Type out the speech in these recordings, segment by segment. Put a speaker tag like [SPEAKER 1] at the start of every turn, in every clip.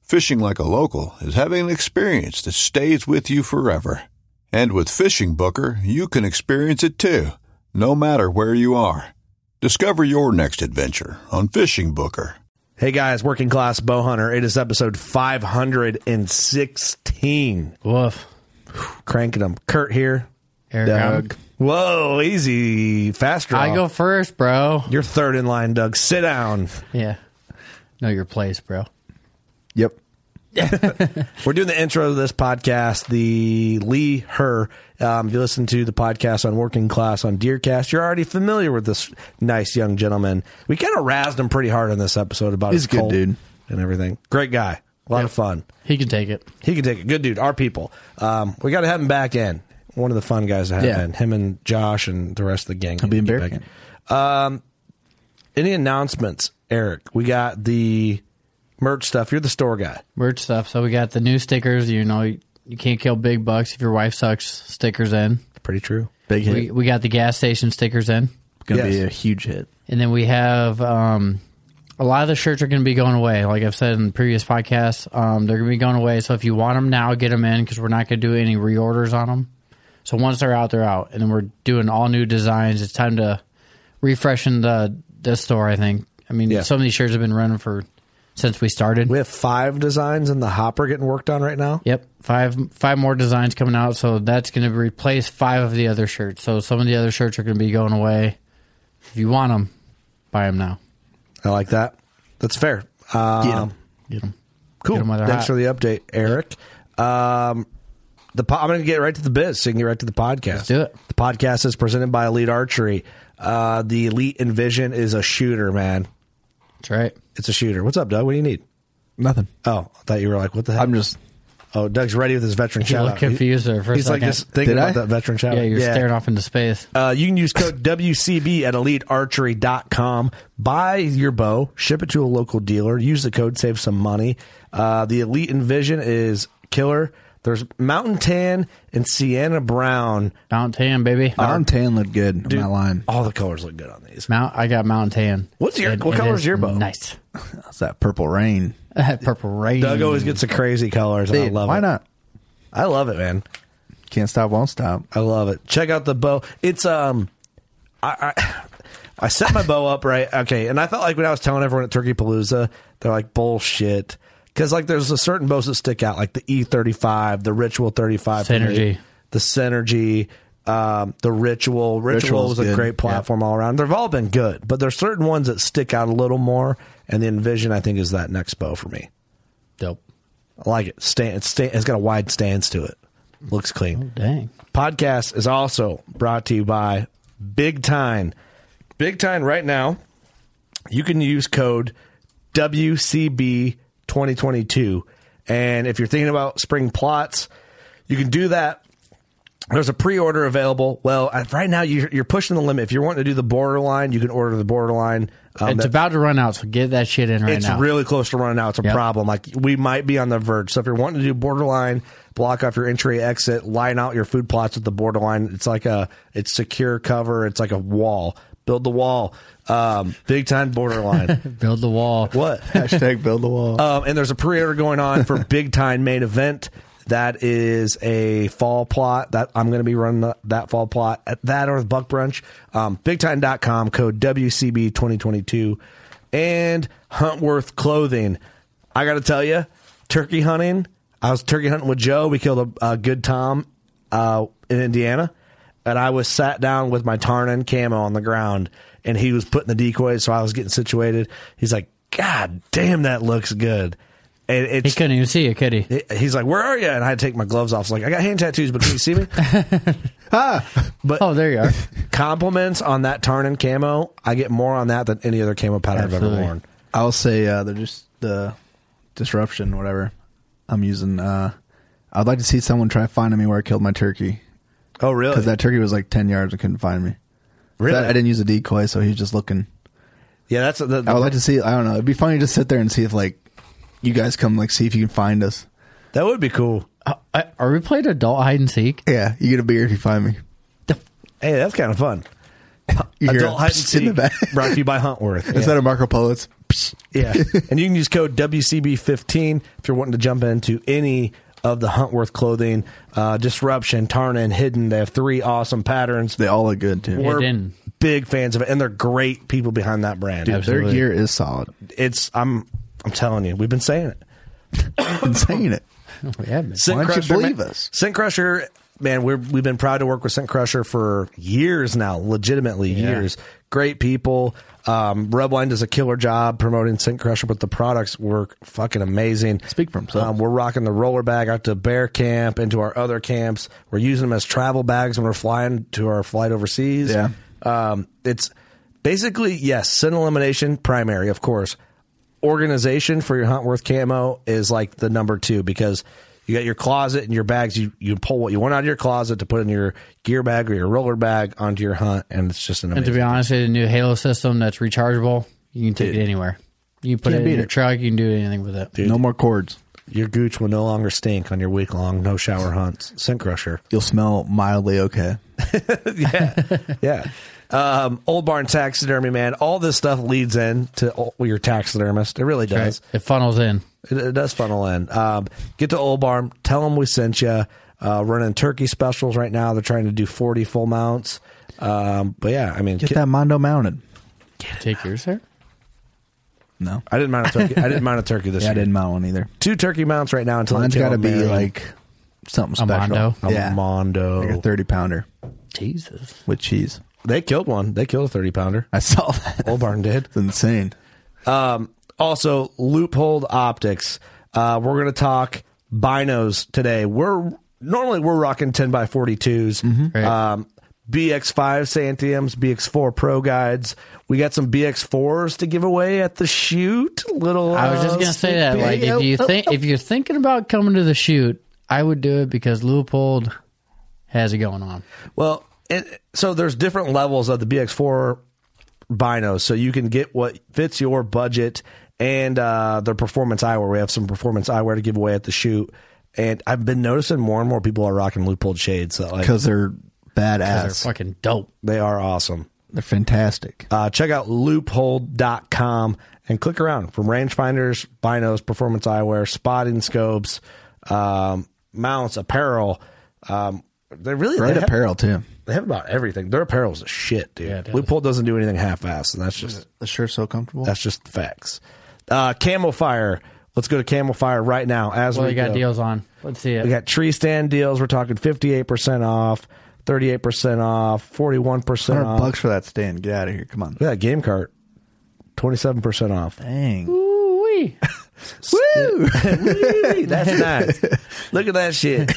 [SPEAKER 1] Fishing like a local is having an experience that stays with you forever. And with Fishing Booker, you can experience it too, no matter where you are. Discover your next adventure on Fishing Booker.
[SPEAKER 2] Hey guys, working class bow hunter. It is episode 516.
[SPEAKER 3] Woof.
[SPEAKER 2] Cranking them. Kurt here.
[SPEAKER 3] Here
[SPEAKER 2] Doug.
[SPEAKER 3] come.
[SPEAKER 2] Whoa, easy. Fast draw.
[SPEAKER 3] I go first, bro.
[SPEAKER 2] You're third in line, Doug. Sit down.
[SPEAKER 3] Yeah. Know your place, bro.
[SPEAKER 2] Yep. We're doing the intro to this podcast, the Lee Her. Um, if you listen to the podcast on Working Class on Deercast, you're already familiar with this nice young gentleman. We kind of razzed him pretty hard on this episode about
[SPEAKER 4] He's
[SPEAKER 2] his
[SPEAKER 4] a good
[SPEAKER 2] cult
[SPEAKER 4] dude.
[SPEAKER 2] and everything. Great guy. A lot of fun.
[SPEAKER 3] He can take it.
[SPEAKER 2] He can take it. Good dude. Our people. Um, we got to have him back in. One of the fun guys to have
[SPEAKER 4] Yeah.
[SPEAKER 2] in. Him and Josh and the rest of the gang.
[SPEAKER 4] I'll be
[SPEAKER 2] Get back
[SPEAKER 4] embarrassing.
[SPEAKER 2] in. Um, Any announcements, Eric? We got the merch stuff. You're the store guy.
[SPEAKER 3] Merch stuff. So we got the new stickers. You know, you, you can't kill big bucks if your wife sucks stickers in.
[SPEAKER 2] Pretty true.
[SPEAKER 4] Big hit.
[SPEAKER 3] We, we got the gas station stickers in.
[SPEAKER 4] Gonna be
[SPEAKER 2] Yes.
[SPEAKER 4] a huge hit.
[SPEAKER 3] And then we have um, a lot of the shirts are going to be going away. Like I've said in previous podcasts, um, they're going to be going away. So if you want them now, get them in because we're not going to do any reorders on them. So once they're out, they're out. And then we're doing all new designs. It's time to refresh in the, the store, I think. I mean,
[SPEAKER 2] Yeah.
[SPEAKER 3] some of these shirts have been running for since we started.
[SPEAKER 2] We have five designs in the hopper getting worked on right now.
[SPEAKER 3] Yep, five five more designs coming out, so that's going to replace five of the other shirts. So some of the other shirts are going to be going away. If you want them, buy them now.
[SPEAKER 2] I like that. That's fair. Um,
[SPEAKER 4] Get 'em.
[SPEAKER 3] Get them.
[SPEAKER 2] Cool.
[SPEAKER 3] Get 'em while they're
[SPEAKER 2] Thanks
[SPEAKER 3] hot.
[SPEAKER 2] for the update, Eric. Um, the po- I'm going to get right to the biz so you can get right to the podcast.
[SPEAKER 3] do it.
[SPEAKER 2] The podcast is presented by Elite Archery. Uh, the Elite Envision is a shooter, man.
[SPEAKER 3] That's right.
[SPEAKER 2] It's a shooter. What's up, Doug? What do you need?
[SPEAKER 4] Nothing.
[SPEAKER 2] Oh, I thought you were like, what the heck?
[SPEAKER 4] I'm just.
[SPEAKER 2] oh, Doug's ready with his veteran
[SPEAKER 3] He
[SPEAKER 2] shout
[SPEAKER 3] looked
[SPEAKER 2] out.
[SPEAKER 3] confused there for a
[SPEAKER 2] He's like
[SPEAKER 3] second.
[SPEAKER 2] just thinking
[SPEAKER 4] Did
[SPEAKER 2] about
[SPEAKER 4] I?
[SPEAKER 2] that veteran shout
[SPEAKER 3] yeah,
[SPEAKER 2] out.
[SPEAKER 3] you're staring off into space.
[SPEAKER 2] Uh, you can use code WCB at elitearchery.com. Buy your bow, ship it to a local dealer, use the code, save some money. Uh, the Elite Envision is killer. There's Mountain Tan and Sienna Brown.
[SPEAKER 3] Mount Tan, baby.
[SPEAKER 4] Mountain tan looked good. I'm not lying.
[SPEAKER 2] All the colors look good on these.
[SPEAKER 3] Mount. I got Mount Tan.
[SPEAKER 2] What's your- what
[SPEAKER 3] it
[SPEAKER 2] color's
[SPEAKER 3] is
[SPEAKER 2] your bow?
[SPEAKER 3] Nice.
[SPEAKER 4] That's that purple rain.
[SPEAKER 3] That Purple rain.
[SPEAKER 2] Doug oh. always gets the crazy colors. and I
[SPEAKER 4] Dude,
[SPEAKER 2] love
[SPEAKER 4] why
[SPEAKER 2] it.
[SPEAKER 4] not?
[SPEAKER 2] I love it, man.
[SPEAKER 4] Can't stop, won't stop.
[SPEAKER 2] I love it. Check out the bow. It's um, I I, I set my bow up right. Okay, and I felt like when I was telling everyone at Turkey Palooza, they're like bullshit because like there's a certain bows that stick out, like the E thirty five, the Ritual thirty five,
[SPEAKER 3] Synergy.
[SPEAKER 2] the Synergy. Um, the ritual, ritual
[SPEAKER 4] Ritual's
[SPEAKER 2] was a
[SPEAKER 4] good.
[SPEAKER 2] great platform all around. They've all been good, but there's certain ones that stick out a little more. And the Envision, I think, is that next bow for me.
[SPEAKER 3] dope.
[SPEAKER 2] I like it. Stand, it's stand, it's got a wide stance to it. Looks clean
[SPEAKER 3] Dang.
[SPEAKER 2] podcast is also brought to you by Big Time. Big Time right now, you can use code WCB2022. And if you're thinking about spring plots, you can do that There's a pre-order available. Well, at- right now you're, you're pushing the limit. If you're wanting to do the borderline, you can order the borderline. Um,
[SPEAKER 3] it's
[SPEAKER 2] that-
[SPEAKER 3] about to run out, so get that shit in right
[SPEAKER 2] it's
[SPEAKER 3] now.
[SPEAKER 2] really close to running out. It's a
[SPEAKER 3] Yep.
[SPEAKER 2] problem. Like we might be on the verge. So if you're wanting to do borderline, block off your entry exit, line out your food plots with the borderline. It's like a it's secure cover. It's like a wall. Build the wall. Um, big time borderline.
[SPEAKER 3] Build the wall.
[SPEAKER 2] what?
[SPEAKER 5] Hashtag build the wall.
[SPEAKER 1] Uh,
[SPEAKER 2] Um, and there's a pre-order going on for Big Time Main Event. That is a fall plot that I'm going to be running the, that fall plot at that or the Buck Brunch. Um, BigTime.com code WCB 2022 and Huntworth Clothing. I got to tell you, turkey hunting. I was turkey hunting with Joe. We killed a, a good Tom uh, in Indiana and I was sat down with my Tarnan camo on the ground, and he was putting the decoys, so I was getting situated. He's like, "God damn, that looks good." And
[SPEAKER 3] He
[SPEAKER 2] it's
[SPEAKER 3] couldn't even see it, could he?
[SPEAKER 2] he's like, "Where are you?" And I had to take my gloves off. I was like, "I got hand tattoos, but can you see me?" but
[SPEAKER 3] Oh, there you are.
[SPEAKER 2] compliments on that Tarnan camo. I get more on that than any other camo pattern I've
[SPEAKER 3] Absolutely.
[SPEAKER 2] ever worn.
[SPEAKER 5] I'll say uh, they're just the disruption, whatever. I'm using. Uh, I'd like to see someone try finding me where I killed my turkey
[SPEAKER 2] Oh, really?
[SPEAKER 5] because that turkey was like ten yards and couldn't find me.
[SPEAKER 2] really?
[SPEAKER 5] That- I didn't use a decoy, so he's just looking.
[SPEAKER 2] yeah, that's the,
[SPEAKER 5] I would like to see. I don't know. It'd be funny to just sit there and see if like you guys come like see if you can find us.
[SPEAKER 2] that would be cool.
[SPEAKER 3] Uh, Are we playing adult hide and seek?
[SPEAKER 5] Yeah, you get a beer if you find me.
[SPEAKER 2] Hey, that's kind of fun.
[SPEAKER 5] You hear
[SPEAKER 2] Adult
[SPEAKER 5] a
[SPEAKER 2] hide and
[SPEAKER 5] psst in the
[SPEAKER 2] seek
[SPEAKER 5] back.
[SPEAKER 2] brought to you by Huntworth. Yeah.
[SPEAKER 5] Instead of Marco Polo, it's psst.
[SPEAKER 2] Yeah. and you can use code WCB15 if you're wanting to jump into any of the Huntworth clothing, uh, Disruption, Tarna, and Hidden. They have three awesome patterns.
[SPEAKER 5] they all look good too.
[SPEAKER 3] Yeah.
[SPEAKER 2] We're
[SPEAKER 3] Hidden.
[SPEAKER 2] big fans of it, and they're great people behind that brand.
[SPEAKER 5] Dude, their
[SPEAKER 3] Absolutely.
[SPEAKER 5] gear is solid.
[SPEAKER 2] It's I'm I'm telling you, we've been saying it.
[SPEAKER 5] I'm saying it.
[SPEAKER 3] Yeah, man.
[SPEAKER 2] Scent
[SPEAKER 5] Why don't you
[SPEAKER 2] Crusher,
[SPEAKER 5] believe
[SPEAKER 2] man-
[SPEAKER 5] us?
[SPEAKER 2] Scent Crusher, man, we're, we've been proud to work with Scent Crusher for years now, legitimately years. Great people. Um, Rubline does a killer job promoting Scent Crusher, but the products work fucking amazing.
[SPEAKER 5] Speak for himself.
[SPEAKER 2] Um, we're rocking the roller bag out to Bear Camp and to our other camps. We're using them as travel bags when we're flying to our flight overseas.
[SPEAKER 5] Yeah.
[SPEAKER 2] Um, it's basically, yes, sin elimination, primary, of course. Organization for your Huntworth camo is like the number two because you got your closet and your bags. You, you pull what you want out of your closet to put in your gear bag or your roller bag onto your hunt, and it's just an
[SPEAKER 3] And to
[SPEAKER 2] amazing.
[SPEAKER 3] be honest, the new Halo system that's rechargeable, you can take it anywhere. You can put
[SPEAKER 5] Can't
[SPEAKER 3] it in
[SPEAKER 5] beat
[SPEAKER 3] your
[SPEAKER 5] it.
[SPEAKER 3] truck. You can do anything with it.
[SPEAKER 5] No more cords.
[SPEAKER 2] your gooch will no longer stink on your week long no shower hunts. Scent crusher.
[SPEAKER 5] You'll smell mildly okay.
[SPEAKER 2] yeah. Um, Old Barn Taxidermy, man. All this stuff leads in to o- your taxidermist. It really does.
[SPEAKER 3] It funnels in.
[SPEAKER 2] It, it does funnel in. Um, get to Old Barn. Tell them we sent you. Uh, running turkey specials right now. They're trying to do 40 full mounts. Um, but yeah, I mean,
[SPEAKER 5] Get
[SPEAKER 2] ki-
[SPEAKER 5] that Mondo mounted.
[SPEAKER 3] Take yours there.
[SPEAKER 5] No,
[SPEAKER 2] I didn't mount a turkey. I didn't mount a turkey this
[SPEAKER 5] yeah, I
[SPEAKER 2] year.
[SPEAKER 5] didn't mount one either.
[SPEAKER 2] Two turkey mounts right now until
[SPEAKER 5] Mine's
[SPEAKER 2] got to
[SPEAKER 5] be like something
[SPEAKER 3] A
[SPEAKER 5] special.
[SPEAKER 3] Mondo?
[SPEAKER 2] a
[SPEAKER 5] Yeah,
[SPEAKER 2] Mondo.
[SPEAKER 5] like a thirty pounder
[SPEAKER 3] Jesus.
[SPEAKER 5] with cheese.
[SPEAKER 2] they killed one. They killed a 30 pounder.
[SPEAKER 5] I saw that.
[SPEAKER 2] Old Barn did.
[SPEAKER 5] It's insane.
[SPEAKER 2] Um, also, loopholed optics. Uh, we're going to talk binos today. We're normally we're rocking ten by 42s
[SPEAKER 3] Right.
[SPEAKER 2] Um, BX5 Santiums, BX4 Pro Guides. We got some BX4s to give away at the shoot. Little.
[SPEAKER 3] I was just
[SPEAKER 2] uh,
[SPEAKER 3] gonna say
[SPEAKER 2] sneak
[SPEAKER 3] that.
[SPEAKER 2] peek.
[SPEAKER 3] Like, if you
[SPEAKER 2] Oh,
[SPEAKER 3] think if you're thinking about coming to the shoot, I would do it because Leopold has it going on.
[SPEAKER 2] Well, it, so there's different levels of the BX4 binos, so you can get what fits your budget and uh, their performance eyewear. We have some performance eyewear to give away at the shoot, and I've been noticing more and more people are rocking loophole shades. So like
[SPEAKER 5] Because they're
[SPEAKER 3] They're
[SPEAKER 5] badass. They're,
[SPEAKER 3] fucking dope.
[SPEAKER 2] they are awesome.
[SPEAKER 5] fantastic.
[SPEAKER 2] Uh, check out loophole.com and click around from rangefinders, binos, performance eyewear, spotting scopes, um, mounts, apparel. Um, they really
[SPEAKER 5] Great
[SPEAKER 2] they have-
[SPEAKER 5] apparel too.
[SPEAKER 2] They have about everything. Their apparel's a shit, dude.
[SPEAKER 3] Yeah, it does.
[SPEAKER 2] Loophole doesn't do anything half-assed, and that's just
[SPEAKER 5] The shirt's so comfortable.
[SPEAKER 2] that's just the facts. Uh, Camel Fire. Let's go to Camel Fire right now. As
[SPEAKER 3] Well,
[SPEAKER 2] we
[SPEAKER 3] you got
[SPEAKER 2] go.
[SPEAKER 3] deals on. Let's see
[SPEAKER 2] We
[SPEAKER 3] it.
[SPEAKER 2] got tree stand deals. We're talking fifty-eight percent off, thirty-eight percent off, forty-one percent
[SPEAKER 5] Hundred
[SPEAKER 2] off. Look
[SPEAKER 5] bucks for that stand. Get out of here. Come on.
[SPEAKER 2] at that game cart. Twenty-seven percent off.
[SPEAKER 5] Dang.
[SPEAKER 3] Ooh-wee.
[SPEAKER 5] Woo!
[SPEAKER 2] That's nice. Look at that shit.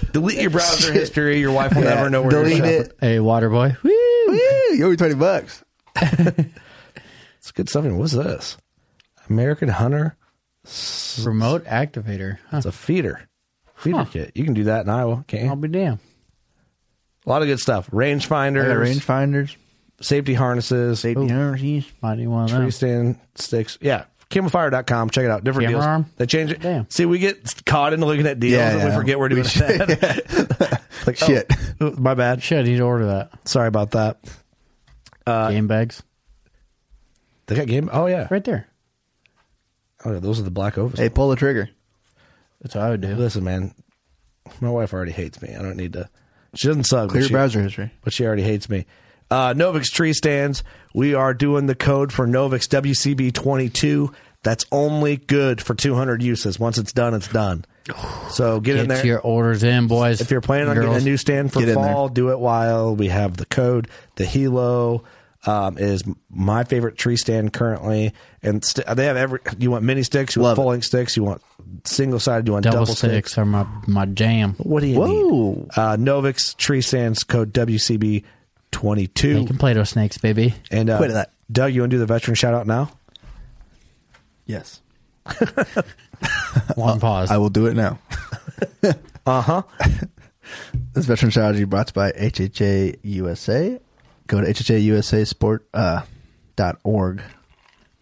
[SPEAKER 2] Delete your browser history. Your wife will never know where
[SPEAKER 5] Delete
[SPEAKER 2] you're shopping.
[SPEAKER 5] it.
[SPEAKER 3] Hey, water boy.
[SPEAKER 5] Woo! You owe me twenty bucks.
[SPEAKER 2] It's good stuff. What's this? American Hunter.
[SPEAKER 3] Remote activator. Huh.
[SPEAKER 2] It's a feeder. feeder kit. You can do that in Iowa, can't you?
[SPEAKER 3] I'll be damned.
[SPEAKER 2] A lot of good stuff. Range finders,
[SPEAKER 5] range finders,
[SPEAKER 2] safety harnesses,
[SPEAKER 5] safety harnesses.
[SPEAKER 3] Might need one of
[SPEAKER 2] tree
[SPEAKER 3] them.
[SPEAKER 2] stand sticks. Yeah. Camelfire.com. Check it out. Different
[SPEAKER 3] Camera
[SPEAKER 2] deals.
[SPEAKER 3] arm?
[SPEAKER 2] They change it.
[SPEAKER 3] Damn.
[SPEAKER 2] See, we get caught into looking at deals
[SPEAKER 5] Yeah,
[SPEAKER 2] and we
[SPEAKER 5] yeah.
[SPEAKER 2] forget we're
[SPEAKER 5] We
[SPEAKER 2] doing that. like, oh,
[SPEAKER 5] Shit.
[SPEAKER 2] my bad.
[SPEAKER 3] Shit, he'd order that.
[SPEAKER 2] Sorry about that.
[SPEAKER 3] Game bags.
[SPEAKER 2] They got game. Oh, yeah.
[SPEAKER 3] Right there.
[SPEAKER 2] Oh, yeah. Those are the black overs.
[SPEAKER 5] Hey, pull the trigger.
[SPEAKER 3] That's what I would do.
[SPEAKER 2] Listen, man. My wife already hates me. I don't need to. She doesn't suck.
[SPEAKER 5] Clear
[SPEAKER 2] but she,
[SPEAKER 5] browser history.
[SPEAKER 2] but she already hates me. Uh, Novix tree stands. We are doing the code for Novix WCB22. That's only good for 200 uses. Once it's done, it's done. So get, in
[SPEAKER 3] Get
[SPEAKER 2] there.
[SPEAKER 3] your orders in, boys.
[SPEAKER 2] if you're planning on
[SPEAKER 3] and
[SPEAKER 2] getting a
[SPEAKER 3] girls.
[SPEAKER 2] new stand for
[SPEAKER 5] Get in
[SPEAKER 2] fall, do it while we have the code. The Hilo um, is my favorite tree stand currently, and st- they have every. You want mini sticks? You want
[SPEAKER 5] Love it.
[SPEAKER 2] full length sticks? You want single sided? You want double,
[SPEAKER 3] double
[SPEAKER 2] sticks?
[SPEAKER 3] sticks are my my jam.
[SPEAKER 2] What do you
[SPEAKER 5] Whoa.
[SPEAKER 2] need? Uh, Novix tree stands code WCB twenty two.
[SPEAKER 3] Making Play-Doh snakes, baby.
[SPEAKER 2] And uh,
[SPEAKER 5] Quit that.
[SPEAKER 2] Doug, you want to do the veteran shout out now?
[SPEAKER 5] Yes.
[SPEAKER 3] Long pause.
[SPEAKER 5] I will do it now.
[SPEAKER 2] Uh huh.
[SPEAKER 5] This veteran shout out is brought to you by HHA USA. Go to HHAUSAsport uh, dot org.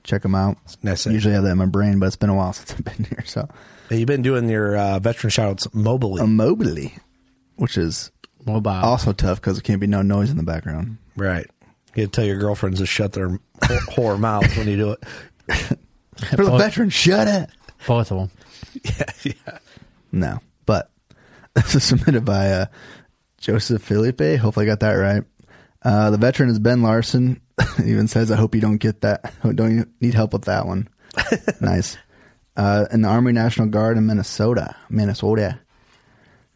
[SPEAKER 5] Check them out.
[SPEAKER 2] That's it.
[SPEAKER 5] Usually have that in my brain, but it's been a while since I've been here. So
[SPEAKER 2] You've been doing your uh, veteran shout outs mobily,
[SPEAKER 5] Um, Immobily, which is
[SPEAKER 3] Mobile.
[SPEAKER 5] also tough because there can't be no noise in the background.
[SPEAKER 2] right? You got to tell your girlfriends to shut their whore mouths when you do it.
[SPEAKER 5] For the veteran, shut it.
[SPEAKER 3] Both of them.
[SPEAKER 5] No, but this is submitted by uh, Joseph Felipe. Hopefully, I got that right. Uh, the veteran is Ben Larson. He even says, "I hope you don't get that. Don't you need help with that one." nice. Uh, in the Army National Guard in Minnesota, Minnesota.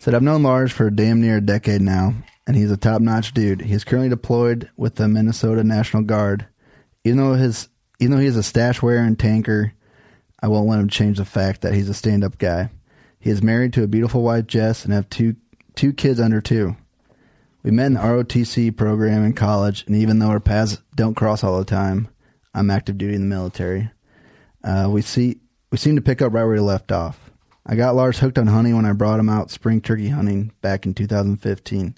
[SPEAKER 5] Said, I've known Lars for damn near a decade now, and he's a top notch dude. He's currently deployed with the Minnesota National Guard. Even though his even though he's a stash wearer and tanker, I won't let him change the fact that he's a stand up guy. He is married to a beautiful wife Jess and have two two kids under two. We met in the ROTC program in college, and even though our paths don't cross all the time, I'm active duty in the military. Uh, we see we seem to pick up right where we left off. I got Lars hooked on hunting when I brought him out spring turkey hunting back in 2015.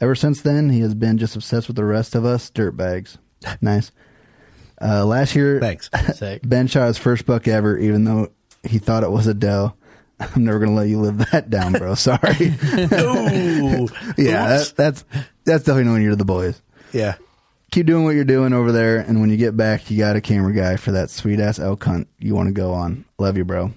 [SPEAKER 5] Ever since then, he has been just obsessed with the rest of us dirtbags. Nice. Uh, last year,
[SPEAKER 2] Thanks.
[SPEAKER 3] Sick.
[SPEAKER 5] Ben shot his first buck ever, even though he thought it was a doe. I'm never gonna let you live that down, bro. Sorry.
[SPEAKER 2] Ooh.
[SPEAKER 5] yeah, that, that's that's definitely knowing you're the boys.
[SPEAKER 2] Yeah.
[SPEAKER 5] Keep doing what you're doing over there, and when you get back, you got a camera guy for that sweet ass elk hunt you want to go on. Love you, bro.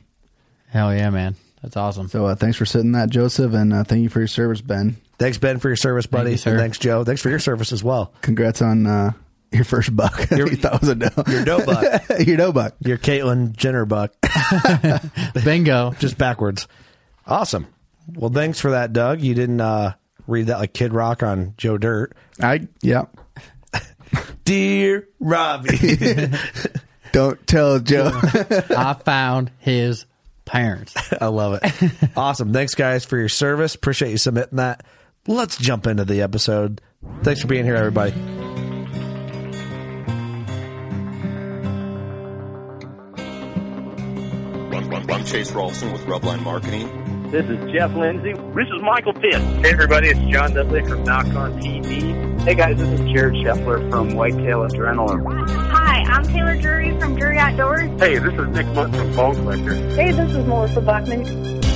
[SPEAKER 3] Hell yeah, man. That's awesome.
[SPEAKER 5] So uh, thanks for sitting that, Joseph, and uh, thank you for your service, Ben.
[SPEAKER 2] Thanks, Ben, for your service, buddy.
[SPEAKER 3] you, sir.
[SPEAKER 2] And thanks, Joe. Thanks for your service as well.
[SPEAKER 5] Congrats on uh, your first buck. Your, you thought was a doe.
[SPEAKER 2] Your doe buck.
[SPEAKER 5] your doe buck.
[SPEAKER 2] Your Caitlin Jenner buck.
[SPEAKER 3] Bingo.
[SPEAKER 2] Just backwards. Awesome. Well, thanks for that, Doug. You didn't uh, read that like Kid Rock on Joe Dirt.
[SPEAKER 5] I yeah.
[SPEAKER 2] Dear Robbie.
[SPEAKER 5] Don't tell Joe.
[SPEAKER 3] I found his parents.
[SPEAKER 2] I love it. Awesome. Thanks, guys, for your service. Appreciate you submitting that. Let's jump into the episode. Thanks for being here, everybody.
[SPEAKER 1] Run, run, run. Chase Rolfson with Rubline Marketing.
[SPEAKER 6] This is Jeff Lindsay. This is Michael Pitt. Hey, everybody, it's John Dudley from Knock on TV. Hey, guys, this is Jared Scheffler from Whitetail Adrenaline.
[SPEAKER 7] Hi, I'm Taylor Drury from Drury Outdoors.
[SPEAKER 6] Hey, this is Nick Munt from Bone Collector.
[SPEAKER 8] Hey, this is Melissa Bachman.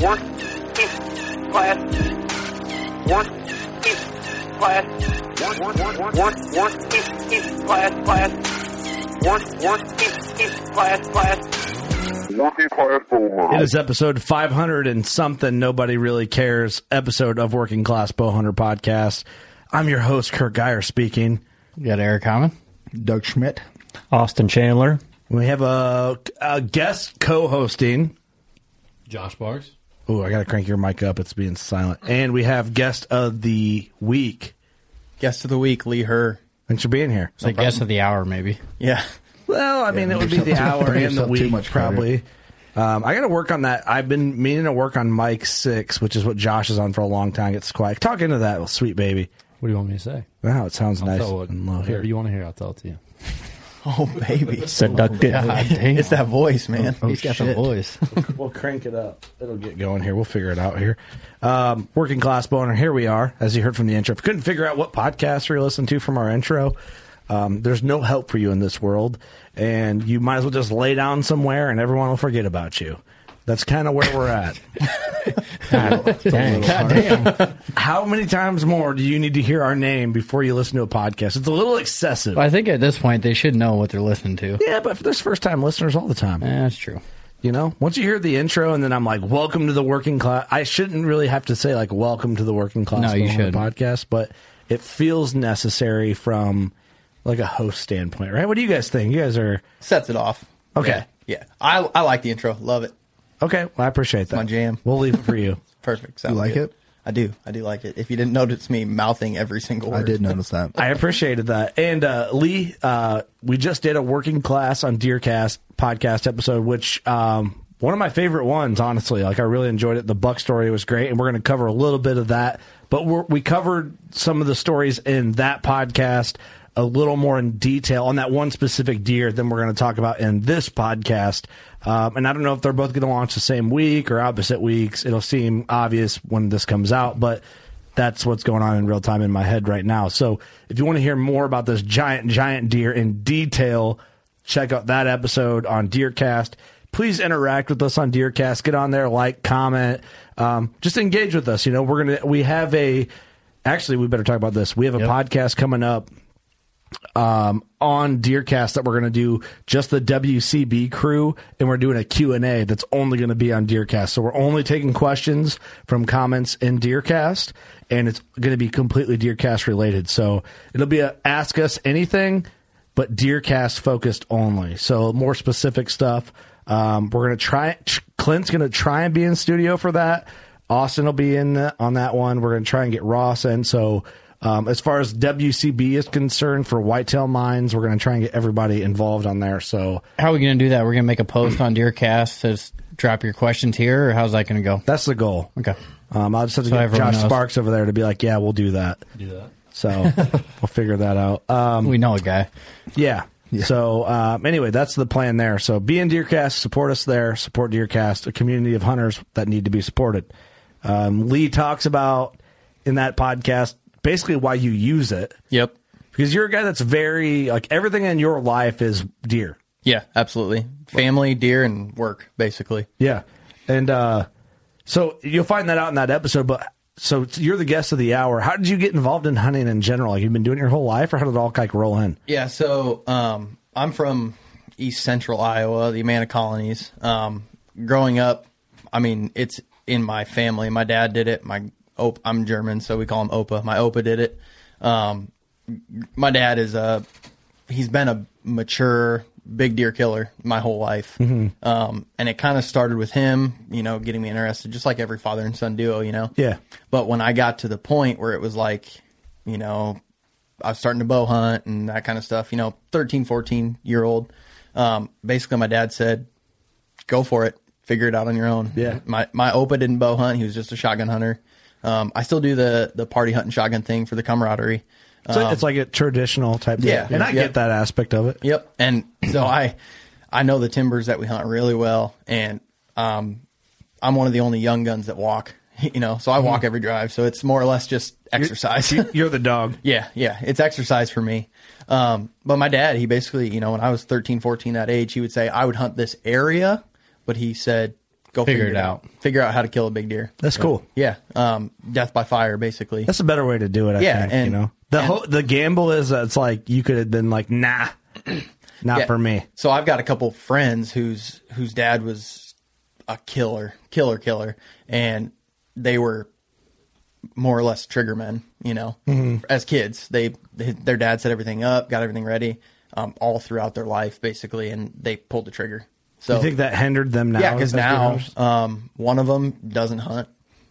[SPEAKER 6] Work class. Work class. Work work work work class class. Work work class class. Working class over.
[SPEAKER 2] It is episode 500 and something, nobody really cares, episode of Working Class Bowhunter Podcast. I'm your host, Kurt Geyer speaking.
[SPEAKER 3] You got Eric Common?
[SPEAKER 5] Doug Schmidt.
[SPEAKER 9] Austin Chandler.
[SPEAKER 2] We have a, a guest co hosting.
[SPEAKER 9] Josh Barks.
[SPEAKER 10] Ooh, I gotta crank your mic up. It's being silent. And we have guest of the week.
[SPEAKER 9] Guest of the week, Lee Her.
[SPEAKER 10] Thanks for being here.
[SPEAKER 3] So I guess of the hour, maybe.
[SPEAKER 9] Yeah.
[SPEAKER 10] Well, I mean, it would be the hour
[SPEAKER 5] bring
[SPEAKER 10] and the
[SPEAKER 5] yourself too
[SPEAKER 10] week,
[SPEAKER 5] much credit.
[SPEAKER 10] probably. Um, I got to work on that. I've been meaning to work on Mike Six, which is what Josh is on for a long time. It's quiet. Talk into that, sweet baby.
[SPEAKER 2] What do you want me to say?
[SPEAKER 10] Wow, it sounds nice
[SPEAKER 2] Tell what-
[SPEAKER 10] and low
[SPEAKER 2] whatever
[SPEAKER 10] here.
[SPEAKER 2] you want to hear, I'll tell it to you.
[SPEAKER 9] Oh, baby.
[SPEAKER 3] Seductive.
[SPEAKER 9] It's that voice, man.
[SPEAKER 5] Oh,
[SPEAKER 2] He's got the voice.
[SPEAKER 10] We'll crank it up. It'll get going here. We'll figure it out here. Um, working class boner. Here we are. As you heard from the intro, if you couldn't figure out what podcast you're listening to from our intro, um, there's no help for you in this world, and you might as well just lay down somewhere, and everyone will forget about you. That's kind of where we're at.
[SPEAKER 3] Dang.
[SPEAKER 10] How many times more do you need to hear our name before you listen to a podcast? It's a little excessive.
[SPEAKER 3] I think at this point they should know what they're listening to.
[SPEAKER 10] yeah, but for this first time listeners all the time.
[SPEAKER 3] Eh, that's true.
[SPEAKER 10] You know, once you hear the intro and then I'm like, "Welcome to the working class." I shouldn't really have to say like "Welcome to the working class"
[SPEAKER 3] No, you
[SPEAKER 10] on the
[SPEAKER 3] shouldn't.
[SPEAKER 10] podcast, but it feels necessary from like a host standpoint, right? What do you guys think? You guys are
[SPEAKER 9] Sets it off.
[SPEAKER 10] Okay.
[SPEAKER 9] Yeah. yeah. I, I like the intro. Love it.
[SPEAKER 10] okay. Well, I appreciate that.
[SPEAKER 9] my jam.
[SPEAKER 10] We'll leave it for you.
[SPEAKER 9] Perfect. Sounds
[SPEAKER 5] You like
[SPEAKER 9] good.
[SPEAKER 5] it?
[SPEAKER 9] I do. I do like it. If you didn't notice me mouthing every single word.
[SPEAKER 5] I did notice that.
[SPEAKER 10] I appreciated that. And uh, Lee, uh, we just did a working class on Deercast podcast episode, which um, one of my favorite ones, honestly. Like I really enjoyed it. The Buck story was great, and we're going to cover a little bit of that. But we're, we covered some of the stories in that podcast a little more in detail on that one specific deer than we're going to talk about in this podcast. Um, and I don't know if they're both going to launch the same week or opposite weeks. It'll seem obvious when this comes out, but that's what's going on in real time in my head right now. So if you want to hear more about this giant, giant deer in detail, check out that episode on Deercast. Please interact with us on Deercast. Get on there, like, comment, um, just engage with us. You know, we're gonna we have a actually we better talk about this. We have a podcast coming up um, on Deercast that we're going to do just the WCB crew, and we're doing a Q&A that's only going to be on Deercast. So we're only taking questions from comments in Deercast, and it's going to be completely Deercast related. So it'll be a ask us anything, but Deercast focused only. So more specific stuff. Um, we're going to try. Clint's going to try and be in studio for that. Austin will be in the, on that one. We're going to try and get Ross in. So, um, as far as WCB is concerned for Whitetail Mines, we're going to try and get everybody involved on there. So
[SPEAKER 3] How are we going to do that? We're going to make a post on Deercast says drop your questions here, or how's that going to go?
[SPEAKER 10] that's the goal.
[SPEAKER 3] Okay.
[SPEAKER 10] Um, I'll just have to
[SPEAKER 3] So
[SPEAKER 10] get
[SPEAKER 3] everyone
[SPEAKER 10] Josh
[SPEAKER 3] knows.
[SPEAKER 10] Sparks over there to be like, yeah, we'll do that.
[SPEAKER 2] Do that.
[SPEAKER 10] So we'll figure that out. Um,
[SPEAKER 3] We know a guy.
[SPEAKER 10] Yeah. So um, anyway, that's the plan there. So be in Deercast, support us there, support Deercast, a community of hunters that need to be supported. Um, Lee talks about in that podcast basically why you use it
[SPEAKER 9] Yep.
[SPEAKER 10] because you're a guy that's very like everything in your life is deer.
[SPEAKER 9] Yeah, absolutely. Family, deer, and work, basically.
[SPEAKER 10] Yeah, and uh, so you'll find that out in that episode. But so you're the guest of the hour. How did you get involved in hunting in general? Like you've been doing it your whole life, or how did it all like roll in?
[SPEAKER 9] Yeah, so um, I'm from East Central Iowa, the Amana colonies. Um, growing up, I mean, it's in my family. My dad did it. My op- I'm German, so we call him Opa. My Opa did it. Um, my dad is a he's been a mature big deer killer my whole life, um, and it kind of started with him. You know, getting me interested, just like every father and son duo. You know,
[SPEAKER 10] Yeah.
[SPEAKER 9] but when I got to the point where it was like, you know, I was starting to bow hunt and that kind of stuff, you know, 13, 14 year old, um, basically my dad said, go for it, figure it out on your own.
[SPEAKER 10] Yeah.
[SPEAKER 9] My, my Opa didn't bow hunt. He was just a shotgun hunter. Um, I still do the, the party hunting shotgun thing for the camaraderie.
[SPEAKER 10] So it's like a traditional type.
[SPEAKER 9] yeah,
[SPEAKER 10] thing. and I
[SPEAKER 9] yeah.
[SPEAKER 10] get that aspect of it.
[SPEAKER 9] Yep. And so I I know the timbers that we hunt really well and um I'm one of the only young guns that walk, you know. So I walk every drive, so it's more or less just exercise.
[SPEAKER 10] You're the dog.
[SPEAKER 9] Yeah, yeah. It's exercise for me. Um, but my dad, he basically, you know, when I was 13, 14 that age, he would say, I would hunt this area, but he said, go figure, it out. Figure out how to kill a big deer.
[SPEAKER 10] That's cool.
[SPEAKER 9] Yeah. Um, death by fire, basically.
[SPEAKER 10] That's a better way to do it. I
[SPEAKER 9] Yeah,
[SPEAKER 10] think,
[SPEAKER 9] and-
[SPEAKER 10] you know the
[SPEAKER 9] and-
[SPEAKER 10] whole, the gamble is that it's like you could have been like nah, not
[SPEAKER 9] Yeah.
[SPEAKER 10] for me.
[SPEAKER 9] So I've got a couple friends whose whose dad was a killer, killer, killer, and they were more or less triggermen. You know,
[SPEAKER 10] Mm-hmm.
[SPEAKER 9] as kids, they, they their dad set everything up, got everything ready, um, all throughout their life, basically, and they pulled the trigger. So
[SPEAKER 10] You think that hindered them now
[SPEAKER 9] Yeah,
[SPEAKER 10] as
[SPEAKER 9] because
[SPEAKER 10] best
[SPEAKER 9] now
[SPEAKER 10] hunters?
[SPEAKER 9] um, one of them doesn't hunt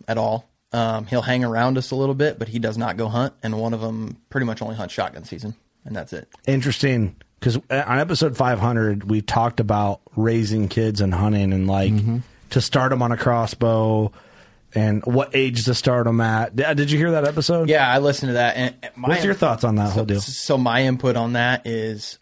[SPEAKER 9] at all. Um, he'll hang around us a little bit, but he does not go hunt. And one of them pretty much only hunts shotgun season, and that's it.
[SPEAKER 10] Interesting, because on episode 500 we talked about raising kids and hunting and like to start them on a crossbow and what age to start them at. Did did you hear that episode?
[SPEAKER 9] Yeah, I listened to that. And my,
[SPEAKER 10] What's your thoughts on that
[SPEAKER 9] so,
[SPEAKER 10] whole deal?
[SPEAKER 9] So my input on that is,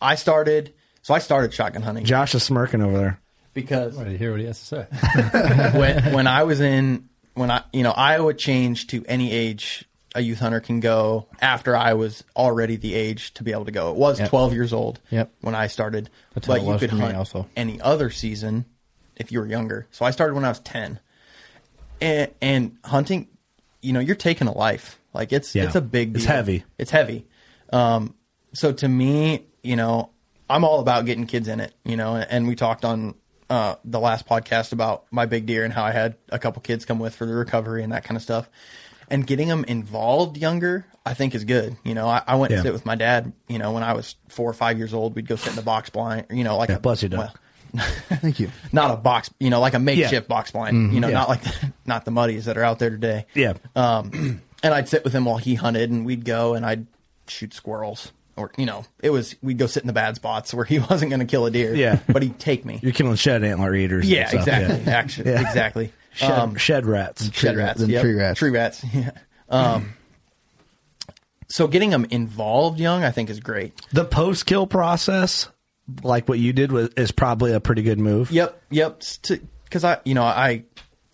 [SPEAKER 9] I started. So I started shotgun hunting
[SPEAKER 10] Josh is smirking over there.
[SPEAKER 9] because
[SPEAKER 11] I hear what he has to say.
[SPEAKER 9] when, when I was in when I you know Iowa changed to any age a youth hunter can go after I was already the age to be able to go. It was
[SPEAKER 11] Yep.
[SPEAKER 9] 12 years old
[SPEAKER 11] Yep.
[SPEAKER 9] when I started,
[SPEAKER 11] That's how
[SPEAKER 9] but
[SPEAKER 11] it
[SPEAKER 9] you
[SPEAKER 11] was
[SPEAKER 9] could
[SPEAKER 11] for me
[SPEAKER 9] hunt
[SPEAKER 11] also.
[SPEAKER 9] any other season if you were younger. So I started when I was 10. And, and hunting, you know, you're taking a life. Like it's
[SPEAKER 10] Yeah.
[SPEAKER 9] it's a big deal.
[SPEAKER 10] It's heavy.
[SPEAKER 9] It's heavy. Um, so to me, you know, I'm all about getting kids in it, you know, and we talked on uh, the last podcast about my big deer and how I had a couple kids come with for the recovery and that kind of stuff. And getting them involved younger, I think is good. You know, I, I went
[SPEAKER 10] Yeah.
[SPEAKER 9] and sit with my dad, you know, when I was four or five years old, we'd go sit in the box blind, you know, like
[SPEAKER 10] Yeah,
[SPEAKER 9] a,
[SPEAKER 10] bless you, Doc.
[SPEAKER 5] Thank you.
[SPEAKER 9] not a box, you know, like a makeshift box blind, you know,
[SPEAKER 10] Mm-hmm. yeah.
[SPEAKER 9] not like not the muddies that are out there today.
[SPEAKER 10] Yeah.
[SPEAKER 9] Um, and I'd sit with him while he hunted, and we'd go and I'd shoot squirrels, or you know, it was we'd go sit in the bad spots where he wasn't going to kill a deer.
[SPEAKER 10] Yeah.
[SPEAKER 9] but he'd take me.
[SPEAKER 10] You're killing shed antler eaters. and
[SPEAKER 9] yeah,
[SPEAKER 10] stuff,
[SPEAKER 9] exactly.
[SPEAKER 10] yeah. Um,
[SPEAKER 9] Actually,
[SPEAKER 10] Yeah.
[SPEAKER 9] exactly.
[SPEAKER 10] Shed, shed rats.
[SPEAKER 9] Shed rats.
[SPEAKER 5] then
[SPEAKER 9] yep.
[SPEAKER 5] tree rats.
[SPEAKER 9] Tree rats. Yeah. Um, so getting them involved young, I think, is great.
[SPEAKER 10] The post kill process, like what you did, was, is probably a pretty good move.
[SPEAKER 9] Yep, yep. Because I, you know, I,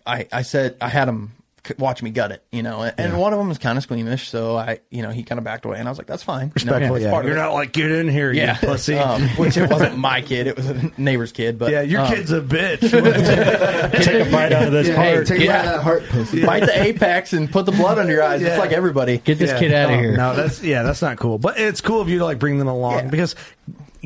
[SPEAKER 9] I, I said I had him c- watch me gut it, you know, and, and one of them was kind of squeamish, so I, you know, he kind of backed away, and I was like, that's fine,
[SPEAKER 10] Respectful,
[SPEAKER 9] it's
[SPEAKER 10] yeah.
[SPEAKER 9] part of
[SPEAKER 10] You're
[SPEAKER 9] it.
[SPEAKER 10] not like get in here,
[SPEAKER 9] yeah,
[SPEAKER 10] you pussy.
[SPEAKER 9] Um, which it wasn't my kid; it was a neighbor's kid. But
[SPEAKER 10] yeah, your
[SPEAKER 9] um,
[SPEAKER 10] kid's a bitch. Take a bite out of this
[SPEAKER 5] Yeah,
[SPEAKER 10] part.
[SPEAKER 5] hey, take
[SPEAKER 9] yeah.
[SPEAKER 5] yeah. that heart pussy.
[SPEAKER 9] bite the apex and put the blood under your eyes,
[SPEAKER 10] Yeah.
[SPEAKER 9] just like everybody.
[SPEAKER 3] Get this kid out of
[SPEAKER 10] no,
[SPEAKER 3] here.
[SPEAKER 10] No, that's yeah, that's not cool. But it's cool if you like bring them along
[SPEAKER 9] Yeah.
[SPEAKER 10] because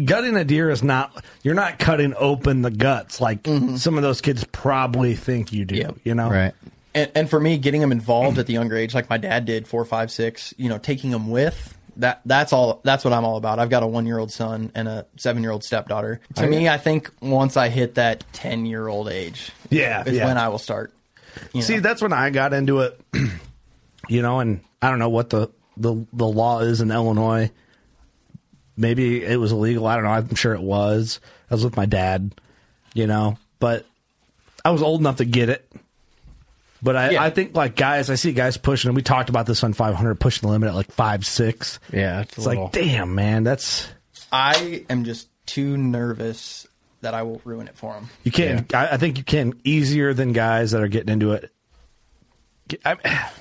[SPEAKER 10] gutting a deer is not you're not cutting open the guts like some of those kids probably think you do.
[SPEAKER 9] Yep.
[SPEAKER 10] You know,
[SPEAKER 3] Right.
[SPEAKER 9] and, and for me, getting them involved at the younger age, like my dad did, four, five, six, you know, taking them with that, that's all, that's what I'm all about. I've got a one year old son and a seven year old stepdaughter. To me, I think once I hit that 10 year old age,
[SPEAKER 10] Yeah,
[SPEAKER 9] is
[SPEAKER 10] yeah.
[SPEAKER 9] when I will start. you
[SPEAKER 10] See,
[SPEAKER 9] know.
[SPEAKER 10] that's when I got into it. you know, and I don't know what the the the law is in Illinois. Maybe it was illegal. I don't know. I'm sure it was. I was with my dad. You know, but I was old enough to get it. But I,
[SPEAKER 9] Yeah.
[SPEAKER 10] I think like guys, I see guys pushing, and we talked about this on 500, pushing the limit at like five, six.
[SPEAKER 3] Yeah, it's a
[SPEAKER 10] it's
[SPEAKER 3] little-
[SPEAKER 10] like, damn, man, that's
[SPEAKER 9] I am just too nervous that I will ruin it for him.
[SPEAKER 10] You can. I, I think you can easier than guys that are getting into it. I,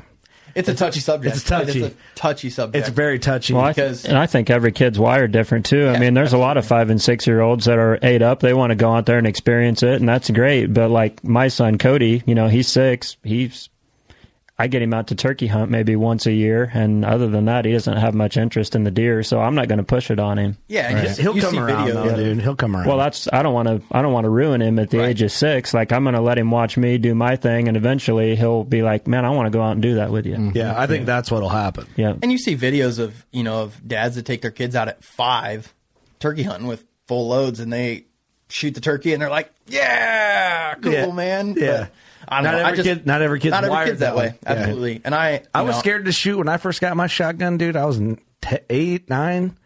[SPEAKER 9] It's a touchy subject.
[SPEAKER 10] it's touchy.
[SPEAKER 9] It's a touchy subject.
[SPEAKER 10] it's very touchy.
[SPEAKER 2] Well, I th-
[SPEAKER 9] Because-
[SPEAKER 2] and I think every kid's wired different too. I
[SPEAKER 9] Yeah,
[SPEAKER 2] mean, there's a lot of five and six year olds that are ate up. They want to go out there and experience it, and that's great. But like my son Cody, you know, he's six. He's I get him out to turkey hunt maybe once a year, and other than that, he doesn't have much interest in the deer. So I'm not going to push it on him.
[SPEAKER 9] yeah. And you,
[SPEAKER 10] He'll
[SPEAKER 9] you
[SPEAKER 10] come
[SPEAKER 9] see
[SPEAKER 10] around,
[SPEAKER 9] videos.
[SPEAKER 10] though, dude. He'll come around.
[SPEAKER 2] Well, that's I don't want to I don't want to ruin him at the
[SPEAKER 9] Right.
[SPEAKER 2] age of six. Like I'm going to let him watch me do my thing, and eventually he'll be like, "Man, I want to go out and do that with you."
[SPEAKER 10] yeah. I think that's what'll happen.
[SPEAKER 2] Yeah,
[SPEAKER 9] And you see videos of you know of dads that take their kids out at five turkey hunting with full loads, and they shoot the turkey, and they're like, "Yeah, cool,
[SPEAKER 10] Yeah.
[SPEAKER 9] man."
[SPEAKER 10] Yeah.
[SPEAKER 9] But I don't
[SPEAKER 10] Not
[SPEAKER 9] know. I
[SPEAKER 10] every
[SPEAKER 9] just,
[SPEAKER 10] kid- not every kid's
[SPEAKER 9] not every
[SPEAKER 10] wired
[SPEAKER 9] kid's that
[SPEAKER 10] that
[SPEAKER 9] way.
[SPEAKER 10] way. Yeah.
[SPEAKER 9] Absolutely. And I, you
[SPEAKER 10] I was
[SPEAKER 9] know,
[SPEAKER 10] scared to shoot when I first got my shotgun, dude. I was n- t- eight, nine,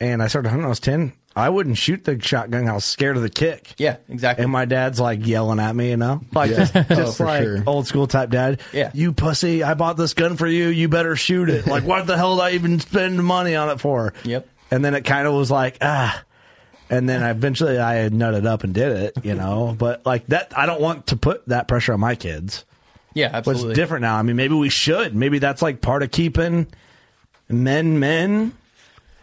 [SPEAKER 10] and I started hunting. when I was ten. I wouldn't shoot the shotgun. I was scared of the kick.
[SPEAKER 9] Yeah, exactly.
[SPEAKER 10] And my dad's like yelling at me, you know, like just, just
[SPEAKER 5] for
[SPEAKER 10] like
[SPEAKER 5] sure.
[SPEAKER 10] old school type dad.
[SPEAKER 9] Oh, Yeah.
[SPEAKER 10] you pussy! I bought this gun for you. You better shoot it. like, what the hell did I even spend money on it for?
[SPEAKER 9] Yep.
[SPEAKER 10] And then it kind of was like ah, and then I eventually I had nutted up and did it, you know. but like that, I don't want to put that pressure on my kids.
[SPEAKER 9] yeah,
[SPEAKER 10] But
[SPEAKER 9] absolutely.
[SPEAKER 10] it's different now. I mean, maybe we should. Maybe that's like part of keeping men men.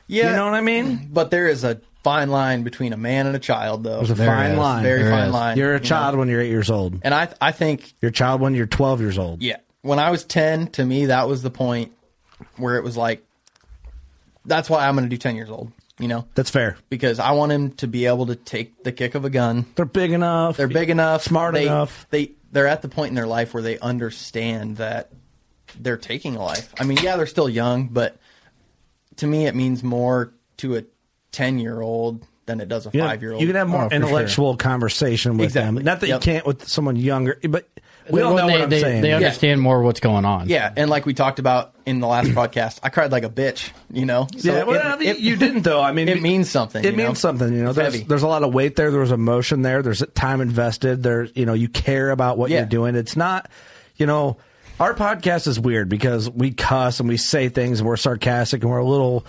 [SPEAKER 9] Yeah,
[SPEAKER 10] You know what I mean?
[SPEAKER 9] But there is a fine line between a man and a child, though.
[SPEAKER 10] There's a fine
[SPEAKER 3] is.
[SPEAKER 10] line.
[SPEAKER 9] Very
[SPEAKER 3] There
[SPEAKER 9] fine
[SPEAKER 3] is.
[SPEAKER 9] line.
[SPEAKER 10] You're
[SPEAKER 9] you
[SPEAKER 10] a
[SPEAKER 9] know?
[SPEAKER 10] child when you're eight years old.
[SPEAKER 9] and I, I think
[SPEAKER 10] You're a child when you're 12 years old.
[SPEAKER 9] Yeah. When I was 10, to me, that was the point where it was like, that's why I'm going to do 10 years old, you know,
[SPEAKER 10] That's fair.
[SPEAKER 9] because I want him to be able to take the kick of a gun.
[SPEAKER 10] They're big enough.
[SPEAKER 9] They're big enough,
[SPEAKER 10] Smart
[SPEAKER 9] they,
[SPEAKER 10] enough.
[SPEAKER 9] They they're at the point in their life where they understand that they're taking a life. I mean, yeah, they're still young, but to me, it means more to a ten year old than it does a
[SPEAKER 10] You know,
[SPEAKER 9] five year old.
[SPEAKER 10] You can have more
[SPEAKER 3] Oh,
[SPEAKER 10] intellectual conversation with
[SPEAKER 9] Exactly.
[SPEAKER 10] them. Not that
[SPEAKER 9] Yep.
[SPEAKER 10] you can't with someone younger, but we all know
[SPEAKER 3] they,
[SPEAKER 10] what I'm
[SPEAKER 3] they,
[SPEAKER 10] saying.
[SPEAKER 3] They understand more what's going on.
[SPEAKER 9] Yeah, and like we talked about in the last podcast, I cried like a bitch. You know.
[SPEAKER 10] yeah, well, I mean, you didn't though. I mean,
[SPEAKER 9] it means something.
[SPEAKER 10] It
[SPEAKER 9] you
[SPEAKER 10] means
[SPEAKER 9] know?
[SPEAKER 10] something, you know.
[SPEAKER 9] It's
[SPEAKER 10] There's,
[SPEAKER 9] heavy.
[SPEAKER 10] there's a lot of weight there. There's emotion there. There's time invested. There's you know you care about what
[SPEAKER 9] Yeah.
[SPEAKER 10] you're doing. It's not, you know, our podcast is weird because we cuss and we say things and we're sarcastic and we're a little.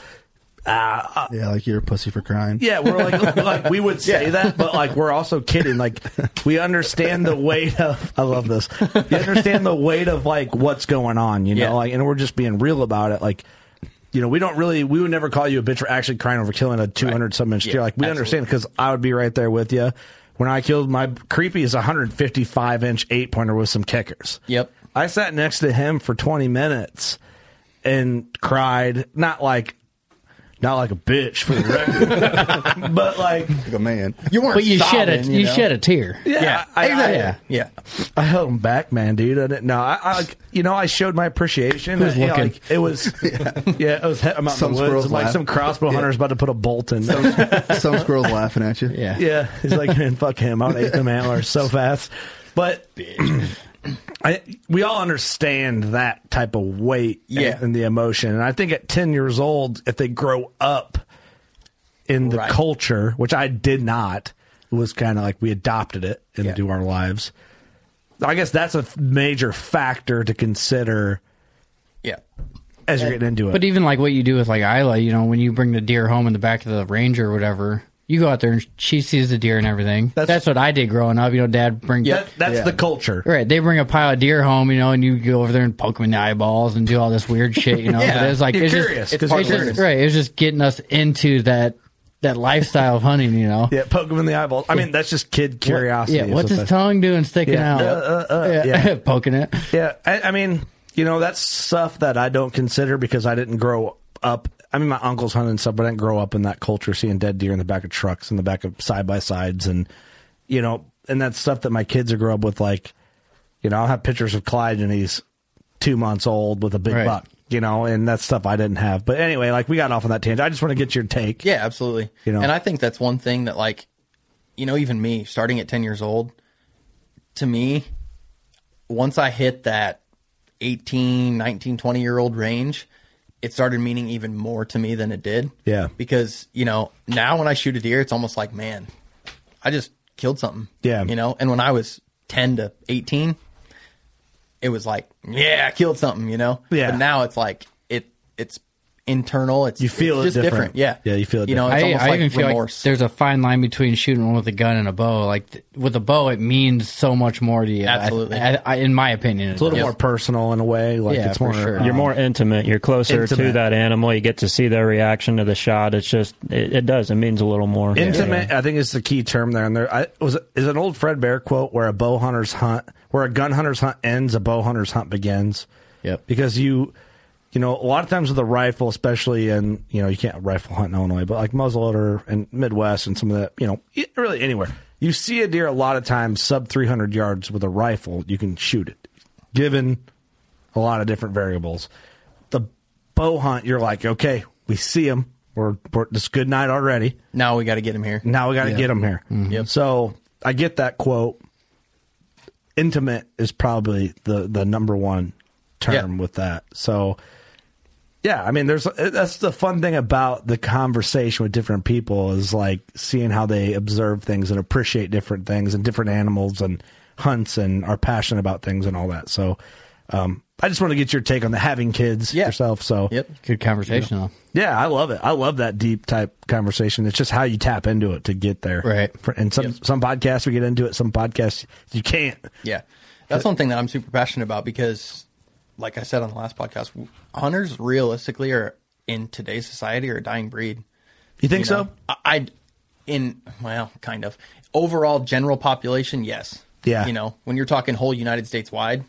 [SPEAKER 10] Uh,
[SPEAKER 5] yeah, like you're a pussy for crying.
[SPEAKER 10] yeah, we're like, like we would say that, but like we're also kidding. Like we understand the weight of. I love this. You understand the weight of like what's going on, you know,
[SPEAKER 9] Yeah.
[SPEAKER 10] like, and we're just being real about it. Like, you know, we don't really, we would never call you a bitch for actually crying over killing a two hundred some inch
[SPEAKER 9] Yeah,
[SPEAKER 10] deer. Like we
[SPEAKER 9] absolutely.
[SPEAKER 10] understand because I would be right there with you. When I killed my creepy is 155 inch eight pointer with some kickers.
[SPEAKER 9] Yep.
[SPEAKER 10] I sat next to him for 20 minutes and cried, not like not like a bitch for the record, but like
[SPEAKER 5] Like a man.
[SPEAKER 9] You weren't.
[SPEAKER 3] But you shed a
[SPEAKER 9] sobbing,
[SPEAKER 3] you,
[SPEAKER 9] know?
[SPEAKER 3] shed a tear.
[SPEAKER 10] yeah, I,
[SPEAKER 9] exactly.
[SPEAKER 10] I,
[SPEAKER 9] yeah.
[SPEAKER 10] I held him back, man, dude. I didn't. No, I, I like, you know, I showed my appreciation.
[SPEAKER 3] Who's
[SPEAKER 10] You know,
[SPEAKER 3] looking?
[SPEAKER 10] like, it was, yeah. it was. I'm out
[SPEAKER 5] Some
[SPEAKER 10] in the
[SPEAKER 5] squirrels
[SPEAKER 10] woods, like
[SPEAKER 5] laugh.
[SPEAKER 10] some crossbow hunter's about to put a bolt in.
[SPEAKER 5] Some squirrel's laughing at you.
[SPEAKER 3] Yeah.
[SPEAKER 10] yeah, he's like, man, fuck him. I would eat them antlers so fast. But I, we all understand that type of weight
[SPEAKER 9] Yeah.
[SPEAKER 10] and, and the emotion. And I think at 10 years old, if they grow up in the
[SPEAKER 9] Right.
[SPEAKER 10] culture, which I did not, it was kind of like we adopted it into
[SPEAKER 9] Yeah.
[SPEAKER 10] our lives. I guess that's a f- major factor to consider
[SPEAKER 9] Yeah.
[SPEAKER 10] as you're getting into it.
[SPEAKER 3] But even like what you do with like Isla, you know, when you bring the deer home in the back of the ranger or whatever, you go out there and she sees the deer and everything.
[SPEAKER 10] That's-
[SPEAKER 3] That's, what I did growing up. You know, Dad bring
[SPEAKER 10] That- that's
[SPEAKER 5] Yeah.
[SPEAKER 10] the culture.
[SPEAKER 3] Right, they bring a pile of deer home, you know, and you go over there and poke them in the eyeballs and do all this weird shit, you know.
[SPEAKER 9] Yeah,
[SPEAKER 3] but it's like
[SPEAKER 10] you're
[SPEAKER 3] it's
[SPEAKER 10] curious, 'cause
[SPEAKER 3] just, it's
[SPEAKER 10] you're
[SPEAKER 3] just-
[SPEAKER 10] curious.
[SPEAKER 3] right. It's just getting us into that that lifestyle of hunting, you know.
[SPEAKER 10] Yeah, poke them in the eyeball. I mean, that's just kid curiosity.
[SPEAKER 3] Yeah,
[SPEAKER 10] is
[SPEAKER 3] what's
[SPEAKER 10] what
[SPEAKER 3] his
[SPEAKER 10] that-
[SPEAKER 3] tongue doing sticking
[SPEAKER 10] Yeah.
[SPEAKER 3] out?
[SPEAKER 10] Uh, uh, uh, yeah.
[SPEAKER 3] yeah, poking it.
[SPEAKER 10] Yeah, I, I mean, you know, that's stuff that I don't consider because I didn't grow up. I mean, my uncles hunted and stuff, but I didn't grow up in that culture, seeing dead deer in the back of trucks, in the back of side by sides, and you know, and that's stuff that my kids grow up with. Like, you know, I'll have pictures of Clyde and he's two months old with a big
[SPEAKER 3] Right.
[SPEAKER 10] buck, you know, and that's stuff I didn't have. But anyway, like we got off on that tangent. I just want to get your take.
[SPEAKER 9] Yeah, absolutely.
[SPEAKER 10] You know?
[SPEAKER 9] and I think that's one thing that like, you know, even me starting at ten years old, to me, once I hit that 18, 19, 20 year old range, it started meaning even more to me than it did.
[SPEAKER 10] Yeah.
[SPEAKER 9] Because, you know, now when I shoot a deer, it's almost like, man, I just killed something.
[SPEAKER 10] Yeah.
[SPEAKER 9] You know, and when I was 10 to 18, it was like, yeah, I killed something, you know?
[SPEAKER 10] Yeah.
[SPEAKER 9] But now it's like, it, it's internal. It's,
[SPEAKER 10] You feel
[SPEAKER 9] it's
[SPEAKER 10] it
[SPEAKER 9] just
[SPEAKER 10] different.
[SPEAKER 9] Yeah.
[SPEAKER 10] Yeah, you feel it
[SPEAKER 9] You know, it's
[SPEAKER 3] I,
[SPEAKER 9] almost
[SPEAKER 3] I
[SPEAKER 9] like
[SPEAKER 3] even feel
[SPEAKER 9] remorse.
[SPEAKER 3] like there's a fine line between shooting one with a gun and a bow. Like th- with a bow, it means so much more to you. I-
[SPEAKER 9] Absolutely.
[SPEAKER 3] I, I, in my opinion,
[SPEAKER 10] It's a little more personal in a way. Like
[SPEAKER 3] Yeah,
[SPEAKER 10] it's
[SPEAKER 3] for
[SPEAKER 10] more.
[SPEAKER 3] sure.
[SPEAKER 10] um,
[SPEAKER 3] You're
[SPEAKER 12] You're more intimate. You're closer
[SPEAKER 10] Intimate.
[SPEAKER 12] to that animal. You get to see their reaction to the shot. It's just, it, it does. It means a little more.
[SPEAKER 10] Intimate, I think is the key term there. And there I, was is an old Fred Bear quote where a bow hunter's hunt, where a gun hunter's hunt ends, a bow hunter's hunt begins.
[SPEAKER 3] Yep.
[SPEAKER 10] Because you, you know, a lot of times with a rifle, especially in you know you can't rifle hunt in Illinois, but like muzzleloader and Midwest and some of that, you know, e- really anywhere you see a deer, a lot of times sub three hundred yards with a rifle, you can shoot it, given a lot of different variables. The bow hunt, you're like, okay, we see him. We're, we're it's good night already.
[SPEAKER 9] now we got to get him here. Mm-hmm.
[SPEAKER 10] Now we got to 'em get them here.
[SPEAKER 9] Yep.
[SPEAKER 10] So I get that quote. Intimate is probably the the number one term
[SPEAKER 9] Yeah.
[SPEAKER 10] with that. So yeah, I mean, there's that's the fun thing about the conversation with different people is like seeing how they observe things and appreciate different things and different animals and hunts and are passionate about things and all that. So um, I just want to get your take on the having kids
[SPEAKER 9] Yeah.
[SPEAKER 10] yourself. So
[SPEAKER 9] Yep.
[SPEAKER 3] good conversation though.
[SPEAKER 10] yeah, I love it. I love that deep type conversation. It's just how you tap into it to get there.
[SPEAKER 3] Right.
[SPEAKER 10] For- And some
[SPEAKER 9] Yep.
[SPEAKER 10] some podcasts we get into it, some podcasts you can't.
[SPEAKER 9] Yeah. That's one thing that I'm super passionate about because, like I said on the last podcast, hunters realistically are in today's society are a dying breed.
[SPEAKER 10] You think
[SPEAKER 9] You know?
[SPEAKER 10] so?
[SPEAKER 9] I I'd- in well, kind of overall general population, yes.
[SPEAKER 10] Yeah.
[SPEAKER 9] You know, when you're talking whole United States wide,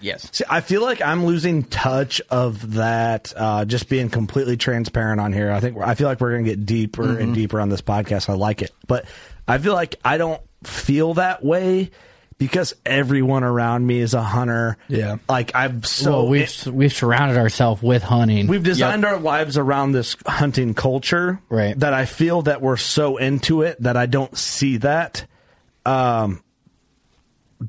[SPEAKER 9] yes.
[SPEAKER 10] See, I feel like I'm losing touch of that. Uh, just being completely transparent on here. I think I feel like we're going to get deeper
[SPEAKER 3] Mm-hmm.
[SPEAKER 10] and deeper on this podcast. I like it, but I feel like I don't feel that way because everyone around me is a hunter.
[SPEAKER 3] Yeah.
[SPEAKER 10] Like I've so
[SPEAKER 3] Well, we've we've surrounded ourselves with hunting.
[SPEAKER 10] We've designed our lives around this hunting culture, right? That I feel that we're so into it that I don't see that. Um,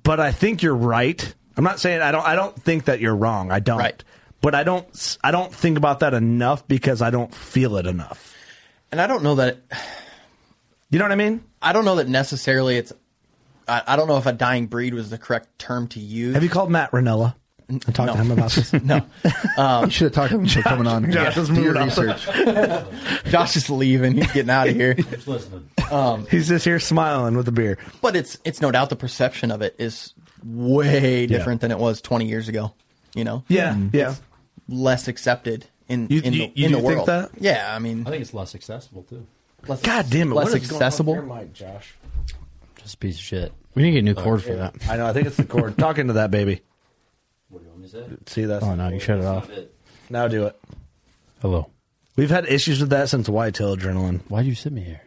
[SPEAKER 10] but I think you're right. I'm not saying I don't. I don't think that you're wrong. I don't. But I don't. s- I don't think about that enough because I don't feel it enough.
[SPEAKER 9] And I don't know that.
[SPEAKER 10] You know what I mean?
[SPEAKER 9] I don't know that necessarily it's. I, I don't know if a dying breed was the correct term to use.
[SPEAKER 10] Have you called Matt Ranella and talked
[SPEAKER 9] no.
[SPEAKER 10] to him about this?
[SPEAKER 9] no. Um,
[SPEAKER 5] you should have talked to him before coming on. here. Do your research.
[SPEAKER 9] Josh is leaving. He's getting out of here. Um,
[SPEAKER 10] He's just here smiling with a beer.
[SPEAKER 9] but it's it's no doubt the perception of it is way
[SPEAKER 10] Yeah.
[SPEAKER 9] different than it was 20 years ago. You know.
[SPEAKER 10] Yeah, Mm. yeah.
[SPEAKER 9] It's less accepted in
[SPEAKER 10] You-
[SPEAKER 9] in
[SPEAKER 10] you-
[SPEAKER 9] the,
[SPEAKER 10] you
[SPEAKER 9] in the
[SPEAKER 10] do
[SPEAKER 9] world.
[SPEAKER 10] think that?
[SPEAKER 9] Yeah, I mean,
[SPEAKER 2] I think it's less accessible too.
[SPEAKER 9] Less,
[SPEAKER 10] God damn it!
[SPEAKER 9] Less
[SPEAKER 10] what is going on
[SPEAKER 9] accessible.
[SPEAKER 10] with your mic, Josh.
[SPEAKER 2] Just a piece of shit.
[SPEAKER 3] We need to get a new cord for that.
[SPEAKER 10] I know. I think it's the cord. Talk into that baby.
[SPEAKER 2] What do you want me to say?
[SPEAKER 10] See that?
[SPEAKER 3] Oh no, you shut it off.
[SPEAKER 10] Now do it.
[SPEAKER 2] Hello.
[SPEAKER 10] We've had issues with that since Whitetail Adrenaline.
[SPEAKER 2] Why'd you send me here?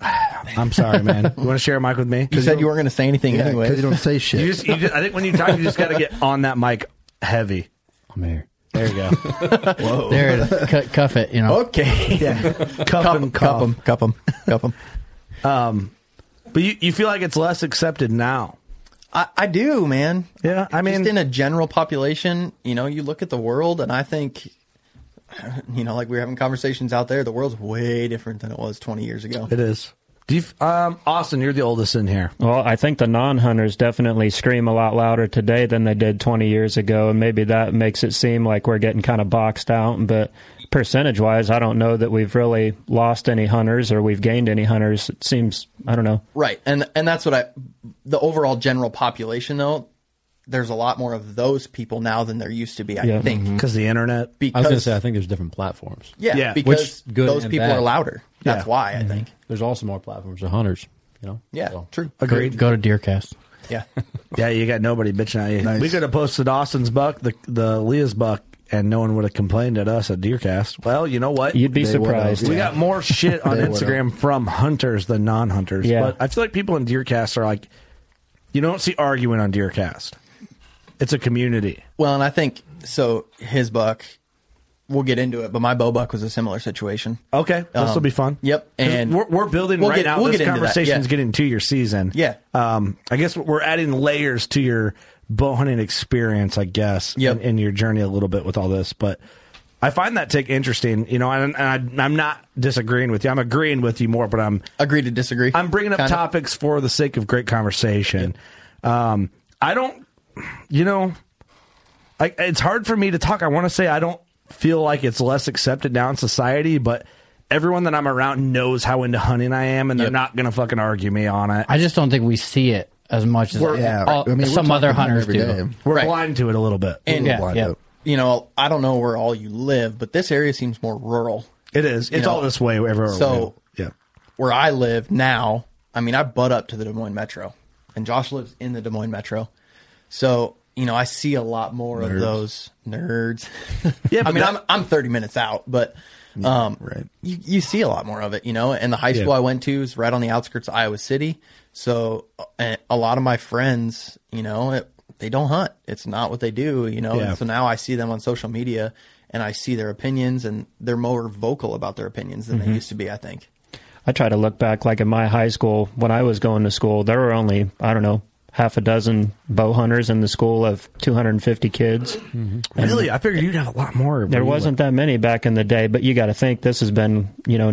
[SPEAKER 10] I'm sorry, man. You want to share a mic with me?
[SPEAKER 9] You said you weren't going to say anything
[SPEAKER 10] Yeah,
[SPEAKER 9] anyway.
[SPEAKER 10] 'cause you don't
[SPEAKER 5] say shit.
[SPEAKER 10] You just, you just, I think when you talk, you just got to get on that mic heavy.
[SPEAKER 2] I'm here.
[SPEAKER 10] There you go. Whoa.
[SPEAKER 3] There it is. Cut, cuff it. You know.
[SPEAKER 9] Okay.
[SPEAKER 10] Yeah. Cup, and
[SPEAKER 9] Cup them, cup them, cup them.
[SPEAKER 10] Um, but you, you feel like it's less accepted now.
[SPEAKER 9] I, I do, man.
[SPEAKER 10] Yeah, I mean-
[SPEAKER 9] just in a general population, you know, you look at the world, and I think, you know, like we were having conversations out there, the world's way different than it was 20 years ago.
[SPEAKER 10] It is. Do you, f- um, Austin, you're the oldest in here.
[SPEAKER 12] Well, I think the non-hunters definitely scream a lot louder today than they did 20 years ago, and maybe that makes it seem like we're getting kind of boxed out. But percentage-wise, I don't know that we've really lost any hunters or we've gained any hunters. It seems I don't know.
[SPEAKER 9] Right, and and that's what I, the overall general population though, there's a lot more of those people now than there used to be. I
[SPEAKER 2] Yeah.
[SPEAKER 9] think
[SPEAKER 10] Because the internet.
[SPEAKER 2] I was gonna
[SPEAKER 9] because
[SPEAKER 2] say I think there's different platforms.
[SPEAKER 9] yeah,
[SPEAKER 10] Yeah.
[SPEAKER 9] because
[SPEAKER 2] Which, good
[SPEAKER 9] those
[SPEAKER 2] and
[SPEAKER 9] people
[SPEAKER 2] bad. Mm-hmm.
[SPEAKER 9] are louder. That's
[SPEAKER 10] Yeah.
[SPEAKER 9] why I think.
[SPEAKER 2] There's also more platforms of hunters. You know.
[SPEAKER 9] Yeah,
[SPEAKER 2] So,
[SPEAKER 9] true.
[SPEAKER 10] Agreed.
[SPEAKER 3] Go, go to Deercast.
[SPEAKER 9] Yeah,
[SPEAKER 10] Yeah, you got nobody bitching at you.
[SPEAKER 5] Nice.
[SPEAKER 10] We could have posted Austin's buck, the the Leah's buck, and no one would have complained at us at Deercast. Well, you know what?
[SPEAKER 12] You'd be
[SPEAKER 5] They would've,
[SPEAKER 12] surprised.
[SPEAKER 10] we got more shit on
[SPEAKER 5] They would've.
[SPEAKER 10] Instagram from hunters than non-hunters.
[SPEAKER 12] Yeah.
[SPEAKER 10] But I feel like people in Deercast are like, you don't see arguing on Deercast. It's a community.
[SPEAKER 9] Well, and I think so. His buck, we'll get into it, but my bow buck was a similar situation.
[SPEAKER 10] Okay, this will
[SPEAKER 9] Um,
[SPEAKER 10] be fun.
[SPEAKER 9] yep,
[SPEAKER 10] 'Cause
[SPEAKER 9] and
[SPEAKER 10] we're, we're building
[SPEAKER 9] we'll
[SPEAKER 10] right
[SPEAKER 9] get-
[SPEAKER 10] now.
[SPEAKER 9] we'll
[SPEAKER 10] this
[SPEAKER 9] get into that,
[SPEAKER 10] conversation's
[SPEAKER 9] yeah.
[SPEAKER 10] getting to your season.
[SPEAKER 9] Yeah.
[SPEAKER 10] Um, I guess we're adding layers to your bow hunting experience. I guess.
[SPEAKER 9] Yep.
[SPEAKER 10] In, in your journey a little bit with all this, but I find that take interesting. You know, and, and I, I'm not disagreeing with you. I'm agreeing with you more, but I'm
[SPEAKER 9] Agree to disagree.
[SPEAKER 10] I'm bringing up
[SPEAKER 9] Kinda.
[SPEAKER 10] topics for the sake of great conversation. Um, I don't, you know, like it's hard for me to talk. I want to say I don't feel like it's less accepted now in society, but everyone that I'm around knows how into hunting I am, and they're
[SPEAKER 9] Yep.
[SPEAKER 10] not going to fucking argue me on it.
[SPEAKER 3] I just don't think we see it as much as
[SPEAKER 10] We're-
[SPEAKER 5] Yeah,
[SPEAKER 3] all-
[SPEAKER 5] I mean, we're
[SPEAKER 3] some other
[SPEAKER 5] talking
[SPEAKER 3] hunters
[SPEAKER 5] every
[SPEAKER 3] do.
[SPEAKER 5] day.
[SPEAKER 10] We're
[SPEAKER 9] Right.
[SPEAKER 10] blind to it a little bit.
[SPEAKER 9] And-
[SPEAKER 3] Yeah,
[SPEAKER 5] blind
[SPEAKER 3] yeah.
[SPEAKER 5] to it.
[SPEAKER 9] You know, I don't know where all you live, but this area seems more rural.
[SPEAKER 10] it is. It's
[SPEAKER 9] know,
[SPEAKER 10] all this way everywhere.
[SPEAKER 9] so-
[SPEAKER 10] we go. yeah.
[SPEAKER 9] Where I live now, I mean, I butt up to the Des Moines Metro, and Josh lives in the Des Moines Metro, so you know, I see a lot more of those nerds.
[SPEAKER 10] Yeah,
[SPEAKER 9] I
[SPEAKER 10] but
[SPEAKER 9] mean,
[SPEAKER 10] that-
[SPEAKER 9] I'm I'm 30 minutes out, but um,
[SPEAKER 5] right.
[SPEAKER 9] you you see a lot more of it, you know. And the high school I went to is right on the outskirts of Iowa City, so uh, and a lot of my friends, you know, it, they don't hunt. It's not what they do, you know.
[SPEAKER 10] Yeah.
[SPEAKER 9] And so now I see them on social media, and I see their opinions, and they're more vocal about their opinions than they used to be. I think.
[SPEAKER 12] Mm-hmm. I try to look back, like in my high school, when I was going to school, there were only, I don't know, half a dozen bow hunters in the school of 250 kids.
[SPEAKER 10] Really, I figured you'd have a lot more.
[SPEAKER 12] There wasn't that many back in the day, but you got to think this has been, you know,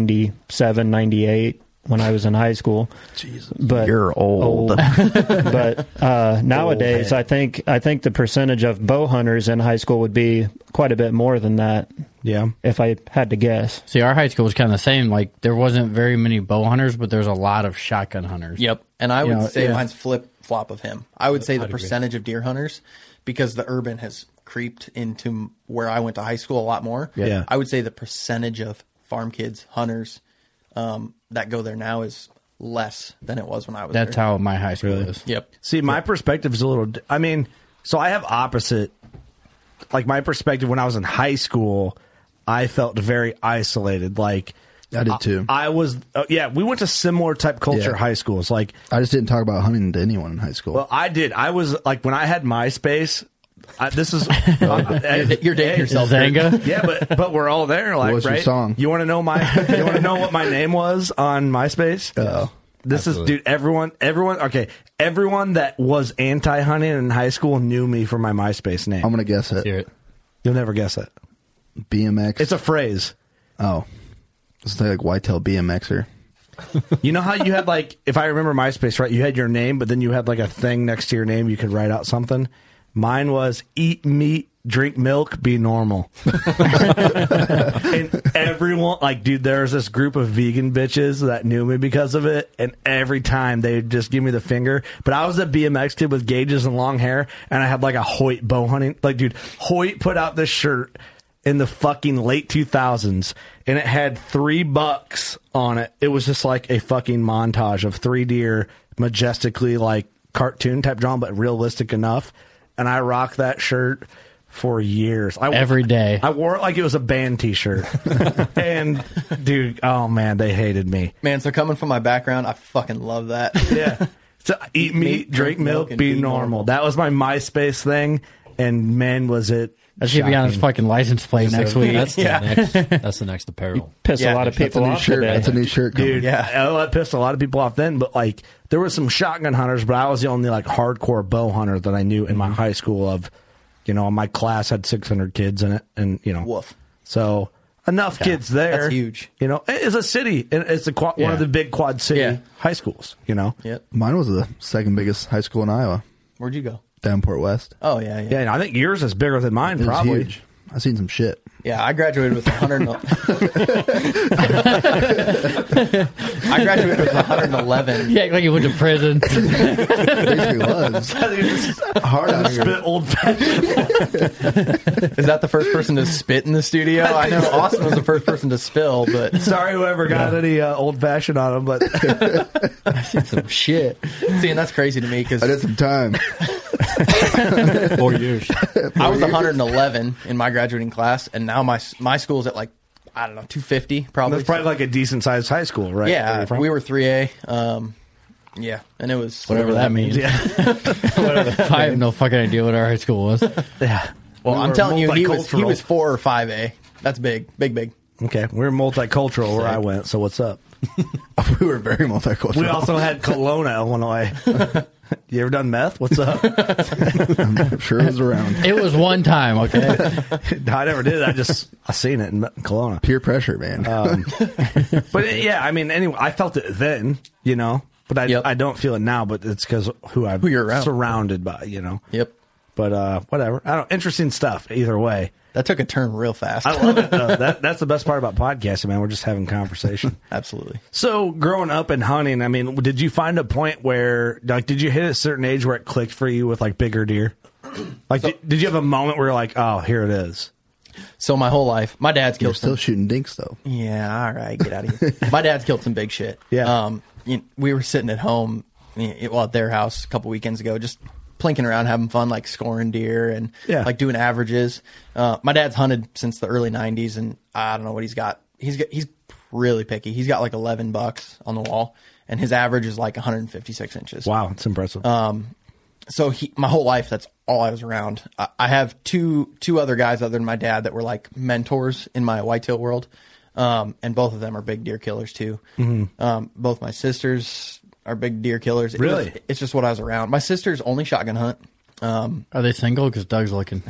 [SPEAKER 12] 1997, 98 when I was in high school. Jesus. But
[SPEAKER 10] You're old.
[SPEAKER 12] but uh, nowadays, I think I think the percentage of bow hunters in high school would be quite a bit more than that
[SPEAKER 10] Yeah.
[SPEAKER 12] if I had to guess.
[SPEAKER 3] See, our high school was kind of the same. Like there wasn't very many bow hunters, but there's a lot of shotgun hunters.
[SPEAKER 9] Yep. And I would
[SPEAKER 3] know,
[SPEAKER 9] say
[SPEAKER 3] yeah.
[SPEAKER 9] mine's flip flop of him. I would say the percentage of deer hunters, because the urban has creeped into m- where I went to high school a lot more.
[SPEAKER 10] Yeah.
[SPEAKER 9] I would say the percentage of farm kids, hunters, um, that go there now is less than it was when I was
[SPEAKER 3] That's
[SPEAKER 9] there.
[SPEAKER 3] how my high school is.
[SPEAKER 9] Yep.
[SPEAKER 10] See, my perspective is a little. di- I mean, so I have opposite. Like my perspective when I was in high school, I felt very isolated. Like
[SPEAKER 5] I did too.
[SPEAKER 10] I, I was, uh, yeah, we went to similar type culture
[SPEAKER 5] Yeah.
[SPEAKER 10] high schools. Like,
[SPEAKER 5] I just didn't talk about hunting to anyone in high school.
[SPEAKER 10] well, I did. I was like, when I had MySpace, I, this is
[SPEAKER 9] you're dating yourself,
[SPEAKER 3] Zanga?
[SPEAKER 10] Yeah, but but we're all there. Like,
[SPEAKER 5] What was your
[SPEAKER 10] right?
[SPEAKER 5] song?
[SPEAKER 10] You want to know my? You want to know what my name was on MySpace?
[SPEAKER 5] Oh.
[SPEAKER 10] This is dude. Everyone, everyone. Okay, everyone that was anti-hunting in high school knew me for my MySpace name.
[SPEAKER 5] I'm gonna guess it.
[SPEAKER 2] Hear it.
[SPEAKER 10] You'll never guess it.
[SPEAKER 5] BMX.
[SPEAKER 10] It's a phrase.
[SPEAKER 5] oh, it's like whitetail BMXer.
[SPEAKER 10] You know how you had like, if I remember MySpace right, you had your name, but then you had like a thing next to your name. You could write out something. Mine was eat meat, drink milk, be normal. and everyone, like, dude, there's this group of vegan bitches that knew me because of it. And every time they'd just give me the finger. But I was a BMX kid with gauges and long hair, and I had like a Hoyt bow hunting. Like, dude, Hoyt put out this shirt in the fucking late 2000s and it had three bucks on it. It was just like a fucking montage of three deer majestically like cartoon type drawn, but realistic enough. And I rocked that shirt for years. I,
[SPEAKER 3] Every day.
[SPEAKER 10] I wore it like it was a band T-shirt, and dude, oh man, they hated me.
[SPEAKER 9] Man, so coming from my background, I fucking love that.
[SPEAKER 10] Yeah, so eat meat, drink milk,
[SPEAKER 9] and
[SPEAKER 10] be
[SPEAKER 9] be
[SPEAKER 10] normal. That was my MySpace thing, and man, was it.
[SPEAKER 3] That should be on his fucking license plate next week.
[SPEAKER 2] That's the
[SPEAKER 9] Yeah.
[SPEAKER 2] next. That's the next apparel.
[SPEAKER 12] Piss
[SPEAKER 9] Yeah,
[SPEAKER 12] a lot of
[SPEAKER 9] that's
[SPEAKER 5] That's a
[SPEAKER 12] people
[SPEAKER 5] new
[SPEAKER 12] off
[SPEAKER 5] shirt.
[SPEAKER 12] today.
[SPEAKER 5] That's a new shirt. Coming.
[SPEAKER 10] Dude, yeah, I, I pissed a lot of people off then, but like there were some shotgun hunters, but I was the only like hardcore bow hunter that I knew in my high school. Of, you know, my class had 600 kids in it, and you know,
[SPEAKER 9] Woof.
[SPEAKER 10] So enough kids there.
[SPEAKER 9] that's huge.
[SPEAKER 10] You know, it is a city, and it's a quad, one
[SPEAKER 2] Yeah.
[SPEAKER 10] of the big quad city
[SPEAKER 9] Yeah.
[SPEAKER 10] high schools. You know,
[SPEAKER 9] Yep.
[SPEAKER 5] Mine was the second biggest high school in Iowa,
[SPEAKER 9] Where'd you go?
[SPEAKER 5] Davenport West.
[SPEAKER 9] Oh yeah, yeah,
[SPEAKER 10] Yeah,
[SPEAKER 9] yeah.
[SPEAKER 10] and I think yours is bigger than mine.
[SPEAKER 5] It was
[SPEAKER 10] Uh, probably.
[SPEAKER 5] huge. I seen some shit.
[SPEAKER 9] I graduated with 100. I graduated with 111.
[SPEAKER 3] Yeah, like he went to prison.
[SPEAKER 5] Basically was hard out here.
[SPEAKER 10] Spit old fashioned.
[SPEAKER 9] Is that the first person to spit in the studio? I know Austin was the first person to spill, but
[SPEAKER 10] Sorry, whoever got any uh, old fashioned on them, but
[SPEAKER 9] some shit. See, and that's crazy to me because
[SPEAKER 5] I did some time.
[SPEAKER 2] Four years.
[SPEAKER 9] I was 111 in my graduating class, and now my my school's at like I don't know 250 probably.
[SPEAKER 10] that's probably like a decent sized high school, right? Where
[SPEAKER 9] yeah,
[SPEAKER 10] you're from?
[SPEAKER 9] we were 3A. Um, yeah, and it was
[SPEAKER 3] Whatever that means. I have no fucking idea what our high school was.
[SPEAKER 10] Yeah.
[SPEAKER 9] Well,
[SPEAKER 10] We
[SPEAKER 9] I'm
[SPEAKER 10] were
[SPEAKER 9] telling you, he was he
[SPEAKER 10] multicultural.
[SPEAKER 9] was four or 5A. That's big, big, big.
[SPEAKER 10] Okay, we we're multicultural where I went. So what's up?
[SPEAKER 5] we were very multicultural.
[SPEAKER 10] We also had Kelowna, Illinois. you ever done meth? What's up?
[SPEAKER 5] I'm sure it was around.
[SPEAKER 3] It was one time, okay?
[SPEAKER 10] I never did. I just I seen it in Kelowna.
[SPEAKER 5] Peer pressure, man.
[SPEAKER 12] Oh,
[SPEAKER 10] Um, But it- yeah, I mean, anyway, I felt it then, you know. But I
[SPEAKER 9] Yep.
[SPEAKER 10] I don't feel it now. But it's because who I'm
[SPEAKER 9] you're around.
[SPEAKER 10] surrounded by, you know.
[SPEAKER 9] Yep,
[SPEAKER 10] But uh, whatever. I don't. Interesting stuff. Either way,
[SPEAKER 9] that took a turn real fast.
[SPEAKER 10] I love it. Though. that that's the best part about podcasting, man. We're just having conversation.
[SPEAKER 9] Absolutely.
[SPEAKER 10] So growing up and hunting, I mean, did you find a point where like did you hit a certain age where it clicked for you with like bigger deer? Like did, did you have a moment where you're like, oh, here it is?
[SPEAKER 9] So my whole life, my dad's
[SPEAKER 5] You're
[SPEAKER 9] killed
[SPEAKER 5] still
[SPEAKER 9] some.
[SPEAKER 5] shooting dinks though.
[SPEAKER 9] yeah, all right, get out of here. my dad's killed some big shit.
[SPEAKER 10] Yeah.
[SPEAKER 9] Um, you know, we were sitting at home, you know, well, at their house a couple weekends ago, just plinking around, having fun, like scoring deer and
[SPEAKER 10] Yeah.
[SPEAKER 9] like doing averages. Uh, my dad's hunted since the early '90s, and I don't know what he's got. He's got, he's really picky. He's got like 11 bucks on the wall, and his average is like 156 inches. Um,
[SPEAKER 10] Wow, it's impressive.
[SPEAKER 9] so he, my whole life, that's all I was around. I, I have two two other guys other than my dad that were like mentors in my whitetail world, um, and both of them are big deer killers too.
[SPEAKER 10] Mm-hmm.
[SPEAKER 9] Um, both my sisters are big deer killers. It was-
[SPEAKER 10] Really?
[SPEAKER 9] it's just what I was around. My sisters only shotgun hunt. Um,
[SPEAKER 3] Are they single? Because Doug's looking.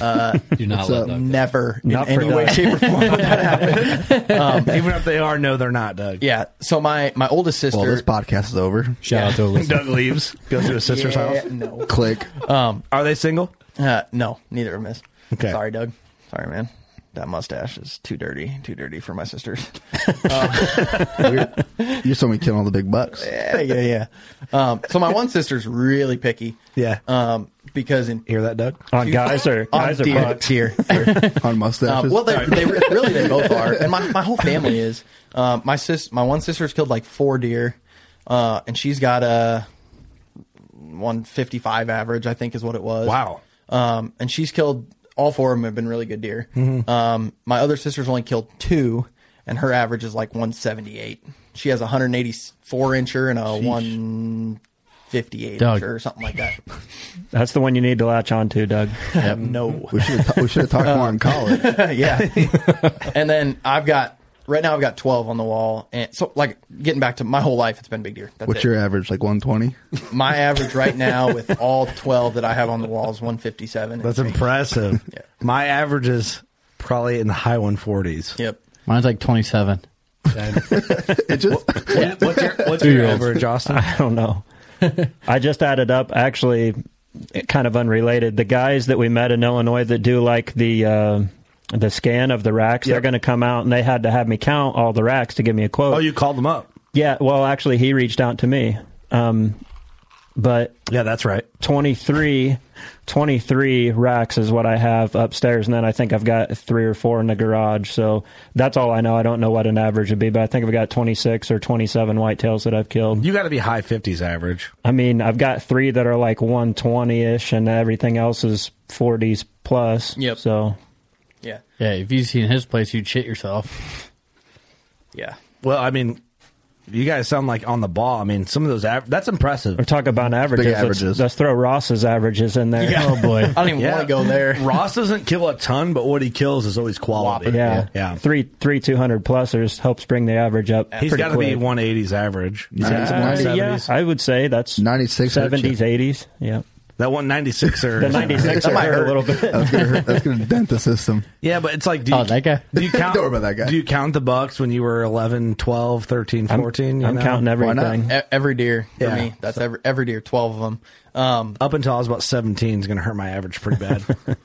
[SPEAKER 9] Uh,
[SPEAKER 2] Do not let that.
[SPEAKER 9] never
[SPEAKER 12] Not
[SPEAKER 9] in
[SPEAKER 12] for
[SPEAKER 9] any way,
[SPEAKER 12] Doug.
[SPEAKER 9] shape, or form would that happen.
[SPEAKER 10] Even if they are, no, they're not, Doug.
[SPEAKER 9] Yeah. So my my oldest sister.
[SPEAKER 5] Well, this podcast is over.
[SPEAKER 2] Shout out to Alyssa.
[SPEAKER 10] Doug leaves, goes to his sister's
[SPEAKER 9] Yeah,
[SPEAKER 10] house.
[SPEAKER 9] No.
[SPEAKER 5] Click.
[SPEAKER 10] Are they single?
[SPEAKER 9] Uh, no, neither of them is.
[SPEAKER 10] Okay.
[SPEAKER 9] Sorry, Doug. Sorry, man. That mustache is too dirty. Too dirty for my sisters.
[SPEAKER 5] You're, you're someone killing all the big bucks.
[SPEAKER 9] yeah, yeah, yeah. Um, so my one sister's really picky.
[SPEAKER 10] Yeah.
[SPEAKER 9] Um, because in
[SPEAKER 10] Hear that, Doug?
[SPEAKER 12] on guys or
[SPEAKER 9] on
[SPEAKER 12] guys or
[SPEAKER 9] deer,
[SPEAKER 12] bucks.
[SPEAKER 9] deer.
[SPEAKER 5] on
[SPEAKER 9] Um,
[SPEAKER 10] Uh,
[SPEAKER 5] mustaches.
[SPEAKER 9] well, they, they re- really they both are, and my, my whole family is. Um, my sis, my one sister's killed like four deer, uh, and she's got a one fifty five average, I think, is what it was.
[SPEAKER 10] Wow.
[SPEAKER 9] Um, and
[SPEAKER 5] Mm-hmm.
[SPEAKER 9] she's killed all four of them have been really good deer. Um, my other sister's only killed two, and her average is like 178. She has a 184 incher and a 158
[SPEAKER 12] Doug.
[SPEAKER 9] incher or something like that.
[SPEAKER 12] That's the one you need to latch on to, Doug.
[SPEAKER 9] No.
[SPEAKER 5] We should have we should have talked more in college.
[SPEAKER 9] yeah. and then I've got right now I've got 12 on the wall and so like getting back to my whole life it's been big deer. That's
[SPEAKER 5] What's
[SPEAKER 9] it.
[SPEAKER 5] your average? Like 120?
[SPEAKER 9] my average right now with all 12 that I have on the wall is 157.
[SPEAKER 10] That's impressive. My average is probably in the high 140s.
[SPEAKER 9] Yep.
[SPEAKER 3] Mine's like 27.
[SPEAKER 5] it just
[SPEAKER 9] what's your what's
[SPEAKER 10] your average, Austin?
[SPEAKER 12] I don't know. I just added up, actually, it- kind of unrelated. The guys that we met in Illinois that do like the uh, the scan of the racks, they're going to come out, and they had to have me count all the racks to give me a quote.
[SPEAKER 10] Oh, you called them up.
[SPEAKER 12] Yeah, well, actually, he reached out to me. Um, but
[SPEAKER 10] yeah, that's right.
[SPEAKER 12] 23, 23 racks is what I have upstairs, and then I think I've got three or four in the garage. So that's all I know. I don't know what an average would be, but I think I've got twenty six or twenty seven whitetails that I've killed.
[SPEAKER 10] You got to be high 50s average.
[SPEAKER 12] I mean, I've got three that are like one twenty ish, and everything else is forties plus.
[SPEAKER 9] Yep.
[SPEAKER 12] So
[SPEAKER 9] Yeah.
[SPEAKER 3] Yeah, if you seen his place, you'd shit yourself.
[SPEAKER 9] Yeah.
[SPEAKER 10] Well, I mean, you guys sound like on the ball. I mean, some of those, av- that's impressive. We're
[SPEAKER 12] talking about averages. Let's- Let's, throw Ross's averages in there. Oh,
[SPEAKER 10] Yeah.
[SPEAKER 9] there.
[SPEAKER 10] Ross doesn't kill a ton, but what he kills is always quality.
[SPEAKER 12] Yeah.
[SPEAKER 10] yeah.
[SPEAKER 12] Three three two hundred plusers helps bring the average up.
[SPEAKER 10] He's
[SPEAKER 12] pretty
[SPEAKER 10] got to be
[SPEAKER 12] quick.
[SPEAKER 10] 180s average.
[SPEAKER 12] He's got some 90s. I would say that's
[SPEAKER 5] 96
[SPEAKER 12] 70s, 80s. Yeah.
[SPEAKER 10] That 196 or
[SPEAKER 12] The 96
[SPEAKER 10] That might
[SPEAKER 12] hurt a
[SPEAKER 10] hurt.
[SPEAKER 12] little bit.
[SPEAKER 5] That's gonna hurt. That's gonna dent the system.
[SPEAKER 10] Yeah, but it's like, do you,
[SPEAKER 5] Oh, that guy.
[SPEAKER 10] Do you count,
[SPEAKER 5] Don't worry about that guy.
[SPEAKER 10] Do you count the bucks when you were 11, 12, 13, 14? you know?
[SPEAKER 9] E- every deer for
[SPEAKER 10] Yeah.
[SPEAKER 9] me. That's every every deer, twelve of them. Um,
[SPEAKER 10] Up until I was about 17 is going to hurt my average pretty bad.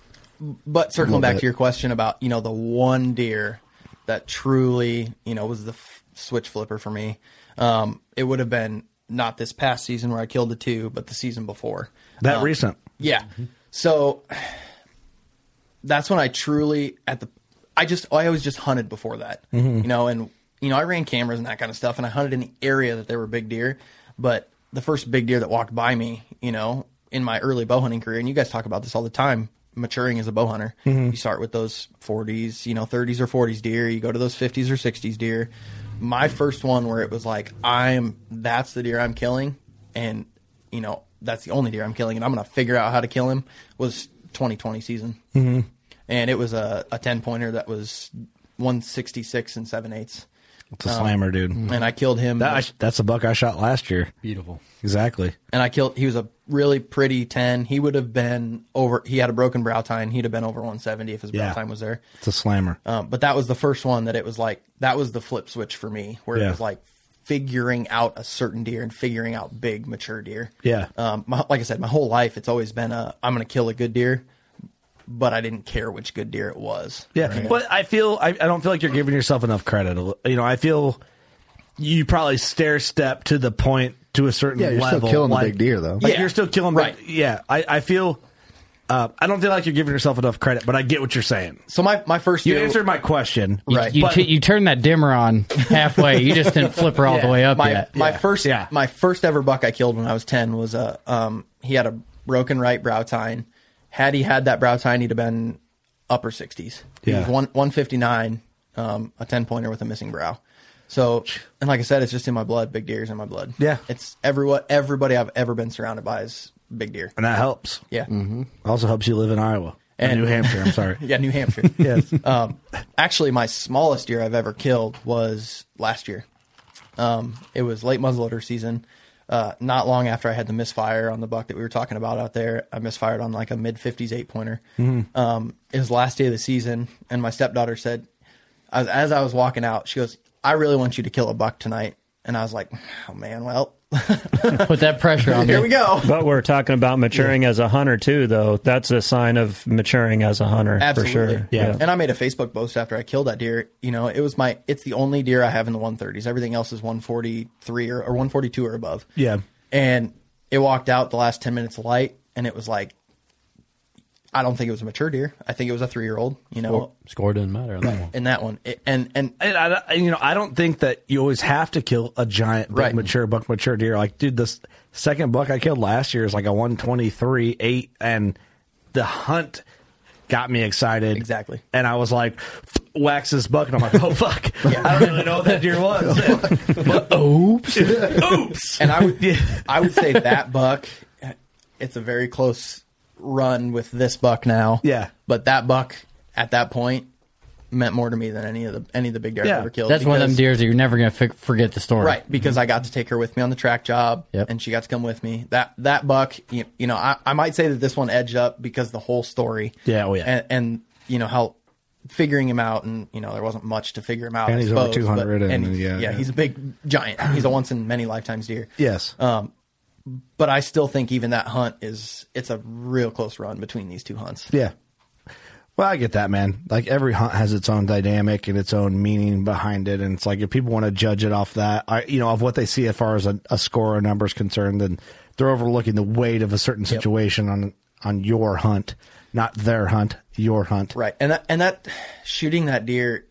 [SPEAKER 9] but
[SPEAKER 10] Little
[SPEAKER 9] circling back
[SPEAKER 10] bit.
[SPEAKER 9] to your question about you know the one deer that truly you know was the f- switch flipper for me, um, it would have been not this past season where I killed the two, but the season before.
[SPEAKER 10] that
[SPEAKER 9] Um,
[SPEAKER 10] recent.
[SPEAKER 9] Yeah.
[SPEAKER 10] Mm-hmm.
[SPEAKER 9] So that's when I truly at the I just I always just hunted before that.
[SPEAKER 10] Mhm.
[SPEAKER 9] You know, and you know, I ran cameras and that kind of stuff and I hunted in the area that there were big deer, but the first big deer that walked by me, you know, in my early bow hunting career, and you guys talk about this all the time, maturing as a bow hunter.
[SPEAKER 10] Mhm.
[SPEAKER 9] You start with those 40s, you know, 30s or 40s deer, you go to those 50s or 60s deer. My first one where it was like I'm that's the deer I'm killing and you know, that's the only deer I'm killing and I'm going to figure out how to kill him was 2020 season
[SPEAKER 10] Mhm.
[SPEAKER 9] and it was a, a 10 pointer that was 166 and 7 eighths.
[SPEAKER 10] It's a slammer, dude.
[SPEAKER 9] And I killed him.
[SPEAKER 10] That, I, that's a buck I shot last year.
[SPEAKER 2] Beautiful.
[SPEAKER 10] Exactly.
[SPEAKER 9] and I killed, he was a really pretty 10. He would have been over, he had a broken brow tine. He'd have been over 170 if his
[SPEAKER 10] Yeah.
[SPEAKER 9] brow tine was there.
[SPEAKER 10] It's a slammer.
[SPEAKER 9] Um, but that was the first one that it was like, that was the flip switch for me, where it
[SPEAKER 10] Yeah.
[SPEAKER 9] was like figuring out a certain deer and figuring out big, mature deer.
[SPEAKER 10] Yeah.
[SPEAKER 9] Um, my, like I said, my whole life, it's always been a, I'm going to kill a good deer, but I didn't care which good deer it was.
[SPEAKER 10] Yeah,
[SPEAKER 9] You know?
[SPEAKER 10] but I feel I, I don't feel like you're giving yourself enough credit. You know, I feel you probably stair step to the point to a certain
[SPEAKER 5] Yeah, you're still
[SPEAKER 10] level.
[SPEAKER 5] killing the
[SPEAKER 10] like-
[SPEAKER 5] big deer, though.
[SPEAKER 10] Like
[SPEAKER 5] Yeah.
[SPEAKER 10] you're still killing. Right. yeah, I, I feel. Uh, I don't feel like you're giving yourself enough credit, but I get what you're saying.
[SPEAKER 9] So my my first
[SPEAKER 10] you
[SPEAKER 9] deal-
[SPEAKER 10] answered my question,
[SPEAKER 3] You, You,
[SPEAKER 10] But
[SPEAKER 3] t- you turned that dimmer on halfway. You just didn't flip her all the way up
[SPEAKER 9] my,
[SPEAKER 3] yet.
[SPEAKER 9] My first, my first ever buck I killed when I was ten was a. Um, he had a broken right brow tine. Had he had that brow tine, he'd have been upper sixties. He was
[SPEAKER 10] Yeah.
[SPEAKER 9] one one fifty nine, um, a ten pointer with a missing brow. So, and like I said, it's just in my blood. Big deer's in my blood.
[SPEAKER 10] Yeah.
[SPEAKER 9] it's everyone. Everybody I've ever been surrounded by is big deer.
[SPEAKER 10] and that helps.
[SPEAKER 9] Yeah.
[SPEAKER 10] Mhm. Also helps you live in Iowa and
[SPEAKER 9] And-
[SPEAKER 10] New Hampshire. I'm sorry.
[SPEAKER 9] yeah, New Hampshire.
[SPEAKER 10] yes.
[SPEAKER 9] Um, actually, my smallest deer I've ever killed was last year. Um, it was late muzzleloader season. Uh, not long after I had the misfire on the buck that we were talking about out there, I misfired on like a mid 50s eight pointer.
[SPEAKER 10] Mhm.
[SPEAKER 9] Um, it was the last day of the season, and my stepdaughter said, as, as I was walking out, she goes, "I really want you to kill a buck tonight." And I was like, "Oh man, well,
[SPEAKER 3] Put that pressure on
[SPEAKER 9] Here
[SPEAKER 3] me.
[SPEAKER 9] we go.
[SPEAKER 12] But we're talking about maturing as a hunter too, though. That's a sign of maturing as a hunter
[SPEAKER 9] Absolutely.
[SPEAKER 12] for sure.
[SPEAKER 9] And I made a Facebook post after I killed that deer. You know, it was my it's the only deer I have in the 130s. Everything else is 143 or, or 142 or above.
[SPEAKER 10] Yeah.
[SPEAKER 9] And it walked out the last 10 minutes of light and it was like I don't think it was a mature deer. I think it was a 3-year-old, you know.
[SPEAKER 2] Score, score doesn't matter on that one.
[SPEAKER 9] In that one. It- and and
[SPEAKER 10] And I, don't- and, you know, I don't think that you always have to kill a giant buck
[SPEAKER 9] Right.
[SPEAKER 10] mature buck mature deer. Like, dude, this second buck I killed last year is like a one twenty three eight, and the hunt got me excited.
[SPEAKER 9] Exactly.
[SPEAKER 10] And I was like, wax this buck. And I'm like, oh, fuck. I don't really know what that deer was. but, oops. oops.
[SPEAKER 9] And I would, I would say that buck, it's a very close run with this buck now.
[SPEAKER 10] Yeah.
[SPEAKER 9] But that buck at that point meant more to me than any of the any of the big deer
[SPEAKER 3] Yeah.
[SPEAKER 9] I've ever killed.
[SPEAKER 3] That's one of them
[SPEAKER 9] because-
[SPEAKER 3] deers that you're never gonna fi- forget the story.
[SPEAKER 9] Right, because I got to take her with me on the track job, and she got to come with me. That that buck, you, you know, I, I might say that this one edged up because the whole story.
[SPEAKER 10] Yeah, oh yeah.
[SPEAKER 9] and, and you know how figuring him out, and you know there wasn't much to figure him out.
[SPEAKER 13] And
[SPEAKER 9] I
[SPEAKER 13] he's over
[SPEAKER 9] suppose,
[SPEAKER 13] 200
[SPEAKER 9] but-
[SPEAKER 13] and,
[SPEAKER 9] he's-
[SPEAKER 13] yeah, yeah.
[SPEAKER 9] he's a big giant. He's a once in many lifetimes deer.
[SPEAKER 10] Yes.
[SPEAKER 9] Um, but I still think even that hunt is it's a real close run between these two hunts.
[SPEAKER 10] Yeah. Well, I get that, man. Like every hunt has its own dynamic and its own meaning behind it, and it's like if people want to judge it off that, I, you know, of what they see as far as a, a score or number is concerned, then they're overlooking the weight of a certain situation on on your hunt, not their hunt, your hunt.
[SPEAKER 9] Right, and that, and that shooting that deer,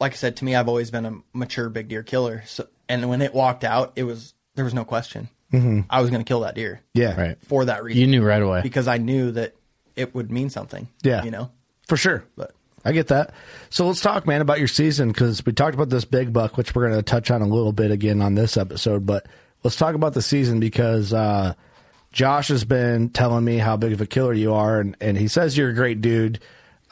[SPEAKER 9] like I said, to me, I've always been a mature big deer killer. So, and when it walked out, it was there was no question.
[SPEAKER 10] Mm-hmm.
[SPEAKER 3] Mhm.
[SPEAKER 9] I was going to kill that deer.
[SPEAKER 10] Yeah.
[SPEAKER 3] Right.
[SPEAKER 9] for that reason,
[SPEAKER 3] You knew right away.
[SPEAKER 9] because I knew that it would mean something.
[SPEAKER 10] Yeah.
[SPEAKER 9] you know,
[SPEAKER 10] For sure.
[SPEAKER 9] But
[SPEAKER 10] I get that. So let's talk, man, about your season because we talked about this big buck, which we're going to touch on a little bit again on this episode. But let's talk about the season because uh, Josh has been telling me how big of a killer you are, and, and he says you're a great dude,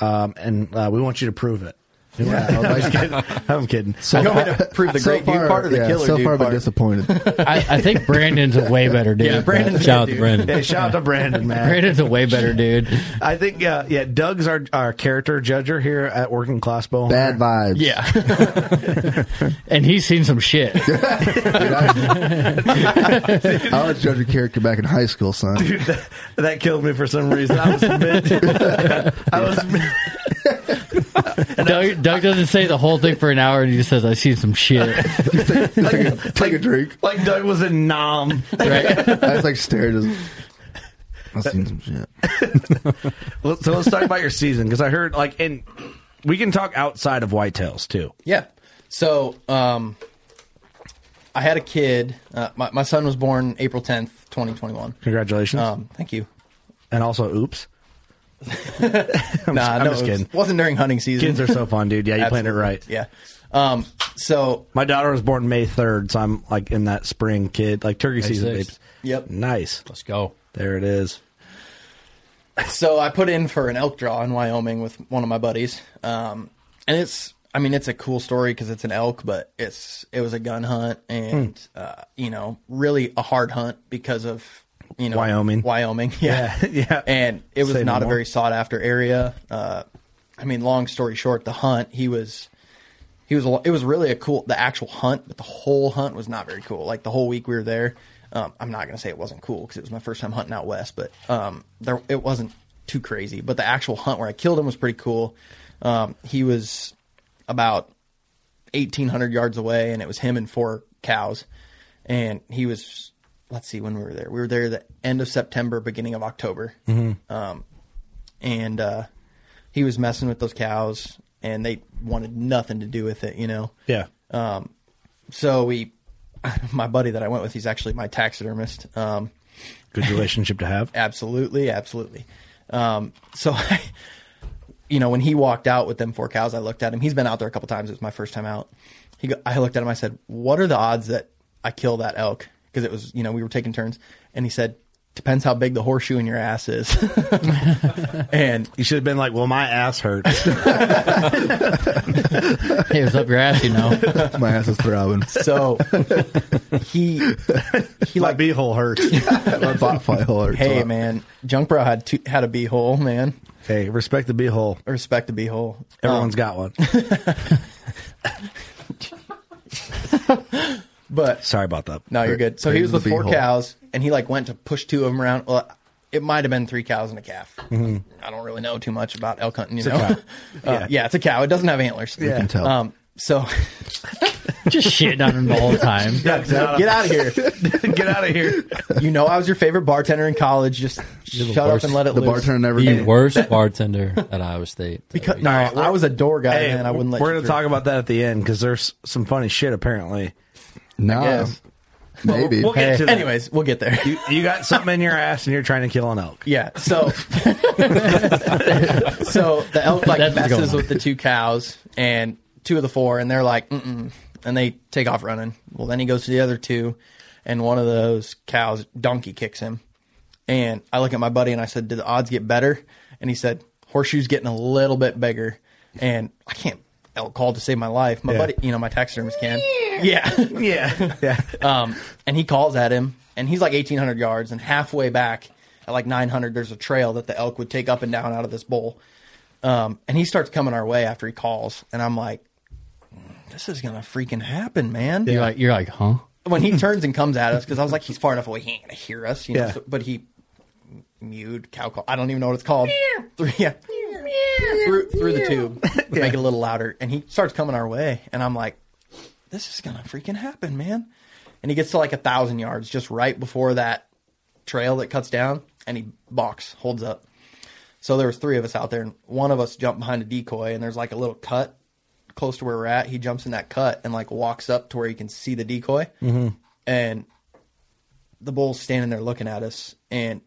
[SPEAKER 10] um, and uh, we want you to prove it. Yeah, I'm just kidding. I'm kidding.
[SPEAKER 5] So
[SPEAKER 10] You want
[SPEAKER 5] far-
[SPEAKER 10] me to prove the
[SPEAKER 5] so
[SPEAKER 10] great dude
[SPEAKER 5] far-
[SPEAKER 10] part or the
[SPEAKER 5] yeah,
[SPEAKER 10] killer
[SPEAKER 5] So
[SPEAKER 10] dude
[SPEAKER 5] far, I've
[SPEAKER 10] part?
[SPEAKER 5] been disappointed.
[SPEAKER 3] I, I think Brandon's a way better dude.
[SPEAKER 10] Yeah, Brandon's a good dude. Yeah, shout out to Brandon, man.
[SPEAKER 3] Brandon's a way better dude.
[SPEAKER 10] I think uh, yeah, Doug's our, our character judger here at Working Class Bow.
[SPEAKER 3] Bad
[SPEAKER 5] vibes.
[SPEAKER 3] Yeah. and he's seen some shit.
[SPEAKER 5] I was judging character back in high school, son.
[SPEAKER 10] Dude, that, that killed me for some reason. I was mid. I was mid.
[SPEAKER 3] Doug, Doug doesn't say the whole thing for an hour and he just says, I've seen some shit.
[SPEAKER 5] Take a drink.
[SPEAKER 10] Like Doug was a nom.
[SPEAKER 5] I was like stared at his. I've seen some shit.
[SPEAKER 10] Well, so let's talk about your season because I heard like, and we can talk outside of whitetails too.
[SPEAKER 9] yeah. So, um, I had a kid. Uh, my my son was born April tenth, twenty twenty one.
[SPEAKER 10] Congratulations.
[SPEAKER 9] Um, thank you.
[SPEAKER 10] And also, oops.
[SPEAKER 9] I'm,
[SPEAKER 10] just- I'm just kidding.
[SPEAKER 9] Wasn't during hunting season.
[SPEAKER 10] Kids are so fun, dude. Yeah, you planned it
[SPEAKER 9] Absolutely.
[SPEAKER 10] right.
[SPEAKER 9] Yeah. Um, so
[SPEAKER 10] my daughter was born May third, so I'm like in that spring kid, like turkey
[SPEAKER 9] May
[SPEAKER 10] season,
[SPEAKER 9] 6th.
[SPEAKER 10] babes.
[SPEAKER 9] Yep.
[SPEAKER 10] Nice. Let's go. There it is.
[SPEAKER 9] so I put in for an elk draw in Wyoming with one of my buddies, um, and it's I mean it's a cool story because it's an elk, but it's it was a gun hunt and uh, you know really a hard hunt because of you know
[SPEAKER 10] Wyoming.
[SPEAKER 9] Wyoming, yeah,
[SPEAKER 10] Yeah, yeah.
[SPEAKER 9] and it was
[SPEAKER 10] Say no
[SPEAKER 9] not a
[SPEAKER 10] more.
[SPEAKER 9] very sought after area. Uh, I mean, long story short, the hunt he was. He was. A, it was really a cool. The actual hunt, but the whole hunt was not very cool. Like the whole week we were there. Um, I'm not gonna say it wasn't cool because it was my first time hunting out west, but um, there it wasn't too crazy. But the actual hunt where I killed him was pretty cool. Um, he was about 1800 yards away and it was him and four cows and he was let's see when we were there we were there the end of september beginning of october
[SPEAKER 10] Mm-hmm.
[SPEAKER 2] Mhm.
[SPEAKER 9] um, and uh, he was messing with those cows and they wanted nothing to do with it you know
[SPEAKER 10] Yeah.
[SPEAKER 9] um, so we my buddy that i went with he's actually my taxidermist um,
[SPEAKER 10] Good relationship to have.
[SPEAKER 9] Absolutely, absolutely. Um, so I, you know, when he walked out with them four cows, I looked at him. He's been out there a couple times. It was my first time out. He, go, I looked at him. I said, "What are the odds that I kill that elk?" Because it was, you know, we were taking turns, and he said, "Depends how big the horseshoe in your ass is." and
[SPEAKER 10] you should have been like, "Well, my ass hurts."
[SPEAKER 3] Hey, it was up your ass, you know.
[SPEAKER 5] My ass is throbbing.
[SPEAKER 9] So he he
[SPEAKER 10] like beehole hurts.
[SPEAKER 5] My bot fly hole hurts. a
[SPEAKER 9] hey
[SPEAKER 5] lot.
[SPEAKER 9] man, Junkbro had two, had a beehole, man.
[SPEAKER 10] Hey, respect the beehole.
[SPEAKER 9] Respect the beehole.
[SPEAKER 10] Everyone's
[SPEAKER 9] Everyone's
[SPEAKER 10] got one.
[SPEAKER 9] But
[SPEAKER 10] sorry about that.
[SPEAKER 9] No, you're good. So he was with
[SPEAKER 10] the
[SPEAKER 9] four
[SPEAKER 10] beehole.
[SPEAKER 9] cows, and he like went to push two of them around. Well, it might have been three cows and a calf.
[SPEAKER 10] Mhm.
[SPEAKER 9] I don't really know too much about elk hunting. You
[SPEAKER 10] It's a
[SPEAKER 9] know,
[SPEAKER 10] cow.
[SPEAKER 9] yeah.
[SPEAKER 10] Yeah.
[SPEAKER 9] Uh, yeah, it's a cow. It doesn't have antlers.
[SPEAKER 10] You can tell.
[SPEAKER 9] Um, so
[SPEAKER 3] Just shitting on him the whole time.
[SPEAKER 9] Yeah, no, get out of here. get out of here. You know, I was your favorite bartender in college. Just
[SPEAKER 2] You're the
[SPEAKER 9] shut up
[SPEAKER 2] worst-
[SPEAKER 9] and let it loose.
[SPEAKER 2] The worst bartender at Iowa State.
[SPEAKER 9] Because, no, I was a door guy,
[SPEAKER 10] Hey,
[SPEAKER 9] man. I wouldn't let
[SPEAKER 10] we're
[SPEAKER 9] you
[SPEAKER 10] going to talk about that at the end because there's some funny shit apparently.
[SPEAKER 5] No,
[SPEAKER 9] guess.
[SPEAKER 5] Maybe.
[SPEAKER 9] We'll get to that. Anyways, we'll get there.
[SPEAKER 10] You, you got something in your ass and you're trying to kill an elk.
[SPEAKER 9] Yeah. So, so the elk like
[SPEAKER 10] That's what's going
[SPEAKER 9] messes
[SPEAKER 10] on.
[SPEAKER 9] with the two cows and two of the four, and they're like, mm and they take off running. Well, then he goes to the other two, and one of those cows donkey kicks him. And I look at my buddy and I said, "Did the odds get better?" And he said, "Horseshoes getting a little bit bigger." And I can't elk call to save my life. My
[SPEAKER 10] Yeah.
[SPEAKER 9] buddy, you know, my taxidermist can. Yeah,
[SPEAKER 10] yeah, yeah.
[SPEAKER 9] Um, and he calls at him, and he's like 1,800 yards, and halfway back at like 900, there's a trail that the elk would take up and down out of this bowl. Um, and he starts coming our way after he calls, and I'm like, "Hmm, this is gonna freaking happen, man.
[SPEAKER 3] You're like, you're like, huh?
[SPEAKER 9] when he turns and comes at us, because I was like, he's far enough away, he ain't gonna hear us, you know.
[SPEAKER 3] Yeah.
[SPEAKER 9] so- but he mewed cow call. I don't even know what it's called. through, yeah, through, through the tube, make it a little louder, and he starts coming our way, and I'm like, this is gonna freaking happen, man. And he gets to like a thousand yards, just right before that trail that cuts down, and he balks, holds up. So there was three of us out there, and one of us jumped behind a decoy, and there's like a little cut close to where we're at. He jumps in that cut and like walks up to where he can see the decoy,
[SPEAKER 10] Mhm.
[SPEAKER 9] and the bull's standing there looking at us, and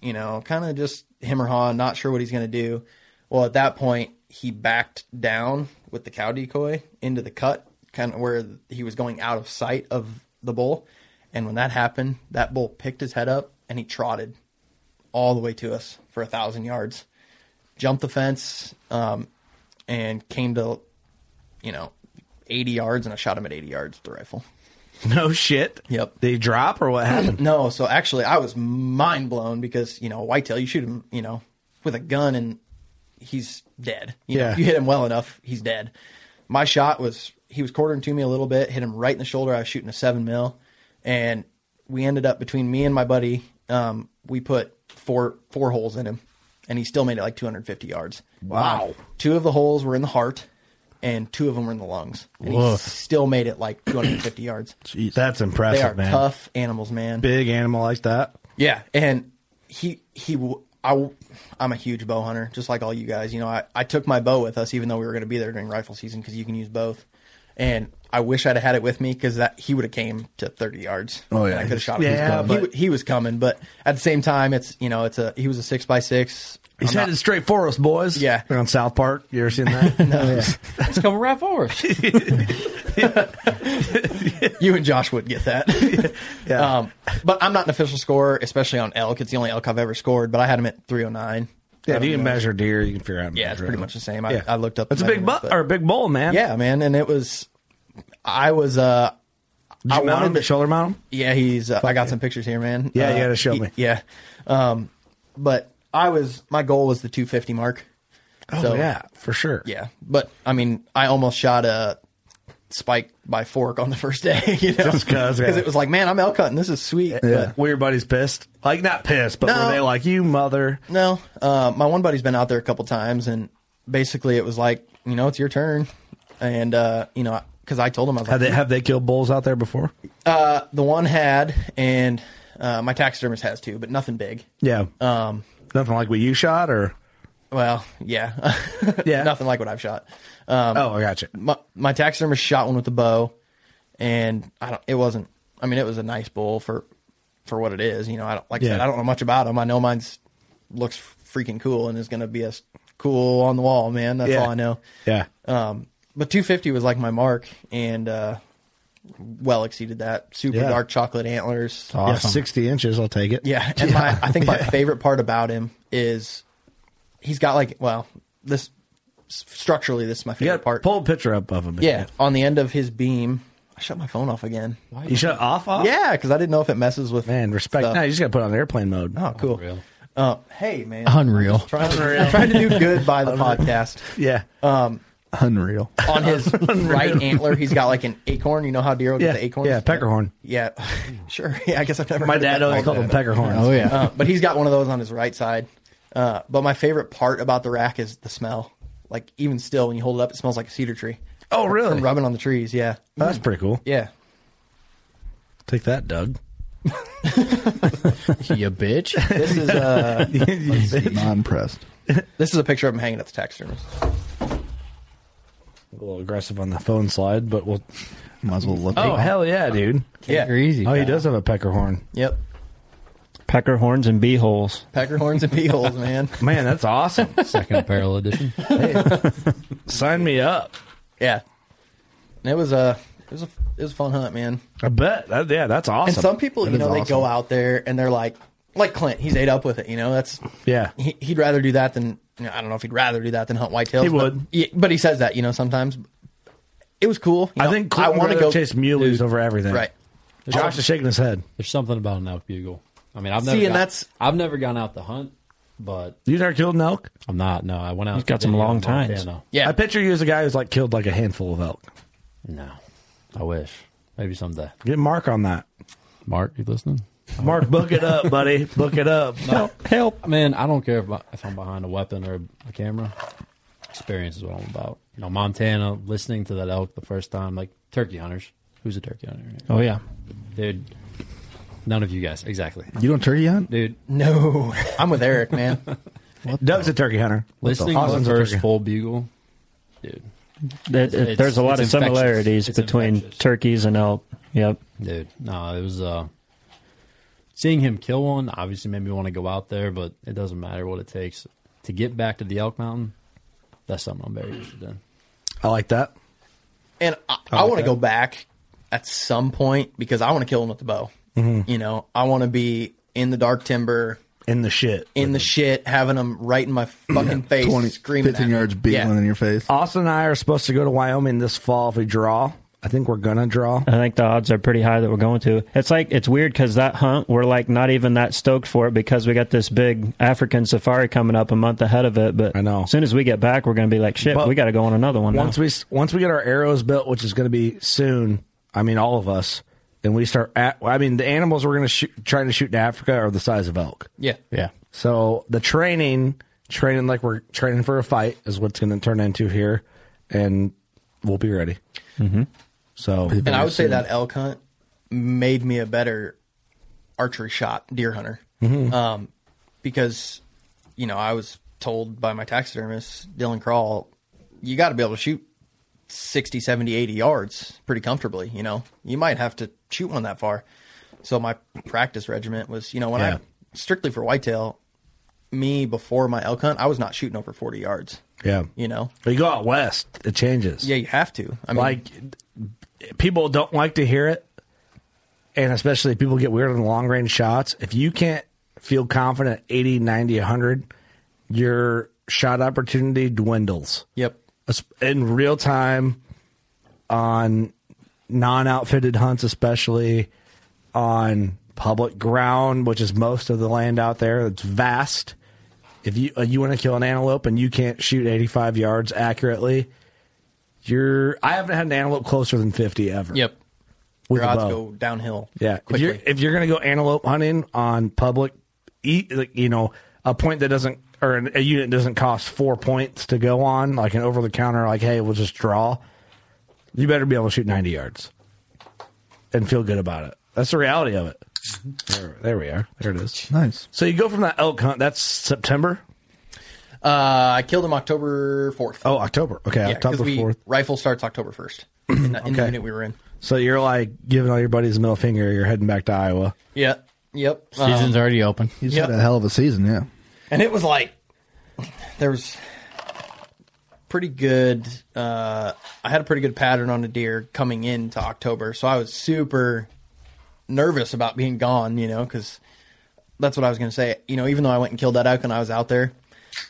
[SPEAKER 9] you know, kind of just him or haw, not sure what he's gonna do. Well, at that point, he backed down with the cow decoy into the cut, kind of where he was going out of sight of the bull. And when that happened, that bull picked his head up and he trotted all the way to us for a thousand yards, jumped the fence, um, and came to, you know, 80 yards, and I shot him at 80 yards with the rifle.
[SPEAKER 10] No shit.
[SPEAKER 9] Yep.
[SPEAKER 10] They drop or what happened?
[SPEAKER 9] no, so actually, I was mind blown because you know whitetail, you shoot him, you know, with a gun and he's dead. You know,
[SPEAKER 10] Yeah.
[SPEAKER 9] you hit him well enough, he's dead. My shot was he was quartering to me a little bit, hit him right in the shoulder. I was shooting a seven mil, and we ended up between me and my buddy, um, we put four four holes in him, and he still made it like 250 yards.
[SPEAKER 10] Wow.
[SPEAKER 9] Two of the holes were in the heart, and two of them were in the lungs, and he
[SPEAKER 10] Woof.
[SPEAKER 9] still made it like 250 yards.
[SPEAKER 10] That's impressive,
[SPEAKER 9] they are
[SPEAKER 10] man.
[SPEAKER 9] tough animals, man.
[SPEAKER 10] Big animal like that.
[SPEAKER 9] Yeah, and he he w- I w- I'm a huge bow hunter, just like all you guys. You know, I, I took my bow with us, even though we were going to be there during rifle season because you can use both. And I wish I'd have had it with me because that he would have came to 30 yards.
[SPEAKER 10] Oh,
[SPEAKER 9] and
[SPEAKER 10] yeah.
[SPEAKER 9] I could have shot him.
[SPEAKER 10] Yeah,
[SPEAKER 9] Yeah, he,
[SPEAKER 10] but-
[SPEAKER 9] w- he was coming, but at the same time, it's you know, it's a he was a six by six.
[SPEAKER 10] He's
[SPEAKER 9] I'm
[SPEAKER 10] headed straight for us, boys. Yeah. on South Park. You ever seen that? no.
[SPEAKER 9] It's coming right for us. you and Josh would get that. Um, but I'm not an official scorer, especially on elk. It's the only elk I've ever scored, but I had him at 309.
[SPEAKER 10] Yeah,
[SPEAKER 9] I
[SPEAKER 10] if you
[SPEAKER 9] don't
[SPEAKER 10] can
[SPEAKER 9] know.
[SPEAKER 10] measure deer, you can figure out.
[SPEAKER 9] Yeah, it's pretty much the same. I, I looked up.
[SPEAKER 10] It's a
[SPEAKER 9] the
[SPEAKER 10] big buck
[SPEAKER 9] measurements,
[SPEAKER 10] or a big bull, man.
[SPEAKER 9] but- Yeah, man, and it was. I was. uh
[SPEAKER 10] Did you
[SPEAKER 9] I
[SPEAKER 10] mount him?
[SPEAKER 9] wanted to-
[SPEAKER 10] Shoulder mount him?
[SPEAKER 9] Yeah, he's. Uh, I got some pictures here, man.
[SPEAKER 10] Yeah, you
[SPEAKER 9] Uh,
[SPEAKER 10] gotta show
[SPEAKER 9] he-
[SPEAKER 10] me.
[SPEAKER 9] Yeah, um, but I was. My goal was the 250 mark.
[SPEAKER 10] Oh yeah, for sure.
[SPEAKER 9] Yeah, but I mean, I almost shot a spike by fork on the first day. You know?
[SPEAKER 10] Just 'cause, yeah.
[SPEAKER 9] it was like, man, I'm elk hunting. This is sweet.
[SPEAKER 10] Yeah.
[SPEAKER 9] But
[SPEAKER 10] Were your buddies pissed? Like not pissed, but
[SPEAKER 9] No.
[SPEAKER 10] were they like you mother?
[SPEAKER 9] No, uh, my one buddy's been out there a couple times, and basically it was like, you know, it's your turn, and uh, you know, because I told him I was
[SPEAKER 10] Have they
[SPEAKER 9] like,
[SPEAKER 10] have they killed bulls out there before?
[SPEAKER 9] uh, the one had, and uh, my taxidermist has too, but nothing big.
[SPEAKER 10] Yeah.
[SPEAKER 9] Um,
[SPEAKER 10] Nothing like what you shot or
[SPEAKER 9] Well, yeah, yeah, nothing like what I've shot. Um,
[SPEAKER 10] Oh, I gotcha.
[SPEAKER 9] My, my taxidermist shot one with a bow, and I don't. It wasn't. I mean, it was a nice bull for for what it is. You know, I don't like I said.
[SPEAKER 10] Yeah.
[SPEAKER 9] I don't know much about him. I know mine's looks freaking cool and is going to be a s- cool on the wall man. That's
[SPEAKER 10] Yeah.
[SPEAKER 9] all I know.
[SPEAKER 10] Yeah.
[SPEAKER 9] Um, but 250 was like my mark, and uh, well exceeded that. Super
[SPEAKER 10] Yeah.
[SPEAKER 9] dark chocolate antlers.
[SPEAKER 10] Yeah, sixty inches, I'll take it.
[SPEAKER 9] Yeah, and my I think my favorite part about him is he's got like well this structurally this is my favorite part.
[SPEAKER 10] Pull a picture up of him.
[SPEAKER 9] Yeah, on the end of his beam. I shut my phone off again.
[SPEAKER 10] You shut off off?
[SPEAKER 9] Yeah, because I didn't know if it messes with
[SPEAKER 10] man respect.
[SPEAKER 9] stuff.
[SPEAKER 10] No, you just gotta put it on airplane mode.
[SPEAKER 9] Oh, cool. Uh, hey man,
[SPEAKER 3] Unreal.
[SPEAKER 9] Trying, trying to do good by the podcast.
[SPEAKER 10] Yeah.
[SPEAKER 9] Um,
[SPEAKER 5] Unreal.
[SPEAKER 9] on his right antler, he's got like an acorn. You know how deer will
[SPEAKER 10] Yeah,
[SPEAKER 9] get the acorns?
[SPEAKER 10] yeah, peckerhorn.
[SPEAKER 9] Yeah, sure. Yeah, I guess I've never.
[SPEAKER 10] My
[SPEAKER 9] heard
[SPEAKER 10] dad
[SPEAKER 9] that
[SPEAKER 10] always called them
[SPEAKER 9] that.
[SPEAKER 10] peckerhorns. Oh, yeah.
[SPEAKER 9] Uh, but he's got one of those on his right side. Uh, but my favorite part about the rack is the smell. Like even still, when you hold it up, it smells like a cedar tree.
[SPEAKER 10] Oh really?
[SPEAKER 9] From rubbing on the trees. Yeah.
[SPEAKER 10] Oh, that's pretty cool.
[SPEAKER 9] Yeah.
[SPEAKER 10] Take that, Doug.
[SPEAKER 3] you bitch.
[SPEAKER 9] This is uh,
[SPEAKER 5] Not impressed.
[SPEAKER 9] this is a picture of him hanging at the taxidermist.
[SPEAKER 10] A little aggressive on the phone slide, but we'll
[SPEAKER 5] might as well look.
[SPEAKER 10] Oh hell yeah, dude!
[SPEAKER 9] Yeah.
[SPEAKER 3] You're easy.
[SPEAKER 10] Oh, he does have a pecker horn.
[SPEAKER 9] Yep.
[SPEAKER 12] Pecker horns and bee holes.
[SPEAKER 9] Pecker horns and pee holes, man.
[SPEAKER 10] Man, that's awesome.
[SPEAKER 2] Second apparel edition.
[SPEAKER 10] Sign me up.
[SPEAKER 9] Yeah. And it was a it was a it was a fun hunt, man.
[SPEAKER 10] I bet. That, yeah, that's awesome.
[SPEAKER 9] And some people,
[SPEAKER 10] That
[SPEAKER 9] you
[SPEAKER 10] is
[SPEAKER 9] know, they go
[SPEAKER 10] awesome.
[SPEAKER 9] out there and they're like, like Clint, he's ate up with it. You know, that's
[SPEAKER 10] Yeah.
[SPEAKER 9] he, he'd rather do that than you know, I don't know if he'd rather do that than hunt whitetails.
[SPEAKER 10] He
[SPEAKER 9] but-
[SPEAKER 10] would.
[SPEAKER 9] yeah, but he says that you know sometimes. It was cool. you
[SPEAKER 10] I
[SPEAKER 9] know,
[SPEAKER 10] think Clint
[SPEAKER 9] I want to go
[SPEAKER 10] chase muleys over everything.
[SPEAKER 9] right.
[SPEAKER 10] Josh is shaking his head.
[SPEAKER 2] There's something about an elk bugle. I mean, I've never
[SPEAKER 9] See, and
[SPEAKER 2] got-
[SPEAKER 9] that's-
[SPEAKER 2] I've never gone out to hunt, but
[SPEAKER 10] You never killed an elk?
[SPEAKER 2] I'm not. No, I went out.
[SPEAKER 12] He's got
[SPEAKER 2] to
[SPEAKER 12] some
[SPEAKER 2] video
[SPEAKER 12] long
[SPEAKER 2] in
[SPEAKER 12] tines.
[SPEAKER 2] Montana.
[SPEAKER 9] Yeah,
[SPEAKER 10] I picture you as a guy who's like killed like a handful of elk.
[SPEAKER 2] No, I wish. Maybe someday.
[SPEAKER 10] Get Mark on that.
[SPEAKER 2] Mark, you listening?
[SPEAKER 10] Mark, book it up, buddy. Book it up.
[SPEAKER 2] Help! Help! Man, I don't care if, my, if I'm behind a weapon or a camera. Experience is what I'm about. You know, Montana, listening to that elk the first time, like turkey hunters. Who's a turkey hunter?
[SPEAKER 12] Oh yeah.
[SPEAKER 2] Dude, none of you guys. Exactly.
[SPEAKER 5] You don't turkey hunt?
[SPEAKER 2] Dude,
[SPEAKER 9] no, I'm with Eric, man.
[SPEAKER 10] Doug's a turkey hunter.
[SPEAKER 2] listening to the
[SPEAKER 10] Austin's a
[SPEAKER 2] first
[SPEAKER 10] turkey-
[SPEAKER 2] full bugle, dude,
[SPEAKER 12] There-
[SPEAKER 2] It's-
[SPEAKER 12] there's a lot of
[SPEAKER 2] it's infectious.
[SPEAKER 12] similarities
[SPEAKER 2] It's
[SPEAKER 12] between
[SPEAKER 2] infectious.
[SPEAKER 12] turkeys and elk. Yep.
[SPEAKER 2] dude. No, it was uh, seeing him kill one. Obviously, made me want to go out there, but it doesn't matter what it takes to get back to the elk mountain. That's something I'm very interested in.
[SPEAKER 10] I like that.
[SPEAKER 9] And I, I, want to go back at some point because I want to kill him with the bow.
[SPEAKER 10] Mm-hmm.
[SPEAKER 9] You know, I want to be in the dark timber,
[SPEAKER 10] In the shit.
[SPEAKER 9] in the shit, having him right in my fucking face,
[SPEAKER 5] 20,
[SPEAKER 9] screaming.
[SPEAKER 5] 15
[SPEAKER 9] at
[SPEAKER 5] yards
[SPEAKER 9] me.
[SPEAKER 5] beetling
[SPEAKER 9] Yeah.
[SPEAKER 5] in your face.
[SPEAKER 10] Austin and I are supposed to go to Wyoming this fall if we draw. I think we're gonna draw.
[SPEAKER 12] I think the odds are pretty high that we're going to. It's like it's weird because that hunt we're like not even that stoked for it because we got this big African safari coming up a month ahead of it. But
[SPEAKER 10] I know.
[SPEAKER 12] as soon as we get back, we're going to be like shit.
[SPEAKER 10] But
[SPEAKER 12] we got to go on another one.
[SPEAKER 10] Once
[SPEAKER 12] now.
[SPEAKER 10] we once we get our arrows built, which is going to be soon. I mean, all of us. And we start at. I mean, the animals we're going to shoot, trying to shoot in Africa are the size of elk.
[SPEAKER 9] Yeah.
[SPEAKER 2] Yeah,
[SPEAKER 10] So the training, training like we're training for a fight, is what's going to turn into here, and we'll be ready. Mm-hmm. So
[SPEAKER 9] And I would say that elk hunt made me a better archery shot deer hunter.
[SPEAKER 10] Mm-hmm.
[SPEAKER 9] Um, because, you know, I was told by my taxidermist, Dylan Crawl, you got to be able to shoot 60, 70, 80 yards pretty comfortably. You know, you might have to shoot one that far. So my practice regiment was, you know, when
[SPEAKER 10] Yeah.
[SPEAKER 9] I strictly for whitetail, me before my elk hunt, I was not shooting over 40 yards,
[SPEAKER 10] yeah,
[SPEAKER 9] you know?
[SPEAKER 10] But you go out west, it changes.
[SPEAKER 9] Yeah, you have to. I mean,
[SPEAKER 10] like people don't like to hear it, and especially if people get weird on long range shots. If you can't feel confident 80, 90, 100, your shot opportunity dwindles.
[SPEAKER 9] yep.
[SPEAKER 10] Es- In real time, on non outfitted hunts, especially on public ground, which is most of the land out there, it's vast. If you uh, you want to kill an antelope and you can't shoot 85 yards accurately, you're I haven't had an antelope closer than 50 ever.
[SPEAKER 9] Yep.
[SPEAKER 10] With
[SPEAKER 9] Your
[SPEAKER 10] a
[SPEAKER 9] odds
[SPEAKER 10] bow.
[SPEAKER 9] go downhill.
[SPEAKER 10] Yeah, if
[SPEAKER 9] quickly.
[SPEAKER 10] you're if you're gonna go antelope hunting on public, eat like, you know a point that doesn't or an, a unit doesn't cost four points to go on, like an over the counter, like hey, we'll just draw. You better be able to shoot ninety yards, and feel good about it. That's the reality of it. There, there we are. There it is.
[SPEAKER 5] Nice.
[SPEAKER 10] So you go from that elk hunt. That's September.
[SPEAKER 9] Uh, I killed him October fourth.
[SPEAKER 10] Oh, October. Okay, October fourth.
[SPEAKER 9] Rifle starts October first. In, the- in the
[SPEAKER 10] Okay.
[SPEAKER 9] unit we were in.
[SPEAKER 10] So you're like giving all your buddies a middle finger. You're heading back to Iowa.
[SPEAKER 9] Yeah. Yep. Um,
[SPEAKER 3] Season's already open.
[SPEAKER 5] He's
[SPEAKER 9] Yep.
[SPEAKER 5] had a hell of a season, yeah.
[SPEAKER 9] and it was like there was pretty good. Uh, I had a pretty good pattern on a deer coming into October, so I was super nervous about being gone. You know, because that's what I was going to say. You know, even though I went and killed that elk and I was out there,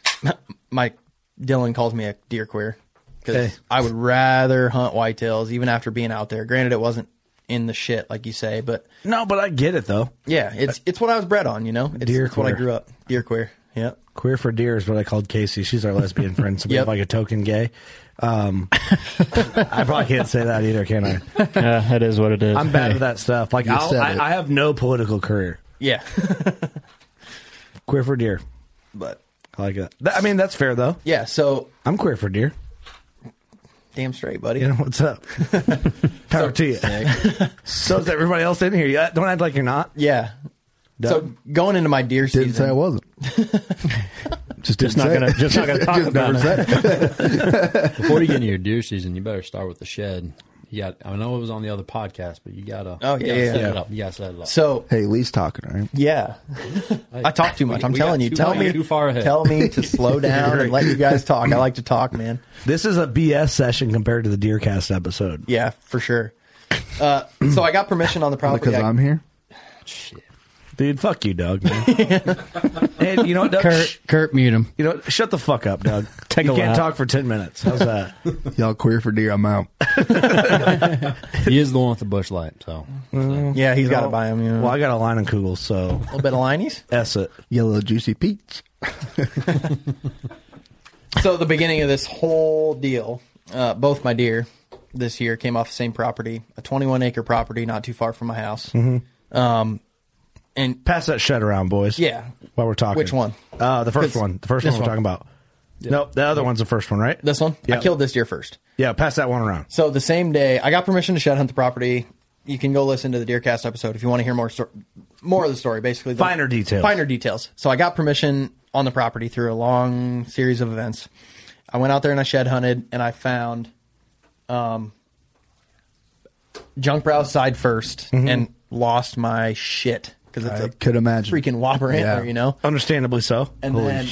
[SPEAKER 9] my Dylan calls me a deer queer because
[SPEAKER 10] Hey.
[SPEAKER 9] I would rather hunt whitetails even after being out there. Granted, it wasn't in the shit like you say, but
[SPEAKER 10] No, but I get it though.
[SPEAKER 9] yeah, it's it's what I was bred on. You know, it's,
[SPEAKER 10] Deer
[SPEAKER 9] it's what I
[SPEAKER 10] queer.
[SPEAKER 9] grew up deer queer. Yeah.
[SPEAKER 10] Queer for Deer is what I called Casey. She's our lesbian friend, so we have
[SPEAKER 9] Yep.
[SPEAKER 10] like a token gay. Um, I probably can't say that either, can I?
[SPEAKER 12] yeah, it is what it is.
[SPEAKER 10] I'm bad with that stuff. Like I'll,
[SPEAKER 5] said it.
[SPEAKER 10] I, I have no political career.
[SPEAKER 9] Yeah.
[SPEAKER 10] Queer for Deer.
[SPEAKER 9] but
[SPEAKER 10] I like that. That- I mean, that's fair though.
[SPEAKER 9] yeah, so
[SPEAKER 10] I'm queer for deer.
[SPEAKER 9] damn straight, buddy.
[SPEAKER 10] You know what's up? Power to you. so is everybody else in here? Yeah, don't act like you're not.
[SPEAKER 9] Yeah. So going into my deer
[SPEAKER 5] Didn't
[SPEAKER 9] season,
[SPEAKER 5] say I wasn't. Just
[SPEAKER 12] just not
[SPEAKER 5] didn't
[SPEAKER 12] gonna
[SPEAKER 5] say it.
[SPEAKER 12] just not gonna talk
[SPEAKER 5] Just
[SPEAKER 12] about
[SPEAKER 5] never
[SPEAKER 12] it.
[SPEAKER 2] Before you get into your deer season, you better start with the shed. You got. I know it was on the other podcast, but you gotta.
[SPEAKER 9] Oh,
[SPEAKER 2] you gotta
[SPEAKER 9] yeah, yeah,
[SPEAKER 2] set
[SPEAKER 9] yeah.
[SPEAKER 2] it up. You gotta set it up.
[SPEAKER 9] So
[SPEAKER 5] hey, Lee's talking, all right?
[SPEAKER 9] Yeah. I talk too much. I'm
[SPEAKER 2] we
[SPEAKER 9] telling
[SPEAKER 2] got
[SPEAKER 9] you.
[SPEAKER 2] too
[SPEAKER 9] Tell
[SPEAKER 2] far-
[SPEAKER 9] me
[SPEAKER 2] too far ahead.
[SPEAKER 9] Tell me to slow down and let you guys talk. I like to talk, man.
[SPEAKER 10] This is a BS session compared to the Deercast episode.
[SPEAKER 9] Yeah, for sure. Uh, so I got permission on the property.
[SPEAKER 10] Because
[SPEAKER 9] I-
[SPEAKER 5] I'm here.
[SPEAKER 10] Dude, fuck you, Doug. Man. and you know what, Doug?
[SPEAKER 3] Kurt, Kurt, mute him.
[SPEAKER 10] You know, what? shut the fuck up, Doug.
[SPEAKER 3] Take
[SPEAKER 10] you
[SPEAKER 3] a
[SPEAKER 10] can't
[SPEAKER 3] lap.
[SPEAKER 10] talk for ten minutes. How's that?
[SPEAKER 5] Y'all queer for deer, I'm out.
[SPEAKER 2] he is the one with the bush light. So
[SPEAKER 9] yeah, he's
[SPEAKER 10] You
[SPEAKER 9] got
[SPEAKER 10] know,
[SPEAKER 9] to buy him. You know.
[SPEAKER 10] Well, I got a line on Kugel, so a
[SPEAKER 9] little bit of lineys.
[SPEAKER 10] S it.
[SPEAKER 5] Yellow juicy peach.
[SPEAKER 9] so the beginning of this whole deal, uh, both my deer this year came off the same property, a 21 acre property, not too far from my house.
[SPEAKER 2] Mm-hmm.
[SPEAKER 10] Mhm.
[SPEAKER 9] Um, and
[SPEAKER 10] pass that shut around, boys.
[SPEAKER 9] Yeah.
[SPEAKER 10] While we're talking,
[SPEAKER 9] Which one?
[SPEAKER 10] Uh, the first
[SPEAKER 9] This-
[SPEAKER 10] one. The first
[SPEAKER 9] this
[SPEAKER 10] one we're
[SPEAKER 9] one.
[SPEAKER 10] talking about. Nope, the other one's the first one, right?
[SPEAKER 9] This one?
[SPEAKER 10] Yeah.
[SPEAKER 9] I killed this deer first.
[SPEAKER 10] Yeah, pass that one around.
[SPEAKER 9] So the same day, I got permission to shed hunt the property. You can go listen to the Deercast episode if you want to hear more sto- more of the story. Basically, the
[SPEAKER 10] Finer details.
[SPEAKER 9] Finer details. So I got permission on the property through a long series of events. I went out there and I shed hunted, and I found um, junk browse side 1st
[SPEAKER 10] Mhm.
[SPEAKER 9] and lost my shit because it's a
[SPEAKER 10] I could imagine.
[SPEAKER 9] freaking whopper antler, you know.
[SPEAKER 10] Understandably so.
[SPEAKER 9] And then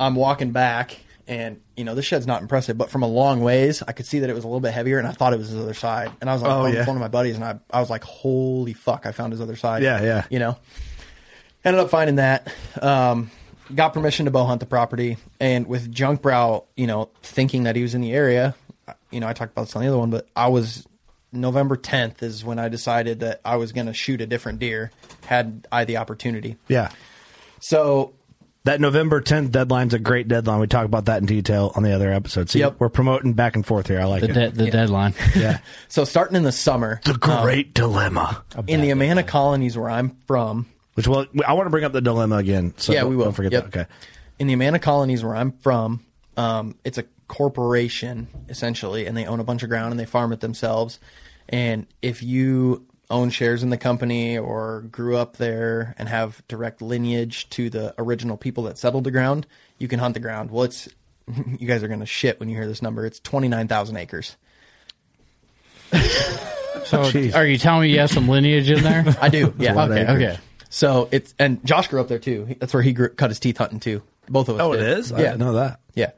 [SPEAKER 9] I'm walking back, and you know this shed's not impressive, but from a long ways, I could see that it was a little bit heavier, and I thought it was his other side. And I was like,
[SPEAKER 10] Oh,
[SPEAKER 9] on
[SPEAKER 10] yeah.
[SPEAKER 9] one of my buddies, and I, I was like, holy fuck, I found his other side.
[SPEAKER 10] Yeah, yeah.
[SPEAKER 9] You know, ended up finding that. Um, got permission to bow hunt the property, and with junk brow, you know, thinking that he was in the area. You know, I talked about this on the other one, but I was November 10th is when I decided that I was going to shoot a different deer had I the opportunity.
[SPEAKER 10] Yeah.
[SPEAKER 9] So
[SPEAKER 10] that November 10th deadline's a great deadline. We talk about that in detail on the other episode. See,
[SPEAKER 9] Yep.
[SPEAKER 10] we're promoting back and forth here. I like
[SPEAKER 9] The
[SPEAKER 10] it.
[SPEAKER 9] de- Oh. the Yeah.
[SPEAKER 3] deadline.
[SPEAKER 10] Yeah.
[SPEAKER 9] So starting in the summer,
[SPEAKER 10] the great dilemma
[SPEAKER 9] in the Amana colonies where I'm from.
[SPEAKER 10] Which well, I want to bring up the dilemma again. So
[SPEAKER 9] yeah,
[SPEAKER 10] don't-
[SPEAKER 9] we will
[SPEAKER 10] Don't forget
[SPEAKER 9] Yep.
[SPEAKER 10] that. Okay.
[SPEAKER 9] In the Amana colonies where I'm from, um, it's a corporation essentially, and they own a bunch of ground and they farm it themselves. And if you own shares in the company or grew up there and have direct lineage to the original people that settled the ground, you can hunt the ground. Well, it's you guys are gonna shit when you hear this number. It's twenty nine thousand acres.
[SPEAKER 3] So, are you telling me you have some lineage in there?
[SPEAKER 9] I do. Yeah.
[SPEAKER 3] Okay. Okay.
[SPEAKER 9] So it's and Josh grew up there too. He- That's where he grew, cut his teeth hunting too. Both of us.
[SPEAKER 10] Oh, it
[SPEAKER 9] did.
[SPEAKER 10] is? I
[SPEAKER 9] Yeah.
[SPEAKER 10] didn't know that.
[SPEAKER 9] Yeah.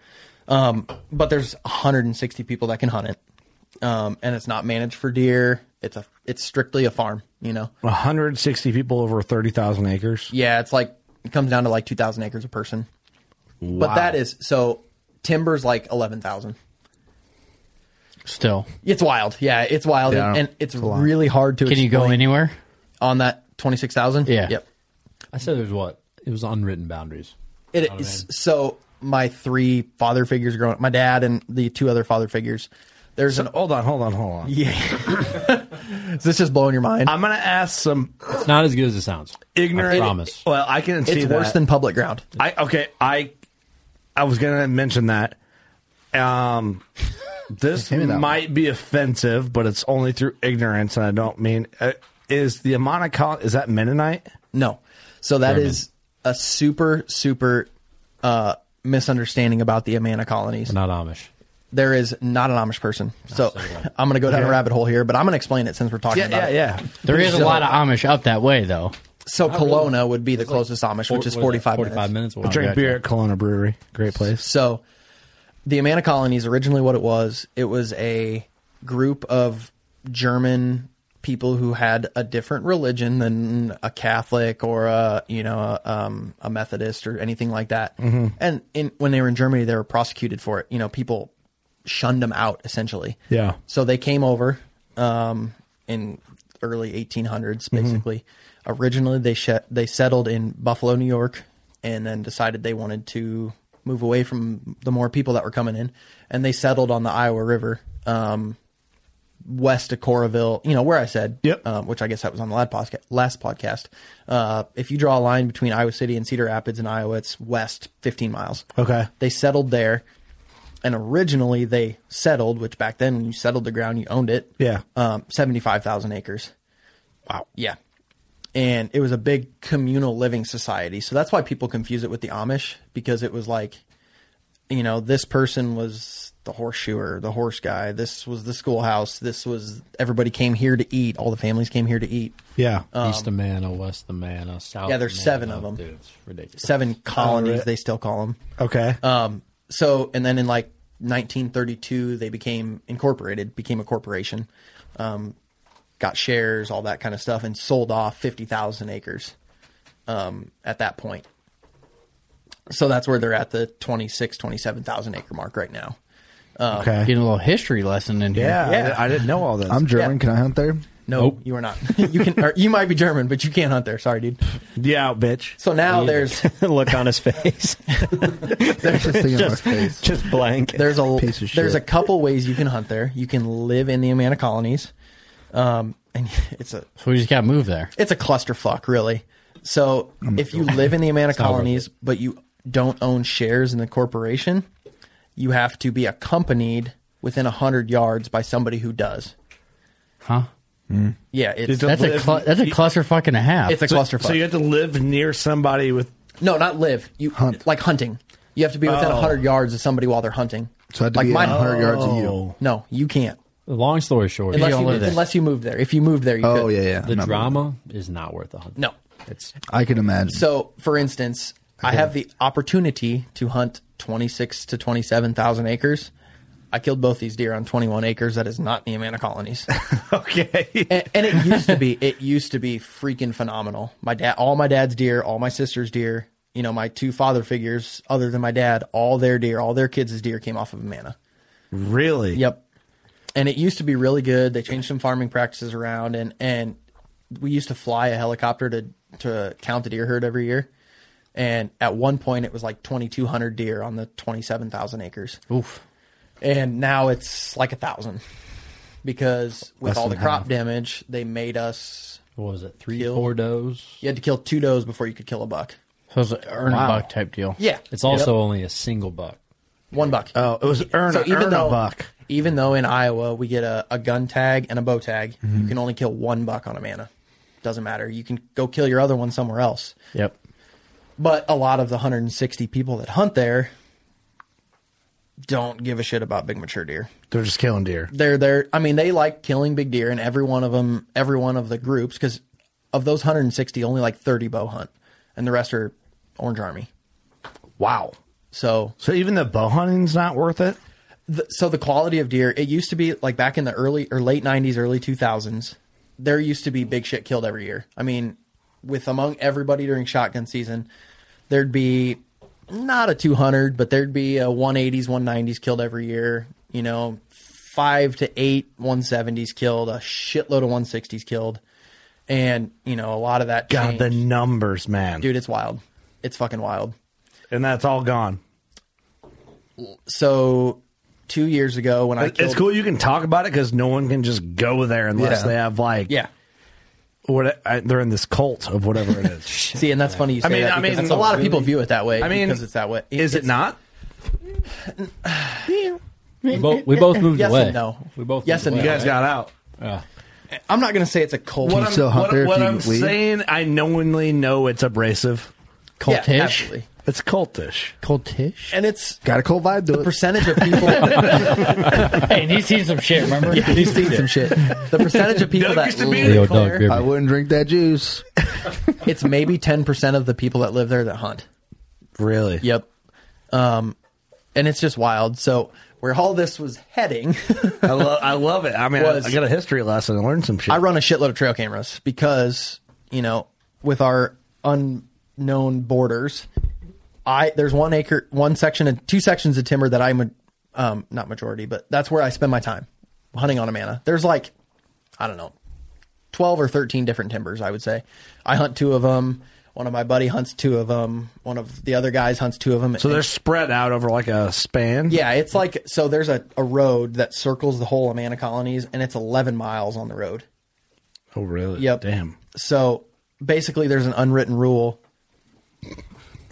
[SPEAKER 9] Um, but there's 160 people that can hunt it, um, and it's not managed for deer. It's a it's strictly a farm. You know.
[SPEAKER 10] 160 people over 30,000 acres.
[SPEAKER 9] Yeah. It's like it comes down to like 2,000 acres a person.
[SPEAKER 10] Wow.
[SPEAKER 9] But that is so timber's like 11,000.
[SPEAKER 3] Still.
[SPEAKER 9] It's wild. Yeah, it's wild,
[SPEAKER 3] Yeah, I
[SPEAKER 9] and,
[SPEAKER 3] don't-
[SPEAKER 9] and it's,
[SPEAKER 3] it's a lot.
[SPEAKER 9] really hard to.
[SPEAKER 3] Can you go
[SPEAKER 9] explain
[SPEAKER 3] anywhere
[SPEAKER 9] on that 26,000?
[SPEAKER 3] Yeah.
[SPEAKER 9] Yep.
[SPEAKER 2] I said it was what it was unwritten boundaries.
[SPEAKER 9] It is so my three father figures growing up, my dad and the two other father figures. There's an
[SPEAKER 10] hold on, hold on, hold on.
[SPEAKER 9] Yeah. is this just blowing your mind?
[SPEAKER 10] I'm gonna ask some
[SPEAKER 2] It's not as good as it sounds.
[SPEAKER 10] ignorant.
[SPEAKER 2] I promise.
[SPEAKER 10] Well, I can
[SPEAKER 9] It's
[SPEAKER 10] see
[SPEAKER 9] worse
[SPEAKER 10] that.
[SPEAKER 9] than public ground.
[SPEAKER 10] I okay. I I was gonna mention that. Um, this
[SPEAKER 5] Give me that
[SPEAKER 10] might be offensive, but it's only through ignorance, and I don't mean. Uh, is the Amana col- is that Mennonite?
[SPEAKER 9] No. So that
[SPEAKER 10] German.
[SPEAKER 9] is a super super uh, misunderstanding about the Amana colonies.
[SPEAKER 2] not Amish.
[SPEAKER 9] There is not an Amish person. So I'm going to go down
[SPEAKER 3] Okay.
[SPEAKER 9] a rabbit hole here, but I'm going to explain it since we're talking
[SPEAKER 3] Yeah,
[SPEAKER 9] about
[SPEAKER 3] yeah,
[SPEAKER 9] it.
[SPEAKER 3] yeah. There is a lot of Amish up that way though.
[SPEAKER 9] So
[SPEAKER 3] Not
[SPEAKER 9] Kelowna
[SPEAKER 3] really.
[SPEAKER 9] would be the
[SPEAKER 3] It's like
[SPEAKER 9] closest Amish,
[SPEAKER 3] four-
[SPEAKER 9] which is
[SPEAKER 3] what is that,
[SPEAKER 9] 45 minutes.
[SPEAKER 3] 45 minutes?
[SPEAKER 10] I drink beer at Kelowna Brewery. Great place.
[SPEAKER 9] So, the Amana colonies originally what it was, it was a group of German people who had a different religion than a Catholic or a you know a, um, a Methodist or anything like that.
[SPEAKER 13] Mhm.
[SPEAKER 9] And in, when they were in Germany, they were prosecuted for it. You know, people shunned them out essentially.
[SPEAKER 10] Yeah.
[SPEAKER 9] So they came over um, in early 1800s, basically. Originally, they sh- they settled in Buffalo, New York, and then decided they wanted to move away from the more people that were coming in, and they settled on the Iowa River, um, west of Coraville. You know where I said, yep. Um, which I guess that was on the last podcast. Last podcast. Uh, if you draw a line between Iowa City and Cedar Rapids in Iowa, it's west 15 miles.
[SPEAKER 10] Okay.
[SPEAKER 9] They settled there, and originally they settled, which back then when you settled the ground, you owned it.
[SPEAKER 10] Yeah.
[SPEAKER 9] Um, seventy five thousand acres. Wow. Yeah. and it was a big communal living society. So that's why people confuse it with the Amish because it was like, you know, this person was the horseshoer, the horse guy. This was the schoolhouse. This was everybody came here to eat. All the families came here to eat.
[SPEAKER 10] Yeah.
[SPEAKER 9] Um,
[SPEAKER 2] East of Manna, West of Manna, South.
[SPEAKER 9] yeah, there's
[SPEAKER 2] of
[SPEAKER 9] seven
[SPEAKER 2] Manna,
[SPEAKER 9] of them.
[SPEAKER 2] Dude, it's ridiculous.
[SPEAKER 9] Seven colonies,
[SPEAKER 2] right.
[SPEAKER 9] they still call them.
[SPEAKER 10] Oh, Okay.
[SPEAKER 9] Um, so, and then in like 1932, they became incorporated, became a corporation, um, got shares, all that kind of stuff, and sold off 50,000 acres um, at that point. So that's where they're at the 26, 27,000 acre mark right now. Um,
[SPEAKER 3] Getting a little history lesson in here.
[SPEAKER 9] Yeah, Yeah. I didn't know all this.
[SPEAKER 5] I'm German.
[SPEAKER 9] Yeah.
[SPEAKER 5] Can I hunt there?
[SPEAKER 9] No, you are not. You can. Or you might be German, but you can't hunt there. Sorry, dude.
[SPEAKER 10] Yeah, bitch.
[SPEAKER 9] So now there's
[SPEAKER 12] look on his face. just, just blank.
[SPEAKER 9] There's a
[SPEAKER 12] piece of
[SPEAKER 9] there's a
[SPEAKER 12] shit.
[SPEAKER 9] couple ways you can hunt there. You can live in the Amana colonies, um, and it's a
[SPEAKER 3] so we just got to move there.
[SPEAKER 9] it's a clusterfuck, really. So
[SPEAKER 5] Oh
[SPEAKER 9] if you live in the Amana
[SPEAKER 3] not worth
[SPEAKER 9] colonies, but you don't own shares in the corporation, you have to be accompanied within hundred yards by somebody who does.
[SPEAKER 3] Huh?
[SPEAKER 9] Yeah, it's,
[SPEAKER 3] that's a clu- that's a cluster fucking a half.
[SPEAKER 9] It's a clusterfuck.
[SPEAKER 10] So you have to live near somebody with.
[SPEAKER 9] No, not live. You like hunting. You have to be within
[SPEAKER 10] Oh.
[SPEAKER 9] hundred yards of somebody while they're hunting.
[SPEAKER 5] So I had to
[SPEAKER 9] like
[SPEAKER 5] be
[SPEAKER 9] mine-
[SPEAKER 5] 100 yards of you.
[SPEAKER 9] No, you can't.
[SPEAKER 2] Long story short,
[SPEAKER 9] Unless you, unless you move there. If you move there,
[SPEAKER 5] Oh,
[SPEAKER 9] you could.
[SPEAKER 2] The drama is not worth a hundred.
[SPEAKER 9] No.
[SPEAKER 2] It's
[SPEAKER 5] I can imagine.
[SPEAKER 9] So, for instance, I have the opportunity to hunt 26 to 27,000 acres. I killed both these deer on 21 acres. That is not the Amana colonies.
[SPEAKER 10] okay.
[SPEAKER 9] And, and it used to be, it used to be freaking phenomenal. My dad, all my dad's deer, all my sister's deer, you know, my two father figures, other than my dad, all their deer, all their kids' deer came off of Amana.
[SPEAKER 10] Really?
[SPEAKER 9] Yep. And it used to be really good. They changed some farming practices around, and and we used to fly a helicopter to to count the deer herd every year. And at one point, it was like twenty two hundred deer on the twenty seven thousand acres.
[SPEAKER 3] Oof.
[SPEAKER 9] And now it's like a thousand because with
[SPEAKER 2] Less
[SPEAKER 9] all the
[SPEAKER 2] than
[SPEAKER 9] crop
[SPEAKER 2] half.
[SPEAKER 9] damage, they made us.
[SPEAKER 2] What was it? Three,
[SPEAKER 9] kill-
[SPEAKER 2] four does.
[SPEAKER 9] You had to kill two does before you could kill a buck.
[SPEAKER 3] So it's an earn a buck type deal.
[SPEAKER 9] Yeah.
[SPEAKER 2] It's also
[SPEAKER 9] Yep.
[SPEAKER 2] only a single buck.
[SPEAKER 9] One buck.
[SPEAKER 10] Oh, it was earn, a, earn
[SPEAKER 9] though,
[SPEAKER 10] a buck.
[SPEAKER 9] Even though in Iowa we get a, a gun tag and a bow tag,
[SPEAKER 10] Mm-hmm.
[SPEAKER 9] you can only kill one buck on a mana. Doesn't matter. You can go kill your other one somewhere else.
[SPEAKER 3] Yep.
[SPEAKER 9] But a lot of the 160 people that hunt there don't give a shit about big mature deer.
[SPEAKER 10] They're just killing deer.
[SPEAKER 9] They're there. I mean, they like killing big deer, and every one of them, every one of the groups, because of those 160, only like 30 bow hunt, and the rest are Orange Army.
[SPEAKER 10] Wow.
[SPEAKER 9] So
[SPEAKER 10] So even the bow hunting's not worth it?
[SPEAKER 9] the, so the quality of deer it used to be like back in the early or late 90s early 2000s there used to be big shit killed every year i mean with among everybody during shotgun season there'd be not a 200 but there'd be a 180s 190s killed every year you know five to eight 170s killed a shitload of 160s killed and you know a lot of that
[SPEAKER 10] God,
[SPEAKER 9] changed.
[SPEAKER 10] the numbers, man.
[SPEAKER 9] dude it's wild it's fucking wild
[SPEAKER 10] And that's all gone.
[SPEAKER 9] so two years ago when i
[SPEAKER 10] It-
[SPEAKER 9] killed,
[SPEAKER 10] It's cool you can talk about it because no one can just go there unless
[SPEAKER 9] Yeah.
[SPEAKER 10] they have like
[SPEAKER 9] yeah
[SPEAKER 10] what I, they're in this cult of whatever it is.
[SPEAKER 9] See, and that's funny you say
[SPEAKER 10] I mean-
[SPEAKER 9] that.
[SPEAKER 10] I
[SPEAKER 9] because
[SPEAKER 10] mean-
[SPEAKER 9] it's a lot of people view it that way.
[SPEAKER 10] I mean,
[SPEAKER 9] because it's that way.
[SPEAKER 10] is it
[SPEAKER 9] it's-
[SPEAKER 10] not?
[SPEAKER 2] We both, we both moved
[SPEAKER 9] yes
[SPEAKER 2] away.
[SPEAKER 9] And no,
[SPEAKER 2] We both
[SPEAKER 9] Yes
[SPEAKER 2] moved
[SPEAKER 9] and
[SPEAKER 2] away,
[SPEAKER 9] no.
[SPEAKER 10] You guys got out.
[SPEAKER 9] I'm not going to say it's a cult.
[SPEAKER 10] What I'm,
[SPEAKER 5] still hunt
[SPEAKER 10] what-
[SPEAKER 5] there if
[SPEAKER 10] what
[SPEAKER 5] you
[SPEAKER 10] I'm
[SPEAKER 5] leave?
[SPEAKER 10] saying, I knowingly know it's abrasive.
[SPEAKER 9] yeah,
[SPEAKER 3] Cultish.
[SPEAKER 9] absolutely.
[SPEAKER 10] It's cultish.
[SPEAKER 3] Cultish.
[SPEAKER 9] And it's
[SPEAKER 5] Got a cool vibe to
[SPEAKER 9] the
[SPEAKER 5] it.
[SPEAKER 9] percentage of people. that,
[SPEAKER 3] hey, and he's seen some shit. Remember?
[SPEAKER 9] he's seen some shit. The percentage of people
[SPEAKER 10] Doug
[SPEAKER 9] that
[SPEAKER 10] used to be
[SPEAKER 9] live
[SPEAKER 2] Yo, Doug,
[SPEAKER 9] there,
[SPEAKER 2] beer.
[SPEAKER 5] I wouldn't drink that juice.
[SPEAKER 9] it's maybe 10 percent of the people that live there that hunt.
[SPEAKER 10] Really?
[SPEAKER 9] Yep. Um, and it's just wild. So where all this was heading.
[SPEAKER 10] I, lo- I love it. I mean,
[SPEAKER 9] Was-
[SPEAKER 10] I, I got a history lesson. I learned some shit.
[SPEAKER 9] I run a shitload of trail cameras because you know with our unknown borders, I there's one acre, one section, and two sections of timber that I'm a, um, not majority, but that's where I spend my time hunting on a mana. There's like I don't know, twelve or thirteen different timbers. I would say I hunt two of them. One of my buddy hunts two of them. One of the other guys hunts two of them.
[SPEAKER 10] so they're spread out over like a span.
[SPEAKER 9] Yeah, it's like so. There's a, a road that circles the whole Amana colonies, and it's 11 miles on the road.
[SPEAKER 10] Oh, really?
[SPEAKER 9] Yep.
[SPEAKER 10] Damn.
[SPEAKER 9] So basically, there's an unwritten rule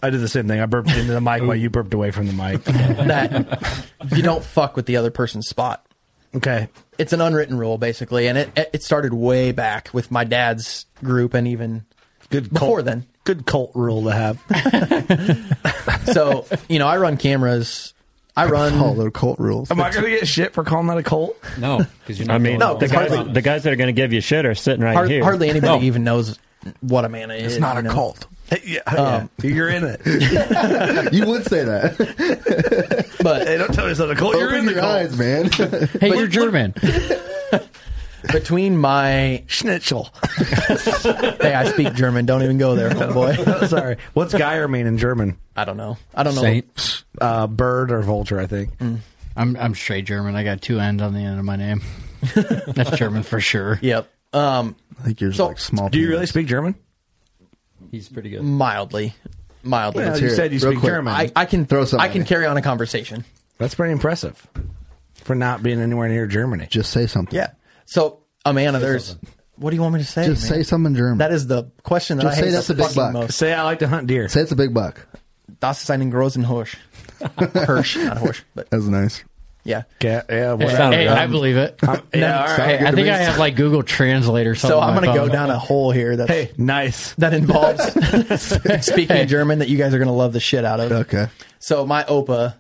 [SPEAKER 10] I did the same thing. I burped into the mic while you burped away from the mic.
[SPEAKER 9] that you don't fuck with the other person's spot.
[SPEAKER 10] okay.
[SPEAKER 9] It's an unwritten rule, basically, and it it started way back with my dad's group and even
[SPEAKER 10] Good cult,
[SPEAKER 9] Before then.
[SPEAKER 10] Good cult rule to have.
[SPEAKER 9] so you know, I run cameras. I run
[SPEAKER 5] follow cult rules.
[SPEAKER 10] Am I going to get shit for calling that a cult?
[SPEAKER 2] No, because you're not.
[SPEAKER 12] I mean,
[SPEAKER 9] No,
[SPEAKER 12] the,
[SPEAKER 9] it's
[SPEAKER 12] guys,
[SPEAKER 9] hardly-
[SPEAKER 12] the guys that are going to give you shit are sitting right
[SPEAKER 9] Hard-
[SPEAKER 12] here.
[SPEAKER 9] hardly anybody even knows what a man is.
[SPEAKER 10] It's not
[SPEAKER 9] you
[SPEAKER 10] a
[SPEAKER 9] know?
[SPEAKER 10] cult. Yeah,
[SPEAKER 9] Um,
[SPEAKER 10] yeah. You're in it.
[SPEAKER 5] you would say that.
[SPEAKER 9] But
[SPEAKER 10] Hey, don't tell me it's not a cult. You're in
[SPEAKER 5] Open
[SPEAKER 10] the
[SPEAKER 5] your
[SPEAKER 10] cult.
[SPEAKER 5] eyes, man.
[SPEAKER 3] Hey, you're German.
[SPEAKER 9] between my
[SPEAKER 10] Schnitzel.
[SPEAKER 9] hey, I speak German. Don't even go there, homeboy.
[SPEAKER 10] Sorry. What's Geier mean in German?
[SPEAKER 9] I don't know. I don't know.
[SPEAKER 2] Saint.
[SPEAKER 10] Uh, bird or vulture, I think.
[SPEAKER 3] I'm I'm straight German. I got two ends on the end of my name. That's German for sure.
[SPEAKER 9] Yep. Um,
[SPEAKER 5] I think you're
[SPEAKER 9] So,
[SPEAKER 5] like small.
[SPEAKER 10] Do you
[SPEAKER 5] penis.
[SPEAKER 10] really speak German?
[SPEAKER 2] He's pretty good.
[SPEAKER 9] mildly, mildly.
[SPEAKER 10] Well,
[SPEAKER 5] hear
[SPEAKER 10] you
[SPEAKER 5] it.
[SPEAKER 10] said you
[SPEAKER 5] Real
[SPEAKER 10] speak
[SPEAKER 5] quick.
[SPEAKER 10] German.
[SPEAKER 9] I, I can
[SPEAKER 5] Throw something
[SPEAKER 9] I can
[SPEAKER 5] at me.
[SPEAKER 9] carry on a conversation.
[SPEAKER 10] That's pretty impressive for not being anywhere near Germany.
[SPEAKER 5] Just say something.
[SPEAKER 9] Yeah. So, Amanda, there's. What do you want me to say?
[SPEAKER 5] Just
[SPEAKER 9] man?
[SPEAKER 5] say something German.
[SPEAKER 9] That is the question that
[SPEAKER 5] Just
[SPEAKER 9] I hate
[SPEAKER 5] say
[SPEAKER 9] the
[SPEAKER 5] that's a big
[SPEAKER 9] fucking
[SPEAKER 5] buck.
[SPEAKER 9] most.
[SPEAKER 10] Say I like to hunt deer.
[SPEAKER 5] Say it's a big buck.
[SPEAKER 9] Das ist ein großen Hirsch. Hirsch, not Hirsch, but
[SPEAKER 5] That's nice.
[SPEAKER 9] yeah.
[SPEAKER 10] yeah, yeah,
[SPEAKER 3] Hey,
[SPEAKER 10] whatever.
[SPEAKER 3] hey, I
[SPEAKER 10] Um,
[SPEAKER 3] believe it.
[SPEAKER 10] yeah, all right.
[SPEAKER 3] Hey, I think I have like Google Translate or something.
[SPEAKER 9] So
[SPEAKER 3] on
[SPEAKER 9] I'm
[SPEAKER 3] my
[SPEAKER 9] gonna go
[SPEAKER 3] phone.
[SPEAKER 9] down a hole here. That's,
[SPEAKER 10] Oh, Hey, nice.
[SPEAKER 9] that involves speaking German that you guys are gonna love the shit out of.
[SPEAKER 5] Okay.
[SPEAKER 9] So my opa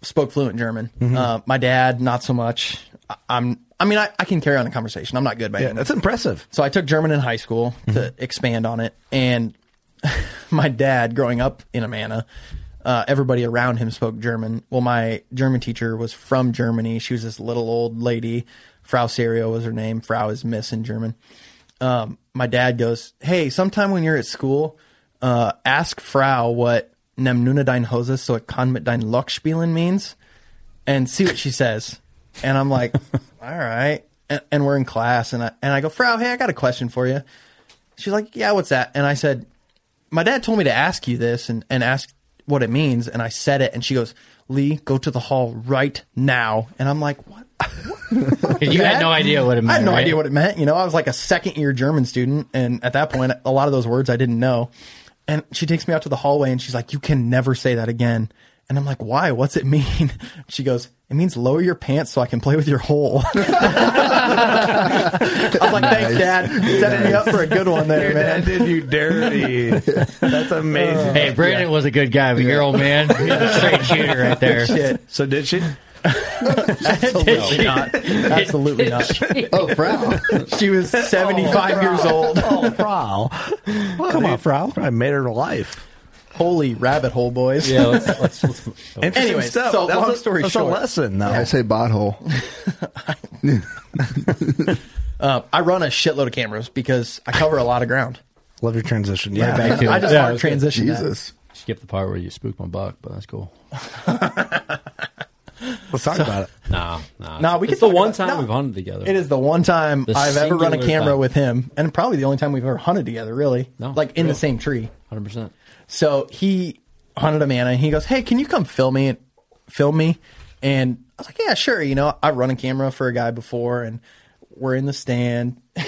[SPEAKER 9] spoke fluent German.
[SPEAKER 5] Mm-hmm.
[SPEAKER 9] Uh, my dad, not so much. I, I'm. I mean, I, I can carry on a conversation. I'm not good by
[SPEAKER 10] Yeah,
[SPEAKER 9] any
[SPEAKER 10] that's impressive.
[SPEAKER 9] So I took German in high school to expand on it. And my dad, growing up in Amana, uh, everybody around him spoke German. Well, my German teacher was from Germany. She was this little old lady. Frau Serio was her name. Frau is Miss in German. Um, my dad goes, Hey, sometime when you're at school, uh, ask Frau what nem nuna dein Hose so it kann mit dein Lock spielen means and see what she says. And I'm like, all right. And, and we're in class, and I and I go, Frau, hey, I got a question for you. She's like, yeah, what's that? And I said, my dad told me to ask you this and and ask what it means. And I said it, and she goes, Lee, go to the hall right now. And I'm like, what?
[SPEAKER 3] 'Cause You had no idea what it meant.
[SPEAKER 9] I had no
[SPEAKER 3] right?
[SPEAKER 9] idea what it meant. You know, I was like a second year German student, and at that point, a lot of those words I didn't know. And she takes me out to the hallway, and she's like, "You can never say that again." And I'm like, "Why? What's it mean?" She goes, "It means lower your pants so I can play with your hole." I was like, "Thanks, Dad, setting me up for a good one there, man."
[SPEAKER 10] did you dirty. that's amazing.
[SPEAKER 3] Hey, Brandon was a good guy, but your old man, he's a straight shooter right there.
[SPEAKER 9] Shit,
[SPEAKER 10] So did she?
[SPEAKER 9] absolutely not. Absolutely not.
[SPEAKER 5] Oh, Frau.
[SPEAKER 9] She was
[SPEAKER 3] Oh,
[SPEAKER 9] 75 years old.
[SPEAKER 10] Oh, Frau. Come on, Frau. I made her to life.
[SPEAKER 9] Holy rabbit hole, boys.
[SPEAKER 2] Yeah, let's, let's, let's,
[SPEAKER 10] Interesting
[SPEAKER 9] Anyway,
[SPEAKER 10] stuff.
[SPEAKER 9] so
[SPEAKER 10] That was
[SPEAKER 9] long
[SPEAKER 10] a-
[SPEAKER 9] story
[SPEAKER 10] that's
[SPEAKER 9] short.
[SPEAKER 10] a lesson, though.
[SPEAKER 5] I say butthole.
[SPEAKER 9] Uh, I run a shitload of cameras because I cover a lot of ground.
[SPEAKER 10] Love your transition. Yeah,
[SPEAKER 2] back to
[SPEAKER 9] I
[SPEAKER 2] it.
[SPEAKER 9] just
[SPEAKER 2] Yeah,
[SPEAKER 9] hard
[SPEAKER 2] that's good.
[SPEAKER 9] transition. that.
[SPEAKER 5] Jesus.
[SPEAKER 2] skip the part where you spook my buck, but that's cool.
[SPEAKER 10] let's talk about it.
[SPEAKER 2] Nah, nah.
[SPEAKER 9] Nah, we
[SPEAKER 2] it's
[SPEAKER 9] could
[SPEAKER 2] the
[SPEAKER 9] talk
[SPEAKER 2] one
[SPEAKER 9] about-
[SPEAKER 2] time
[SPEAKER 9] no.
[SPEAKER 2] we've hunted together.
[SPEAKER 9] It is the one time
[SPEAKER 2] The
[SPEAKER 9] I've ever run a
[SPEAKER 2] singular
[SPEAKER 9] camera
[SPEAKER 2] time.
[SPEAKER 9] with him, and probably the only time we've ever hunted together, really.
[SPEAKER 2] No,
[SPEAKER 9] like in
[SPEAKER 2] real.
[SPEAKER 9] the same tree.
[SPEAKER 2] hundred percent.
[SPEAKER 9] So he hunted a man, and he goes, "Hey, can you come film me? And film me?" And I was like, "Yeah, sure." You know, I've run a camera for a guy before, and we're in the stand.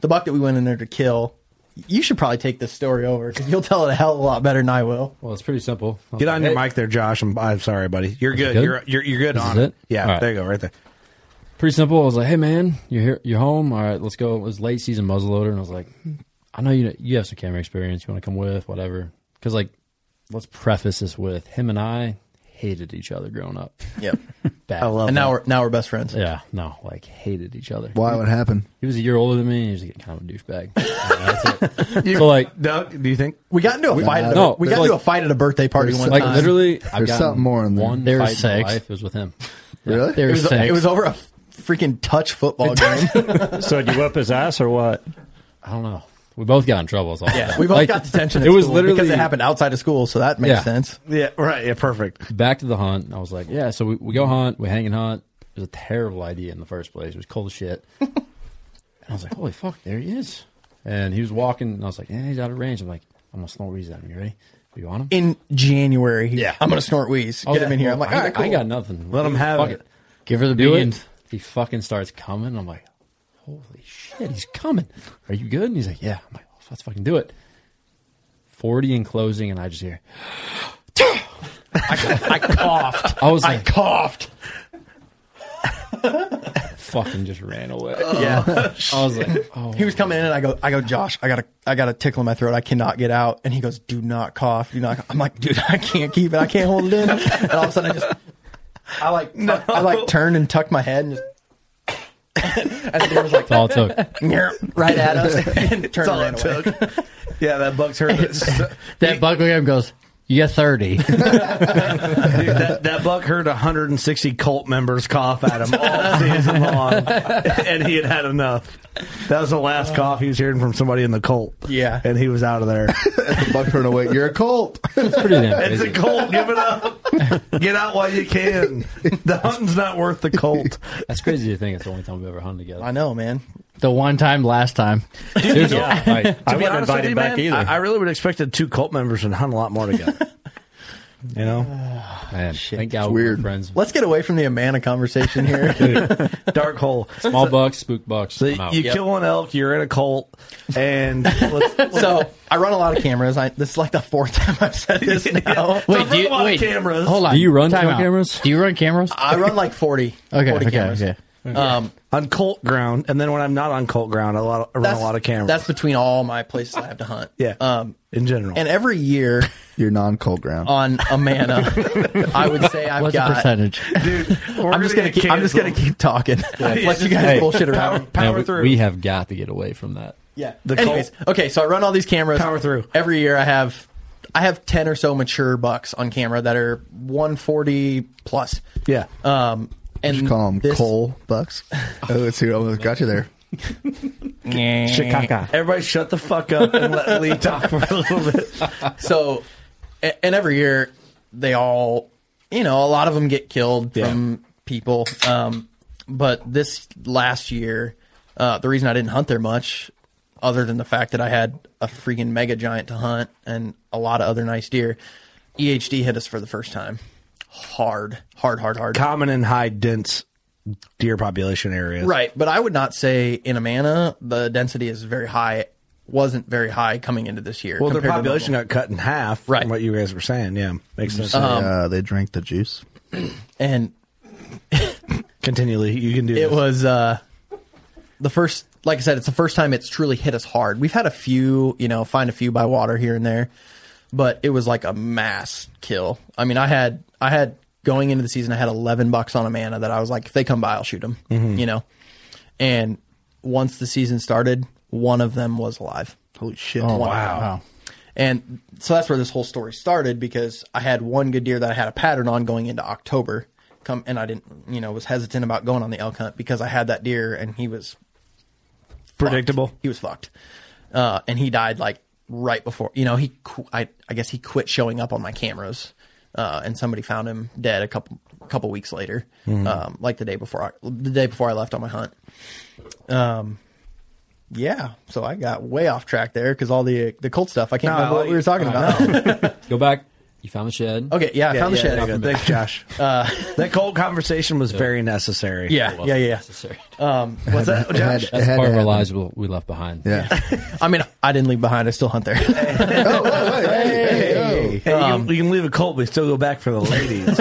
[SPEAKER 9] the buck that we went in there to kill. You should probably take this story over because you'll tell it a hell of a lot better than I will.
[SPEAKER 2] Well, it's pretty simple.
[SPEAKER 10] Get on your
[SPEAKER 2] Hey,
[SPEAKER 10] mic there, Josh. I'm, I'm sorry, buddy. You're good.
[SPEAKER 2] good?
[SPEAKER 10] You're, you're you're good
[SPEAKER 2] This
[SPEAKER 10] on
[SPEAKER 2] is
[SPEAKER 10] it.
[SPEAKER 2] it?
[SPEAKER 10] Yeah,
[SPEAKER 2] All right.
[SPEAKER 10] there you go, right there.
[SPEAKER 2] pretty simple. I was like, "Hey, man, you're here, you're home. All right, let's go." It was late season muzzleloader, and I was like, "I know you you have some camera experience. You want to come with whatever?" Because like, let's preface this with him and I hated each other growing up.
[SPEAKER 9] Yep.
[SPEAKER 2] Bad.
[SPEAKER 10] I love
[SPEAKER 9] and
[SPEAKER 10] that.
[SPEAKER 9] now we're now we're best friends.
[SPEAKER 2] Yeah, no, like hated each other.
[SPEAKER 5] Why would it happen?
[SPEAKER 2] He was a year older than me. And he was like, kind of a douchebag. Yeah, that's it. so like,
[SPEAKER 10] Doug, do you think?
[SPEAKER 9] We got into a fight. At a,
[SPEAKER 2] No,
[SPEAKER 9] we got
[SPEAKER 2] there's
[SPEAKER 9] into a
[SPEAKER 2] like-
[SPEAKER 9] fight at a birthday party one
[SPEAKER 2] like
[SPEAKER 9] time.
[SPEAKER 2] literally, I've
[SPEAKER 5] There's
[SPEAKER 2] gotten
[SPEAKER 5] something more in there.
[SPEAKER 2] One
[SPEAKER 3] There was
[SPEAKER 2] fight in my
[SPEAKER 3] sex.
[SPEAKER 2] life. It was with him.
[SPEAKER 5] Really?
[SPEAKER 9] It
[SPEAKER 3] There's
[SPEAKER 9] was,
[SPEAKER 3] sex.
[SPEAKER 9] it was over a freaking touch football game.
[SPEAKER 12] so do you whip his ass or what?
[SPEAKER 2] I don't know. We both got in trouble. Is all
[SPEAKER 9] yeah, we both
[SPEAKER 2] Like,
[SPEAKER 9] got detention. At
[SPEAKER 2] It was
[SPEAKER 9] school
[SPEAKER 2] literally
[SPEAKER 9] because it happened outside of school, so that makes
[SPEAKER 2] Yeah.
[SPEAKER 9] sense.
[SPEAKER 10] Yeah, right. Yeah, perfect.
[SPEAKER 2] back to the hunt. And I was like, yeah, so we, we go hunt, we hang and hunt. It was a terrible idea in the first place. It was cold as shit. and I was like, holy fuck, there he is. And he was walking, and I was like, yeah, he's out of range. I'm like, I'm going to snort wheeze at him. You ready? You want him?
[SPEAKER 9] In January,
[SPEAKER 2] Yeah.
[SPEAKER 9] I'm gonna snort wheeze.
[SPEAKER 2] I was
[SPEAKER 9] Get him in here. I'm like,
[SPEAKER 2] I,
[SPEAKER 9] all right, cool.
[SPEAKER 2] I got nothing.
[SPEAKER 10] Let him have
[SPEAKER 2] Fuck
[SPEAKER 10] it.
[SPEAKER 3] Give her the
[SPEAKER 2] Do
[SPEAKER 3] beans.
[SPEAKER 2] it. He fucking starts coming. I'm like, holy shit, he's coming. Are you good? And he's like, yeah. I'm like, oh, let's fucking do it. 40 in closing, and I just hear,
[SPEAKER 9] I coughed.
[SPEAKER 2] I was
[SPEAKER 9] I
[SPEAKER 2] like,
[SPEAKER 9] coughed.
[SPEAKER 2] fucking just ran away.
[SPEAKER 9] yeah,
[SPEAKER 2] I was like, oh,
[SPEAKER 9] he was coming in, and I go, I go, Josh, I gotta, I gotta tickle in my throat. I cannot get out. And he goes, Do not cough. Do not. cough." I'm like, Dude, I can't keep it. I can't hold it in. And all of a sudden, I just, I like, I like turned and tucked my head and just. and the door was like,
[SPEAKER 2] That's all it took.
[SPEAKER 9] right at us and turned
[SPEAKER 10] all
[SPEAKER 9] and ran
[SPEAKER 10] it
[SPEAKER 9] away.
[SPEAKER 10] yeah, that bug's hurt. that,
[SPEAKER 3] that bug looked at him and goes, "You got 30.
[SPEAKER 10] that, that buck heard 160 cult members cough at him all season long, and he had had enough. That was the
[SPEAKER 2] Uh.
[SPEAKER 10] last cough he was hearing from somebody in the cult.
[SPEAKER 9] Yeah.
[SPEAKER 10] and he was out of there. the
[SPEAKER 5] buck turned away. You're a cult.
[SPEAKER 2] That's pretty damn
[SPEAKER 10] It's a
[SPEAKER 2] crazy.
[SPEAKER 10] cult. Give it up. Get out while you can. The hunting's not worth the cult.
[SPEAKER 2] That's crazy to think it's the only time we've ever hung together.
[SPEAKER 9] I know, man.
[SPEAKER 3] the one time last time.
[SPEAKER 2] Seriously. Like,
[SPEAKER 10] To
[SPEAKER 12] I
[SPEAKER 10] be
[SPEAKER 12] wasn't
[SPEAKER 10] honest with
[SPEAKER 12] invited
[SPEAKER 10] you,
[SPEAKER 12] back
[SPEAKER 10] man,
[SPEAKER 12] either.
[SPEAKER 10] I, I really would have expected two cult members and hunt a lot more together. you know,
[SPEAKER 2] man, thank God we're
[SPEAKER 5] weird.
[SPEAKER 2] friends.
[SPEAKER 9] Let's get away from the Amana conversation here.
[SPEAKER 10] dark hole.
[SPEAKER 2] Small bucks, spook bucks.
[SPEAKER 10] So
[SPEAKER 2] I'm out.
[SPEAKER 10] you kill an elk, you're in a cult, and let's,
[SPEAKER 9] so I run a lot of cameras. I, this is like the fourth time I've said this now.
[SPEAKER 10] So run a lot of cameras.
[SPEAKER 3] Hold on.
[SPEAKER 2] Do you run
[SPEAKER 3] Time
[SPEAKER 2] film
[SPEAKER 3] out.
[SPEAKER 2] cameras?
[SPEAKER 3] Do you run cameras? Uh,
[SPEAKER 9] I run like 40.
[SPEAKER 3] Okay,
[SPEAKER 9] 40
[SPEAKER 3] okay,
[SPEAKER 9] cameras.
[SPEAKER 3] okay.
[SPEAKER 9] Um,
[SPEAKER 10] on cult ground, and then when I'm not on cult ground, I, lot, I run a lot of cameras.
[SPEAKER 9] That's between all my places I have to hunt.
[SPEAKER 10] yeah,
[SPEAKER 9] Um,
[SPEAKER 10] in general.
[SPEAKER 9] and every year
[SPEAKER 5] You're non cold ground.
[SPEAKER 9] on Amana, I would say I've
[SPEAKER 3] What's the
[SPEAKER 9] got.
[SPEAKER 3] percentage?
[SPEAKER 10] dude,
[SPEAKER 9] I'm just gonna keep. I'm just gonna keep talking. Let you guys
[SPEAKER 2] Hey.
[SPEAKER 9] bullshit around.
[SPEAKER 2] Man,
[SPEAKER 10] power
[SPEAKER 2] we,
[SPEAKER 10] through.
[SPEAKER 2] we have got to get away from that.
[SPEAKER 9] Yeah.
[SPEAKER 10] The
[SPEAKER 9] Anyways, okay, so I run all these cameras.
[SPEAKER 10] Power through.
[SPEAKER 9] Every year I have I have 10 or so mature bucks on camera that are 140 plus.
[SPEAKER 10] Yeah.
[SPEAKER 9] Um and
[SPEAKER 5] Just call them
[SPEAKER 9] this-
[SPEAKER 5] coal bucks. Oh, let's see. I almost got you there.
[SPEAKER 12] Chicago.
[SPEAKER 10] Everybody, shut the fuck up and let Lee talk for a little bit.
[SPEAKER 9] So a- and every year they all you know, a lot of them get killed
[SPEAKER 10] Yeah.
[SPEAKER 9] from people. Um but this last year uh the reason I didn't hunt there much other than the fact that I had a freaking mega giant to hunt and a lot of other nice deer, EHD hit us for the first time. Hard, hard, hard, hard.
[SPEAKER 10] Common and high dense deer population areas.
[SPEAKER 9] Right, but I would not say in Amana the density is very high. Wasn't very high coming into this year.
[SPEAKER 10] Well, their
[SPEAKER 9] compared to
[SPEAKER 10] population
[SPEAKER 9] normal.
[SPEAKER 10] got cut in half.
[SPEAKER 9] Right. Uh-huh.
[SPEAKER 10] From what you guys were saying. Yeah. Makes sense.
[SPEAKER 5] uh, they drank the juice.
[SPEAKER 9] and
[SPEAKER 10] Continually, you can do
[SPEAKER 9] it
[SPEAKER 10] this.
[SPEAKER 9] was uh, the first. Like I said, it's the first time it's truly hit us hard. We've had a few, you know, find a few by water here and there, but it was like a mass kill. I mean, I had I had going into the season, I had eleven bucks on Amana that I was like, if they come by, I'll shoot them.
[SPEAKER 5] Mm-hmm.
[SPEAKER 9] You know, and once the season started, one of them was alive.
[SPEAKER 5] Holy shit!
[SPEAKER 9] One of them. And so that's where this whole story started because I had one good deer that I had a pattern on going into October. Come and I didn't, you know, was hesitant about going on the elk hunt because I had that deer and he was fucked.
[SPEAKER 10] predictable.
[SPEAKER 9] He was fucked, uh, and he died like right before. You know, he qu- I I guess he quit showing up on my cameras, uh, and somebody found him dead a couple couple weeks later, um, like the day before I, the day before I left on my hunt. Um, yeah, so I got way off track there because all the the cult stuff. I can't
[SPEAKER 10] No,
[SPEAKER 9] remember what
[SPEAKER 10] I-
[SPEAKER 9] we were talking
[SPEAKER 10] I
[SPEAKER 9] about.
[SPEAKER 2] Go back. You found the shed.
[SPEAKER 9] okay, yeah, I found the
[SPEAKER 10] yeah,
[SPEAKER 9] shed.
[SPEAKER 10] yeah, Thanks, Josh. that cold conversation was very necessary.
[SPEAKER 9] Uh, Yeah, yeah, yeah.
[SPEAKER 2] Necessary.
[SPEAKER 9] Um, what's
[SPEAKER 10] Oh,
[SPEAKER 9] that?
[SPEAKER 5] It had- it
[SPEAKER 2] That's the
[SPEAKER 5] had to
[SPEAKER 2] part of our
[SPEAKER 5] happen.
[SPEAKER 2] lives we we left behind.
[SPEAKER 5] Yeah.
[SPEAKER 9] I mean, I didn't leave behind. I still hunt there.
[SPEAKER 10] Hey, um, you, can, you can leave a cult, but still go back for the ladies.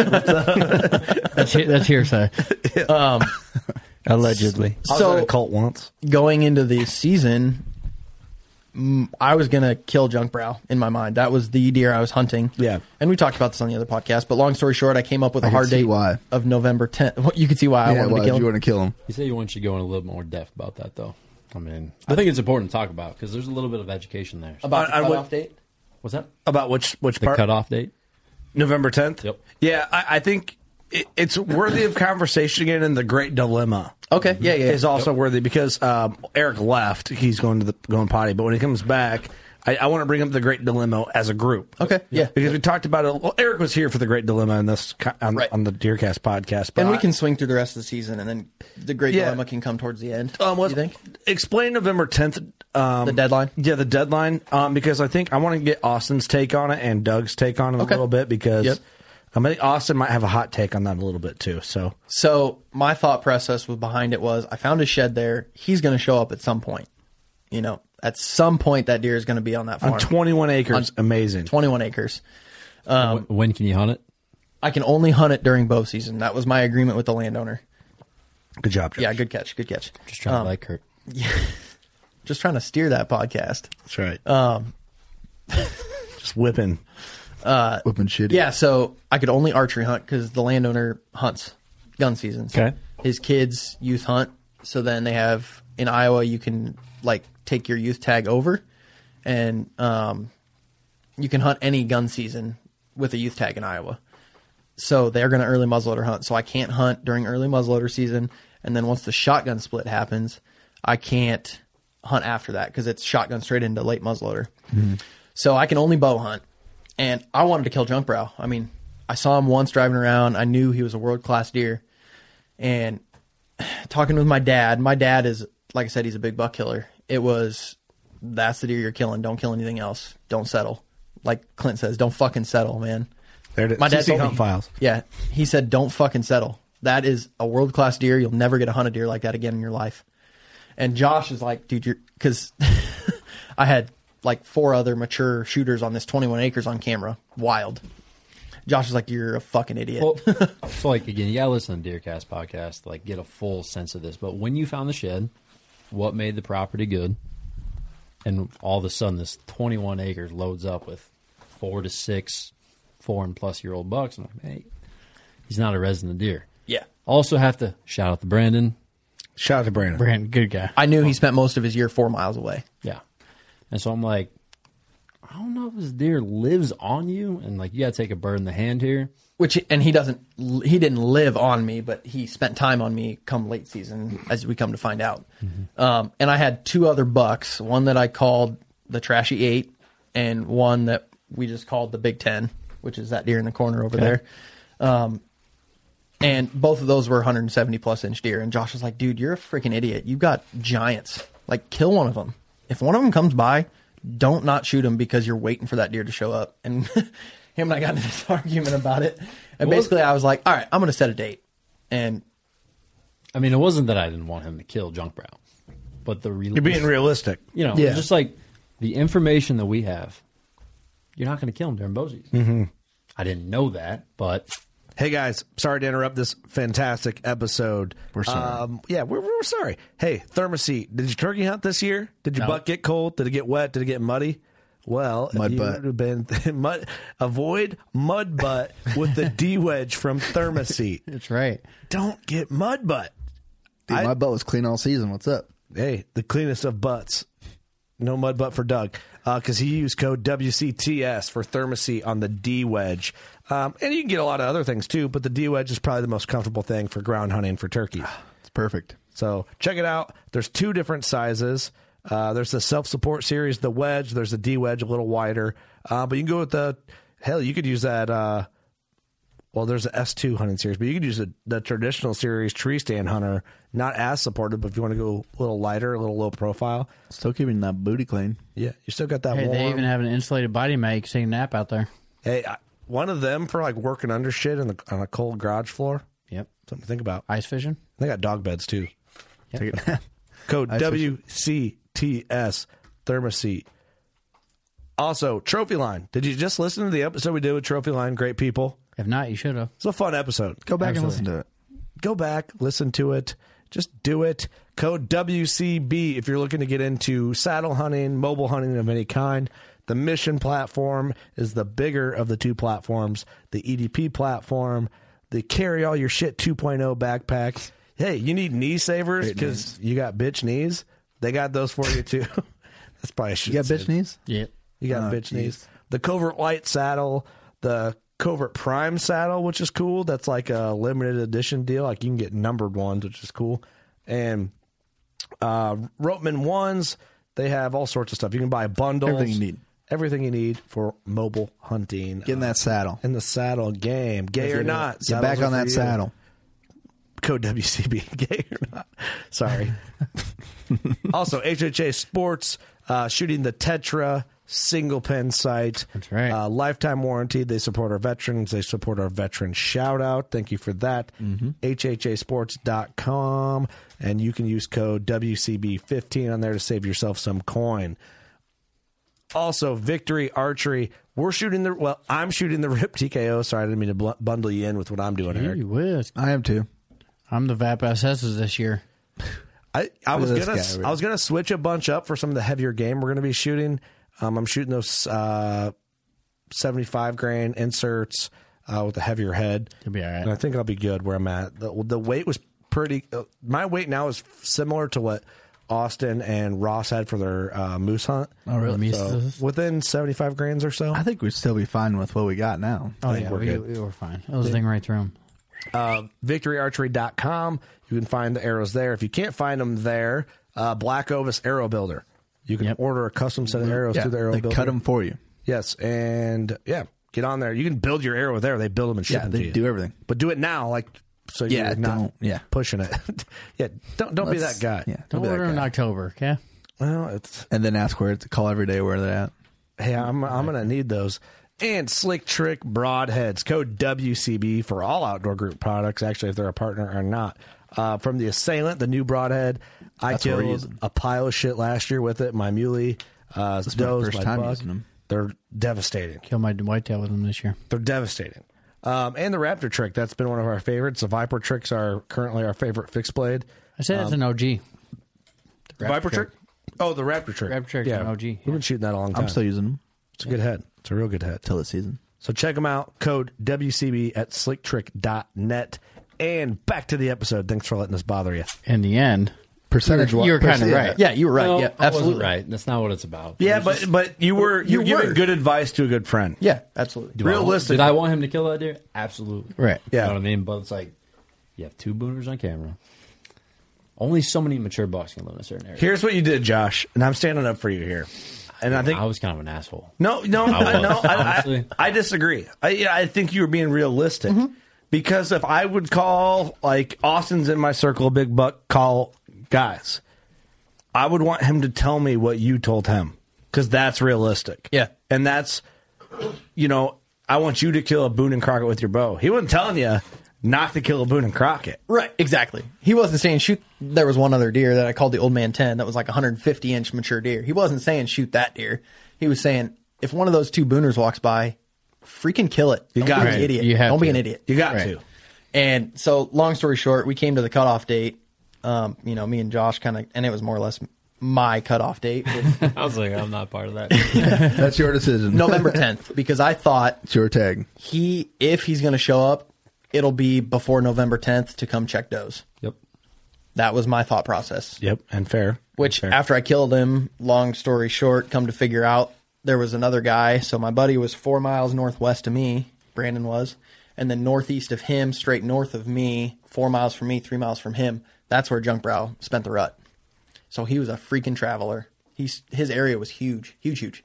[SPEAKER 3] That's he- that's hearsay.
[SPEAKER 10] Allegedly. I was
[SPEAKER 9] So-
[SPEAKER 10] in a cult once.
[SPEAKER 9] going into the season, mm, I was gonna kill Junkbrow in my mind. That was the deer I was hunting.
[SPEAKER 10] Yeah.
[SPEAKER 9] and we talked about this on the other podcast. But long story short, I came up with a
[SPEAKER 5] I can
[SPEAKER 9] hard
[SPEAKER 5] see
[SPEAKER 9] date
[SPEAKER 5] why.
[SPEAKER 9] of November 10th. Well, you can see why I
[SPEAKER 5] yeah,
[SPEAKER 9] wanted
[SPEAKER 5] why
[SPEAKER 9] to kill
[SPEAKER 5] you
[SPEAKER 9] him.
[SPEAKER 5] want to kill him?
[SPEAKER 2] You say you want you to go in a little more depth about that, though. I mean, I think it's important to talk about because there's a little bit of education there.
[SPEAKER 9] about the
[SPEAKER 10] I- I would-
[SPEAKER 9] cutoff date.
[SPEAKER 2] What's that?
[SPEAKER 10] About which which
[SPEAKER 2] The
[SPEAKER 10] part?
[SPEAKER 2] cutoff date?
[SPEAKER 10] November 10th?
[SPEAKER 2] Yep.
[SPEAKER 10] Yeah, I, I think it, it's worthy of conversation again and the great dilemma.
[SPEAKER 9] Okay, yeah, yeah,
[SPEAKER 10] Is also worthy because um, Eric left. He's going to the going potty, but when he comes back, I, I want to bring up the great dilemma as a group.
[SPEAKER 9] Okay, yeah.
[SPEAKER 10] Because we talked about it. Well, Eric was here for the great dilemma in this co- on,
[SPEAKER 9] Right.
[SPEAKER 10] on the Deercast podcast, but
[SPEAKER 9] and we
[SPEAKER 10] I-
[SPEAKER 9] can swing through the rest of the season, and then the Great
[SPEAKER 10] Yeah.
[SPEAKER 9] Dilemma can come towards the end.
[SPEAKER 10] Um,
[SPEAKER 9] you
[SPEAKER 10] let's
[SPEAKER 9] think?
[SPEAKER 10] explain November tenth. Um,
[SPEAKER 9] The deadline?
[SPEAKER 10] Yeah, the deadline. Um, because I think I want to get Austin's take on it and Doug's take on it
[SPEAKER 9] Okay.
[SPEAKER 10] a little bit because
[SPEAKER 9] Yep.
[SPEAKER 10] um, I think Austin might have a hot take on that a little bit too. So
[SPEAKER 9] So my thought process was behind it was I found a shed there. He's going to show up at some point. You know, at some point that deer is going to be on that farm.
[SPEAKER 10] on 21 acres, amazing.
[SPEAKER 9] 21 acres.
[SPEAKER 2] Wh- when can you hunt it?
[SPEAKER 9] I can only hunt it during bow season. That was my agreement with the landowner.
[SPEAKER 10] Good job, Josh.
[SPEAKER 9] Yeah, good catch. Good catch.
[SPEAKER 2] Just
[SPEAKER 3] Um,
[SPEAKER 2] trying to like Kurt.
[SPEAKER 9] Yeah. Just trying to steer that podcast.
[SPEAKER 10] That's right.
[SPEAKER 9] Um,
[SPEAKER 14] Just whipping.
[SPEAKER 9] uh,
[SPEAKER 5] Whipping shitty.
[SPEAKER 9] Yeah, so I could only archery hunt because the landowner hunts gun seasons.
[SPEAKER 12] Okay.
[SPEAKER 9] His kids youth hunt, so then they have in Iowa you can like take your youth tag over, and um, you can hunt any gun season with a youth tag in Iowa. So they're going to early muzzleloader hunt. So I can't hunt during early muzzleloader season, and then once the shotgun split happens, I can't hunt after that because it's shotgun straight into late muzzleloader. So I can only bow hunt. And I wanted to kill junk brow. I mean, I saw him once driving around. I knew he was a world class deer. And talking with my dad, my dad is, like I said, he's a big buck killer. It was, that's the deer you're killing. Don't kill anything else. Don't settle. Like Clint says, don't fucking settle, man.
[SPEAKER 10] There it is.
[SPEAKER 9] My dad
[SPEAKER 10] CC
[SPEAKER 9] told
[SPEAKER 10] Hunt
[SPEAKER 9] me-
[SPEAKER 10] Files.
[SPEAKER 9] Yeah. He said, don't fucking settle. That is a world class deer. You'll never get to hunt a deer like that again in your life. And Josh is like, dude, you're, cause I had like four other mature shooters on this 21 acres on camera. Wild. Josh is like, you're a fucking idiot.
[SPEAKER 2] Well, so like again, you gotta listen to Deercast podcast, like get a full sense of this. But when you found the shed, what made the property good? And all of a sudden, this 21 acres loads up with four to six, four and plus year old bucks. I'm like, hey, he's not a resident deer.
[SPEAKER 9] yeah.
[SPEAKER 2] Also, have to shout out to Brandon.
[SPEAKER 10] Shout out to Brandon.
[SPEAKER 3] Brandon, good guy.
[SPEAKER 9] I knew he spent most of his year four miles away.
[SPEAKER 2] Yeah. And so I'm like, I don't know if this deer lives on you, and like you gotta take a bird in the hand here.
[SPEAKER 9] Which and he doesn't he didn't live on me, but he spent time on me come late season, as we come to find out.
[SPEAKER 2] Mm-hmm.
[SPEAKER 9] Um, and I had two other bucks, one that I called the trashy eight, and one that we just called the Big Ten, which is that deer in the corner over there. Um, and both of those were 170 plus inch deer. And Josh was like, "Dude, you're a freaking idiot. You've got giants. Like, kill one of them. If one of them comes by, don't not shoot him because you're waiting for that deer to show up." And him and I got into this argument about it. And basically, I was like, "All right, I'm going to set a date." And
[SPEAKER 2] I mean, it wasn't that I didn't want him to kill Junk Brow, but the
[SPEAKER 10] You're being realistic.
[SPEAKER 2] you know,
[SPEAKER 9] Yeah.
[SPEAKER 2] just like the information that we have, you're not going to kill him during bow season. I didn't know that, but
[SPEAKER 10] Hey guys, sorry to interrupt this fantastic episode. We're sorry. Um, yeah, we're, we're sorry. Hey, Thermoset, did you turkey hunt this year? Did your butt get cold? Did it get wet? Did it get muddy? Well,
[SPEAKER 5] Mud
[SPEAKER 10] you
[SPEAKER 5] butt.
[SPEAKER 10] would have been mud, avoid mud butt with the D wedge from Thermoset.
[SPEAKER 3] That's right.
[SPEAKER 10] Don't get mud butt.
[SPEAKER 5] Dude, my butt was clean all season. What's up?
[SPEAKER 10] Hey, the cleanest of butts. No mud butt for Doug because he used code WCTS for Thermoset on the D wedge. Um, and you can get a lot of other things too, but the D wedge is probably the most comfortable thing for ground hunting for turkeys.
[SPEAKER 5] It's perfect.
[SPEAKER 10] So check it out. There's two different sizes. Uh, there's the self support series, the wedge. There's the D wedge, a little wider. Uh, but you can go with the hell. You could use that. Uh, well, there's the S2 hunting series, but you could use the, the traditional series tree stand hunter. Not as supported, but if you want to go a little lighter, a little low profile,
[SPEAKER 5] Still keeping that booty clean.
[SPEAKER 10] yeah, you still got that.
[SPEAKER 3] Hey,
[SPEAKER 10] warm.
[SPEAKER 3] they even have an insulated body mat. You can take a nap out there.
[SPEAKER 10] hey, I, one of them for like working under shit in the, on a cold garage floor.
[SPEAKER 3] Yep.
[SPEAKER 10] Something to think about.
[SPEAKER 3] Ice fishing.
[SPEAKER 10] They got dog beds too.
[SPEAKER 5] Take it.
[SPEAKER 10] Code
[SPEAKER 5] I switched
[SPEAKER 10] WCTS Thermoset. Also, Trophy Line. Did you just listen to the episode we did with Trophy Line? Great people.
[SPEAKER 3] If not, you should have.
[SPEAKER 10] It's a fun episode.
[SPEAKER 5] Go back and listen to it.
[SPEAKER 10] Go back, listen to it. Just do it. Code WCB if you're looking to get into saddle hunting, mobile hunting of any kind. The Mission platform is the bigger of the two platforms. The EDP platform, the Carry All Your Shit 2.0 backpack. Hey, you need knee savers because you got bitch knees. They got those for you too. That's probably I should.
[SPEAKER 5] You got
[SPEAKER 10] say.
[SPEAKER 5] bitch knees?
[SPEAKER 3] Yep.
[SPEAKER 10] You got
[SPEAKER 5] Oh,
[SPEAKER 10] bitch
[SPEAKER 5] geez.
[SPEAKER 10] knees. The covert light saddle, the covert prime saddle, which is cool. That's like a limited edition deal. Like you can get numbered ones, which is cool. And uh Ropeman ones, they have all sorts of stuff. You can buy bundles.
[SPEAKER 5] Everything you need.
[SPEAKER 10] Everything you need for mobile hunting.
[SPEAKER 5] Uh,
[SPEAKER 10] Uh,
[SPEAKER 5] Get in that saddle.
[SPEAKER 10] in the saddle game. Gay or not.
[SPEAKER 5] Get
[SPEAKER 10] saddles
[SPEAKER 5] back
[SPEAKER 10] are
[SPEAKER 5] on
[SPEAKER 10] for
[SPEAKER 5] that
[SPEAKER 10] you.
[SPEAKER 5] saddle.
[SPEAKER 10] Code WCB. Gay or not. Sorry. also HHA Sports uh, shooting the Tetra single pin sight.
[SPEAKER 3] That's right.
[SPEAKER 10] Uh, lifetime warranty. They support our veterans. They support our veteran shout out. Thank you for that.
[SPEAKER 3] Mm-hmm.
[SPEAKER 10] HHAsports.com. And you can use code WCB15 on there to save yourself some coin. Also, Victory Archery. We're shooting the, well, I'm shooting the RIP TKO. Sorry, I didn't mean to bl- bundle you in with what I'm doing, Eric.
[SPEAKER 3] You wish.
[SPEAKER 5] I am too.
[SPEAKER 3] I'm the Vap SS's this year.
[SPEAKER 10] I, I
[SPEAKER 3] Look
[SPEAKER 10] was
[SPEAKER 3] at
[SPEAKER 10] gonna
[SPEAKER 3] this guy,
[SPEAKER 10] I was gonna switch a bunch up for some of the heavier game we're gonna be shooting. Um, I'm shooting those uh, 75 grain inserts uh, with a heavier head.
[SPEAKER 3] You'll be all right.
[SPEAKER 10] And I think I'll be good where I'm at. The, the weight was pretty. Uh, my weight now is similar to what Austin and Ross had for their uh, moose hunt.
[SPEAKER 5] Oh, really?
[SPEAKER 10] So
[SPEAKER 5] Mooses?
[SPEAKER 10] within 75 grains or so.
[SPEAKER 5] I think we'd still be fine with what we got now.
[SPEAKER 10] I think we're good.
[SPEAKER 3] Oh, we were fine. That was ding right through him.
[SPEAKER 10] uh, victoryarchery.com. You can find the arrows there. If you can't find them there, uh, Black Ovis Arrow Builder. You can order a custom set of arrows
[SPEAKER 5] Yeah,
[SPEAKER 10] through the arrow
[SPEAKER 5] they
[SPEAKER 10] builder.
[SPEAKER 5] cut 'em for you.
[SPEAKER 10] Yes, and yeah, get on there. You can build your arrow there. They build them and ship
[SPEAKER 5] Yeah,
[SPEAKER 10] them
[SPEAKER 5] they
[SPEAKER 10] to you.
[SPEAKER 5] do everything.
[SPEAKER 10] but do it now, like so. You're
[SPEAKER 5] Yeah,
[SPEAKER 10] not
[SPEAKER 5] don't- yeah.
[SPEAKER 10] pushing it. yeah, don't don't be that
[SPEAKER 5] Let's-
[SPEAKER 10] guy.
[SPEAKER 5] yeah, don't Don't be that order 'em in guy.
[SPEAKER 3] October. Okay.
[SPEAKER 10] Well, it's
[SPEAKER 5] And then ask where to call every day where they're at.
[SPEAKER 10] Hey, I'm I'm gonna need those. And Slick Trick Broadheads, code WCB for all outdoor group products. Actually, if they're a partner or not, uh, from the assailant, the new Broadhead. I
[SPEAKER 5] That's what we're
[SPEAKER 10] killed
[SPEAKER 5] using.
[SPEAKER 10] a pile of shit last year with it. My muley, uh,
[SPEAKER 5] my
[SPEAKER 10] does,
[SPEAKER 5] first
[SPEAKER 10] my
[SPEAKER 5] time
[SPEAKER 10] buck.
[SPEAKER 5] using 'em.
[SPEAKER 10] They're devastating.
[SPEAKER 3] Kill my whitetail with him this year.
[SPEAKER 10] They're devastating. Um, and the Raptor trick, that's been one of our favorites. The Viper tricks are currently our favorite fixed blade.
[SPEAKER 3] I say that's an OG. The
[SPEAKER 10] The Viper trick? Oh, the Raptor trick.
[SPEAKER 3] Raptor trick's an OG,
[SPEAKER 10] We've been shooting that a long time.
[SPEAKER 5] I'm still using them
[SPEAKER 10] It's a good head. It's a real good head.
[SPEAKER 5] till the season.
[SPEAKER 10] So check them out. Code WCB at slicktrick.net. And back to the episode. Thanks for letting us bother you.
[SPEAKER 3] In the end,
[SPEAKER 5] Percentage
[SPEAKER 3] you were,
[SPEAKER 5] wa-
[SPEAKER 3] you were kind of
[SPEAKER 5] percent-
[SPEAKER 3] right.
[SPEAKER 5] yeah, you were right.
[SPEAKER 2] No,
[SPEAKER 5] Yeah,
[SPEAKER 2] I wasn't
[SPEAKER 5] absolutely.
[SPEAKER 2] right. That's not what it's about.
[SPEAKER 10] Yeah, but but you were you,
[SPEAKER 5] you
[SPEAKER 10] giving
[SPEAKER 5] were.
[SPEAKER 10] good advice to a good friend.
[SPEAKER 5] Yeah, absolutely.
[SPEAKER 2] Do I want-
[SPEAKER 10] Realistic.
[SPEAKER 2] Did I want him to kill that deer? Absolutely.
[SPEAKER 3] Right.
[SPEAKER 10] Yeah.
[SPEAKER 2] You know what I mean? But it's like you have two booners on camera. Only so many mature bucks can live in a certain area.
[SPEAKER 10] Here's what you did, Josh, and I'm standing up for you here. And I think
[SPEAKER 2] I was kind of an asshole.
[SPEAKER 10] no, no, I,
[SPEAKER 2] was,
[SPEAKER 10] no. I, I,
[SPEAKER 2] honestly.
[SPEAKER 10] I disagree. I yeah, I think you were being realistic because if I would call like Austin's in my circle, a big buck call guys, I would want him to tell me what you told him because that's realistic.
[SPEAKER 3] Yeah.
[SPEAKER 10] and that's you know, I want you to kill a Boone and Crockett with your bow. He wasn't telling you not to kill a Boone and Crockett.
[SPEAKER 9] Right, exactly. He wasn't saying shoot. There was one other deer that I called the old man 10 that was like 150 inch mature deer. He wasn't saying shoot that deer. He was saying if one of those two booners walks by, freaking kill it.
[SPEAKER 10] You
[SPEAKER 9] Don't
[SPEAKER 10] got
[SPEAKER 9] be an
[SPEAKER 10] to.
[SPEAKER 9] idiot.
[SPEAKER 3] You have
[SPEAKER 9] Don't be
[SPEAKER 3] to.
[SPEAKER 9] an idiot.
[SPEAKER 10] You got to.
[SPEAKER 9] And so, long story short, we came to the cutoff date. Um, you know, me and Josh kind of, and it was more or less my cutoff date, was
[SPEAKER 2] I was like, I'm not part of that.
[SPEAKER 5] That's your decision.
[SPEAKER 9] November 10th, because I thought
[SPEAKER 5] it's your tag.
[SPEAKER 9] he, if he's going to show up, it'll be before November 10th to come check does.
[SPEAKER 2] yep.
[SPEAKER 9] That was my thought process.
[SPEAKER 10] Yep, and fair.
[SPEAKER 9] Which,
[SPEAKER 10] Fair.
[SPEAKER 9] after I killed him, long story short, come to figure out there was another guy. So my buddy was four miles northwest of me, Brandon was, and then northeast of him, straight north of me, four miles from me, three miles from him. That's where Junkbrow spent the rut. So he was a freaking traveler. He's his area was huge, huge, huge.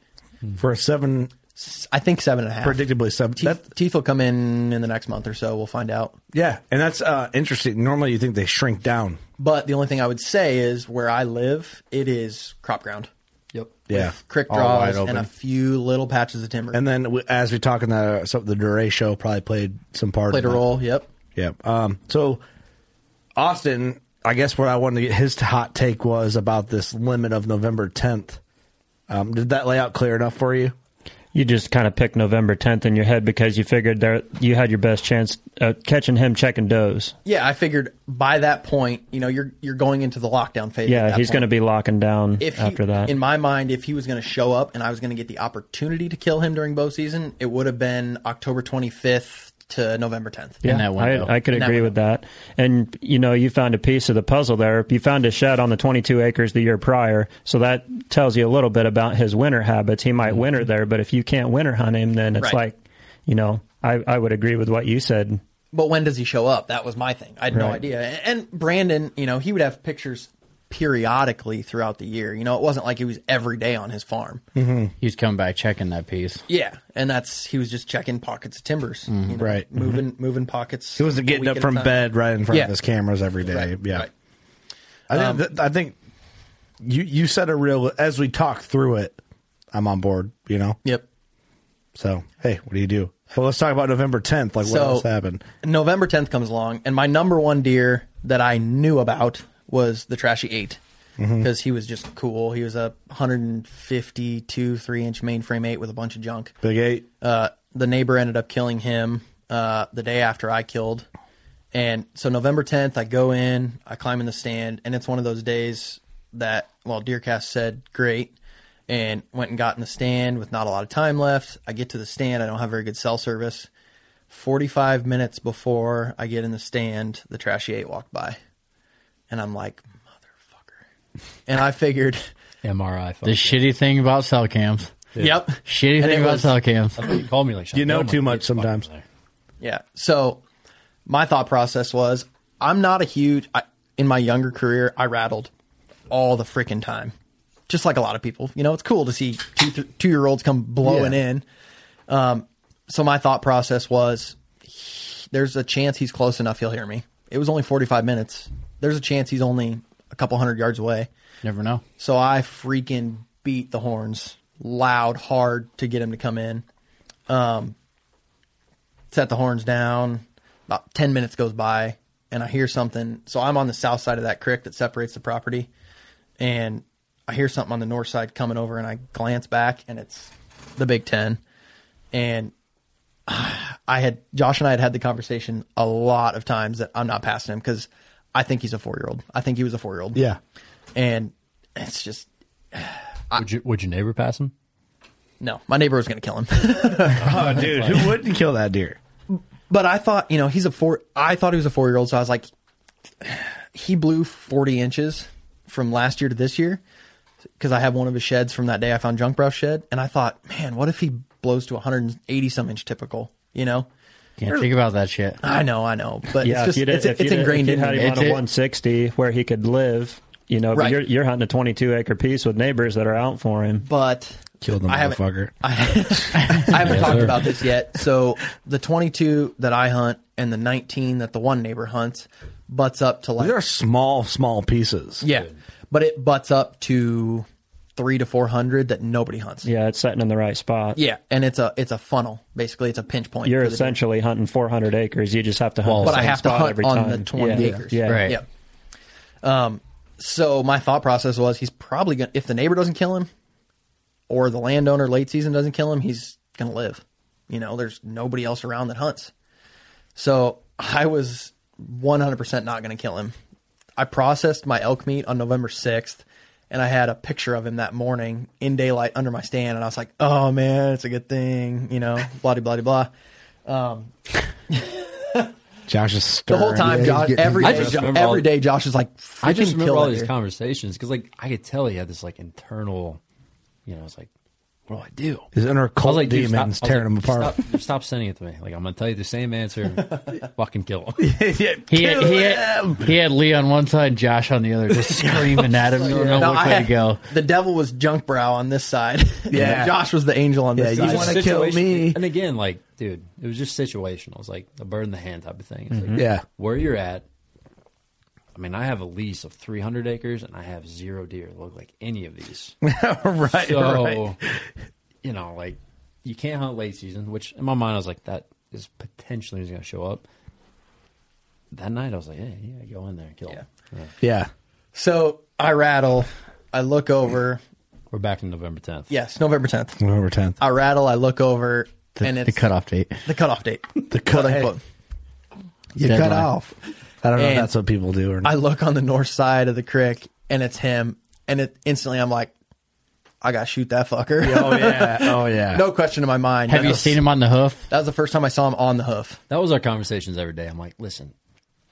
[SPEAKER 10] for a seven,
[SPEAKER 9] S- I think seven and a half.
[SPEAKER 10] predictably seven.
[SPEAKER 9] Teeth,
[SPEAKER 10] that-
[SPEAKER 9] teeth will come in in the next month or so. We'll find out.
[SPEAKER 10] Yeah, and that's uh, interesting. Normally, you think they shrink down.
[SPEAKER 9] But the only thing I would say is where I live, it is crop ground.
[SPEAKER 2] Yep.
[SPEAKER 10] Yeah,
[SPEAKER 9] Crick
[SPEAKER 10] All wide
[SPEAKER 9] draws and
[SPEAKER 10] open.
[SPEAKER 9] a few little patches of timber.
[SPEAKER 10] And then, we, as we talk in the so the duratio probably played some part.
[SPEAKER 9] played a
[SPEAKER 10] in that.
[SPEAKER 9] role. Yep.
[SPEAKER 10] Yeah. Um, so, Austin, I guess what I wanted to get his hot take was about this limit of November tenth. Um, did that layout clear enough for you?
[SPEAKER 15] You just kind of picked November 10th in your head because you figured there you had your best chance at catching him checking does.
[SPEAKER 9] Yeah, I figured by that point, you know, you're you're going into the lockdown phase. at
[SPEAKER 15] Yeah,
[SPEAKER 9] that
[SPEAKER 15] he's
[SPEAKER 9] point.
[SPEAKER 15] going to be locking down
[SPEAKER 9] If he-
[SPEAKER 15] after that.
[SPEAKER 9] in my mind, if he was going to show up and I was going to get the opportunity to kill him during bow season, it would have been October 25th to November 10th.
[SPEAKER 3] In that window.
[SPEAKER 15] I, I could
[SPEAKER 9] In that
[SPEAKER 15] agree with that. And you know, you found a piece of the puzzle there. You found a shed on the 22 acres the year prior, so that tells you a little bit about his winter habits. He might winter there, but if you can't winter hunt him, then it's
[SPEAKER 9] Mm-hmm. Right.
[SPEAKER 15] like, you know, I, I would agree with what you said.
[SPEAKER 9] But when does he show up? That was my thing. I had no
[SPEAKER 15] Right.
[SPEAKER 9] idea. And and Brandon, you know, he would have pictures periodically throughout the year. You know, it wasn't like he was every day on his farm.
[SPEAKER 10] Mm-hmm.
[SPEAKER 3] He was coming back checking that piece.
[SPEAKER 9] Yeah, and that's he was just checking pockets of timbers, you know,
[SPEAKER 10] Mm-hmm. right.
[SPEAKER 9] Moving moving pockets.
[SPEAKER 10] He wasn't
[SPEAKER 9] a
[SPEAKER 10] getting
[SPEAKER 9] week
[SPEAKER 10] up
[SPEAKER 9] at a
[SPEAKER 10] from
[SPEAKER 9] time.
[SPEAKER 10] bed right in front
[SPEAKER 9] Yeah.
[SPEAKER 10] of his cameras every day.
[SPEAKER 9] Right,
[SPEAKER 10] yeah.
[SPEAKER 9] right. Um,
[SPEAKER 10] I think, th- I think you you said a real as we talk through it. I'm on board. You know.
[SPEAKER 9] Yep.
[SPEAKER 10] So hey, what do you do? Well, let's talk about November 10th. Like what
[SPEAKER 9] so
[SPEAKER 10] else happened?
[SPEAKER 9] November tenth comes along, and my number one deer that I knew about was the trashy eight because
[SPEAKER 10] Mm-hmm.
[SPEAKER 9] he was just cool. He was a 152 three inch mainframe eight with a bunch of junk.
[SPEAKER 10] Big eight.
[SPEAKER 9] Uh, the neighbor ended up killing him uh, the day after I killed, And so November 10th, I go in, I climb in the stand, and it's one of those days that, well, Deercast said, great, and went and got in the stand with not a lot of time left. I get to the stand, I don't have very good cell service. 45 minutes before I get in the stand, the trashy eight walked by. And I'm like, motherfucker. And I figured,
[SPEAKER 2] MRI.
[SPEAKER 3] The shitty thing about cell cams.
[SPEAKER 9] Yep.
[SPEAKER 3] Shitty
[SPEAKER 9] And
[SPEAKER 3] thing
[SPEAKER 9] it
[SPEAKER 3] about
[SPEAKER 9] was-
[SPEAKER 3] cell cams.
[SPEAKER 2] You called me like
[SPEAKER 10] You know too much sometimes.
[SPEAKER 9] Yeah. So my thought process was I'm not a huge, I, in my younger career, I rattled all the freaking time. Just like a lot of people. You know, it's cool to see two, th- two year olds come blowing
[SPEAKER 5] Yeah.
[SPEAKER 9] in. Um, so my thought process was he- there's a chance he's close enough he'll hear me. It was only 45 minutes. There's a chance he's only a couple hundred yards away.
[SPEAKER 3] Never know.
[SPEAKER 9] So I freaking beat the horns loud, hard to get him to come in. Um, set the horns down. About 10 minutes goes by and I hear something. So I'm on the south side of that creek that separates the property. And I hear something on the north side coming over and I glance back and it's the Big Ten. And I had, Josh and I had had the conversation a lot of times that I'm not passing him because I think he's a four year old. I think he was a four year old.
[SPEAKER 10] Yeah.
[SPEAKER 9] And it's just,
[SPEAKER 2] Would, you, would your neighbor pass him?
[SPEAKER 9] no, my neighbor was going to kill him.
[SPEAKER 10] Oh, dude, who wouldn't kill that deer?
[SPEAKER 9] But I thought, you know, he's a four. I thought he was a four year old, so I was like, he blew forty inches from last year to this year because I have one of his sheds from that day I found junk brush shed, and I thought, man, what if he blows to 180 some inch typical? You know,
[SPEAKER 3] Can't think about that shit.
[SPEAKER 9] I know, I know, but
[SPEAKER 16] yeah,
[SPEAKER 9] it's
[SPEAKER 16] if
[SPEAKER 9] just
[SPEAKER 16] you'd,
[SPEAKER 9] it's,
[SPEAKER 16] if
[SPEAKER 9] it's
[SPEAKER 16] you'd,
[SPEAKER 9] ingrained
[SPEAKER 16] if
[SPEAKER 9] in
[SPEAKER 16] you'd had
[SPEAKER 9] me.
[SPEAKER 16] him on a
[SPEAKER 9] It's-
[SPEAKER 16] 160 where he could live, you know, but
[SPEAKER 9] Right.
[SPEAKER 16] you're, you're hunting a 22 acre piece with neighbors that are out for him.
[SPEAKER 9] but
[SPEAKER 17] Killed the
[SPEAKER 9] I haven't-
[SPEAKER 17] motherfucker.
[SPEAKER 9] I haven't
[SPEAKER 2] Yes,
[SPEAKER 9] talked
[SPEAKER 2] sir.
[SPEAKER 9] about this yet. So the 22 that I hunt and the 19 that the one neighbor hunts butts up to like
[SPEAKER 10] These are small, small pieces.
[SPEAKER 9] Yeah, but it butts up to three to four hundred that nobody hunts.
[SPEAKER 16] Yeah, it's setting in the right spot.
[SPEAKER 9] Yeah, and it's a it's a funnel basically. It's a pinch point.
[SPEAKER 16] You're
[SPEAKER 9] for the deer.
[SPEAKER 16] essentially hunting 400 acres. You just have to hunt.
[SPEAKER 9] Well,
[SPEAKER 16] the
[SPEAKER 9] but I
[SPEAKER 16] same
[SPEAKER 9] have to
[SPEAKER 16] spot
[SPEAKER 9] hunt
[SPEAKER 16] every
[SPEAKER 9] on
[SPEAKER 16] time.
[SPEAKER 9] the 20
[SPEAKER 16] yeah.
[SPEAKER 9] acres.
[SPEAKER 16] Yeah.
[SPEAKER 3] Right.
[SPEAKER 9] Yeah. Um. So my thought process was he's probably gonna if the neighbor doesn't kill him, or the landowner late season doesn't kill him, he's gonna live. You know, there's nobody else around that hunts. So I was 100% not going to kill him. I processed my elk meat on November 6th, and I had a picture of him that morning in daylight under my stand, and I was like, oh man, it's a good thing, you know, blah, de blah, de blah. Um,
[SPEAKER 10] Josh is
[SPEAKER 9] the
[SPEAKER 10] stirring.
[SPEAKER 9] whole time,
[SPEAKER 5] he's
[SPEAKER 9] Josh,
[SPEAKER 5] getting
[SPEAKER 9] every
[SPEAKER 2] I
[SPEAKER 9] day,
[SPEAKER 2] just
[SPEAKER 9] Jo-
[SPEAKER 2] remember all-
[SPEAKER 9] every day, Josh is like,
[SPEAKER 2] I just
[SPEAKER 9] freaking kill
[SPEAKER 2] remember all
[SPEAKER 9] that
[SPEAKER 2] these
[SPEAKER 9] deer.
[SPEAKER 2] conversations because, like, I could tell he had this like internal, you know, it's like, what do I do?
[SPEAKER 10] his inner
[SPEAKER 2] I was
[SPEAKER 10] cult
[SPEAKER 2] like, dude, stop- I
[SPEAKER 10] demons
[SPEAKER 2] was
[SPEAKER 10] tearing him
[SPEAKER 2] like,
[SPEAKER 10] apart.
[SPEAKER 2] Stop, stop sending it to me. Like, I'm gonna tell you the same answer. fucking kill him.
[SPEAKER 3] He had, he, had, he had Lee on one side, Josh on the other, just screaming at him. Don't know
[SPEAKER 9] No,
[SPEAKER 3] which
[SPEAKER 9] I
[SPEAKER 3] way
[SPEAKER 9] had-
[SPEAKER 3] to go.
[SPEAKER 9] The devil was junk brow on this side.
[SPEAKER 10] Yeah.
[SPEAKER 9] Josh was the angel on this
[SPEAKER 5] Yeah, you
[SPEAKER 9] side.
[SPEAKER 5] wanna
[SPEAKER 2] It's
[SPEAKER 5] kill
[SPEAKER 2] situation-
[SPEAKER 5] me.
[SPEAKER 2] And again, like, dude, it was just situational. It's like a bird in the hand type of thing. It's like,
[SPEAKER 10] Yeah.
[SPEAKER 2] where you're at. I mean, I have a lease of 300 acres, and I have zero deer that look like any of these.
[SPEAKER 10] right, right.
[SPEAKER 2] so, you know, like you can't hunt late season. Which in my mind, I was like, that is potentially who's going to show up. That night, I was like, yeah, yeah, go in there and kill him. Yeah.
[SPEAKER 10] Yeah.
[SPEAKER 9] So I rattle. I look over.
[SPEAKER 2] We're back to November 10th.
[SPEAKER 9] Yes, November 10th.
[SPEAKER 10] November 10th.
[SPEAKER 9] I rattle. I look over, and it's
[SPEAKER 3] the cutoff date.
[SPEAKER 9] the cutoff date.
[SPEAKER 10] The cut,
[SPEAKER 9] Quote
[SPEAKER 10] hey,
[SPEAKER 9] unquote.
[SPEAKER 10] you cut
[SPEAKER 3] Deadline.
[SPEAKER 10] off. I don't know if
[SPEAKER 9] And
[SPEAKER 10] that's what people do or
[SPEAKER 9] I
[SPEAKER 10] not.
[SPEAKER 9] look on the north side of the creek, and it's him. And it instantly, I'm like, I got to shoot that fucker.
[SPEAKER 10] oh, yeah. Oh, yeah.
[SPEAKER 9] no question in my mind.
[SPEAKER 3] Have you seen him on the hoof?
[SPEAKER 9] That was the first time I saw him on the hoof.
[SPEAKER 2] That was our conversations every day. I'm like, listen,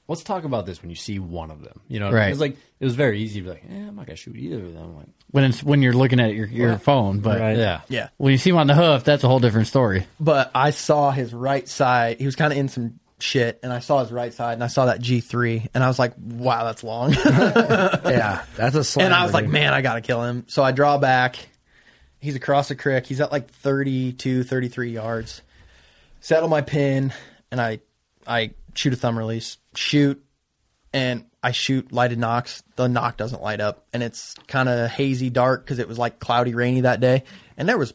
[SPEAKER 2] let's talk about this when you see one of them. You know,
[SPEAKER 3] Right.
[SPEAKER 2] it's like it was very easy to be like, eh, I'm not gonna shoot either of them. I'm like,
[SPEAKER 3] When it's when you're looking at your, your phone, but
[SPEAKER 16] Right.
[SPEAKER 2] yeah,
[SPEAKER 9] Yeah.
[SPEAKER 3] when you see him on the hoof, that's a whole different story.
[SPEAKER 9] But I saw his right side. He was kind of in some shit, and I saw his right side, and I saw that G3, and I was like, wow, that's long.
[SPEAKER 10] yeah. That's a slam.
[SPEAKER 9] and I was like, man, I got to kill him. So I draw back. He's across the creek. He's at like 32, 33 yards. Saddle my pin, and I I shoot a thumb release. Shoot, and I shoot lighted knocks. The knock doesn't light up, and it's kind of hazy dark because it was like cloudy, rainy that day. And there was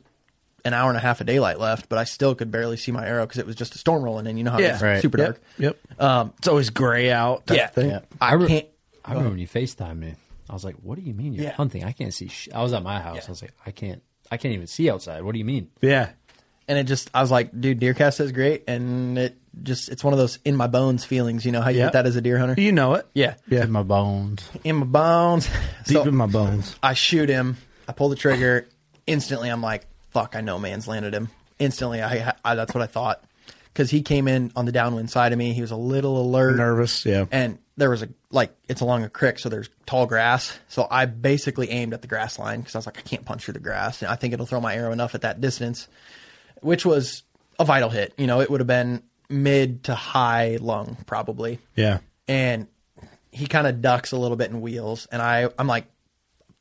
[SPEAKER 9] an hour and a half of daylight left, but I still could barely see my arrow because it was just a storm rolling in. You know how
[SPEAKER 10] Yeah.
[SPEAKER 9] it's
[SPEAKER 10] Right.
[SPEAKER 9] super
[SPEAKER 10] Yep.
[SPEAKER 9] dark.
[SPEAKER 10] Yep.
[SPEAKER 9] Um,
[SPEAKER 10] it's always gray out. type
[SPEAKER 9] yeah,
[SPEAKER 10] Thing.
[SPEAKER 9] I can't.
[SPEAKER 2] I remember when you Facetime me. I was like, what do you mean you're
[SPEAKER 9] Yeah.
[SPEAKER 2] hunting? I can't see. Sh-. I was at my house. I was like, I can't. I can't even see outside. What do you mean?
[SPEAKER 10] Yeah.
[SPEAKER 9] and it just I was like, dude, DeerCast is great, and it just it's one of those in my bones feelings. You know how you
[SPEAKER 18] Yeah.
[SPEAKER 9] get that as a deer hunter?
[SPEAKER 18] You know it.
[SPEAKER 9] Yeah,
[SPEAKER 18] Yeah.
[SPEAKER 3] In my bones.
[SPEAKER 9] in my bones,
[SPEAKER 18] Deep
[SPEAKER 9] So
[SPEAKER 18] in my bones.
[SPEAKER 9] I shoot him. I pull the trigger. Instantly, I'm like, fuck, I know man's landed him. Instantly, I, I that's what I thought because he came in on the downwind side of me. He was a little alert,
[SPEAKER 10] Nervous, yeah.
[SPEAKER 9] and there was a like it's along a creek, so there's tall grass. So I basically aimed at the grass line because I was like, I can't punch through the grass, and I think it'll throw my arrow enough at that distance, which was a vital hit. You know, it would have been mid to high lung probably
[SPEAKER 10] Yeah.
[SPEAKER 9] and he kind of ducks a little bit and wheels and i i'm like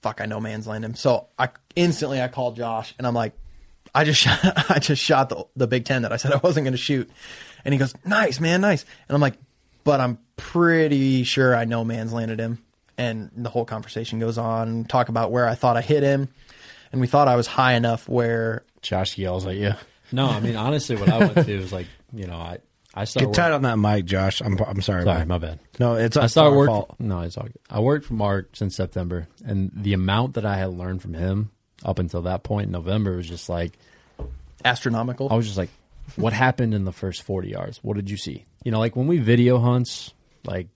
[SPEAKER 9] fuck i know man's land him so i instantly i call josh and i'm like i just shot i just shot the, the big 10 that i said i wasn't going to shoot and he goes nice man nice and i'm like but i'm pretty sure i know man's landed him and the whole conversation goes on talk about where i thought i hit him and we thought i was high enough where
[SPEAKER 3] josh yells at you
[SPEAKER 2] No, I mean honestly, what I went through was like, you know, I I started
[SPEAKER 10] Get tight
[SPEAKER 2] working-
[SPEAKER 10] on that mic, Josh. I'm I'm sorry.
[SPEAKER 2] Sorry,
[SPEAKER 10] man.
[SPEAKER 2] my bad.
[SPEAKER 10] No, it's
[SPEAKER 2] I
[SPEAKER 10] it's
[SPEAKER 2] started
[SPEAKER 10] our
[SPEAKER 2] work.
[SPEAKER 10] fault.
[SPEAKER 2] No, it's all good. I worked for Mark since September, and the amount that I had learned from him up until that point in November was just like
[SPEAKER 9] astronomical
[SPEAKER 2] I was just like, what happened in the first forty yards? What did you see? You know, like when we video hunts, like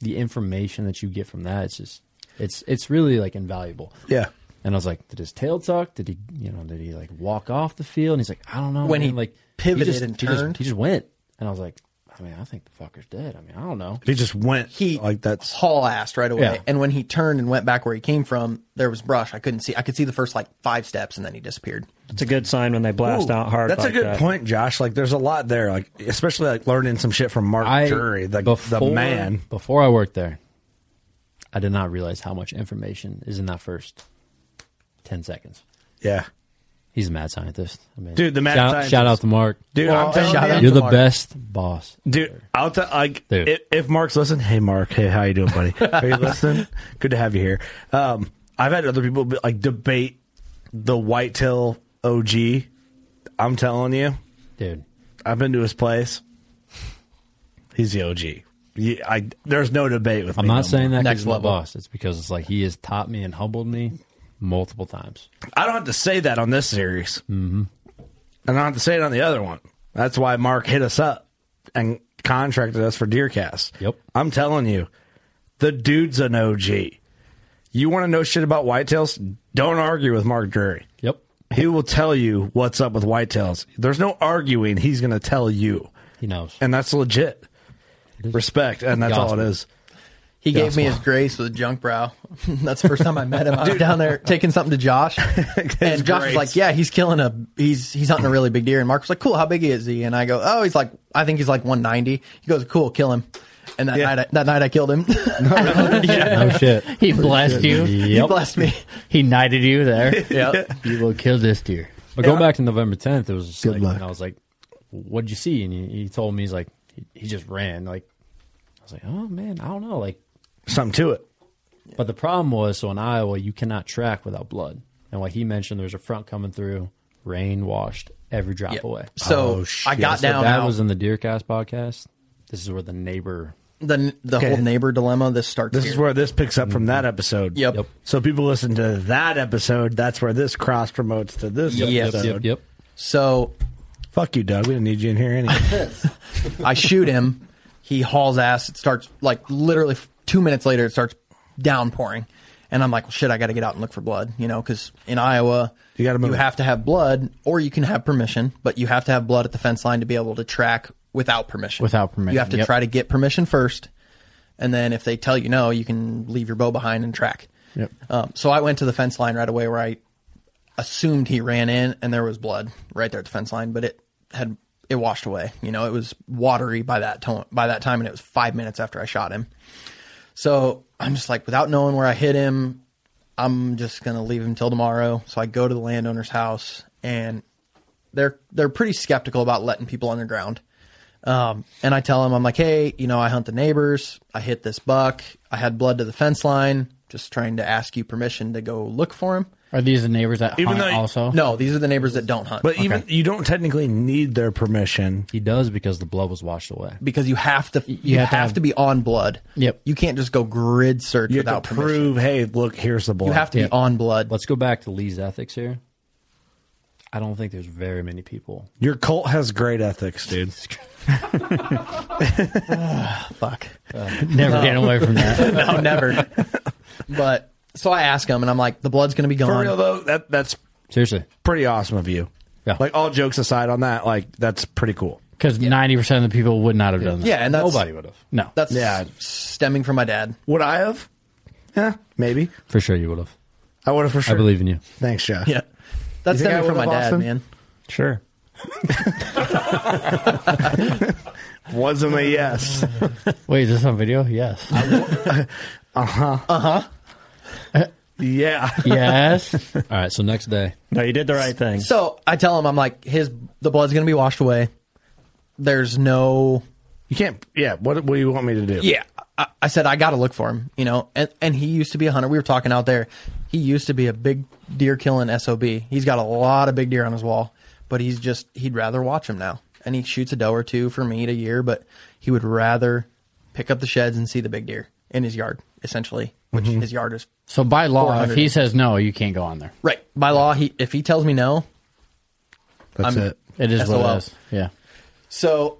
[SPEAKER 2] the information that you get from that, it's just it's it's really like invaluable.
[SPEAKER 10] Yeah.
[SPEAKER 2] And I was like, did his tail tuck? Did he, you know, did he like walk off the field? And he's like, I don't know.
[SPEAKER 9] When
[SPEAKER 2] man.
[SPEAKER 9] he
[SPEAKER 2] like
[SPEAKER 9] pivoted
[SPEAKER 2] he just,
[SPEAKER 9] and
[SPEAKER 2] he just-
[SPEAKER 9] turned?
[SPEAKER 2] he just went. And I was like, I mean, I think the fucker's dead. I mean, I don't know.
[SPEAKER 10] He just went
[SPEAKER 9] he
[SPEAKER 10] like that's
[SPEAKER 9] haul assed right away.
[SPEAKER 2] Yeah.
[SPEAKER 9] And when he turned and went back where he came from, there was brush. I couldn't see. I could see the first like five steps, and then he disappeared.
[SPEAKER 19] It's a good sign when they blast
[SPEAKER 10] Ooh,
[SPEAKER 19] out hard.
[SPEAKER 10] Oh, That's
[SPEAKER 19] like
[SPEAKER 10] a good
[SPEAKER 19] that.
[SPEAKER 10] point, Josh. Like, there's a lot there. Like, especially like learning some shit from Mark
[SPEAKER 2] I
[SPEAKER 10] Jury, the, the
[SPEAKER 2] before-
[SPEAKER 10] man.
[SPEAKER 2] Before I worked there, I did not realize how much information is in that first ten seconds.
[SPEAKER 10] Yeah,
[SPEAKER 2] he's a mad scientist. I mean,
[SPEAKER 10] Dude, the mad
[SPEAKER 2] shout,
[SPEAKER 10] scientist.
[SPEAKER 2] shout out to Mark,
[SPEAKER 10] Dude, I'm telling
[SPEAKER 9] shout
[SPEAKER 10] you,
[SPEAKER 9] out
[SPEAKER 2] You're
[SPEAKER 9] to
[SPEAKER 2] the
[SPEAKER 9] Mark.
[SPEAKER 2] best boss.
[SPEAKER 10] dude. I'll tell like
[SPEAKER 2] Dude.
[SPEAKER 10] If, if Mark's listening, hey Mark, hey, how you doing, buddy? Are you listening? Good to have you here. Um, I've had other people be- like debate the whitetail OG. I'm telling you,
[SPEAKER 2] Dude,
[SPEAKER 10] I've been to his place. He's the OG. Yeah, I there's no debate with
[SPEAKER 2] I'm
[SPEAKER 10] me.
[SPEAKER 2] not
[SPEAKER 10] no
[SPEAKER 2] saying
[SPEAKER 10] more.
[SPEAKER 2] that because he's my boss. It's because it's like he has taught me and humbled me multiple times.
[SPEAKER 10] I don't have to say that on this series. Mm-hmm. I don't have to say it on the other one. That's why Mark hit us up and contracted us for DeerCast.
[SPEAKER 2] Yep.
[SPEAKER 10] I'm telling you, the dude's an OG. You want to know shit about whitetails? Don't argue with Mark Drury.
[SPEAKER 2] Yep.
[SPEAKER 10] He will tell you what's up with whitetails. There's no arguing. He's going to tell you.
[SPEAKER 2] He knows.
[SPEAKER 10] And that's legit. Respect. And that's all
[SPEAKER 2] Gospel.
[SPEAKER 10] it is.
[SPEAKER 9] He
[SPEAKER 2] Yeah,
[SPEAKER 9] gave me
[SPEAKER 2] that's
[SPEAKER 9] his grace with a junk brow. That's the first time I met him. I was down there taking something to Josh, and Josh
[SPEAKER 10] grace.
[SPEAKER 9] was like, "Yeah, he's killing a he's he's hunting a really big deer." And Mark was like, "Cool, how big is he?" And I go, "Oh, he's like I think he's like 190." He goes, "Cool, kill him." And that night, I, that night I killed him.
[SPEAKER 3] Oh,
[SPEAKER 2] no shit.
[SPEAKER 3] He blessed you.
[SPEAKER 9] He blessed me.
[SPEAKER 3] He knighted you there.
[SPEAKER 9] Yeah.
[SPEAKER 3] You will kill this deer.
[SPEAKER 2] But going back to November 10th, it was just
[SPEAKER 5] Good
[SPEAKER 2] like,
[SPEAKER 5] luck.
[SPEAKER 2] and I was like, "What'd you see?" And he, he told me he's like, he, he just ran. Like, I was like, "Oh man, I don't know." Like,
[SPEAKER 10] Something to it.
[SPEAKER 2] but the problem was, so in Iowa, you cannot track without blood. And what he mentioned, there was a front coming through, rain washed every drop away.
[SPEAKER 9] So
[SPEAKER 10] Oh,
[SPEAKER 9] I
[SPEAKER 10] shit.
[SPEAKER 9] got
[SPEAKER 2] So
[SPEAKER 9] down.
[SPEAKER 2] that
[SPEAKER 9] now.
[SPEAKER 2] was in the Deercast podcast. This is where the neighbor.
[SPEAKER 9] the the
[SPEAKER 10] Okay.
[SPEAKER 9] whole neighbor dilemma. This starts.
[SPEAKER 10] This
[SPEAKER 9] here.
[SPEAKER 10] is where this picks up from that episode.
[SPEAKER 9] Yep. Yep.
[SPEAKER 10] So people listen to that episode. That's where this cross promotes to this
[SPEAKER 9] Yep,
[SPEAKER 10] episode.
[SPEAKER 2] Yep, yep.
[SPEAKER 9] so
[SPEAKER 10] Fuck you, Doug. We didn't need you in here anyway.
[SPEAKER 9] I shoot him. He hauls ass. It starts like literally f- two minutes later. It starts downpouring, and I'm like, well, shit. I got to get out and look for blood, you know, because in Iowa,
[SPEAKER 10] You gotta move.
[SPEAKER 9] you have to have blood, or you can have permission, but you have to have blood at the fence line to be able to track without permission.
[SPEAKER 3] Without permission,
[SPEAKER 9] you have to
[SPEAKER 3] yep.
[SPEAKER 9] try to get permission first, and then if they tell you no, you can leave your bow behind and track.
[SPEAKER 10] Yep.
[SPEAKER 9] Um, so I went to the fence line right away where I assumed he ran in and there was blood right there at the fence line, but it had it washed away. You know, it was watery by that to- by that time, and it was five minutes after I shot him. So I'm just like, without knowing where I hit him, I'm just gonna leave him till tomorrow. So I go to the landowner's house, and they're they're pretty skeptical about letting people on the ground. Um, and I tell him, I'm like, hey, you know, I hunt the neighbors. I hit this buck. I had blood to the fence line. Just trying to ask you permission to go look for him.
[SPEAKER 3] Are these the neighbors that
[SPEAKER 10] Even
[SPEAKER 3] hunt
[SPEAKER 10] though-
[SPEAKER 3] also?
[SPEAKER 9] No, these are the neighbors that don't hunt.
[SPEAKER 10] Oh. but even you don't technically need their permission.
[SPEAKER 2] He does because the blood was washed away.
[SPEAKER 9] because you have to, you,
[SPEAKER 3] have to
[SPEAKER 9] have,
[SPEAKER 3] have-
[SPEAKER 9] to be on blood.
[SPEAKER 3] Yep.
[SPEAKER 9] You can't just go grid search
[SPEAKER 10] You have
[SPEAKER 9] without
[SPEAKER 10] to
[SPEAKER 9] permission.
[SPEAKER 10] prove, hey, look, here's the blood.
[SPEAKER 9] you have to
[SPEAKER 2] Yeah.
[SPEAKER 9] be on blood.
[SPEAKER 2] Let's go back to Lee's ethics here. I don't think there's very many people.
[SPEAKER 10] Your cult has great ethics, dude.
[SPEAKER 9] Fuck.
[SPEAKER 3] Never
[SPEAKER 9] No.
[SPEAKER 3] get away from that.
[SPEAKER 9] no, never. But so I ask him, and I'm like, the blood's going to be gone.
[SPEAKER 10] For real though, that that's
[SPEAKER 2] seriously
[SPEAKER 10] pretty awesome of you.
[SPEAKER 2] Yeah.
[SPEAKER 10] Like all jokes aside on that, like that's pretty cool.
[SPEAKER 3] Because ninety percent of the people would not have done that.
[SPEAKER 9] Yeah, and that's,
[SPEAKER 2] Nobody would have.
[SPEAKER 3] No.
[SPEAKER 9] That's
[SPEAKER 10] Yeah.
[SPEAKER 9] stemming from my dad.
[SPEAKER 10] Would I have? Yeah, maybe.
[SPEAKER 2] For sure, you would have.
[SPEAKER 10] I would have for sure.
[SPEAKER 2] I believe in you.
[SPEAKER 10] Thanks, Josh.
[SPEAKER 9] Yeah, that's
[SPEAKER 10] You think I
[SPEAKER 9] stemming from my
[SPEAKER 10] would've,
[SPEAKER 9] dad,
[SPEAKER 10] Austin?
[SPEAKER 9] man.
[SPEAKER 12] Sure.
[SPEAKER 10] Wasn't a yes.
[SPEAKER 3] Wait, is this on video? Yes.
[SPEAKER 10] yeah.
[SPEAKER 3] yes.
[SPEAKER 2] All right, so next day.
[SPEAKER 12] No, you did the right thing.
[SPEAKER 9] So I tell him, I'm like, his the blood's going to be washed away. There's no.
[SPEAKER 10] You can't. Yeah. What, what do you want me to do?
[SPEAKER 9] Yeah, I, I said I got to look for him, you know. And and he used to be a hunter. We were talking out there. He used to be a big deer killing sob. He's got a lot of big deer on his wall, but he's just he'd rather watch them now. And he shoots a doe or two for meat a year, but he would rather pick up the sheds and see the big deer in his yard, essentially, which his yard is
[SPEAKER 3] So by law, if
[SPEAKER 9] 400.
[SPEAKER 3] he says no, you can't go on there.
[SPEAKER 9] right by law. He if he tells me no,
[SPEAKER 10] That's
[SPEAKER 9] I'm-
[SPEAKER 10] it.
[SPEAKER 3] It is what
[SPEAKER 9] SOL.
[SPEAKER 3] it is. Yeah.
[SPEAKER 9] So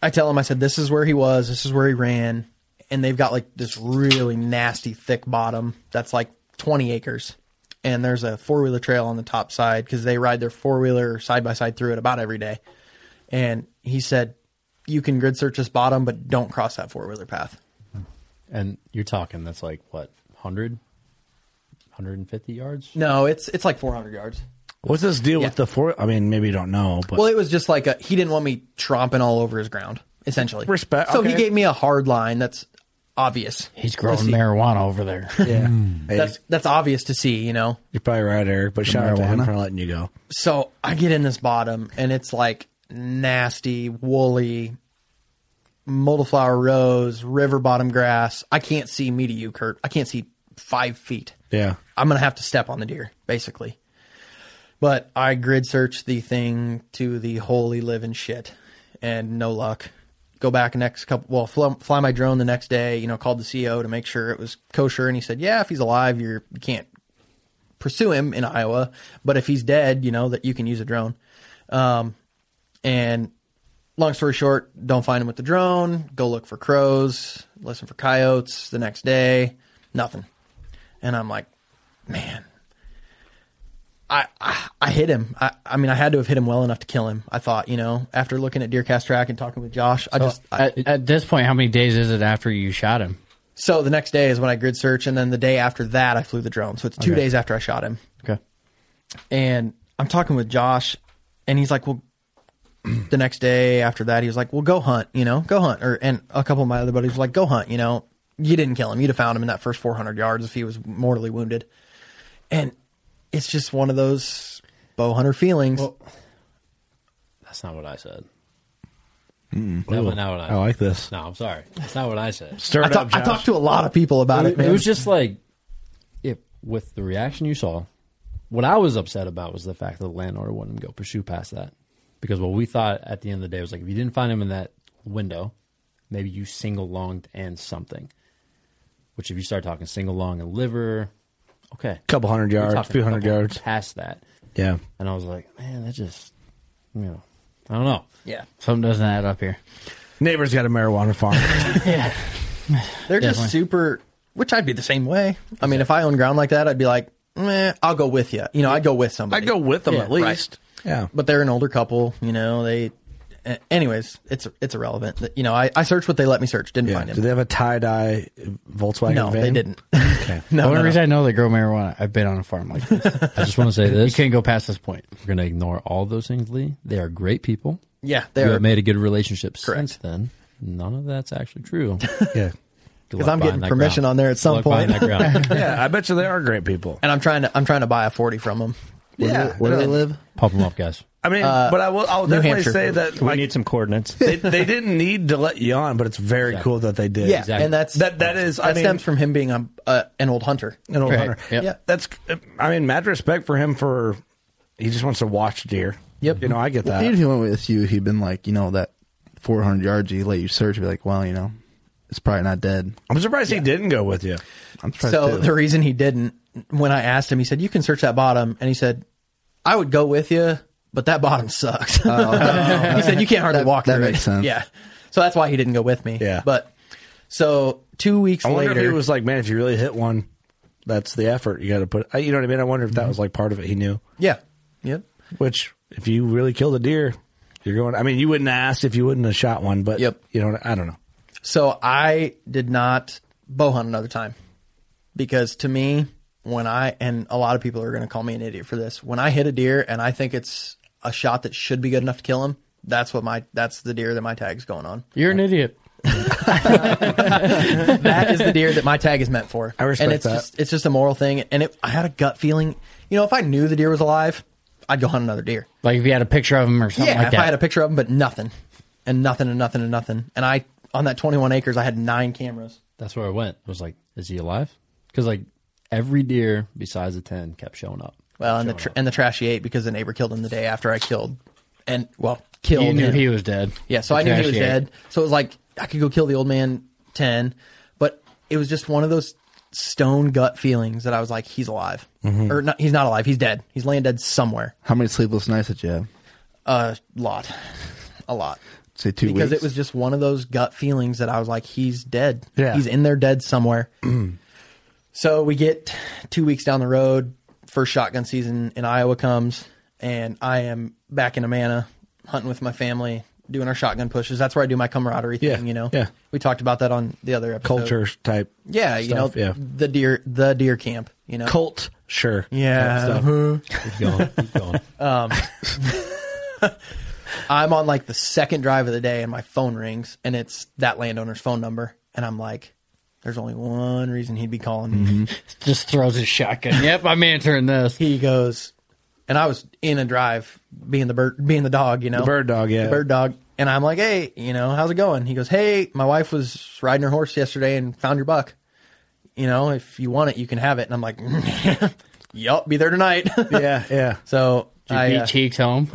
[SPEAKER 9] I tell him, I said, this is where he was, this is where he ran. And they've got like this really nasty, thick bottom that's like 20 acres. And there's a four wheeler trail on the top side because they ride their four wheeler side by side through it about every day. And he said, you can grid search this bottom, but don't cross that four wheeler path.
[SPEAKER 2] And you're talking that's like what 100 150 yards?
[SPEAKER 9] No, it's it's like 400 yards.
[SPEAKER 10] What's this deal
[SPEAKER 9] Yeah.
[SPEAKER 10] with the four? I mean, maybe you don't know, but
[SPEAKER 9] Well, it was just like a, he didn't want me tromping all over his ground, essentially.
[SPEAKER 10] Respect-
[SPEAKER 9] So he
[SPEAKER 10] okay.
[SPEAKER 9] gave me a hard line that's obvious.
[SPEAKER 3] He's
[SPEAKER 9] to
[SPEAKER 3] growing
[SPEAKER 9] see.
[SPEAKER 3] marijuana over there.
[SPEAKER 10] yeah. Hey,
[SPEAKER 9] That's that's obvious to see, you know.
[SPEAKER 10] you're probably right, Eric. But shout out to him
[SPEAKER 5] marijuana.
[SPEAKER 10] for letting you go.
[SPEAKER 9] so I get in this bottom and it's like nasty, woolly, multiflower rose, river bottom grass. I can't see me to you, Kurt. I can't see five feet.
[SPEAKER 10] Yeah.
[SPEAKER 9] I'm gonna have to step on the deer, basically. But I grid search the thing to the holy living shit, and no luck. Go back next couple. Well, fly, fly my drone the next day. You know, called the CO to make sure it was kosher, and he said, "Yeah, if he's alive, you're you can't pursue him in Iowa, but if he's dead, you know that you can use a drone." Um, and long story short, don't find him with the drone. Go look for crows. Listen for coyotes. The next day, nothing. And I'm like, man, I I, I hit him. I, I mean, I had to have hit him well enough to kill him. I thought, you know, after looking at Deercast track and talking with Josh, I just I,
[SPEAKER 3] At, at this point, how many days is it after you shot him?
[SPEAKER 9] so the next day is when I grid search, and then the day after that, I flew the drone. So it's two days after I shot him.
[SPEAKER 3] Okay.
[SPEAKER 9] and I'm talking with Josh, and he's like, "Well," the next day after that, he was like, "Well, go hunt, you know, go hunt." Or and a couple of my other buddies were like, "Go hunt, you know." You didn't kill him. You'd have found him in that first 400 yards if he was mortally wounded. And it's just one of those bow hunter feelings.
[SPEAKER 2] That's not what I said. That was not what I,
[SPEAKER 10] I like this.
[SPEAKER 2] No, I'm sorry. That's not what I said.
[SPEAKER 10] Stir
[SPEAKER 9] I,
[SPEAKER 10] it
[SPEAKER 9] talk,
[SPEAKER 10] up,
[SPEAKER 9] I
[SPEAKER 10] Josh.
[SPEAKER 9] talked to a lot of people about it,
[SPEAKER 2] it,
[SPEAKER 9] man.
[SPEAKER 2] was just like if with the reaction you saw what i was upset about was the fact that the landlord wouldn't go pursue past that because what we thought at the end of the day was like if you didn't find him in that window maybe you single longed and something which if you start talking single long and liver okay
[SPEAKER 10] couple hundred
[SPEAKER 2] You're
[SPEAKER 10] yards,
[SPEAKER 2] talking
[SPEAKER 10] few
[SPEAKER 2] a
[SPEAKER 10] hundred
[SPEAKER 2] couple
[SPEAKER 10] yards.
[SPEAKER 2] past that
[SPEAKER 10] Yeah.
[SPEAKER 2] and i was like man that just you know i don't know
[SPEAKER 9] yeah.
[SPEAKER 3] Something doesn't add up here.
[SPEAKER 10] Neighbor's got a marijuana farm.
[SPEAKER 9] They're
[SPEAKER 3] Definitely.
[SPEAKER 9] just super, which I'd be the same way. I mean, if I own ground like that, I'd be like, "Meh, I'll go with you. You know, I'd go with somebody.
[SPEAKER 10] I'd go with them
[SPEAKER 9] Yeah,
[SPEAKER 10] at
[SPEAKER 9] right.
[SPEAKER 10] least. Yeah.
[SPEAKER 9] but they're an older couple. You know, they. a- Anyways, it's it's irrelevant. You know, I, I searched what they let me search. Didn't
[SPEAKER 10] Yeah.
[SPEAKER 9] find
[SPEAKER 10] Do
[SPEAKER 9] him.
[SPEAKER 10] they have a tie dye Volkswagen?
[SPEAKER 9] no, they
[SPEAKER 10] van?
[SPEAKER 9] didn't.
[SPEAKER 10] Okay.
[SPEAKER 3] the
[SPEAKER 9] No,
[SPEAKER 3] only
[SPEAKER 9] no, no.
[SPEAKER 3] reason I know they grow marijuana, I've been on a farm like this.
[SPEAKER 2] i just want to say
[SPEAKER 3] you
[SPEAKER 2] this
[SPEAKER 3] can't go past this point.
[SPEAKER 2] we're going to ignore all those things lee they are great people
[SPEAKER 9] Yeah, they
[SPEAKER 2] you
[SPEAKER 9] are.
[SPEAKER 2] have made a good relationship
[SPEAKER 9] Correct.
[SPEAKER 2] since then. None of that's actually true.
[SPEAKER 10] Yeah.
[SPEAKER 9] Because I'm getting permission on there at some point, and
[SPEAKER 10] yeah. I bet you they are great people.
[SPEAKER 9] I'm trying to I'm trying to buy a forty from them.
[SPEAKER 10] Yeah.
[SPEAKER 5] Where do they live?
[SPEAKER 2] Pop them up, guys.
[SPEAKER 10] I mean, but I will. I'll
[SPEAKER 9] New
[SPEAKER 10] definitely
[SPEAKER 9] Hampshire.
[SPEAKER 10] say that
[SPEAKER 12] We
[SPEAKER 10] like,
[SPEAKER 12] need some coordinates.
[SPEAKER 10] they, they didn't need to let you on, but it's very cool that they did.
[SPEAKER 9] Yeah,
[SPEAKER 2] Exactly.
[SPEAKER 9] and that's
[SPEAKER 10] That that is.
[SPEAKER 9] that
[SPEAKER 10] I mean,
[SPEAKER 9] stems from him being a, uh, an old hunter.
[SPEAKER 10] an old
[SPEAKER 3] Right.
[SPEAKER 10] hunter.
[SPEAKER 3] Yep.
[SPEAKER 10] Yeah, that's. I mean, mad respect for him for. He just wants to watch deer.
[SPEAKER 9] Yep.
[SPEAKER 10] You know, I get
[SPEAKER 5] Even if
[SPEAKER 10] that.
[SPEAKER 5] he went with you, he'd been like, you know, that 400 yards you let you search, be like, well, you know, it's probably not dead.
[SPEAKER 10] I'm surprised he didn't go with you.
[SPEAKER 5] I'm surprised.
[SPEAKER 9] So
[SPEAKER 5] too.
[SPEAKER 9] the reason he didn't, when I asked him, he said, "You can search that bottom," and he said, I would go with you, but that bottom sucks. he said you can't hardly
[SPEAKER 5] Oh, That-
[SPEAKER 9] walk
[SPEAKER 5] that
[SPEAKER 9] through
[SPEAKER 5] makes
[SPEAKER 9] it.
[SPEAKER 5] sense.
[SPEAKER 9] Yeah. So that's why he didn't go with me. Yeah. But so two weeks
[SPEAKER 2] I wonder
[SPEAKER 9] later,
[SPEAKER 2] if he was like, man, if you really hit one, that's the effort you got to put. I- You know what I mean? I wonder if
[SPEAKER 9] Mm-hmm.
[SPEAKER 2] that was like part of it. He knew.
[SPEAKER 9] yeah, yep.
[SPEAKER 2] Which, if you really killed a deer, you're going. I mean, you wouldn't ask if you wouldn't have shot one, but yep. You know, I don't know.
[SPEAKER 9] So I did not bow hunt another time because to me, when I and a lot of people are going to call me an idiot for this, when I hit a deer and I think it's a shot that should be good enough to kill him, that's what my that's the deer that my tag's going on.
[SPEAKER 3] You're an idiot.
[SPEAKER 9] that is the deer that my tag is meant for. I
[SPEAKER 3] respect
[SPEAKER 9] and it's
[SPEAKER 3] that.
[SPEAKER 9] Just, it's just a moral thing, and it, I had a gut feeling. You know, if I knew the deer was alive, I'd go hunt another deer.
[SPEAKER 3] Like if you had a picture of him or something
[SPEAKER 9] yeah,
[SPEAKER 3] like
[SPEAKER 9] if
[SPEAKER 3] that.
[SPEAKER 9] I had a picture of him, but nothing, and nothing, and nothing, and nothing, and I on that 21 acres, I had nine cameras.
[SPEAKER 20] That's where I went. I was like, is he alive? Because like every deer besides the 10 kept showing up.
[SPEAKER 9] Well, and the tr- and the trash he ate because the neighbor killed him the day after I killed, and well, killed.
[SPEAKER 3] You knew
[SPEAKER 9] him.
[SPEAKER 3] he was dead.
[SPEAKER 9] Yeah, so
[SPEAKER 3] The
[SPEAKER 9] I knew he
[SPEAKER 3] trash
[SPEAKER 9] was
[SPEAKER 3] he ate.
[SPEAKER 9] dead. So it was like I could go kill the old man ten, but it was just one of those stone gut feelings that I was like, he's alive,
[SPEAKER 5] Mhm.
[SPEAKER 3] Mm-hmm.
[SPEAKER 9] or not, he's not alive. He's dead. He's laying dead somewhere.
[SPEAKER 5] How many sleepless nights did you have?
[SPEAKER 9] A lot, a lot.
[SPEAKER 5] Say two
[SPEAKER 9] because
[SPEAKER 5] weeks.
[SPEAKER 9] it was just one of those gut feelings that I was like, he's dead.
[SPEAKER 5] Yeah.
[SPEAKER 9] he's in there dead somewhere. So we get two weeks down the road, first shotgun season in Iowa comes, and I am back in Amana hunting with my family, doing our shotgun pushes. That's where I do my camaraderie thing,
[SPEAKER 2] Yeah,
[SPEAKER 9] you know.
[SPEAKER 2] yeah.
[SPEAKER 9] We talked about that on the other episode.
[SPEAKER 2] Culture type.
[SPEAKER 9] Yeah, you know,
[SPEAKER 2] stuff, yeah.
[SPEAKER 9] the deer the deer camp, you know.
[SPEAKER 2] Cult, sure.
[SPEAKER 9] Yeah.
[SPEAKER 2] Type
[SPEAKER 9] Uh-huh.
[SPEAKER 2] stuff. Keep going, keep going.
[SPEAKER 9] Um, I'm on like the second drive of the day, and my phone rings, and it's that landowner's phone number, and I'm like, "There's only one reason he'd be calling me."
[SPEAKER 2] Mm-hmm.
[SPEAKER 3] Just throws his shotgun. Yep, I'm answering this.
[SPEAKER 9] He goes, and I was in a drive, being the bird, being the dog, you know,
[SPEAKER 2] The bird dog, yeah.
[SPEAKER 9] The bird dog, and I'm like, "Hey, you know, how's it going?" He goes, "Hey, my wife was riding her horse yesterday and found your buck. You know, if you want it, you can have it." And I'm like, "Yup, be there tonight."
[SPEAKER 2] yeah, yeah.
[SPEAKER 9] So
[SPEAKER 3] Did you
[SPEAKER 9] I,
[SPEAKER 3] beat
[SPEAKER 9] uh,
[SPEAKER 3] cheeks home?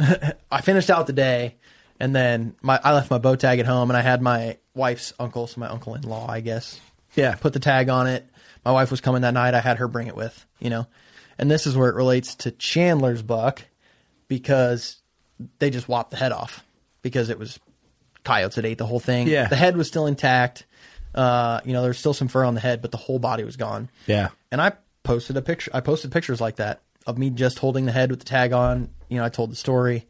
[SPEAKER 9] I finished out the day, and then my I left my bow tag at home, and I had my wife's uncle, so my uncle in law, I guess.
[SPEAKER 2] Yeah.
[SPEAKER 9] Put the tag on it. My wife was coming that night. I had her bring it with, you know. And this is where it relates to Chandler's buck because they just whopped the head off because it was coyotes that ate the whole thing.
[SPEAKER 2] Yeah.
[SPEAKER 9] The head was still intact. Uh, you know, there's still some fur on the head, but the whole body was gone.
[SPEAKER 2] Yeah.
[SPEAKER 9] And I posted a picture. I posted pictures like that of me just holding the head with the tag on. You know, I told the story,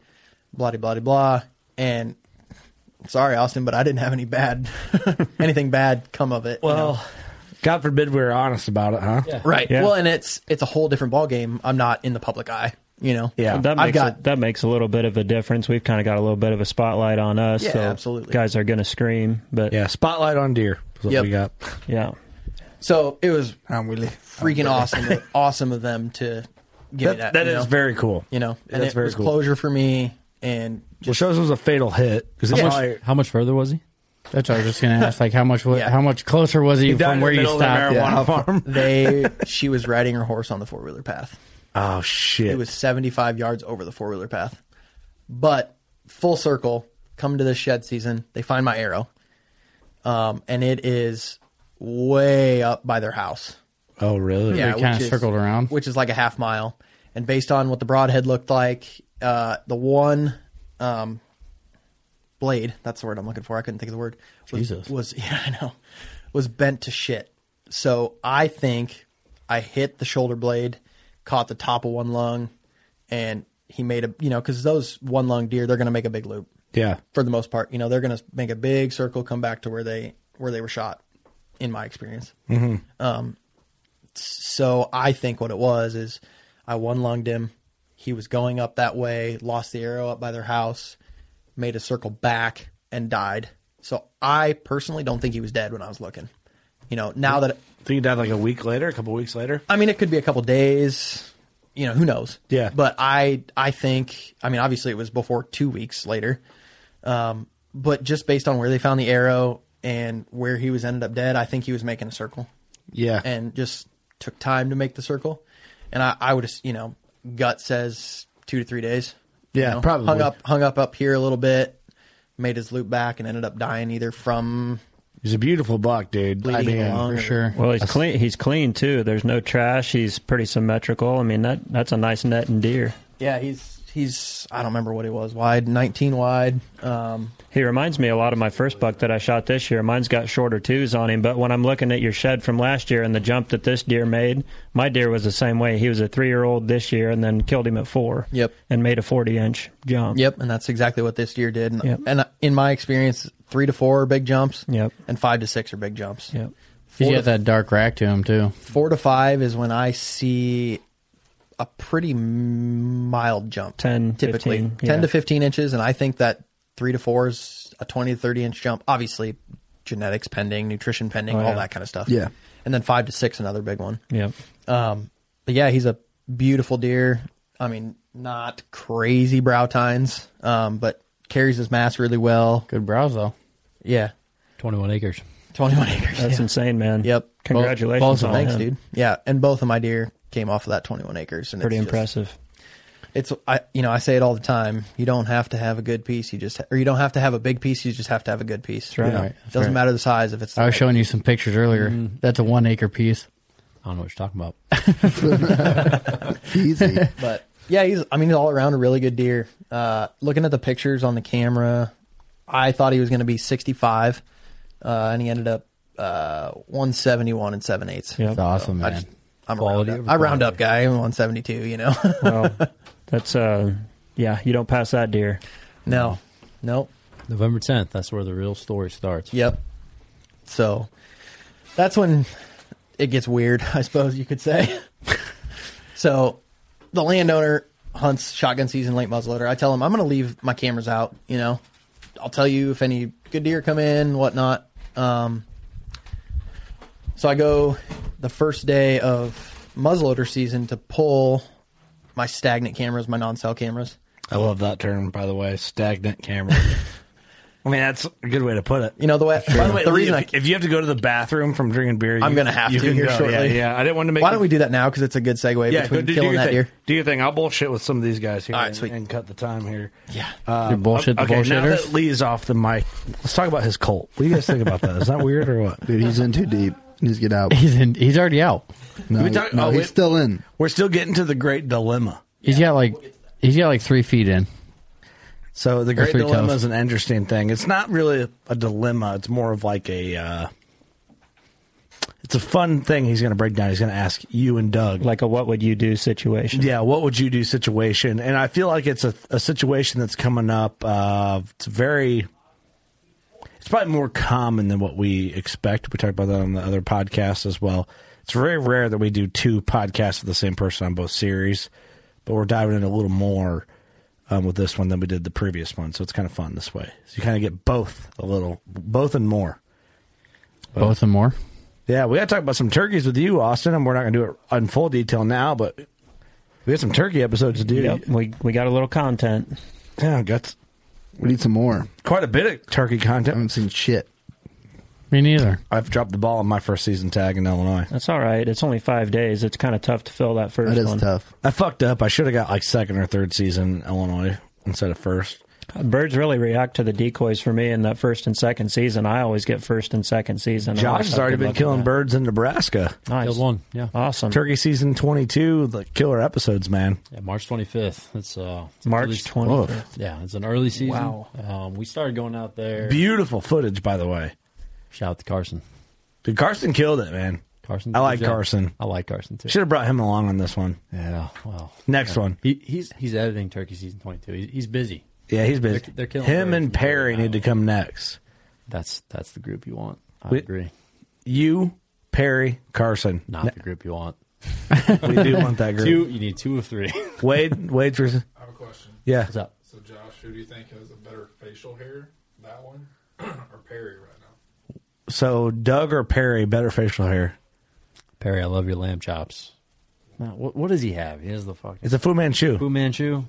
[SPEAKER 9] blah de blah de blah. And sorry, Austin, but I didn't have any bad, anything bad come of it. you know?
[SPEAKER 2] Well, God forbid we were honest about it, huh?
[SPEAKER 9] right. Well, and it's it's a whole different ballgame. I'm not in the public eye. You know.
[SPEAKER 21] Well, that
[SPEAKER 9] I've
[SPEAKER 21] makes
[SPEAKER 9] got
[SPEAKER 21] a, that makes a little bit of a difference. We've kind of got a little bit of a spotlight on us.
[SPEAKER 9] Yeah,
[SPEAKER 21] so
[SPEAKER 9] absolutely.
[SPEAKER 21] Guys are going to scream, but
[SPEAKER 2] yeah, spotlight on deer. is what
[SPEAKER 9] Yep.
[SPEAKER 2] we got.
[SPEAKER 21] Yeah,
[SPEAKER 9] so it was
[SPEAKER 5] I'm really
[SPEAKER 9] freaking awesome, awesome of them to give me
[SPEAKER 2] That-
[SPEAKER 9] that.
[SPEAKER 2] that
[SPEAKER 9] you
[SPEAKER 2] is
[SPEAKER 9] know?
[SPEAKER 2] very cool.
[SPEAKER 9] You know, and
[SPEAKER 2] That's
[SPEAKER 9] it
[SPEAKER 2] very
[SPEAKER 9] was
[SPEAKER 2] cool.
[SPEAKER 9] closure for me. And
[SPEAKER 2] Well, shows it was a fatal hit. 'cause
[SPEAKER 20] How,
[SPEAKER 2] it's probably-
[SPEAKER 20] much, how much further was he?
[SPEAKER 3] That's what I was just gonna ask. Like how much wa- how much closer was he,
[SPEAKER 20] He died
[SPEAKER 3] from
[SPEAKER 20] in
[SPEAKER 3] where
[SPEAKER 20] the
[SPEAKER 3] you
[SPEAKER 20] middle of the
[SPEAKER 3] stopped?
[SPEAKER 20] marijuana
[SPEAKER 2] farm.
[SPEAKER 9] they she was riding her horse on the four wheeler path.
[SPEAKER 2] Oh shit!
[SPEAKER 9] It was 75 yards over the four wheeler path. But full circle, come to the shed season, they find my arrow, um, and it is way up by their house.
[SPEAKER 2] Oh really?
[SPEAKER 9] Yeah,
[SPEAKER 3] kinda
[SPEAKER 9] which is-
[SPEAKER 3] circled around.
[SPEAKER 9] which is like a half mile. And based on what the broadhead looked like, uh, the one um, blade, that's the word I'm looking for. I couldn't think of the word. Was,
[SPEAKER 20] Jesus.
[SPEAKER 9] Was, yeah, I know. Was bent to shit. So I think I hit the shoulder blade, caught the top of one lung, and he made a, you know, because those one lung deer, they're going to make a big loop
[SPEAKER 2] Yeah.
[SPEAKER 9] for the most part. You know, they're going to make a big circle, come back to where they where they were shot, in my experience.
[SPEAKER 2] Mhm.
[SPEAKER 9] Um, so I think what it was is I one lunged him. He was going up that way, lost the arrow up by their house, made a circle back, and died. So I personally don't think he was dead when I was looking. You know, now that
[SPEAKER 2] Think he died like a week later, a couple weeks later.
[SPEAKER 9] I mean, it could be a couple days. You know, who knows?
[SPEAKER 2] Yeah.
[SPEAKER 9] But I, I think, I mean, obviously it was before two weeks later, um, but just based on where they found the arrow and where he was ended up dead, I think he was making a circle.
[SPEAKER 2] Yeah.
[SPEAKER 9] And just took time to make the circle, and I, I would, as- you know, gut says two to three days. you
[SPEAKER 2] Yeah,
[SPEAKER 9] know.
[SPEAKER 2] probably.
[SPEAKER 9] hung up, hung up up here a little bit, made his loop back, and ended up dying either from
[SPEAKER 2] He's a beautiful buck, dude. I
[SPEAKER 9] Bleeding
[SPEAKER 2] mean,
[SPEAKER 9] lung For or- sure.
[SPEAKER 21] Well, he's clean. He's clean too. There's no trash. He's pretty symmetrical. I mean, that that's a nice net and deer.
[SPEAKER 9] Yeah, he's he's I don't remember what he was wide, nineteen wide. Um,
[SPEAKER 22] He reminds me a lot of my first buck that I shot this year. Mine's got shorter twos on him, but when I'm looking at your shed from last year and the jump that this deer made, my deer was the same way. He was a three year old this year and then killed him at four.
[SPEAKER 9] Yep.
[SPEAKER 22] And made a 40 inch jump.
[SPEAKER 9] Yep, and that's exactly what this deer did. And,
[SPEAKER 22] Yep.
[SPEAKER 9] and in my experience, three to four are big jumps.
[SPEAKER 22] Yep.
[SPEAKER 9] And five to six are big jumps.
[SPEAKER 22] Yep.
[SPEAKER 9] Four
[SPEAKER 3] He's
[SPEAKER 9] to
[SPEAKER 3] got that dark rack to him too.
[SPEAKER 9] four to five is when I see a pretty m- mild jump.
[SPEAKER 22] 10,
[SPEAKER 9] typically
[SPEAKER 22] 15,
[SPEAKER 9] 10
[SPEAKER 22] yeah.
[SPEAKER 9] to 15 inches. And I think that three to four is a 20 to 30 inch jump. Obviously, genetics pending, nutrition pending,
[SPEAKER 22] Oh,
[SPEAKER 9] all
[SPEAKER 22] yeah.
[SPEAKER 9] that kind of stuff.
[SPEAKER 22] Yeah.
[SPEAKER 9] And then five to six, another big one.
[SPEAKER 22] Yep.
[SPEAKER 9] Um, but yeah, he's a beautiful deer. I mean, not crazy brow tines, um, but carries his mass really well.
[SPEAKER 3] Good brows though.
[SPEAKER 9] Yeah.
[SPEAKER 2] 21 acres.
[SPEAKER 9] 21 acres.
[SPEAKER 22] That's
[SPEAKER 9] yeah.
[SPEAKER 22] insane, man.
[SPEAKER 9] Yep.
[SPEAKER 22] Congratulations
[SPEAKER 9] Both, both
[SPEAKER 22] on
[SPEAKER 9] thanks,
[SPEAKER 22] him.
[SPEAKER 9] dude. Yeah, and both of my deer came off of that 21 acres. And
[SPEAKER 22] Pretty
[SPEAKER 9] it's just-
[SPEAKER 22] impressive.
[SPEAKER 9] it's I you know I say it all the time. You don't have to have a good piece. You just or you don't have to have a big piece. You just have to have a good piece.
[SPEAKER 3] right.
[SPEAKER 9] You know,
[SPEAKER 3] Right.
[SPEAKER 9] It doesn't
[SPEAKER 3] Right.
[SPEAKER 9] matter the size if it's. the
[SPEAKER 3] I was
[SPEAKER 9] right-
[SPEAKER 3] showing you some pictures earlier.
[SPEAKER 20] Mm-hmm.
[SPEAKER 3] That's a one acre piece.
[SPEAKER 2] I don't know what you're talking about.
[SPEAKER 5] Easy.
[SPEAKER 9] but yeah, he's I mean he's all around a really good deer. Uh, looking at the pictures on the camera, I thought he was going to be 65, uh, and he ended up uh, 171 and seven eighths.
[SPEAKER 22] Yep. That's
[SPEAKER 3] awesome,
[SPEAKER 9] I
[SPEAKER 3] man.
[SPEAKER 9] I'm a round
[SPEAKER 2] Quality
[SPEAKER 9] up,
[SPEAKER 2] over
[SPEAKER 9] I round up guy. I'm 172. You know.
[SPEAKER 22] Well, that's, uh, yeah, you don't pass that deer.
[SPEAKER 9] no. Nope.
[SPEAKER 2] November 10th, that's where the real story starts.
[SPEAKER 9] Yep. So that's when it gets weird, I suppose you could say. so the landowner hunts shotgun season late muzzleloader. I tell him I'm going to leave my cameras out. You know, I'll tell you if any good deer come in, whatnot. Um, so I go the first day of muzzleloader season to pull my stagnant cameras, my non-cell cameras.
[SPEAKER 23] I love that term, by the way. Stagnant camera. I mean, that's a good way to put it.
[SPEAKER 9] You know the way.
[SPEAKER 10] By the way,
[SPEAKER 9] reason I
[SPEAKER 10] if, if you have to go to the bathroom from drinking beer,
[SPEAKER 9] I'm
[SPEAKER 10] you-
[SPEAKER 9] gonna have
[SPEAKER 10] you
[SPEAKER 9] to
[SPEAKER 10] can
[SPEAKER 9] here
[SPEAKER 10] go.
[SPEAKER 9] shortly.
[SPEAKER 10] Yeah, yeah. I didn't want to make.
[SPEAKER 9] Why don't we do that now? Because it's a good segue
[SPEAKER 10] Yeah,
[SPEAKER 9] between
[SPEAKER 10] go, do, do
[SPEAKER 9] killing
[SPEAKER 10] your
[SPEAKER 9] that
[SPEAKER 10] thing.
[SPEAKER 9] deer.
[SPEAKER 10] Do your thing. I'll bullshit with some of these guys here
[SPEAKER 9] All right,
[SPEAKER 10] and,
[SPEAKER 9] sweet.
[SPEAKER 10] and cut the time here.
[SPEAKER 9] Yeah.
[SPEAKER 10] Um,
[SPEAKER 3] You bullshit the
[SPEAKER 10] okay, now
[SPEAKER 3] bullshitters?
[SPEAKER 10] that Lee is off the mic, let's talk about his cult. What do you guys think about that? Is that weird or what?
[SPEAKER 5] Dude, he's in too deep. He needs to get out.
[SPEAKER 3] He's in. He's already out.
[SPEAKER 5] No,
[SPEAKER 10] We talk-
[SPEAKER 5] no
[SPEAKER 10] oh,
[SPEAKER 5] he's
[SPEAKER 10] we-
[SPEAKER 5] still in.
[SPEAKER 10] We're still getting to the great dilemma.
[SPEAKER 3] He's got like he's got like three feet in.
[SPEAKER 10] So the great
[SPEAKER 3] three
[SPEAKER 10] dilemma
[SPEAKER 3] toes.
[SPEAKER 10] is an interesting thing. It's not really a dilemma. It's more of like a. Uh, it's a fun thing. He's going to break down. He's going to ask you and Doug.
[SPEAKER 22] Like a what would you do situation.
[SPEAKER 10] Yeah, what would you do situation? And I feel like it's a, a situation that's coming up. Uh, it's very, it's probably more common than what we expect. We talked about that on the other podcast as well. It's very rare that we do two podcasts with the same person on both series, but we're diving in a little more um, with this one than we did the previous one. So it's kind of fun this way. So you kind of get both a little, both and more.
[SPEAKER 20] Oh.
[SPEAKER 3] Both and more.
[SPEAKER 10] Yeah, we got to talk about some turkeys with you, Austin, and we're not going to do it in full detail now, but we got some turkey episodes to do.
[SPEAKER 22] Yep. We, we got a little content.
[SPEAKER 10] Yeah, got
[SPEAKER 5] We need some more.
[SPEAKER 10] quite a bit of turkey
[SPEAKER 5] I
[SPEAKER 10] content.
[SPEAKER 5] haven't seen shit.
[SPEAKER 3] Me neither.
[SPEAKER 10] I've dropped the ball on my first season tag in Illinois.
[SPEAKER 22] That's all right. It's only five days. It's kind of tough to fill that first
[SPEAKER 5] That is
[SPEAKER 22] one.
[SPEAKER 5] tough.
[SPEAKER 10] I fucked up. I should have got like second or third season in Illinois instead of first.
[SPEAKER 22] Birds really react to the decoys for me in that first and second season. I always get first and second season. I
[SPEAKER 10] Josh
[SPEAKER 22] always
[SPEAKER 10] has
[SPEAKER 22] have
[SPEAKER 10] already
[SPEAKER 22] good
[SPEAKER 10] been
[SPEAKER 22] luck with
[SPEAKER 10] killing
[SPEAKER 22] that.
[SPEAKER 10] birds in Nebraska.
[SPEAKER 22] Nice.
[SPEAKER 2] Killed one. Yeah.
[SPEAKER 22] Awesome.
[SPEAKER 10] Turkey season 22, the killer episodes, man.
[SPEAKER 2] Yeah, March 25th. It's uh, it's
[SPEAKER 22] March
[SPEAKER 2] early-
[SPEAKER 22] 25th.
[SPEAKER 2] Yeah, it's an early season.
[SPEAKER 22] Wow.
[SPEAKER 2] Um, we started going out there.
[SPEAKER 10] Beautiful footage, by the way.
[SPEAKER 2] Shout out to Carson.
[SPEAKER 10] Dude, Carson killed it, man.
[SPEAKER 2] Carson.
[SPEAKER 10] I
[SPEAKER 2] did a
[SPEAKER 10] like
[SPEAKER 2] good job.
[SPEAKER 10] Carson.
[SPEAKER 2] I like Carson too.
[SPEAKER 10] Should have brought him along on this one.
[SPEAKER 2] Yeah. Well,
[SPEAKER 10] Next one.
[SPEAKER 2] he, he's he's editing Turkey season 22. He's, he's busy.
[SPEAKER 10] Yeah, he's busy.
[SPEAKER 2] They're- they're killing
[SPEAKER 10] him
[SPEAKER 2] birds.
[SPEAKER 10] and Perry need to come next.
[SPEAKER 2] That's that's the group you want. I
[SPEAKER 10] We-
[SPEAKER 2] agree.
[SPEAKER 10] You, Perry, Carson.
[SPEAKER 2] Not the group you want.
[SPEAKER 10] we do want that group.
[SPEAKER 2] Two. You need two of three.
[SPEAKER 10] Wade, Wade, for,
[SPEAKER 1] I have a question.
[SPEAKER 10] yeah.
[SPEAKER 2] What's up?
[SPEAKER 1] So, Josh, who do you think has a better facial hair, that one, or Perry right now?
[SPEAKER 10] So Doug or Perry, better facial hair.
[SPEAKER 2] Perry, I love your lamb chops. Now, what, what does he have? He has the fucking
[SPEAKER 10] It's a Fu Manchu.
[SPEAKER 2] Fu Manchu.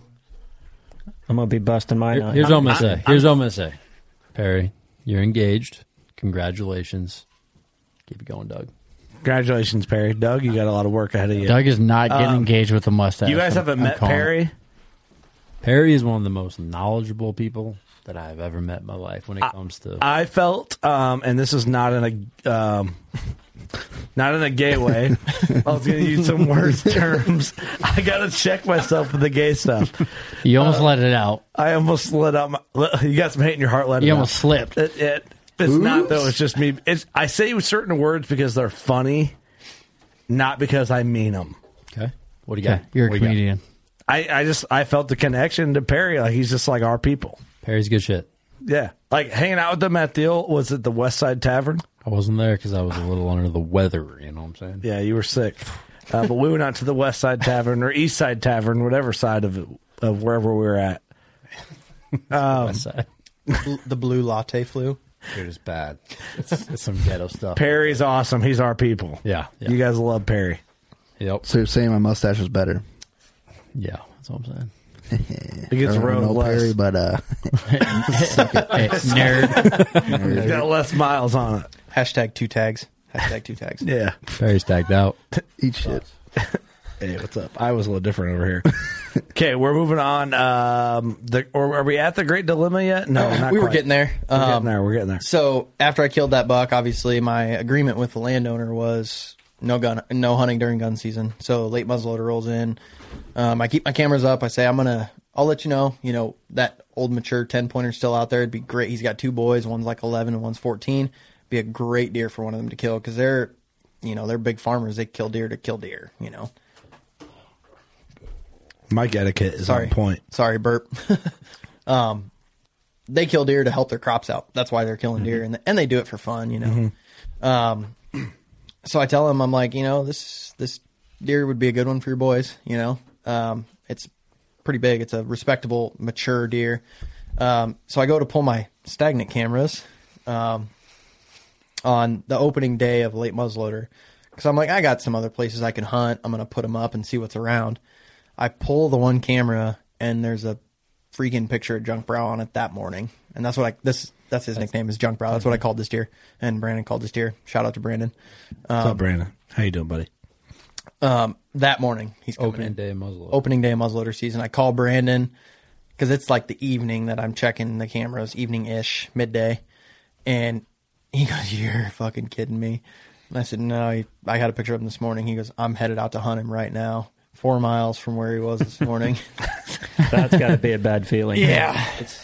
[SPEAKER 22] I'm gonna be busting mine.
[SPEAKER 2] Here-
[SPEAKER 22] out.
[SPEAKER 2] here's what I'm gonna
[SPEAKER 10] I'm-
[SPEAKER 2] say. Here's what I'm gonna say. Perry, you're engaged. Congratulations. Keep it going, Doug.
[SPEAKER 10] Congratulations, Perry. Doug, you got a lot of work ahead of you.
[SPEAKER 3] Doug is not getting
[SPEAKER 10] Um,
[SPEAKER 3] engaged with a mustache.
[SPEAKER 10] you guys
[SPEAKER 3] I'm-
[SPEAKER 10] haven't
[SPEAKER 3] I'm
[SPEAKER 10] met
[SPEAKER 3] calling it.
[SPEAKER 10] Perry.
[SPEAKER 2] Perry is one of the most knowledgeable people that I've ever met in my Ah. life when it comes to
[SPEAKER 10] I felt, um, and this is not in a, um, Not in a gay way. I was going to use some worse terms. I got to check myself with the gay stuff.
[SPEAKER 3] You almost let it out.
[SPEAKER 10] I almost let out my. You got some hate in your heart. Let
[SPEAKER 3] You
[SPEAKER 10] it
[SPEAKER 3] almost
[SPEAKER 10] out.
[SPEAKER 3] slipped.
[SPEAKER 10] It, it- it's not though. It's just me. It's, I say certain words because they're funny, not because I mean them.
[SPEAKER 2] Okay. What do you
[SPEAKER 3] Okay,
[SPEAKER 2] got?
[SPEAKER 3] You're a
[SPEAKER 2] What do you got?
[SPEAKER 3] comedian.
[SPEAKER 10] I, I just I felt the connection to Perry. Like he's just like our people.
[SPEAKER 2] Perry's good shit.
[SPEAKER 10] Yeah, like hanging out with them at the old was it the West Side Tavern?
[SPEAKER 2] I wasn't there because I was a little under the weather. You know what I'm saying?
[SPEAKER 10] Yeah, you were sick. Uh, but we went out to the West Side Tavern or East Side Tavern, whatever side of it, of wherever we were at. Um,
[SPEAKER 9] the blue latte flu.
[SPEAKER 2] Dude, it's bad. It's, it's some ghetto stuff.
[SPEAKER 10] Perry's awesome. He's our people.
[SPEAKER 2] Yeah, yeah.
[SPEAKER 10] you guys love Perry.
[SPEAKER 2] Yep.
[SPEAKER 5] So you're saying my mustache is better?
[SPEAKER 2] Yeah, that's what I'm saying.
[SPEAKER 10] It gets
[SPEAKER 5] I don't
[SPEAKER 10] road
[SPEAKER 5] know
[SPEAKER 10] less.
[SPEAKER 5] Perry, but uh, suck it.
[SPEAKER 3] Hey, nerd.
[SPEAKER 10] It's got less miles on it.
[SPEAKER 9] Hashtag two tags. Hashtag two tags.
[SPEAKER 10] Yeah.
[SPEAKER 2] Perry's tagged out.
[SPEAKER 5] Eat shit.
[SPEAKER 10] Hey, what's up? I was a little different over here. Okay, we're moving on. Um, the or are we at the Great Dilemma yet? No, not
[SPEAKER 9] we were
[SPEAKER 10] quite.
[SPEAKER 9] getting there.
[SPEAKER 10] We're
[SPEAKER 9] Um,
[SPEAKER 10] getting there. We're getting there.
[SPEAKER 9] So after I killed that buck, obviously my agreement with the landowner was no gun, no hunting during gun season. So late muzzleloader rolls in. Um, I keep my cameras up. I say I'm gonna. I'll let you know. You know that old mature ten pointer's still out there. It'd be great. He's got two boys. One's like eleven and one's fourteen. Be a great deer for one of them to kill because they're, you know, they're big farmers. They kill deer to kill deer. You know.
[SPEAKER 10] Mike etiquette is
[SPEAKER 9] Sorry.
[SPEAKER 10] on point.
[SPEAKER 9] Sorry, burp. um, they kill deer to help their crops out. That's why they're killing deer, and and they do it for fun, you know. Um, so I tell them, I'm like, you know, this this deer would be a good one for your boys. You know, um, it's pretty big. It's a respectable, mature deer. Um, so I go to pull my stagnant cameras. Um, on the opening day of late muzzleloader because I'm like, I got some other places I can hunt. I'm gonna put them up and see what's around. I pull the one camera and there's a freaking picture of Junk Brow on it that morning, and that's what I this that's his nickname is Junk Brow. That's what I called this deer, and Brandon called this deer. Shout out to Brandon. Um,
[SPEAKER 10] What's up, Brandon? How you doing, buddy?
[SPEAKER 9] um, that morning he's coming
[SPEAKER 2] Opening
[SPEAKER 9] in.
[SPEAKER 2] day of muzzleloader.
[SPEAKER 9] Opening day of muzzleloader season. I call Brandon because it's like the evening that I'm checking the cameras, evening ish, midday, and he goes, "You're fucking kidding me." And I said, "No, he, I got a picture of him this morning." He goes, "I'm headed out to hunt him right now, four miles from where he was this morning."
[SPEAKER 24] That's got to be a bad feeling.
[SPEAKER 9] yeah,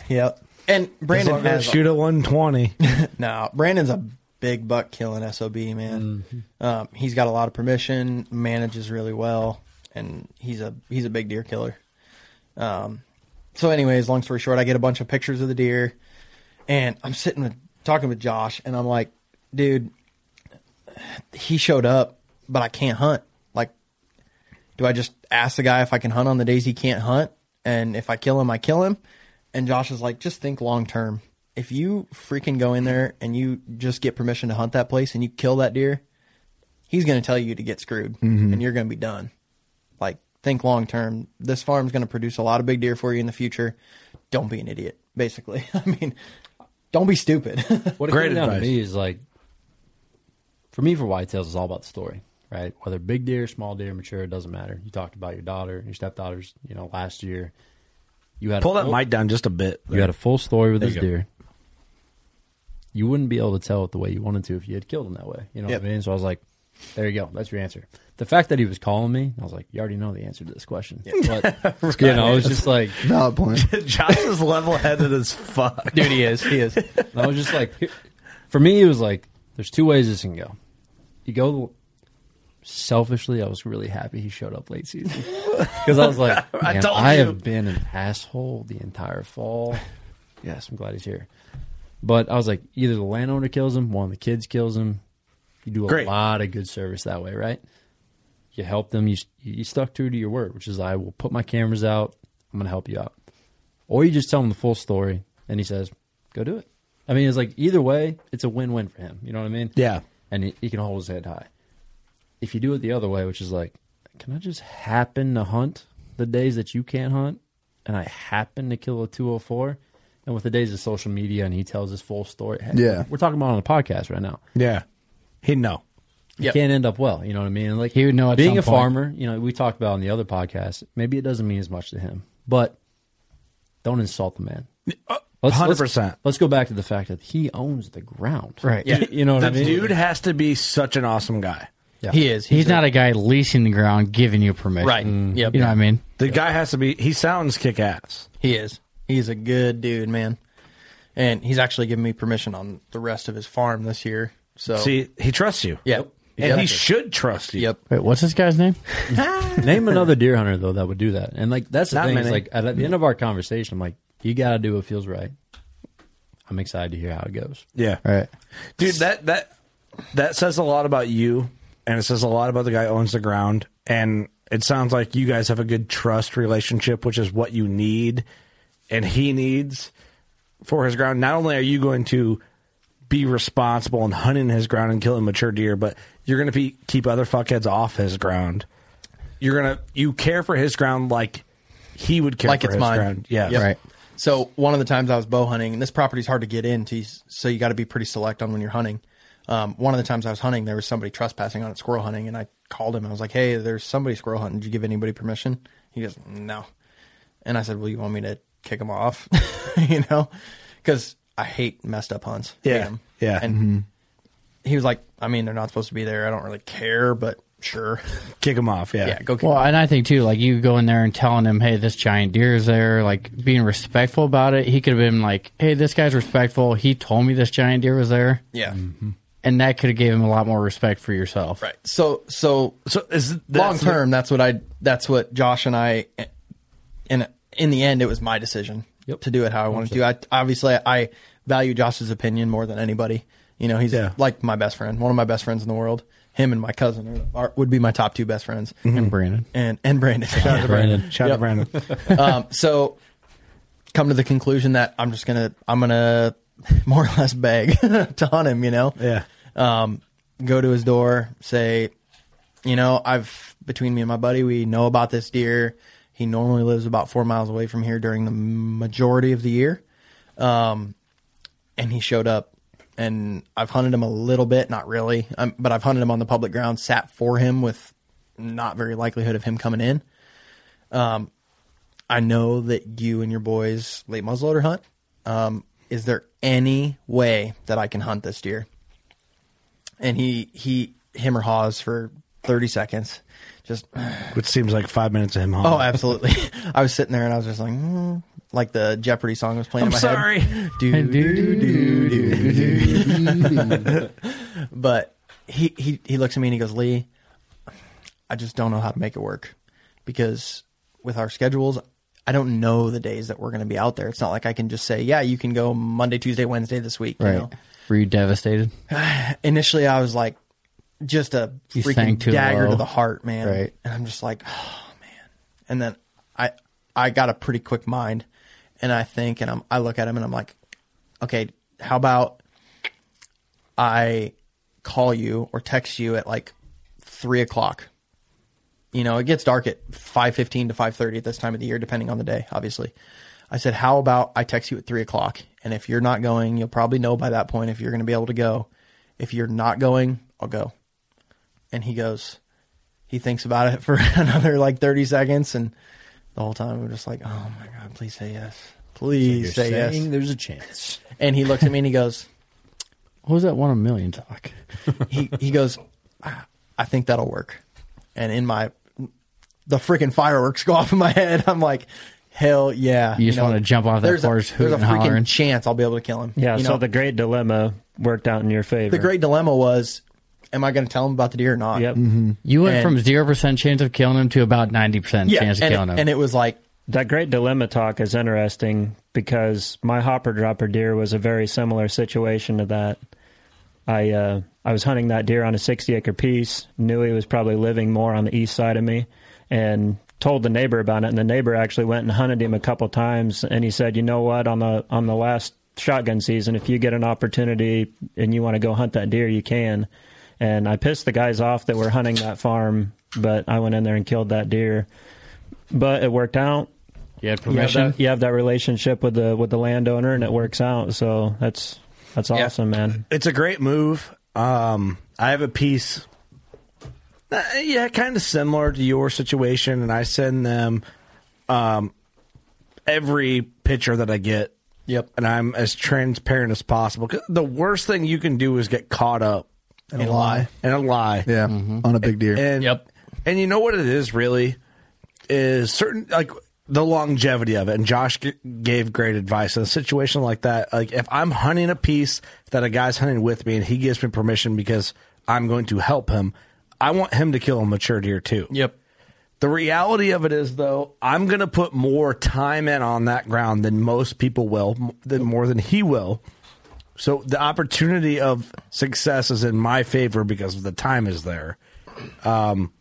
[SPEAKER 9] yep. And Brandon
[SPEAKER 10] As long as
[SPEAKER 9] has
[SPEAKER 10] shoot a 120.
[SPEAKER 9] no, Brandon's a big buck killing sob man.
[SPEAKER 2] Mm-hmm.
[SPEAKER 9] Um, he's got a lot of permission, manages really well, and he's a he's a big deer killer. Um, so, anyways, long story short, I get a bunch of pictures of the deer, and I'm sitting with, talking with Josh, and I'm like, dude, he showed up, but I can't hunt. Like, do I just ask the guy if I can hunt on the days he can't hunt? And if I kill him, I kill him. And Josh is like, just think long term. If you freaking go in there and you just get permission to hunt that place and you kill that deer, he's going to tell you to get screwed
[SPEAKER 5] Mm-hmm.
[SPEAKER 9] and you're going to be done. Like, think long term. This farm's going to produce a lot of big deer for you in the future. Don't be an idiot, basically. I mean, don't be stupid.
[SPEAKER 2] What it
[SPEAKER 10] Great
[SPEAKER 2] came down to
[SPEAKER 10] advice.
[SPEAKER 2] me is like, for me, for whitetails, it's all about the story, right? Whether big deer, small deer, mature, it doesn't matter. You talked about your daughter, your stepdaughters, you know, last year. You had a
[SPEAKER 10] Pull that
[SPEAKER 2] full-
[SPEAKER 10] mic down just a bit.
[SPEAKER 2] You had a full story with
[SPEAKER 10] There
[SPEAKER 2] this
[SPEAKER 10] you go.
[SPEAKER 2] deer. You wouldn't be able to tell it the way you wanted to if you had killed him that way. You know
[SPEAKER 9] Yep.
[SPEAKER 2] what I mean? So I was like, there you go. That's your answer. The fact that he was calling me, I was like, you already know the answer to this question. But, you know, it was just like,
[SPEAKER 5] Valid point.
[SPEAKER 10] Josh is level headed as fuck.
[SPEAKER 9] Dude, he is. He is.
[SPEAKER 2] And I was just like, here- for me, it was like, there's two ways this can go. You go selfishly. I was really happy he showed up late season because I was like,
[SPEAKER 10] I
[SPEAKER 2] "Man, I,
[SPEAKER 10] told you."
[SPEAKER 2] have been an asshole the entire fall. Yes, I'm glad he's here. But I was like, either the landowner kills him, one of the kids kills him. You do a
[SPEAKER 10] Great.
[SPEAKER 2] lot of good service that way, right? You help them. You you stuck true to your word, which is I will put my cameras out. I'm going to help you out or you just tell him the full story and he says go do it i mean it's like either way it's a win-win for him you know what i mean
[SPEAKER 10] Yeah.
[SPEAKER 2] and he, he can hold his head high if you do it the other way which is like can i just happen to hunt the days that you can't hunt and i happen to kill a 204 and with the days of social media and he tells his full story hey,
[SPEAKER 5] Yeah.
[SPEAKER 2] we're talking about it on the podcast right now
[SPEAKER 10] Yeah. He know.
[SPEAKER 2] you can't end up well. You know what I mean? Like
[SPEAKER 3] He would know at
[SPEAKER 2] being
[SPEAKER 3] some
[SPEAKER 2] a
[SPEAKER 3] point.
[SPEAKER 2] farmer. You know, we talked about on the other podcast. Maybe it doesn't mean as much to him, but don't insult the man.
[SPEAKER 10] Uh,
[SPEAKER 2] Let's- let's-
[SPEAKER 10] 100%.
[SPEAKER 2] Let's go back to the fact that he owns the ground.
[SPEAKER 3] Right.
[SPEAKER 2] You, you know what
[SPEAKER 10] the
[SPEAKER 2] I mean?
[SPEAKER 10] dude has to be such an awesome guy.
[SPEAKER 5] Yeah. He is.
[SPEAKER 3] He's, not a guy leasing the ground, giving you permission.
[SPEAKER 5] Right.
[SPEAKER 20] Mm-hmm.
[SPEAKER 5] Mm. Yep.
[SPEAKER 3] You know what I mean?
[SPEAKER 10] The guy has to be. He sounds kick ass.
[SPEAKER 5] He is. He's a good dude, man. And he's actually given me permission on the rest of his farm this year. So
[SPEAKER 10] See, he trusts you.
[SPEAKER 5] Yep.
[SPEAKER 10] And
[SPEAKER 5] Yep.
[SPEAKER 10] he should trust you.
[SPEAKER 5] Yep.
[SPEAKER 3] Wait, what's this guy's name?
[SPEAKER 25] Name another deer hunter though that would do that. And like that's the
[SPEAKER 10] Not
[SPEAKER 25] thing. Is
[SPEAKER 10] many.
[SPEAKER 25] like at the end of our conversation, I'm like, you gotta do what feels right. I'm excited to hear how it goes.
[SPEAKER 10] Yeah.
[SPEAKER 3] Right.
[SPEAKER 10] Dude, that that that says a lot about you and it says a lot about the guy who owns the ground and it sounds like you guys have a good trust relationship, which is what you need and he needs for his ground. Not only are you going to be responsible and hunt in his ground and killing mature deer, but you're going to be keep other fuckheads off his ground. You're going to you care for his ground like he would care
[SPEAKER 5] like
[SPEAKER 10] for
[SPEAKER 5] it's
[SPEAKER 10] his
[SPEAKER 5] mine.
[SPEAKER 10] ground. Yeah.
[SPEAKER 5] Yep. So one of the times I was bow hunting, and this property's hard to get into, so you got to be pretty select on when you're hunting. Um, one of the times I was hunting, there was somebody trespassing on it squirrel hunting, and I called him. I was like, "Hey, there's somebody squirrel hunting. Did you give anybody permission?" He goes, "No," and I said, "Well, you want me to kick him off? you know, because I hate messed up hunts. Hate
[SPEAKER 10] Yeah.
[SPEAKER 5] 'em.
[SPEAKER 10] Yeah.
[SPEAKER 5] And he was like, "I mean, they're not supposed to be there. I don't really care, but sure,
[SPEAKER 10] Kick him off. Yeah.
[SPEAKER 5] yeah, go." Kick
[SPEAKER 3] Well, and I think too, like you go in there and telling him, "Hey, this giant deer is there," like being respectful about it. He could have been like, "Hey, this guy's respectful. He told me this giant deer was there,"
[SPEAKER 5] Yeah.
[SPEAKER 3] and that could have gave him a lot more respect for yourself.
[SPEAKER 5] Right. So so
[SPEAKER 10] So is
[SPEAKER 5] long
[SPEAKER 10] that's-
[SPEAKER 5] term, that's what I that's what Josh and I and in the end it was my decision to do it how I wanted to. I obviously I value Josh's opinion more than anybody. You know, he's
[SPEAKER 10] Yeah.
[SPEAKER 5] like my best friend, one of my best friends in the world. Him and my cousin are, are, would be my top two best friends.
[SPEAKER 3] And Brandon,
[SPEAKER 5] And and Brandon.
[SPEAKER 10] Shout out to Brandon. Shout out to
[SPEAKER 5] Yep.
[SPEAKER 10] Brandon.
[SPEAKER 5] um, so come to the conclusion that I'm just gonna I'm gonna more or less beg to hunt him, you know?
[SPEAKER 10] Yeah.
[SPEAKER 5] Um, go to his door, say, you know, I've between me and my buddy, we know about this deer. He normally lives about four miles away from here during the majority of the year. Um, and he showed up and I've hunted him a little bit, not really, um, but I've hunted him on the public ground, sat for him with not very likelihood of him coming in. Um, I know that you and your boys late muzzleloader hunt. Um, is there any way that I can hunt this deer? And he he him or haws for thirty seconds, just
[SPEAKER 10] Which seems like five minutes of him home.
[SPEAKER 5] Oh, absolutely. I was sitting there and I was just like, mm, like the Jeopardy song was playing
[SPEAKER 10] I'm
[SPEAKER 5] in my
[SPEAKER 10] sorry.
[SPEAKER 5] head. Do, do, do, do, do. but he, he, he looks at me and he goes, Lee, I just don't know how to make it work because with our schedules, I don't know the days that we're going to be out there. It's not like I can just say, yeah, you can go Monday, Tuesday, Wednesday this week. You
[SPEAKER 3] right?
[SPEAKER 5] know?
[SPEAKER 3] Were you devastated?
[SPEAKER 5] initially I was like just a
[SPEAKER 3] You
[SPEAKER 5] freaking
[SPEAKER 3] sank too
[SPEAKER 5] dagger
[SPEAKER 3] low.
[SPEAKER 5] to the heart, man.
[SPEAKER 3] Right.
[SPEAKER 5] And I'm just like, oh man. And then I I got a pretty quick mind and I think and I'm I look at him and I'm like, okay, how about I call you or text you at like three o'clock. You know, it gets dark at five fifteen to five thirty at this time of the year, depending on the day, obviously. I said, How about I text you at three o'clock? And if you're not going, you'll probably know by that point if you're gonna be able to go. If you're not going, I'll go. And he goes, he thinks about it for another like thirty seconds and the whole time I'm just like, Oh my god, please say yes. Please say yes.
[SPEAKER 25] there's a chance.
[SPEAKER 5] And he looks at me and he goes,
[SPEAKER 3] What was that one a million talk?
[SPEAKER 5] he he goes, "Ah, I think that'll work. And in my the freaking fireworks go off in my head. I'm like, hell yeah.
[SPEAKER 3] You just wanna jump off that
[SPEAKER 5] there's
[SPEAKER 3] horse
[SPEAKER 5] A, there's a
[SPEAKER 3] hooting and
[SPEAKER 5] freaking
[SPEAKER 3] hollering.
[SPEAKER 5] chance I'll be able to kill him.
[SPEAKER 9] Yeah,
[SPEAKER 5] You
[SPEAKER 9] so
[SPEAKER 5] know?
[SPEAKER 9] the great dilemma worked out in your favor.
[SPEAKER 5] the great dilemma was, am I going to tell him about the deer or not?
[SPEAKER 9] Yep.
[SPEAKER 3] You went
[SPEAKER 5] And-
[SPEAKER 3] from zero percent chance of killing him to about ninety percent
[SPEAKER 5] Yeah.
[SPEAKER 3] chance of
[SPEAKER 5] and,
[SPEAKER 3] killing
[SPEAKER 5] it,
[SPEAKER 3] him.
[SPEAKER 5] and it was like,
[SPEAKER 9] That great dilemma talk is interesting because my hopper dropper deer was a very similar situation to that. I uh, I was hunting that deer on a 60 acre piece, knew he was probably living more on the east side of me, and told the neighbor about it. And the neighbor actually went and hunted him a couple times, and he said, "You know what? On the on the last shotgun season, if you get an opportunity and you want to go hunt that deer, you can." And I pissed the guys off that were hunting that farm, but I went in there and killed that deer. But it worked out.
[SPEAKER 3] you had
[SPEAKER 9] You have,
[SPEAKER 3] permission.
[SPEAKER 9] that, you have that relationship with the with the landowner, and it works out. So that's that's
[SPEAKER 5] Yeah.
[SPEAKER 9] awesome, man.
[SPEAKER 10] It's a great move. Um, I have a piece, uh, yeah, kind of similar to your situation, and I send them um, every picture that I get.
[SPEAKER 5] Yep.
[SPEAKER 10] and I'm as transparent as possible. 'Cause The worst thing you can do is get caught up and, a lie. and a lie.
[SPEAKER 5] Yeah,
[SPEAKER 3] Mm-hmm.
[SPEAKER 5] on a big deer.
[SPEAKER 10] And yep. And you know what it is really is certain like the longevity of it. And Josh g- gave great advice in a situation like that. Like if I'm hunting a piece that a guy's hunting with me and he gives me permission because I'm going to help him, I want him to kill a mature deer too.
[SPEAKER 9] Yep.
[SPEAKER 10] The reality of it is, though, I'm going to put more time in on that ground than most people will, m- than more than he will. So the opportunity of success is in my favor because the time is there. Um,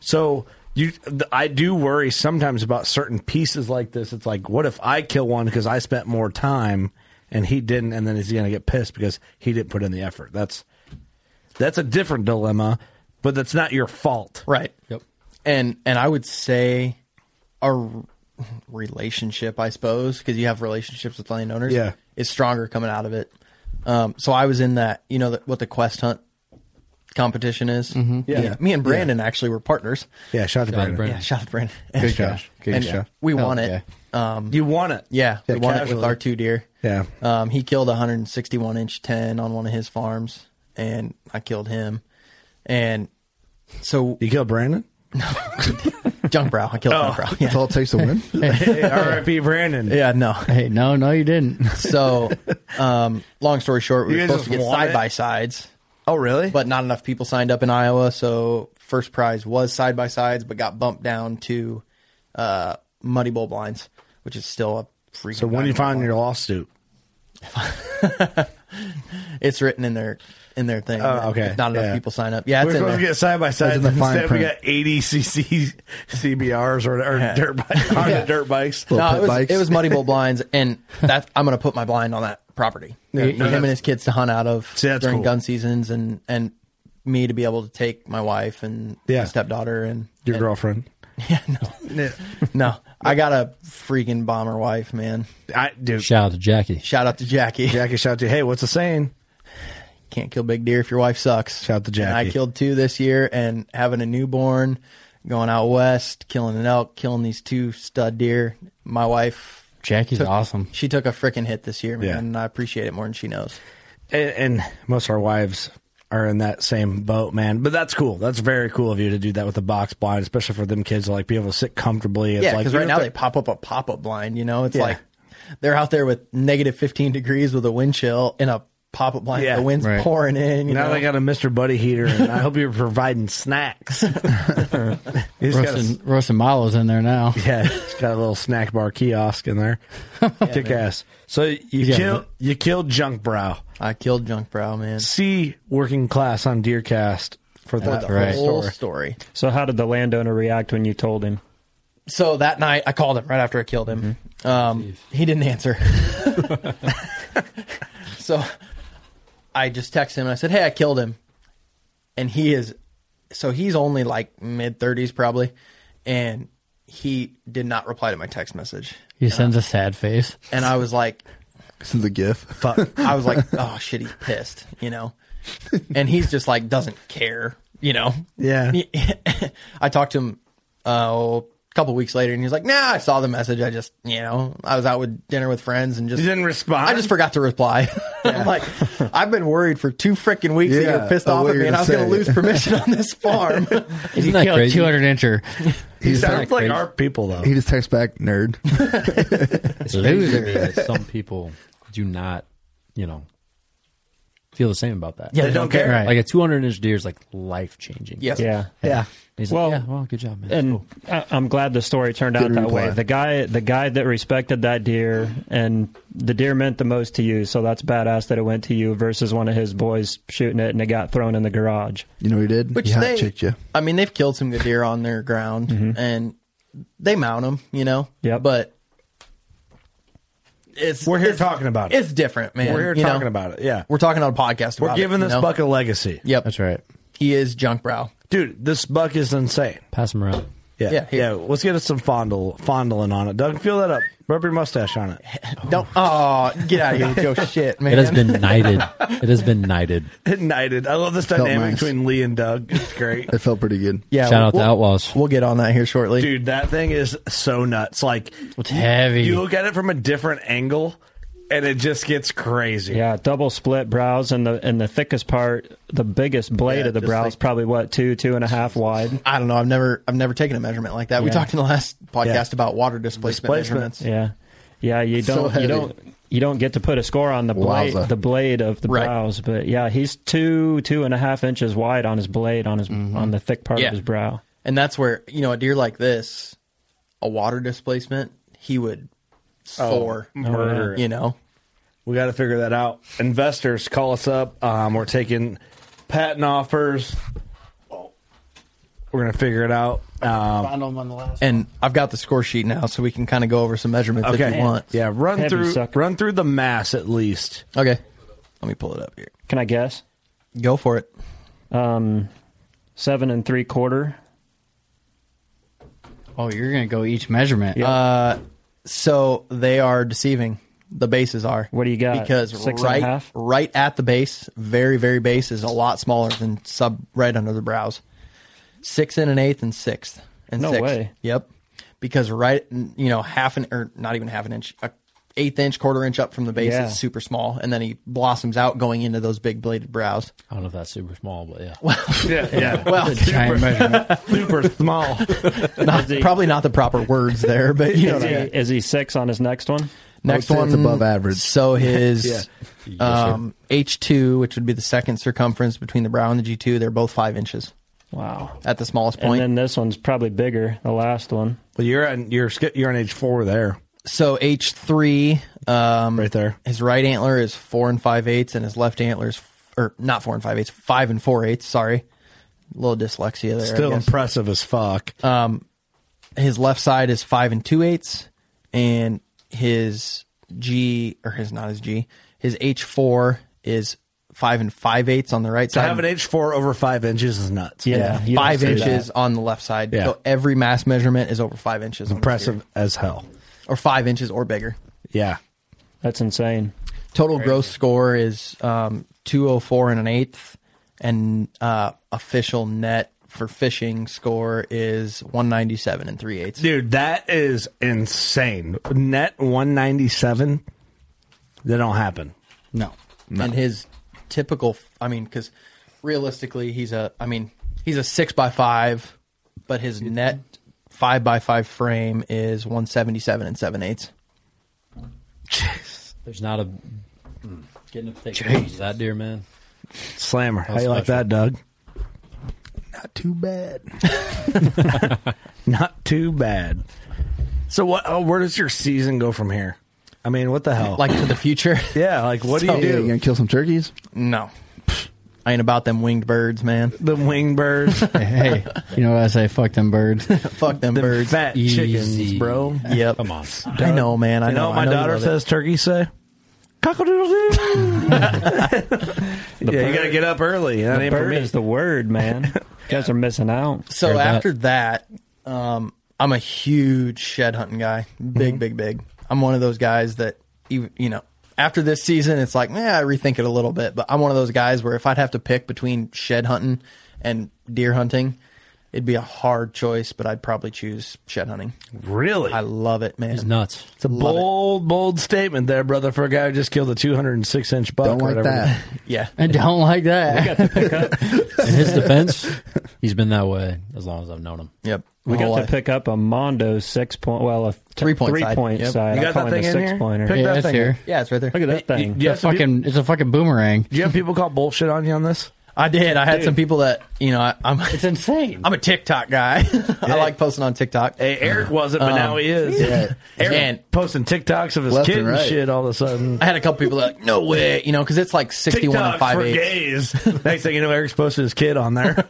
[SPEAKER 10] so you, th- I do worry sometimes about certain pieces like this. It's like, what if I kill one because I spent more time and he didn't, and then is he going to get pissed because he didn't put in the effort? That's that's a different dilemma, but that's not your fault,
[SPEAKER 9] right?
[SPEAKER 2] Yep.
[SPEAKER 9] And and I would say a r- relationship, I suppose, because you have relationships with landowners,
[SPEAKER 10] Yeah.
[SPEAKER 9] is stronger coming out of it. Um, so I was in that, you know, the, what the quest hunt competition is.
[SPEAKER 10] Mhm. Yeah.
[SPEAKER 9] Me-
[SPEAKER 10] Yeah.
[SPEAKER 9] Me and Brandon actually were partners.
[SPEAKER 10] Yeah, shout out to Shout out Brandon. Brandon.
[SPEAKER 9] Yeah, shout out to Brandon.
[SPEAKER 10] Good Josh. Good
[SPEAKER 9] And
[SPEAKER 10] Josh.
[SPEAKER 9] We
[SPEAKER 10] Hell
[SPEAKER 9] won
[SPEAKER 10] yeah.
[SPEAKER 9] it. Um,
[SPEAKER 10] You won it.
[SPEAKER 9] Yeah,
[SPEAKER 10] Yeah,
[SPEAKER 9] we won it with
[SPEAKER 10] casually.
[SPEAKER 9] our two deer.
[SPEAKER 10] Yeah.
[SPEAKER 9] Um, he killed a 161 inch 10 on one of his farms, and I killed him. And so
[SPEAKER 10] you killed Brandon.
[SPEAKER 9] No, junk brow. I killed
[SPEAKER 10] Oh.
[SPEAKER 9] junk brow. Yeah.
[SPEAKER 5] That's all it takes to win.
[SPEAKER 10] R.I.P. Brandon.
[SPEAKER 9] Yeah, no.
[SPEAKER 3] Hey, no, no, you didn't.
[SPEAKER 9] So, um, long story short, we
[SPEAKER 10] You
[SPEAKER 9] were
[SPEAKER 10] guys
[SPEAKER 9] supposed to
[SPEAKER 10] just
[SPEAKER 9] get
[SPEAKER 10] want
[SPEAKER 9] side
[SPEAKER 10] it?
[SPEAKER 9] by sides.
[SPEAKER 10] Oh, really?
[SPEAKER 9] But not enough people signed up in Iowa, so first prize was side by sides, but got bumped down to uh, muddy bowl blinds, which is still a freaking.
[SPEAKER 10] So when you find your lawsuit,
[SPEAKER 9] it's written in their in their thing.
[SPEAKER 10] Oh, okay.
[SPEAKER 9] If not enough
[SPEAKER 10] Yeah.
[SPEAKER 9] people sign up. Yeah,
[SPEAKER 10] we're
[SPEAKER 9] it's in
[SPEAKER 10] supposed to
[SPEAKER 9] there.
[SPEAKER 10] get side by side.
[SPEAKER 5] in the fine
[SPEAKER 10] Instead, we
[SPEAKER 5] print.
[SPEAKER 10] got eighty cc CBRs or, or dirt bikes. Honda dirt bikes.
[SPEAKER 5] Little
[SPEAKER 9] No,
[SPEAKER 5] pit
[SPEAKER 9] it was,
[SPEAKER 5] bikes.
[SPEAKER 9] it was muddy bowl blinds, and that I'm going to put my blind on that property.
[SPEAKER 10] Yeah, no,
[SPEAKER 9] For him
[SPEAKER 10] that's-
[SPEAKER 9] and his kids to hunt out of
[SPEAKER 10] See, that's
[SPEAKER 9] during
[SPEAKER 10] cool.
[SPEAKER 9] gun seasons, and and me to be able to take my wife and
[SPEAKER 10] Yeah.
[SPEAKER 9] my stepdaughter and
[SPEAKER 10] Your
[SPEAKER 9] and-
[SPEAKER 10] girlfriend.
[SPEAKER 9] Yeah, no, no, I got a freaking bomber wife, man.
[SPEAKER 10] I dude.
[SPEAKER 2] Shout out to Jackie.
[SPEAKER 9] Shout out to Jackie.
[SPEAKER 10] Jackie, shout out to you. Hey, what's the saying?
[SPEAKER 9] Can't kill big deer if your wife sucks.
[SPEAKER 10] Shout out to Jackie.
[SPEAKER 9] And I killed two this year, and having a newborn, going out west, killing an elk, killing these two stud deer. My wife
[SPEAKER 3] Jackie's
[SPEAKER 9] took-
[SPEAKER 3] awesome.
[SPEAKER 9] She took a freaking hit this year, man,
[SPEAKER 10] Yeah.
[SPEAKER 9] and I appreciate it more than she knows.
[SPEAKER 10] And, and most of our wives are in that same boat, man. But that's cool. That's very cool of you to do that with the box blind, especially for them kids to like be able to sit comfortably. It's
[SPEAKER 9] yeah,
[SPEAKER 10] like
[SPEAKER 9] because right now they pop up a pop up blind. You know, it's
[SPEAKER 10] Yeah.
[SPEAKER 9] like they're out there with negative fifteen degrees with a wind chill in a pop up blind.
[SPEAKER 10] Yeah.
[SPEAKER 9] the wind's
[SPEAKER 3] Right.
[SPEAKER 9] pouring in. You
[SPEAKER 10] now
[SPEAKER 9] know?
[SPEAKER 10] they got a Mr. Buddy heater, and I hope you're providing snacks. He's got a-
[SPEAKER 3] Roasting, roasting Milo's in there now.
[SPEAKER 10] Yeah, it's got a little snack bar kiosk in there. Kick ass. So you
[SPEAKER 3] Yeah.
[SPEAKER 10] kill you killed Junk Brow.
[SPEAKER 9] I killed Junk Brow, man.
[SPEAKER 10] See working class on Deercast for that
[SPEAKER 9] the
[SPEAKER 10] whole
[SPEAKER 3] right.
[SPEAKER 9] whole
[SPEAKER 10] story.
[SPEAKER 9] story.
[SPEAKER 12] So how did the landowner react when you told him?
[SPEAKER 9] So that night, I called him right after I killed him.
[SPEAKER 12] Mm-hmm.
[SPEAKER 9] Um, he didn't answer. so I just texted him and I said, "Hey, I killed him," and he is. So he's only like mid thirties probably, and he did not reply to my text message.
[SPEAKER 3] He sends a sad face.
[SPEAKER 9] And I was like,
[SPEAKER 5] This is a gif.
[SPEAKER 9] fuck. I was like, oh shit, he's pissed, you know? And he's just like, doesn't care, you know?
[SPEAKER 10] Yeah.
[SPEAKER 9] I talked to him uh, oh, a couple weeks later and he's like, nah, I saw the message. I just, you know, I was out with dinner with friends and just.
[SPEAKER 10] You didn't respond.
[SPEAKER 9] I just forgot to reply. I'm like, I've been worried for two freaking weeks that
[SPEAKER 5] Yeah,
[SPEAKER 9] you're pissed
[SPEAKER 5] of
[SPEAKER 9] off
[SPEAKER 5] what
[SPEAKER 9] at me
[SPEAKER 5] you're
[SPEAKER 9] and I was
[SPEAKER 5] gonna
[SPEAKER 9] going to
[SPEAKER 5] say.
[SPEAKER 9] lose permission on this farm.
[SPEAKER 2] Isn't
[SPEAKER 3] He
[SPEAKER 2] that
[SPEAKER 3] killed
[SPEAKER 2] crazy?
[SPEAKER 3] 200 incher.
[SPEAKER 10] he sounds like
[SPEAKER 2] crazy?
[SPEAKER 10] our people though.
[SPEAKER 5] He just texts back, nerd.
[SPEAKER 2] It's crazy to me that some people do not, you know, feel the same about that.
[SPEAKER 9] Yeah, they don't care.
[SPEAKER 3] Right.
[SPEAKER 2] Like a 200 inch deer is like life changing.
[SPEAKER 9] Yes.
[SPEAKER 12] Yeah.
[SPEAKER 10] yeah.
[SPEAKER 2] He's
[SPEAKER 12] Well-
[SPEAKER 2] like, yeah, well, good job, man.
[SPEAKER 12] and
[SPEAKER 2] Cool.
[SPEAKER 12] I, I'm glad the story turned out
[SPEAKER 5] Didn't
[SPEAKER 12] that
[SPEAKER 5] reply.
[SPEAKER 12] way. The guy, the guy that respected that deer, and the deer meant the most to you. So that's badass that it went to you versus one of his boys shooting it and it got thrown in the garage.
[SPEAKER 5] You know what he did?
[SPEAKER 9] Which
[SPEAKER 5] he hot
[SPEAKER 9] they,
[SPEAKER 5] chicked you.
[SPEAKER 9] I mean, they've killed some good deer on their ground, and they mount them, you know.
[SPEAKER 12] Yep.
[SPEAKER 9] But it's
[SPEAKER 10] We're here
[SPEAKER 9] it's-
[SPEAKER 10] talking about it.
[SPEAKER 9] It's different, man.
[SPEAKER 10] We're here
[SPEAKER 9] you know?
[SPEAKER 10] talking about it. Yeah.
[SPEAKER 9] We're talking on a podcast.
[SPEAKER 10] We're
[SPEAKER 9] about
[SPEAKER 10] giving
[SPEAKER 9] it,
[SPEAKER 10] this
[SPEAKER 9] you know?
[SPEAKER 10] buck a legacy.
[SPEAKER 9] Yep,
[SPEAKER 3] That's right.
[SPEAKER 9] He is junk brow.
[SPEAKER 10] Dude, this buck is insane.
[SPEAKER 2] pass him around.
[SPEAKER 10] Yeah.
[SPEAKER 9] Yeah,
[SPEAKER 10] Yeah.
[SPEAKER 9] here.
[SPEAKER 10] Let's get us some fondle fondling on it. Doug, feel that up. Rub your mustache on it.
[SPEAKER 9] Don't oh get out of here with your shit, man.
[SPEAKER 2] It has been knighted. It has been knighted.
[SPEAKER 10] Ignited. I love this dynamic
[SPEAKER 5] nice.
[SPEAKER 10] between Lee and Doug. It's great.
[SPEAKER 5] It felt pretty good.
[SPEAKER 9] yeah.
[SPEAKER 2] Shout out
[SPEAKER 9] we'll,
[SPEAKER 2] to Outlaws.
[SPEAKER 9] We'll get on that here shortly.
[SPEAKER 10] Dude, that thing is so nuts. Like
[SPEAKER 3] It's heavy.
[SPEAKER 10] You look at it from a different angle, and it just gets crazy.
[SPEAKER 9] Yeah, double split brows, and the and the thickest part, the biggest blade
[SPEAKER 5] Yeah,
[SPEAKER 9] of the
[SPEAKER 5] just
[SPEAKER 9] brow is
[SPEAKER 5] like-
[SPEAKER 9] probably what two, two and a half wide.
[SPEAKER 5] I don't know. I've never I've never taken a measurement like that. We
[SPEAKER 9] Yeah.
[SPEAKER 5] talked in the last podcast
[SPEAKER 9] Yeah.
[SPEAKER 5] about water displacement, measurements.
[SPEAKER 9] Yeah, yeah. You
[SPEAKER 5] So
[SPEAKER 9] don't.
[SPEAKER 5] heavy.
[SPEAKER 9] you don't. You don't get to put a score on the blade,
[SPEAKER 5] Wowza.
[SPEAKER 9] the blade of the brows, but yeah, he's two, two and a half inches wide on his blade on his on the thick part
[SPEAKER 5] Yeah.
[SPEAKER 9] of his brow.
[SPEAKER 5] And that's where, you know, a deer like this, a water displacement, he would soar.
[SPEAKER 10] Oh, murder.
[SPEAKER 5] You know?
[SPEAKER 10] We got to figure that out. Investors, call us up. Um, we're taking patent offers. We're going to figure it out. Um,
[SPEAKER 3] them on the last.
[SPEAKER 5] And I've got the score sheet now, so we can kind of go over some measurements if
[SPEAKER 10] okay.
[SPEAKER 5] you want.
[SPEAKER 10] Yeah, run
[SPEAKER 5] Heavy
[SPEAKER 10] through
[SPEAKER 5] sucker.
[SPEAKER 10] run through the mass at least.
[SPEAKER 5] Okay. Let me pull it up here.
[SPEAKER 9] Can I guess?
[SPEAKER 5] Go for it.
[SPEAKER 9] Um, seven and three quarter.
[SPEAKER 3] Oh, you're gonna go each measurement.
[SPEAKER 5] Uh, so they are deceiving. The bases are. What
[SPEAKER 9] do you got?
[SPEAKER 5] Because
[SPEAKER 9] Six and a
[SPEAKER 5] right,
[SPEAKER 9] half?
[SPEAKER 5] right at the base, very, very base is a lot smaller than sub right under the brows. Six and an eighth and sixth and
[SPEAKER 9] No
[SPEAKER 5] sixth.
[SPEAKER 9] way.
[SPEAKER 5] Yep. Because right, you know, half an or not even half an inch, a eighth inch, quarter inch up from the base
[SPEAKER 2] Yeah.
[SPEAKER 5] is super small, and then he blossoms out going into those big bladed brows.
[SPEAKER 2] I don't know if that's super small, but yeah.
[SPEAKER 5] Well,
[SPEAKER 10] yeah,
[SPEAKER 2] yeah.
[SPEAKER 5] Well,
[SPEAKER 2] It's a giant measurement.
[SPEAKER 10] super small.
[SPEAKER 5] Not, probably not the proper words there, but you know
[SPEAKER 9] is,
[SPEAKER 5] what I
[SPEAKER 9] he,
[SPEAKER 5] mean.
[SPEAKER 9] is he six on his next one?
[SPEAKER 5] Next one, So his
[SPEAKER 9] Yeah.
[SPEAKER 5] um, H two, which would be the second circumference between the brow and the G two, they're both five inches.
[SPEAKER 9] Wow,
[SPEAKER 5] at the smallest
[SPEAKER 9] and
[SPEAKER 5] point.
[SPEAKER 9] then this one's probably bigger. The last one.
[SPEAKER 10] Well, you're on you're sk- you're on age four there.
[SPEAKER 5] so H three, um, right
[SPEAKER 10] there.
[SPEAKER 5] His right antler is four and five eighths, and his left antler is f- or not four and five eighths, five and four eighths. Sorry, a little dyslexia there. I
[SPEAKER 10] Still
[SPEAKER 5] guess.
[SPEAKER 10] impressive as fuck.
[SPEAKER 5] Um, his left side is five and two eighths, and his G or his not his G, his H four is five and five eighths on the right
[SPEAKER 10] To
[SPEAKER 5] side.
[SPEAKER 10] have an age four over five inches is nuts.
[SPEAKER 5] Yeah, five inches on the left side.
[SPEAKER 10] Yeah.
[SPEAKER 5] So every mass measurement is over five inches. on this
[SPEAKER 10] Impressive
[SPEAKER 5] deer.
[SPEAKER 10] as hell.
[SPEAKER 5] or five inches or bigger.
[SPEAKER 10] Yeah,
[SPEAKER 9] that's insane.
[SPEAKER 5] Total gross score is um, two hundred four and an eighth, and uh, official net for fishing score is one ninety seven and three eighths.
[SPEAKER 10] Dude, that is insane. Net 197, they don't happen.
[SPEAKER 5] No. And his typical, I mean, because realistically, he's a, I mean, he's a six by five, but his net five by five frame is 177 and seven eighths.
[SPEAKER 2] There's not a getting a thick one is that deer, man.
[SPEAKER 10] Slammer.
[SPEAKER 2] How
[SPEAKER 10] How you like
[SPEAKER 2] special.
[SPEAKER 10] that, Doug?
[SPEAKER 26] Not too bad.
[SPEAKER 10] Not too bad. So what? Oh, where does your season go from here? I mean, what the hell?
[SPEAKER 5] Like to the future?
[SPEAKER 10] yeah. Like, what
[SPEAKER 26] So-
[SPEAKER 10] do you
[SPEAKER 26] Yeah,
[SPEAKER 10] do?
[SPEAKER 26] you gonna kill some turkeys?
[SPEAKER 5] No. I ain't about them winged birds, man.
[SPEAKER 10] The wing birds,
[SPEAKER 3] hey, you know what I say? Fuck them birds.
[SPEAKER 5] Fuck them, birds.
[SPEAKER 10] fat chickens,
[SPEAKER 3] Easy.
[SPEAKER 10] bro.
[SPEAKER 5] Yep.
[SPEAKER 2] Come on.
[SPEAKER 5] I know, man. I
[SPEAKER 10] You know what my
[SPEAKER 5] I you
[SPEAKER 10] daughter
[SPEAKER 5] love it.
[SPEAKER 10] says turkeys say? Cockle-doodle-doo. yeah, you got to get up early. That
[SPEAKER 9] The
[SPEAKER 10] ain't for
[SPEAKER 9] bird
[SPEAKER 10] me.
[SPEAKER 9] is the word, man. you guys are missing out.
[SPEAKER 5] So after that, um, I'm a huge shed hunting guy. Big, big, big. I'm one of those guys that even you know after this season, it's like, yeah, I rethink it a little bit. But I'm one of those guys where if I'd have to pick between shed hunting and deer hunting, it'd be a hard choice. But I'd probably choose shed hunting.
[SPEAKER 10] Really?
[SPEAKER 5] I love it, man.
[SPEAKER 2] He's nuts.
[SPEAKER 10] It's a
[SPEAKER 5] Love it.
[SPEAKER 10] bold, bold statement there, brother, for a guy who just killed a 206 inch buck.
[SPEAKER 26] Don't
[SPEAKER 10] or
[SPEAKER 26] like
[SPEAKER 10] whatever.
[SPEAKER 26] that.
[SPEAKER 5] Yeah,
[SPEAKER 3] I don't like that.
[SPEAKER 2] In his defense, he's been that way as long as I've known him.
[SPEAKER 5] yep.
[SPEAKER 9] we
[SPEAKER 5] My
[SPEAKER 9] got
[SPEAKER 5] whole
[SPEAKER 9] to
[SPEAKER 5] life.
[SPEAKER 9] pick up a Mondo six point, well, a t-
[SPEAKER 5] Three-point
[SPEAKER 9] three
[SPEAKER 5] side.
[SPEAKER 9] point
[SPEAKER 5] Yep.
[SPEAKER 9] side.
[SPEAKER 10] You
[SPEAKER 9] I
[SPEAKER 10] got
[SPEAKER 9] call
[SPEAKER 10] that
[SPEAKER 9] him
[SPEAKER 10] thing
[SPEAKER 9] a
[SPEAKER 10] in
[SPEAKER 9] six
[SPEAKER 10] here?
[SPEAKER 9] pointer.
[SPEAKER 10] Pick
[SPEAKER 9] Yeah.
[SPEAKER 3] Yeah,
[SPEAKER 10] that
[SPEAKER 3] it's
[SPEAKER 10] thing.
[SPEAKER 3] here.
[SPEAKER 5] Yeah, it's right there.
[SPEAKER 10] Look at that
[SPEAKER 9] That
[SPEAKER 10] thing.
[SPEAKER 9] thing.
[SPEAKER 10] You have
[SPEAKER 3] It's a fucking. It's a fucking boomerang.
[SPEAKER 10] Do you have people call bullshit on you on this?
[SPEAKER 5] I did. I had some people that you know. I, I'm
[SPEAKER 3] It's insane.
[SPEAKER 5] I'm a TikTok guy. I like posting on TikTok.
[SPEAKER 10] Hey, Eric wasn't, but now he is.
[SPEAKER 26] Yeah.
[SPEAKER 10] Eric
[SPEAKER 5] And-
[SPEAKER 10] posting TikToks of his
[SPEAKER 26] Left
[SPEAKER 10] kid
[SPEAKER 26] and
[SPEAKER 10] Oh. and
[SPEAKER 26] right.
[SPEAKER 10] shit all of a sudden.
[SPEAKER 5] I had a couple people that like, no way, you know, because it's like 61 and
[SPEAKER 10] TikToks
[SPEAKER 5] 5
[SPEAKER 10] for
[SPEAKER 5] eighths.
[SPEAKER 10] gays. Next thing you know, Eric's posting his kid on there.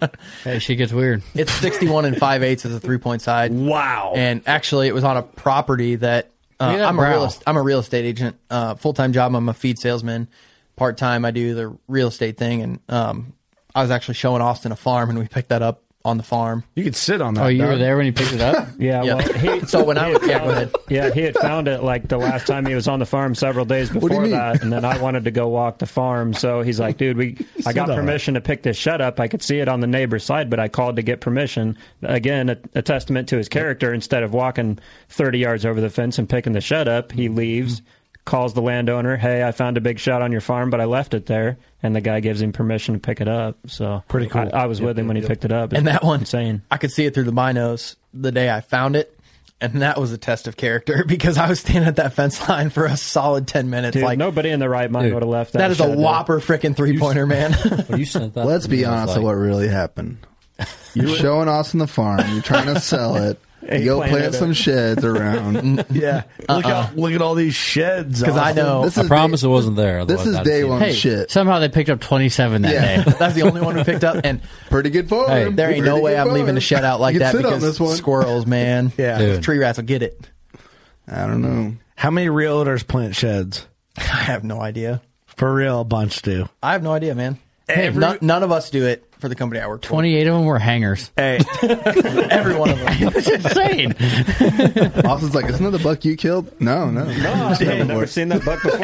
[SPEAKER 3] Hey, she gets weird.
[SPEAKER 5] It's 61 and 5 eighths as a three point side.
[SPEAKER 10] wow.
[SPEAKER 5] And actually, it was on a property that uh,
[SPEAKER 3] Look at that
[SPEAKER 5] I'm, a real,
[SPEAKER 3] brow.
[SPEAKER 5] est- I'm a real estate agent. Uh, Full time job, I'm a feed salesman. Part time, I do the real estate thing. And um, I was actually showing Austin a farm, and we picked that up on the farm.
[SPEAKER 10] you could sit on that.
[SPEAKER 3] Oh, you were
[SPEAKER 10] dog.
[SPEAKER 3] there when you picked it up.
[SPEAKER 9] Yeah,
[SPEAKER 5] Yeah.
[SPEAKER 9] well, he,
[SPEAKER 5] so when I was, yeah, go ahead.
[SPEAKER 9] yeah, he had found it like the last time he was on the farm several days
[SPEAKER 26] do you
[SPEAKER 9] before
[SPEAKER 26] mean?
[SPEAKER 9] that, and then I wanted to go walk the farm, so he's like, "Dude, we I got
[SPEAKER 10] Shut up.
[SPEAKER 9] permission to pick this shut up. I could see it on the neighbor's side, but I called to get permission." Again, a, a testament to his character. Instead of walking thirty yards over the fence and picking the shut up, he leaves. calls the landowner, "Hey, I found a big shot on your farm, but I left it there," and the guy gives him permission to pick it up. So
[SPEAKER 5] Pretty cool.
[SPEAKER 9] I, I was
[SPEAKER 5] Yep,
[SPEAKER 9] with him
[SPEAKER 5] yep,
[SPEAKER 9] when he
[SPEAKER 5] yep.
[SPEAKER 9] picked it up.
[SPEAKER 5] And that one,
[SPEAKER 9] insane.
[SPEAKER 5] I could see it through the binos the day I found it, and that was a test of character because I was standing at that fence line for a solid ten minutes.
[SPEAKER 9] Dude,
[SPEAKER 5] like
[SPEAKER 9] nobody in the right mind
[SPEAKER 5] Dude,
[SPEAKER 9] would have left. That,
[SPEAKER 5] that is a
[SPEAKER 9] shot, dude.
[SPEAKER 5] whopper freaking three pointer, man.
[SPEAKER 2] you sent
[SPEAKER 1] Let's be honest of what really happened. You're showing Austin the farm. You're trying to sell it.
[SPEAKER 10] Hey,
[SPEAKER 1] you go
[SPEAKER 10] planted
[SPEAKER 1] plant
[SPEAKER 10] it. Mm.
[SPEAKER 1] some sheds around.
[SPEAKER 10] yeah, look,
[SPEAKER 1] Uh-uh.
[SPEAKER 10] at, look at all these sheds. Austin. This
[SPEAKER 2] I
[SPEAKER 10] is
[SPEAKER 2] promise it wasn't there. otherwise I'd have seen it.
[SPEAKER 3] Hey, Somehow they picked up 27 that
[SPEAKER 5] Yeah.
[SPEAKER 3] day.
[SPEAKER 5] That's the only one we picked up, and
[SPEAKER 1] pretty good farm.
[SPEAKER 3] Hey.
[SPEAKER 5] there ain't
[SPEAKER 3] Pretty
[SPEAKER 5] no way
[SPEAKER 3] good
[SPEAKER 5] I'm leaving
[SPEAKER 3] farm.
[SPEAKER 5] the shed out like
[SPEAKER 3] You can
[SPEAKER 5] that
[SPEAKER 3] sit on
[SPEAKER 5] because
[SPEAKER 3] this one.
[SPEAKER 5] squirrels, man. yeah,
[SPEAKER 10] Dude.
[SPEAKER 5] tree rats will get it.
[SPEAKER 1] I don't know.
[SPEAKER 10] How many realtors plant sheds?
[SPEAKER 5] I have no idea.
[SPEAKER 10] For real, a bunch do.
[SPEAKER 5] I have no idea, man.
[SPEAKER 10] Hey,
[SPEAKER 5] Hey, none, none of us do it for the company I work for.
[SPEAKER 3] 28 of them were hangers.
[SPEAKER 10] Hey.
[SPEAKER 5] Every one of them.
[SPEAKER 3] That's insane.
[SPEAKER 1] Austin's like, isn't that the buck you killed? No, no.
[SPEAKER 9] I've never seen that buck before.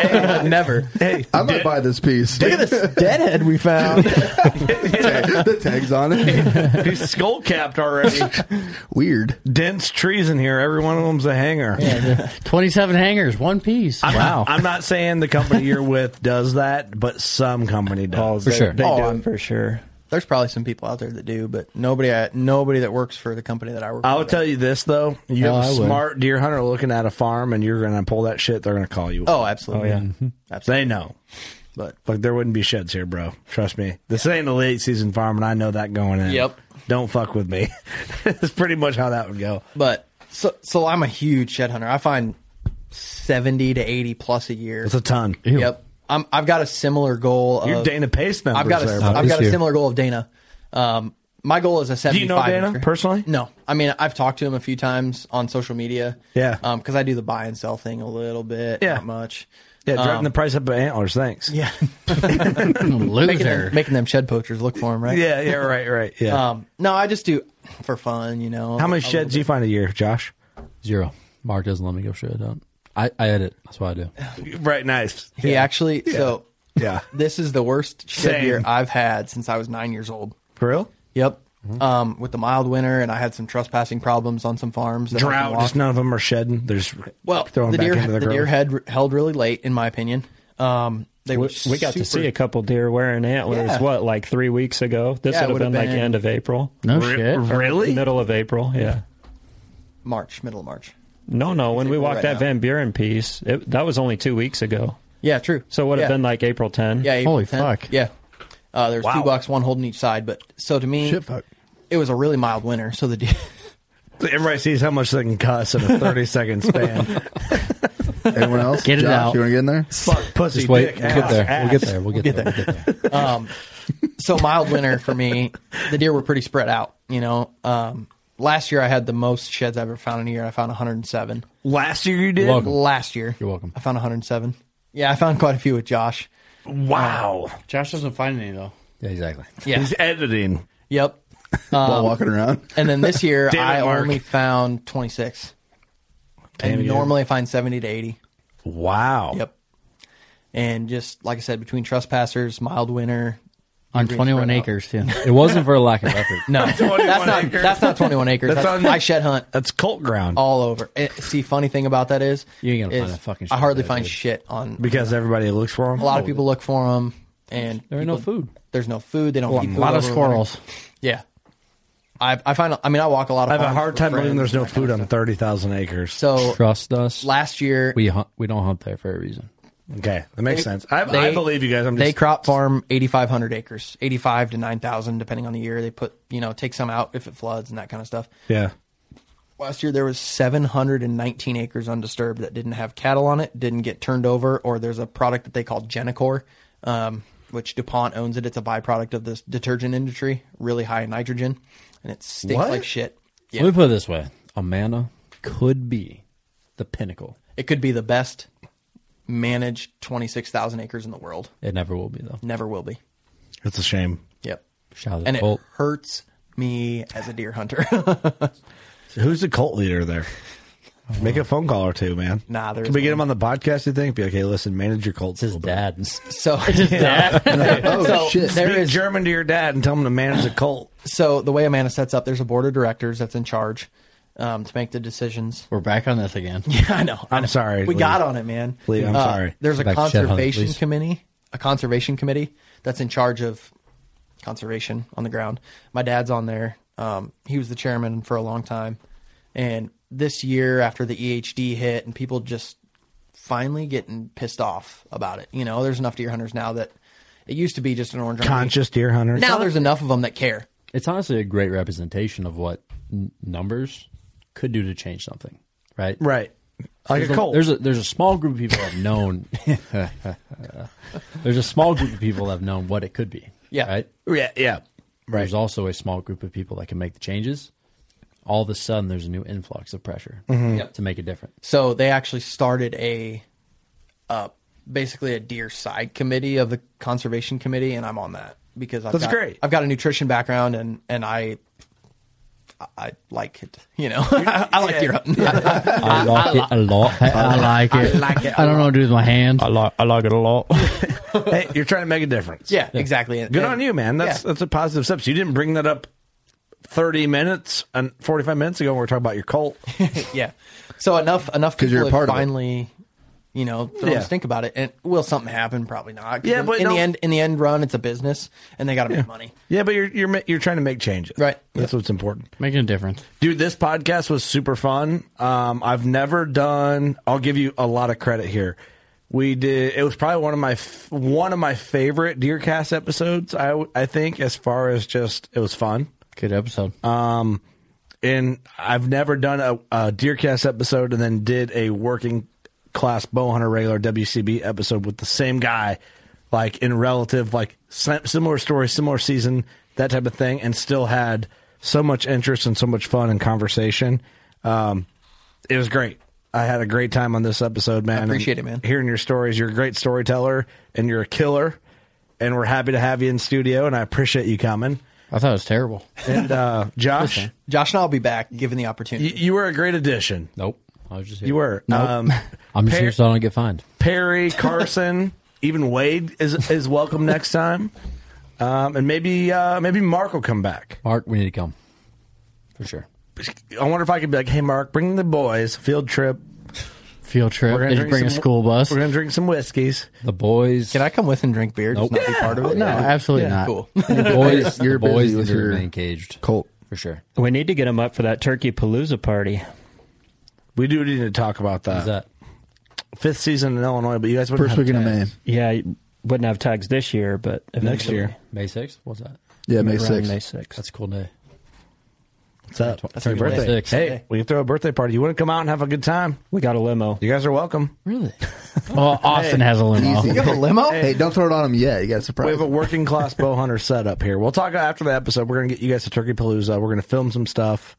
[SPEAKER 5] Never.
[SPEAKER 10] Hey,
[SPEAKER 1] I might buy this piece.
[SPEAKER 5] Look at this deadhead we found.
[SPEAKER 1] the tags on it.
[SPEAKER 10] He's skull capped already.
[SPEAKER 1] Weird.
[SPEAKER 10] Dense trees in here. Every one of them's a hanger.
[SPEAKER 3] 27 hangers, one piece.
[SPEAKER 10] I'm
[SPEAKER 3] wow.
[SPEAKER 10] Not, I'm not saying the company you're with does that, but some company does.
[SPEAKER 5] Oh,
[SPEAKER 9] For they- sure. they do it
[SPEAKER 10] I'm-
[SPEAKER 9] for sure.
[SPEAKER 5] There's probably some people out there that do, but nobody I, nobody that works for the company that I work
[SPEAKER 10] I
[SPEAKER 5] for.
[SPEAKER 10] will tell you this though: you
[SPEAKER 5] Hell,
[SPEAKER 10] have a
[SPEAKER 5] I would.
[SPEAKER 10] smart deer hunter looking at a farm, and you're going to pull that shit. They're going to call you.
[SPEAKER 5] Oh, absolutely.
[SPEAKER 10] Oh, yeah.
[SPEAKER 5] Absolutely.
[SPEAKER 10] They know.
[SPEAKER 5] But
[SPEAKER 10] like, there wouldn't be sheds here, bro. Trust me. This ain't a late season farm, and I know that going in.
[SPEAKER 5] Yep.
[SPEAKER 10] Don't fuck with me. That's pretty much how that would go.
[SPEAKER 5] But so so I'm a huge shed hunter. I find seventy to eighty plus a year.
[SPEAKER 10] It's a ton.
[SPEAKER 5] Yep. I'm, I've got a similar goal. Of,
[SPEAKER 10] Your Dana Pace numbers
[SPEAKER 5] I've got a,
[SPEAKER 10] there, bud.
[SPEAKER 5] have got
[SPEAKER 10] This
[SPEAKER 5] a
[SPEAKER 10] year.
[SPEAKER 5] similar goal of Dana. Um, my goal is a
[SPEAKER 10] Do you know
[SPEAKER 5] 75.
[SPEAKER 10] Dana personally?
[SPEAKER 5] No. I mean, I've talked to him a few times on social media.
[SPEAKER 10] Yeah.
[SPEAKER 5] Because I do the buy and sell thing a little bit. Not much.
[SPEAKER 10] Yeah,
[SPEAKER 5] Um,
[SPEAKER 10] driving the price up of antlers. Thanks.
[SPEAKER 5] Yeah. Making
[SPEAKER 3] Loser.
[SPEAKER 5] them, making them shed poachers look for him, right?
[SPEAKER 10] Yeah, yeah, right, right, yeah.
[SPEAKER 5] Um, no, I just do for fun, you know.
[SPEAKER 10] How
[SPEAKER 5] a
[SPEAKER 10] many
[SPEAKER 5] little
[SPEAKER 10] sheds do you find a year, Josh?
[SPEAKER 2] Zero. Mark doesn't let me go shit. I don't. I, I edit. That's what I do.
[SPEAKER 10] Right, nice.
[SPEAKER 5] He actually so
[SPEAKER 10] yeah.
[SPEAKER 5] This is the worst shit
[SPEAKER 10] Same.
[SPEAKER 5] year I've had since I was nine years old.
[SPEAKER 10] For real?
[SPEAKER 5] Yep.
[SPEAKER 9] Mm-hmm.
[SPEAKER 5] Um, with the mild winter, and I had some trespassing problems on some farms. that I can
[SPEAKER 10] Drought.
[SPEAKER 5] walk.
[SPEAKER 10] Just none of them are shedding. There's
[SPEAKER 5] well,
[SPEAKER 10] throwing
[SPEAKER 5] the
[SPEAKER 10] back
[SPEAKER 5] deer,
[SPEAKER 10] into the,
[SPEAKER 5] the
[SPEAKER 10] ground.
[SPEAKER 5] deer head held really late, in my opinion. Um, they were.
[SPEAKER 9] We, we got to
[SPEAKER 5] super-
[SPEAKER 9] see a couple deer wearing antlers.
[SPEAKER 5] Yeah.
[SPEAKER 9] What, like three weeks ago? This
[SPEAKER 5] Yeah, it
[SPEAKER 9] would
[SPEAKER 5] would've
[SPEAKER 9] have been, like
[SPEAKER 5] been-
[SPEAKER 9] end of April.
[SPEAKER 3] No
[SPEAKER 9] Or
[SPEAKER 3] shit.
[SPEAKER 10] Really?
[SPEAKER 9] Middle of April. Yeah.
[SPEAKER 5] March, middle of March.
[SPEAKER 9] No, no. When we
[SPEAKER 5] April
[SPEAKER 9] walked
[SPEAKER 5] right
[SPEAKER 9] that
[SPEAKER 5] now.
[SPEAKER 9] Van Buren piece, it, that was only two weeks ago.
[SPEAKER 5] Yeah, true.
[SPEAKER 9] So it would have
[SPEAKER 5] Yeah.
[SPEAKER 9] been like April 10.
[SPEAKER 5] Yeah, April
[SPEAKER 9] Holy
[SPEAKER 5] 10th.
[SPEAKER 9] fuck.
[SPEAKER 5] Yeah, uh, there's
[SPEAKER 9] Wow.
[SPEAKER 5] two bucks, one holding each side. But so to me,
[SPEAKER 1] Shit, fuck.
[SPEAKER 5] it was a really mild winter. So the deer,
[SPEAKER 10] Everybody sees how much they can cuss in a 30 second span.
[SPEAKER 1] Anyone else?
[SPEAKER 3] Get it
[SPEAKER 1] Josh,
[SPEAKER 3] out.
[SPEAKER 1] You want to get in there?
[SPEAKER 10] Fuck, pussy,
[SPEAKER 2] Just wait.
[SPEAKER 10] dick,
[SPEAKER 2] we'll, get
[SPEAKER 10] ass,
[SPEAKER 2] there. we'll
[SPEAKER 10] ass.
[SPEAKER 2] get there. We'll get there. We'll get there.
[SPEAKER 5] um, so mild winter for me. The deer were pretty spread out. You know, um, last year I had the most sheds I've ever found in a year. I found 107.
[SPEAKER 10] Last year you did?
[SPEAKER 2] You're welcome.
[SPEAKER 5] Last year,
[SPEAKER 2] You're welcome.
[SPEAKER 5] I found 107. Yeah, I found quite a few with Josh.
[SPEAKER 10] Wow.
[SPEAKER 3] Josh doesn't find any, though.
[SPEAKER 2] Yeah, exactly.
[SPEAKER 5] Yeah.
[SPEAKER 10] He's editing.
[SPEAKER 5] Yep.
[SPEAKER 1] While
[SPEAKER 5] Um,
[SPEAKER 1] walking around.
[SPEAKER 5] and then this year
[SPEAKER 10] Damn it,
[SPEAKER 5] I
[SPEAKER 10] Mark.
[SPEAKER 5] only found 26.
[SPEAKER 10] Damn
[SPEAKER 5] and
[SPEAKER 10] you.
[SPEAKER 5] normally I find 70 to 80.
[SPEAKER 10] Wow.
[SPEAKER 5] Yep. And just like I said, between trespassers, mild winter,
[SPEAKER 3] On
[SPEAKER 5] Green
[SPEAKER 3] 21
[SPEAKER 5] spread out.
[SPEAKER 3] acres, too.
[SPEAKER 2] It wasn't for a lack of effort.
[SPEAKER 5] No, that's not
[SPEAKER 10] acres.
[SPEAKER 5] that's not 21 acres.
[SPEAKER 10] That's
[SPEAKER 5] That's
[SPEAKER 10] on-
[SPEAKER 5] I shed hunt
[SPEAKER 10] That's cult ground.
[SPEAKER 5] all over. Eh, see, funny thing about that is
[SPEAKER 2] You ain't gonna
[SPEAKER 5] is
[SPEAKER 2] find a fucking
[SPEAKER 5] I
[SPEAKER 2] shit
[SPEAKER 5] hardly
[SPEAKER 2] there,
[SPEAKER 5] find
[SPEAKER 2] dude.
[SPEAKER 5] shit on.
[SPEAKER 10] Because everybody looks for them.
[SPEAKER 5] A lot of people look for them, and
[SPEAKER 2] There ain't no
[SPEAKER 5] people-
[SPEAKER 2] food.
[SPEAKER 5] There's no food. They don't.
[SPEAKER 3] A
[SPEAKER 5] feed food
[SPEAKER 3] lot of
[SPEAKER 5] over the
[SPEAKER 3] squirrels.
[SPEAKER 5] winter. Yeah, I I find. I mean, I walk a lot of.
[SPEAKER 10] I have a
[SPEAKER 5] farms
[SPEAKER 10] hard
[SPEAKER 5] with
[SPEAKER 10] time believing there's
[SPEAKER 5] friends
[SPEAKER 10] no
[SPEAKER 5] and that kind
[SPEAKER 10] food
[SPEAKER 5] of
[SPEAKER 10] on 30,000 acres.
[SPEAKER 5] stuff. So
[SPEAKER 2] Trust us.
[SPEAKER 5] last year
[SPEAKER 2] we hunt, we don't hunt there for a reason.
[SPEAKER 10] okay. That makes
[SPEAKER 5] They-
[SPEAKER 10] sense. I, I
[SPEAKER 5] they-
[SPEAKER 10] believe you guys. I'm just,
[SPEAKER 5] they crop farm 8,500 acres, 85 to 9,000 depending on the year. They put you know take some out if it floods and that kind of stuff.
[SPEAKER 10] Yeah.
[SPEAKER 5] Last year there was 719 acres undisturbed that didn't have cattle on it, didn't get turned over, or there's a product that they call Genicor, um, which DuPont owns it. It's a byproduct of this detergent industry, really high in nitrogen, and it stinks
[SPEAKER 10] What?
[SPEAKER 5] like shit. Yeah.
[SPEAKER 2] Let me put it this way: Amana could be the pinnacle.
[SPEAKER 5] It could be the best managed 26,000 acres in the world.
[SPEAKER 2] It never will be though.
[SPEAKER 5] Never will be.
[SPEAKER 10] It's a shame.
[SPEAKER 5] Yep.
[SPEAKER 2] Shout out
[SPEAKER 5] And
[SPEAKER 2] to Colt.
[SPEAKER 5] it hurts me as a deer hunter.
[SPEAKER 10] So who's the cult leader there? Make a phone call or two, man.
[SPEAKER 5] Nah, there
[SPEAKER 10] Can we
[SPEAKER 5] isn't
[SPEAKER 10] get
[SPEAKER 5] one.
[SPEAKER 10] him on the podcast, you think? Be like, hey, listen, manage your cult.
[SPEAKER 2] It's his dad.
[SPEAKER 5] so
[SPEAKER 1] Oh,
[SPEAKER 5] so
[SPEAKER 1] shit.
[SPEAKER 5] there
[SPEAKER 10] Speak
[SPEAKER 5] is
[SPEAKER 10] German to your dad and tell him to manage the cult.
[SPEAKER 5] so the way Amana sets up, there's a board of directors that's in charge. um, to make the decisions.
[SPEAKER 3] We're back on this again.
[SPEAKER 5] Yeah, I know. I
[SPEAKER 10] I'm
[SPEAKER 5] know.
[SPEAKER 10] sorry,
[SPEAKER 5] We
[SPEAKER 10] Lee.
[SPEAKER 5] got on it, man.
[SPEAKER 10] Lee, I'm
[SPEAKER 5] Uh,
[SPEAKER 10] sorry.
[SPEAKER 5] There's a
[SPEAKER 10] Back to Shed Hunt,
[SPEAKER 5] conservation
[SPEAKER 10] please.
[SPEAKER 5] committee, a conservation committee that's in charge of conservation on the ground. My dad's on there. Um, he was the chairman for a long time, and this year after the EHD hit and people just finally getting pissed off about it. You know, there's enough deer hunters now that it used to be just an orange army.
[SPEAKER 10] Conscious deer hunters.
[SPEAKER 5] Now there's enough of them that care.
[SPEAKER 2] It's honestly a great representation of what n- numbers could do to change something, right?
[SPEAKER 10] Right. Like
[SPEAKER 2] there's
[SPEAKER 10] a cult.
[SPEAKER 2] There's a, there's a small group of people that have known. there's a small group of people that have known what it could be.
[SPEAKER 5] Yeah.
[SPEAKER 2] Right?
[SPEAKER 10] Yeah. Yeah. Right.
[SPEAKER 2] There's also a small group of people that can make the changes. All of a sudden, there's a new influx of pressure
[SPEAKER 5] Mhm.
[SPEAKER 10] Mm-hmm.
[SPEAKER 5] Yep.
[SPEAKER 2] to make it different.
[SPEAKER 5] So they actually started a, uh, basically a deer side committee of the conservation committee, and I'm on that because I've
[SPEAKER 10] That's
[SPEAKER 5] got,
[SPEAKER 10] great.
[SPEAKER 5] I've got a nutrition background, and and I. I- I like it, you know. I, I like deer hunting.
[SPEAKER 2] I like it a lot.
[SPEAKER 3] I, I like it. I
[SPEAKER 5] like it
[SPEAKER 3] I don't know what to do with my hands.
[SPEAKER 2] I like I like it a lot.
[SPEAKER 10] hey, you're trying to make a difference.
[SPEAKER 5] Yeah, exactly. And-
[SPEAKER 10] Good
[SPEAKER 5] and-
[SPEAKER 10] on you, man. That's
[SPEAKER 5] yeah.
[SPEAKER 10] that's a positive step. So you didn't bring that up thirty minutes and forty five minutes ago when we were talking about your cult.
[SPEAKER 5] yeah. So enough enough
[SPEAKER 10] 'Cause
[SPEAKER 5] people
[SPEAKER 10] you're a
[SPEAKER 5] have
[SPEAKER 10] part of it.
[SPEAKER 5] finally, you know, thrown
[SPEAKER 10] Yeah.
[SPEAKER 5] a stink about it. And will something happen? Probably not. 'Cause
[SPEAKER 10] Yeah,
[SPEAKER 5] in,
[SPEAKER 10] but
[SPEAKER 5] in
[SPEAKER 10] no-
[SPEAKER 5] the end, in the end run, it's a business, and they got to make money.
[SPEAKER 10] yeah, but you're you're ma- you're trying to make changes.
[SPEAKER 5] Right.
[SPEAKER 10] That's what's important.
[SPEAKER 3] Making a difference.
[SPEAKER 10] Dude, this podcast was super fun. Um, I've never done. I'll give you a lot of credit here. We did. It was probably one of my f- one of my favorite DeerCast episodes. I w- I think as far as just it was fun.
[SPEAKER 3] Good episode.
[SPEAKER 10] Um, and I've never done a, a DeerCast episode and then did a working class bow hunter regular WCB episode with the same guy, like in relative, like si- similar story, similar season, that type of thing, and still had so much interest and so much fun and conversation. Um, it was great. I had a great time on this episode, man.
[SPEAKER 5] appreciate
[SPEAKER 10] And
[SPEAKER 5] it, man.
[SPEAKER 10] Hearing your stories, you're a great storyteller and you're a killer. And we're happy to have you in studio, and I appreciate you coming.
[SPEAKER 3] I thought it was terrible.
[SPEAKER 10] And uh, Josh,
[SPEAKER 5] Josh and I'll be back given the opportunity.
[SPEAKER 10] you, you were a great addition.
[SPEAKER 2] Nope. I was just here.
[SPEAKER 10] You were.
[SPEAKER 2] Nope.
[SPEAKER 10] Um,
[SPEAKER 2] I'm just
[SPEAKER 10] Par-
[SPEAKER 2] here so I don't get fined.
[SPEAKER 10] Perry, Carson, even Wade is is welcome next time. Um, and maybe uh, maybe Mark will come back.
[SPEAKER 2] Mark, we need to come for sure.
[SPEAKER 10] I wonder if I could be like, hey, Mark, bring the boys field trip.
[SPEAKER 3] Field trip.
[SPEAKER 10] We're gonna
[SPEAKER 3] Did you
[SPEAKER 10] drink
[SPEAKER 3] bring a
[SPEAKER 10] some-
[SPEAKER 3] school bus?
[SPEAKER 10] We're gonna drink some whiskeys.
[SPEAKER 2] The boys.
[SPEAKER 5] Can I come with and drink beer? Just
[SPEAKER 2] Nope.
[SPEAKER 5] not be part of it.
[SPEAKER 3] No, absolutely not.
[SPEAKER 5] Cool.
[SPEAKER 2] The boys.
[SPEAKER 27] You're
[SPEAKER 2] the boys
[SPEAKER 27] busy
[SPEAKER 2] need
[SPEAKER 27] with
[SPEAKER 2] to
[SPEAKER 27] your
[SPEAKER 2] remain caged
[SPEAKER 27] Colt.
[SPEAKER 2] for sure.
[SPEAKER 9] We need to get him up for that turkey palooza party.
[SPEAKER 10] We do need to talk about that.
[SPEAKER 2] Is that
[SPEAKER 10] Fifth season in Illinois, but you guys wouldn't
[SPEAKER 27] First
[SPEAKER 10] have
[SPEAKER 27] weekend of
[SPEAKER 10] tags.
[SPEAKER 27] May.
[SPEAKER 9] Yeah, you wouldn't have tags this year, but
[SPEAKER 10] Next
[SPEAKER 9] eventually.
[SPEAKER 10] year.
[SPEAKER 2] May sixth? What's that?
[SPEAKER 27] Yeah, May
[SPEAKER 9] Around
[SPEAKER 27] 6th.
[SPEAKER 9] May sixth.
[SPEAKER 2] That's a cool day.
[SPEAKER 10] What's up?
[SPEAKER 2] That's
[SPEAKER 10] your
[SPEAKER 2] your
[SPEAKER 10] birthday.
[SPEAKER 2] sixth.
[SPEAKER 10] Hey, we can throw a birthday party. You want to come out and have a good time?
[SPEAKER 9] We got a limo.
[SPEAKER 10] You guys are welcome.
[SPEAKER 2] Really?
[SPEAKER 3] Well, Austin has a limo.
[SPEAKER 27] Easy.
[SPEAKER 5] have a limo?
[SPEAKER 27] Hey, don't throw it on him yet. You got a
[SPEAKER 10] We
[SPEAKER 27] surprise.
[SPEAKER 10] have a working class bow hunter set up here. We'll talk after the episode. We're gonna get you guys to Turkey Palooza. We're gonna film some stuff.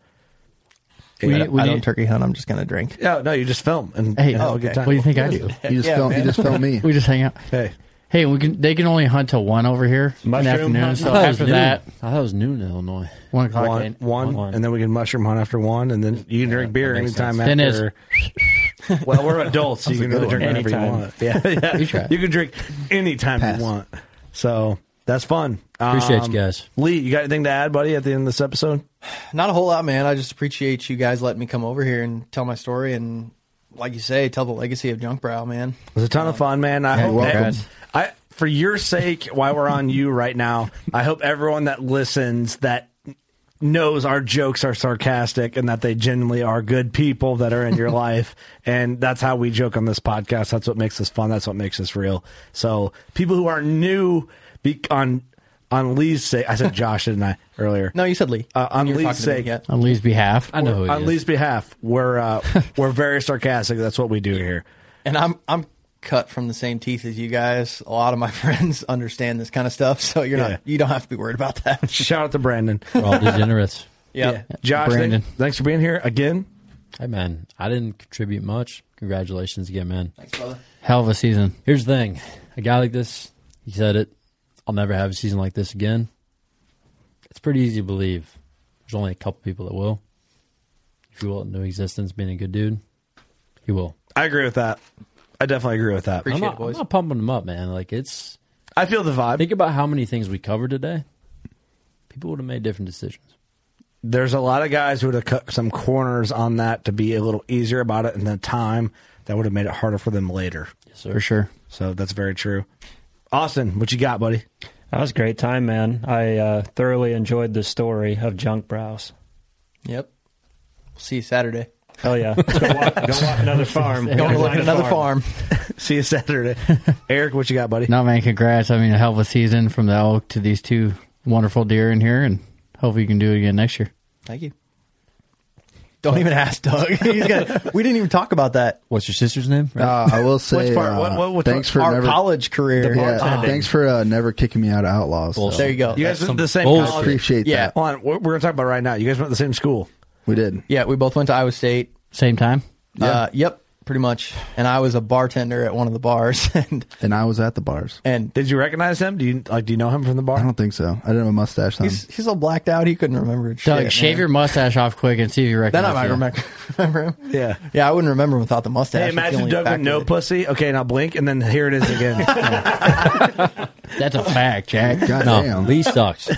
[SPEAKER 5] I
[SPEAKER 3] We,
[SPEAKER 5] don't-
[SPEAKER 3] we
[SPEAKER 5] I don't
[SPEAKER 3] need-
[SPEAKER 5] turkey hunt. I'm just gonna drink.
[SPEAKER 10] Yeah, no, you just film and
[SPEAKER 3] hey,
[SPEAKER 10] and have a
[SPEAKER 3] what
[SPEAKER 10] good
[SPEAKER 3] do
[SPEAKER 10] time.
[SPEAKER 3] you think I do?
[SPEAKER 27] you just film. You just film me.
[SPEAKER 3] We just hang out.
[SPEAKER 10] Hey,
[SPEAKER 3] Hey, we can. They can only hunt till one over here in the
[SPEAKER 9] Mushroom
[SPEAKER 3] afternoon.
[SPEAKER 9] hunt?
[SPEAKER 3] So
[SPEAKER 2] I thought it was
[SPEAKER 3] after
[SPEAKER 2] noon.
[SPEAKER 3] that,
[SPEAKER 2] I thought it was noon in Illinois.
[SPEAKER 3] one o'clock.
[SPEAKER 10] one,
[SPEAKER 3] ain't-
[SPEAKER 10] one,
[SPEAKER 9] One.
[SPEAKER 10] and then we can mushroom hunt after one, and then you can drink beer
[SPEAKER 2] that makes
[SPEAKER 10] anytime
[SPEAKER 2] sense.
[SPEAKER 10] after.
[SPEAKER 3] Then
[SPEAKER 10] well, we're adults, so you can
[SPEAKER 27] That's a
[SPEAKER 10] really
[SPEAKER 27] good
[SPEAKER 10] drink
[SPEAKER 9] one.
[SPEAKER 10] whenever you
[SPEAKER 9] Anytime.
[SPEAKER 10] want. Yeah, yeah.
[SPEAKER 3] You
[SPEAKER 10] You,
[SPEAKER 3] try it.
[SPEAKER 10] can drink anytime
[SPEAKER 27] Pass.
[SPEAKER 10] you want. So that's fun. Um,
[SPEAKER 2] Appreciate you guys.
[SPEAKER 10] Lee, you got anything to add, buddy? At the end of this episode,
[SPEAKER 5] Not a whole lot, man. I just appreciate you guys letting me come over here and tell my story and, like you say, tell the legacy of Junk Brow, man.
[SPEAKER 10] it was a ton of
[SPEAKER 5] Um,
[SPEAKER 10] fun, man. I hope
[SPEAKER 3] welcome.
[SPEAKER 10] that- I, for your sake, while we're on you right now, I hope everyone that listens that knows our jokes are sarcastic and that they genuinely are good people that are in your life. And that's how we joke on this podcast. That's what makes us fun. That's what makes us real. So people who are new be- on on Lee's sake, I said Josh, didn't I earlier?
[SPEAKER 5] No, you said Lee.
[SPEAKER 10] Uh, on
[SPEAKER 5] You were
[SPEAKER 10] Lee's
[SPEAKER 5] talking to me,
[SPEAKER 10] sake.
[SPEAKER 5] yeah.
[SPEAKER 3] on Lee's behalf.
[SPEAKER 2] I know who it
[SPEAKER 10] on
[SPEAKER 2] is.
[SPEAKER 10] Lee's behalf, we're uh, we're very sarcastic. That's what we do here.
[SPEAKER 5] and I'm I'm cut from the same teeth as you guys. A lot of my friends understand this kind of stuff, so you're
[SPEAKER 10] Yeah.
[SPEAKER 5] not you don't have to be worried about that.
[SPEAKER 10] Shout out to Brandon.
[SPEAKER 2] We're all degenerates.
[SPEAKER 5] yeah.
[SPEAKER 10] Josh, thank-
[SPEAKER 3] Brandon.
[SPEAKER 10] thanks for being here again.
[SPEAKER 2] Hey man, I didn't contribute much. Congratulations again, man.
[SPEAKER 5] Thanks, brother.
[SPEAKER 3] Hell of a season.
[SPEAKER 2] Here's the thing: a guy like this, he said it. I'll never have a season like this again. It's pretty easy to believe. There's only a couple people that will. If you will into existence, being a good dude, he will.
[SPEAKER 10] I agree with that. I definitely agree with that.
[SPEAKER 2] I'm
[SPEAKER 5] Appreciate
[SPEAKER 2] not,
[SPEAKER 5] it, boys.
[SPEAKER 2] I'm not pumping him up, man. Like it's
[SPEAKER 10] I feel the vibe.
[SPEAKER 2] think about how many things we covered today. People would have made different decisions.
[SPEAKER 10] there's a lot of guys who would have cut some corners on that to be a little easier about it in the time that would have made it harder for them later.
[SPEAKER 3] For sure.
[SPEAKER 10] So that's very true. Austin, what you got, buddy?
[SPEAKER 9] That was a great time, man. I uh, thoroughly enjoyed the story of Junk Browse.
[SPEAKER 5] Yep. We'll see you Saturday.
[SPEAKER 9] Hell yeah. go, walk, go walk another farm.
[SPEAKER 5] Go look at another farm.
[SPEAKER 10] see you Saturday. Eric, what you got, buddy?
[SPEAKER 3] No, man, congrats. I mean, a hell of a season from the elk to these two wonderful deer in here, and hopefully you can do it again next year.
[SPEAKER 5] Thank you. Don't even ask Doug. He's gonna, we didn't even talk about that.
[SPEAKER 28] What's your sister's name?
[SPEAKER 2] Uh, I will say,
[SPEAKER 5] Which part?
[SPEAKER 2] uh,
[SPEAKER 5] What- what- what-
[SPEAKER 2] thanks for
[SPEAKER 5] our
[SPEAKER 2] never,
[SPEAKER 5] college career.
[SPEAKER 2] Yeah,
[SPEAKER 5] bartending.
[SPEAKER 2] thanks for uh, never kicking me out of Outlaws. so.
[SPEAKER 5] There you go.
[SPEAKER 10] You guys
[SPEAKER 5] That's
[SPEAKER 10] went to the same
[SPEAKER 2] bullshit.
[SPEAKER 10] college?
[SPEAKER 2] Appreciate
[SPEAKER 5] Yeah.
[SPEAKER 2] that.
[SPEAKER 10] Hold on. We're, we're going to talk about it right now. You guys went to the same school.
[SPEAKER 2] We did.
[SPEAKER 5] Yeah, we both went to Iowa State.
[SPEAKER 3] Same time?
[SPEAKER 5] Uh, yep, pretty much. And I was a bartender at one of the bars, and
[SPEAKER 2] And I was at the bars.
[SPEAKER 5] and
[SPEAKER 10] Did you recognize him? Do you like? Do you know him from the bar?
[SPEAKER 2] I don't think so. I didn't have a mustache then.
[SPEAKER 5] he's he's all blacked out. He couldn't remember.
[SPEAKER 3] Doug, shave your mustache off quick and see if you
[SPEAKER 5] Then
[SPEAKER 3] recognize
[SPEAKER 5] I might
[SPEAKER 3] you.
[SPEAKER 5] remember, remember him.
[SPEAKER 10] Yeah.
[SPEAKER 5] Yeah, I wouldn't remember him without the mustache.
[SPEAKER 10] Hey,
[SPEAKER 5] That's the
[SPEAKER 10] imagine
[SPEAKER 5] only
[SPEAKER 10] Doug with
[SPEAKER 5] factor
[SPEAKER 10] no
[SPEAKER 5] that-
[SPEAKER 10] pussy. Okay, now blink, and then here it is again.
[SPEAKER 3] That's a fact, Jack.
[SPEAKER 2] God
[SPEAKER 28] No,
[SPEAKER 2] damn.
[SPEAKER 28] Lee sucks.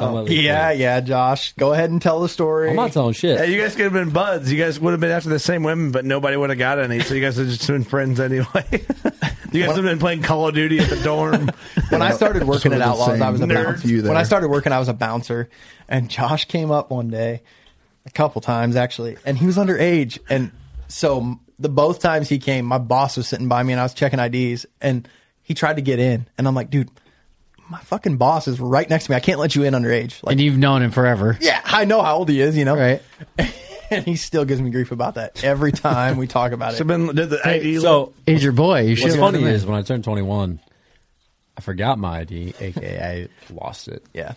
[SPEAKER 28] I'm not Lee
[SPEAKER 5] Yeah, yeah, Josh, go ahead and tell the story.
[SPEAKER 28] I'm not telling
[SPEAKER 10] Yeah,
[SPEAKER 28] shit.
[SPEAKER 10] you guys could have been buds. You guys would have been after the same women, but nobody would have got any. So you guys would have just been friends anyway. you guys would have been playing Call of Duty at the dorm.
[SPEAKER 5] when I started working
[SPEAKER 2] Sort of
[SPEAKER 5] at
[SPEAKER 2] the
[SPEAKER 5] Outlaws,
[SPEAKER 2] same
[SPEAKER 5] I was a
[SPEAKER 2] nerd view
[SPEAKER 5] bouncer.
[SPEAKER 2] there.
[SPEAKER 5] When I started working, I was a bouncer, and Josh came up one day, a couple times actually, and he was underage, and so the both times he came, my boss was sitting by me, and I was checking IDs, and he tried to get in, and I'm like, dude, my fucking boss is right next to me. I can't let you in underage. Like,
[SPEAKER 3] And you've known him forever.
[SPEAKER 5] yeah, I know how old he is, you know,
[SPEAKER 3] Right.
[SPEAKER 5] And he still gives me grief about that every time we talk about
[SPEAKER 10] So
[SPEAKER 5] it.
[SPEAKER 10] been did the ID
[SPEAKER 28] So
[SPEAKER 3] He's your boy. You should
[SPEAKER 28] what's
[SPEAKER 3] let him
[SPEAKER 28] funny
[SPEAKER 3] in.
[SPEAKER 28] is when I turned 21, I forgot my ID, aka I lost it.
[SPEAKER 5] Yeah,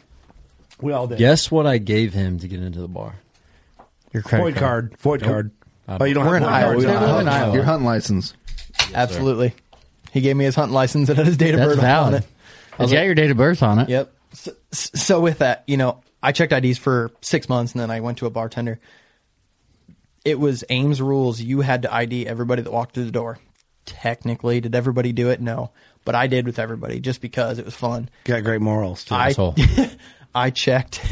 [SPEAKER 10] we all did.
[SPEAKER 28] Guess what I gave him to get into the bar? Uh,
[SPEAKER 3] your credit
[SPEAKER 10] Void card. Void card.
[SPEAKER 28] I
[SPEAKER 10] Oh, you don't
[SPEAKER 5] We're
[SPEAKER 10] have
[SPEAKER 5] in
[SPEAKER 10] Void
[SPEAKER 5] Iowa.
[SPEAKER 10] cards.
[SPEAKER 5] We don't
[SPEAKER 3] They live in Iowa.
[SPEAKER 2] Your hunting license.
[SPEAKER 5] absolutely. He gave me his hunting license and his date of
[SPEAKER 3] That's
[SPEAKER 5] birth on
[SPEAKER 3] valid.
[SPEAKER 5] it.
[SPEAKER 3] It's got your date of birth on it.
[SPEAKER 5] Yep. So, so with that, you know, I checked IDs for six months, and then I went to a bartender. It was Ames rules. You had to ID everybody that walked through the door. Technically, did everybody do it? No, but I did with everybody just because it was fun.
[SPEAKER 10] Got great morals. Too.
[SPEAKER 28] asshole.
[SPEAKER 5] I I checked.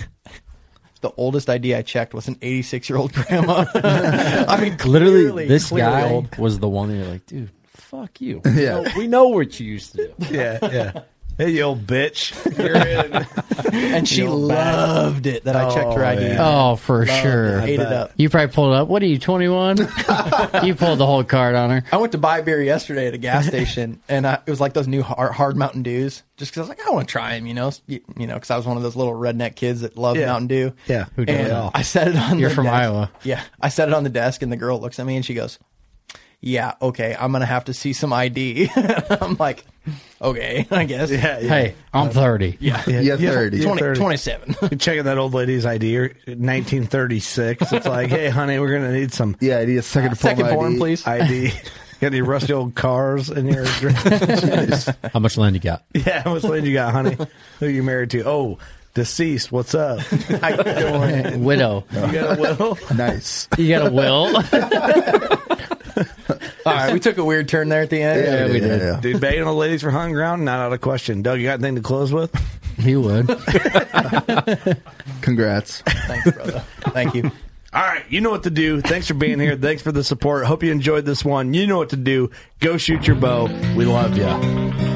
[SPEAKER 5] The oldest ID I checked was an 86 year old grandma. I mean,
[SPEAKER 28] Literally,
[SPEAKER 5] clearly,
[SPEAKER 28] this
[SPEAKER 5] clearly
[SPEAKER 28] guy
[SPEAKER 5] old.
[SPEAKER 28] was the one that you're like, dude, fuck you.
[SPEAKER 2] Yeah.
[SPEAKER 28] We know, we know what you used to do.
[SPEAKER 10] yeah, yeah. Hey, you old bitch.
[SPEAKER 5] and she loved it that I checked her
[SPEAKER 10] Oh,
[SPEAKER 5] ID.
[SPEAKER 10] yeah.
[SPEAKER 3] Oh, for sure.
[SPEAKER 5] Ate it up.
[SPEAKER 3] You probably pulled up. What are you, 21? you pulled the whole card on her.
[SPEAKER 5] I went to buy beer yesterday at a gas station, and I, it was like those new hard, hard Mountain Dews. Just because I was like, I want to try them, you know, S- you, you know, because I was one of those little redneck kids that loved
[SPEAKER 10] Yeah.
[SPEAKER 5] Mountain Dew.
[SPEAKER 10] Yeah, who don't we
[SPEAKER 5] and
[SPEAKER 10] all?
[SPEAKER 5] I set it on.
[SPEAKER 3] You're
[SPEAKER 5] the
[SPEAKER 3] from
[SPEAKER 5] desk.
[SPEAKER 3] Iowa.
[SPEAKER 5] Yeah, I set it on the desk, and the girl looks at me and she goes, "Yeah, okay, I'm gonna have to see some ID." I'm like, "Okay, I guess."
[SPEAKER 10] yeah, yeah.
[SPEAKER 3] Hey, I'm 30.
[SPEAKER 5] yeah,
[SPEAKER 2] Yeah, 30.
[SPEAKER 5] 20,
[SPEAKER 10] 30.
[SPEAKER 5] 27.
[SPEAKER 10] You're checking that old lady's ID, 1936. It's like, hey, honey, we're gonna need some
[SPEAKER 2] Yeah, I need a second form.
[SPEAKER 5] Second form,
[SPEAKER 2] ID.
[SPEAKER 5] please.
[SPEAKER 10] ID. Got any rusty old cars in your
[SPEAKER 28] How much land you got?
[SPEAKER 10] Yeah, how much land you got, honey? Who you married to? Oh, deceased. What's up? You
[SPEAKER 5] How you doing?
[SPEAKER 3] Widow.
[SPEAKER 10] got a will?
[SPEAKER 2] Nice.
[SPEAKER 3] You got a will?
[SPEAKER 5] All right, we took a weird turn there at the end.
[SPEAKER 2] Yeah,
[SPEAKER 3] we did.
[SPEAKER 2] yeah.
[SPEAKER 10] Dude, begging old ladies for hunting ground, not out of question. Doug, you got anything to close with?
[SPEAKER 3] he would.
[SPEAKER 2] Congrats.
[SPEAKER 5] Thanks, brother. Thank you.
[SPEAKER 10] All right, you know what to do. Thanks for being here. Thanks for the support. Hope you enjoyed this one. You know what to do. Go shoot your bow. We love you.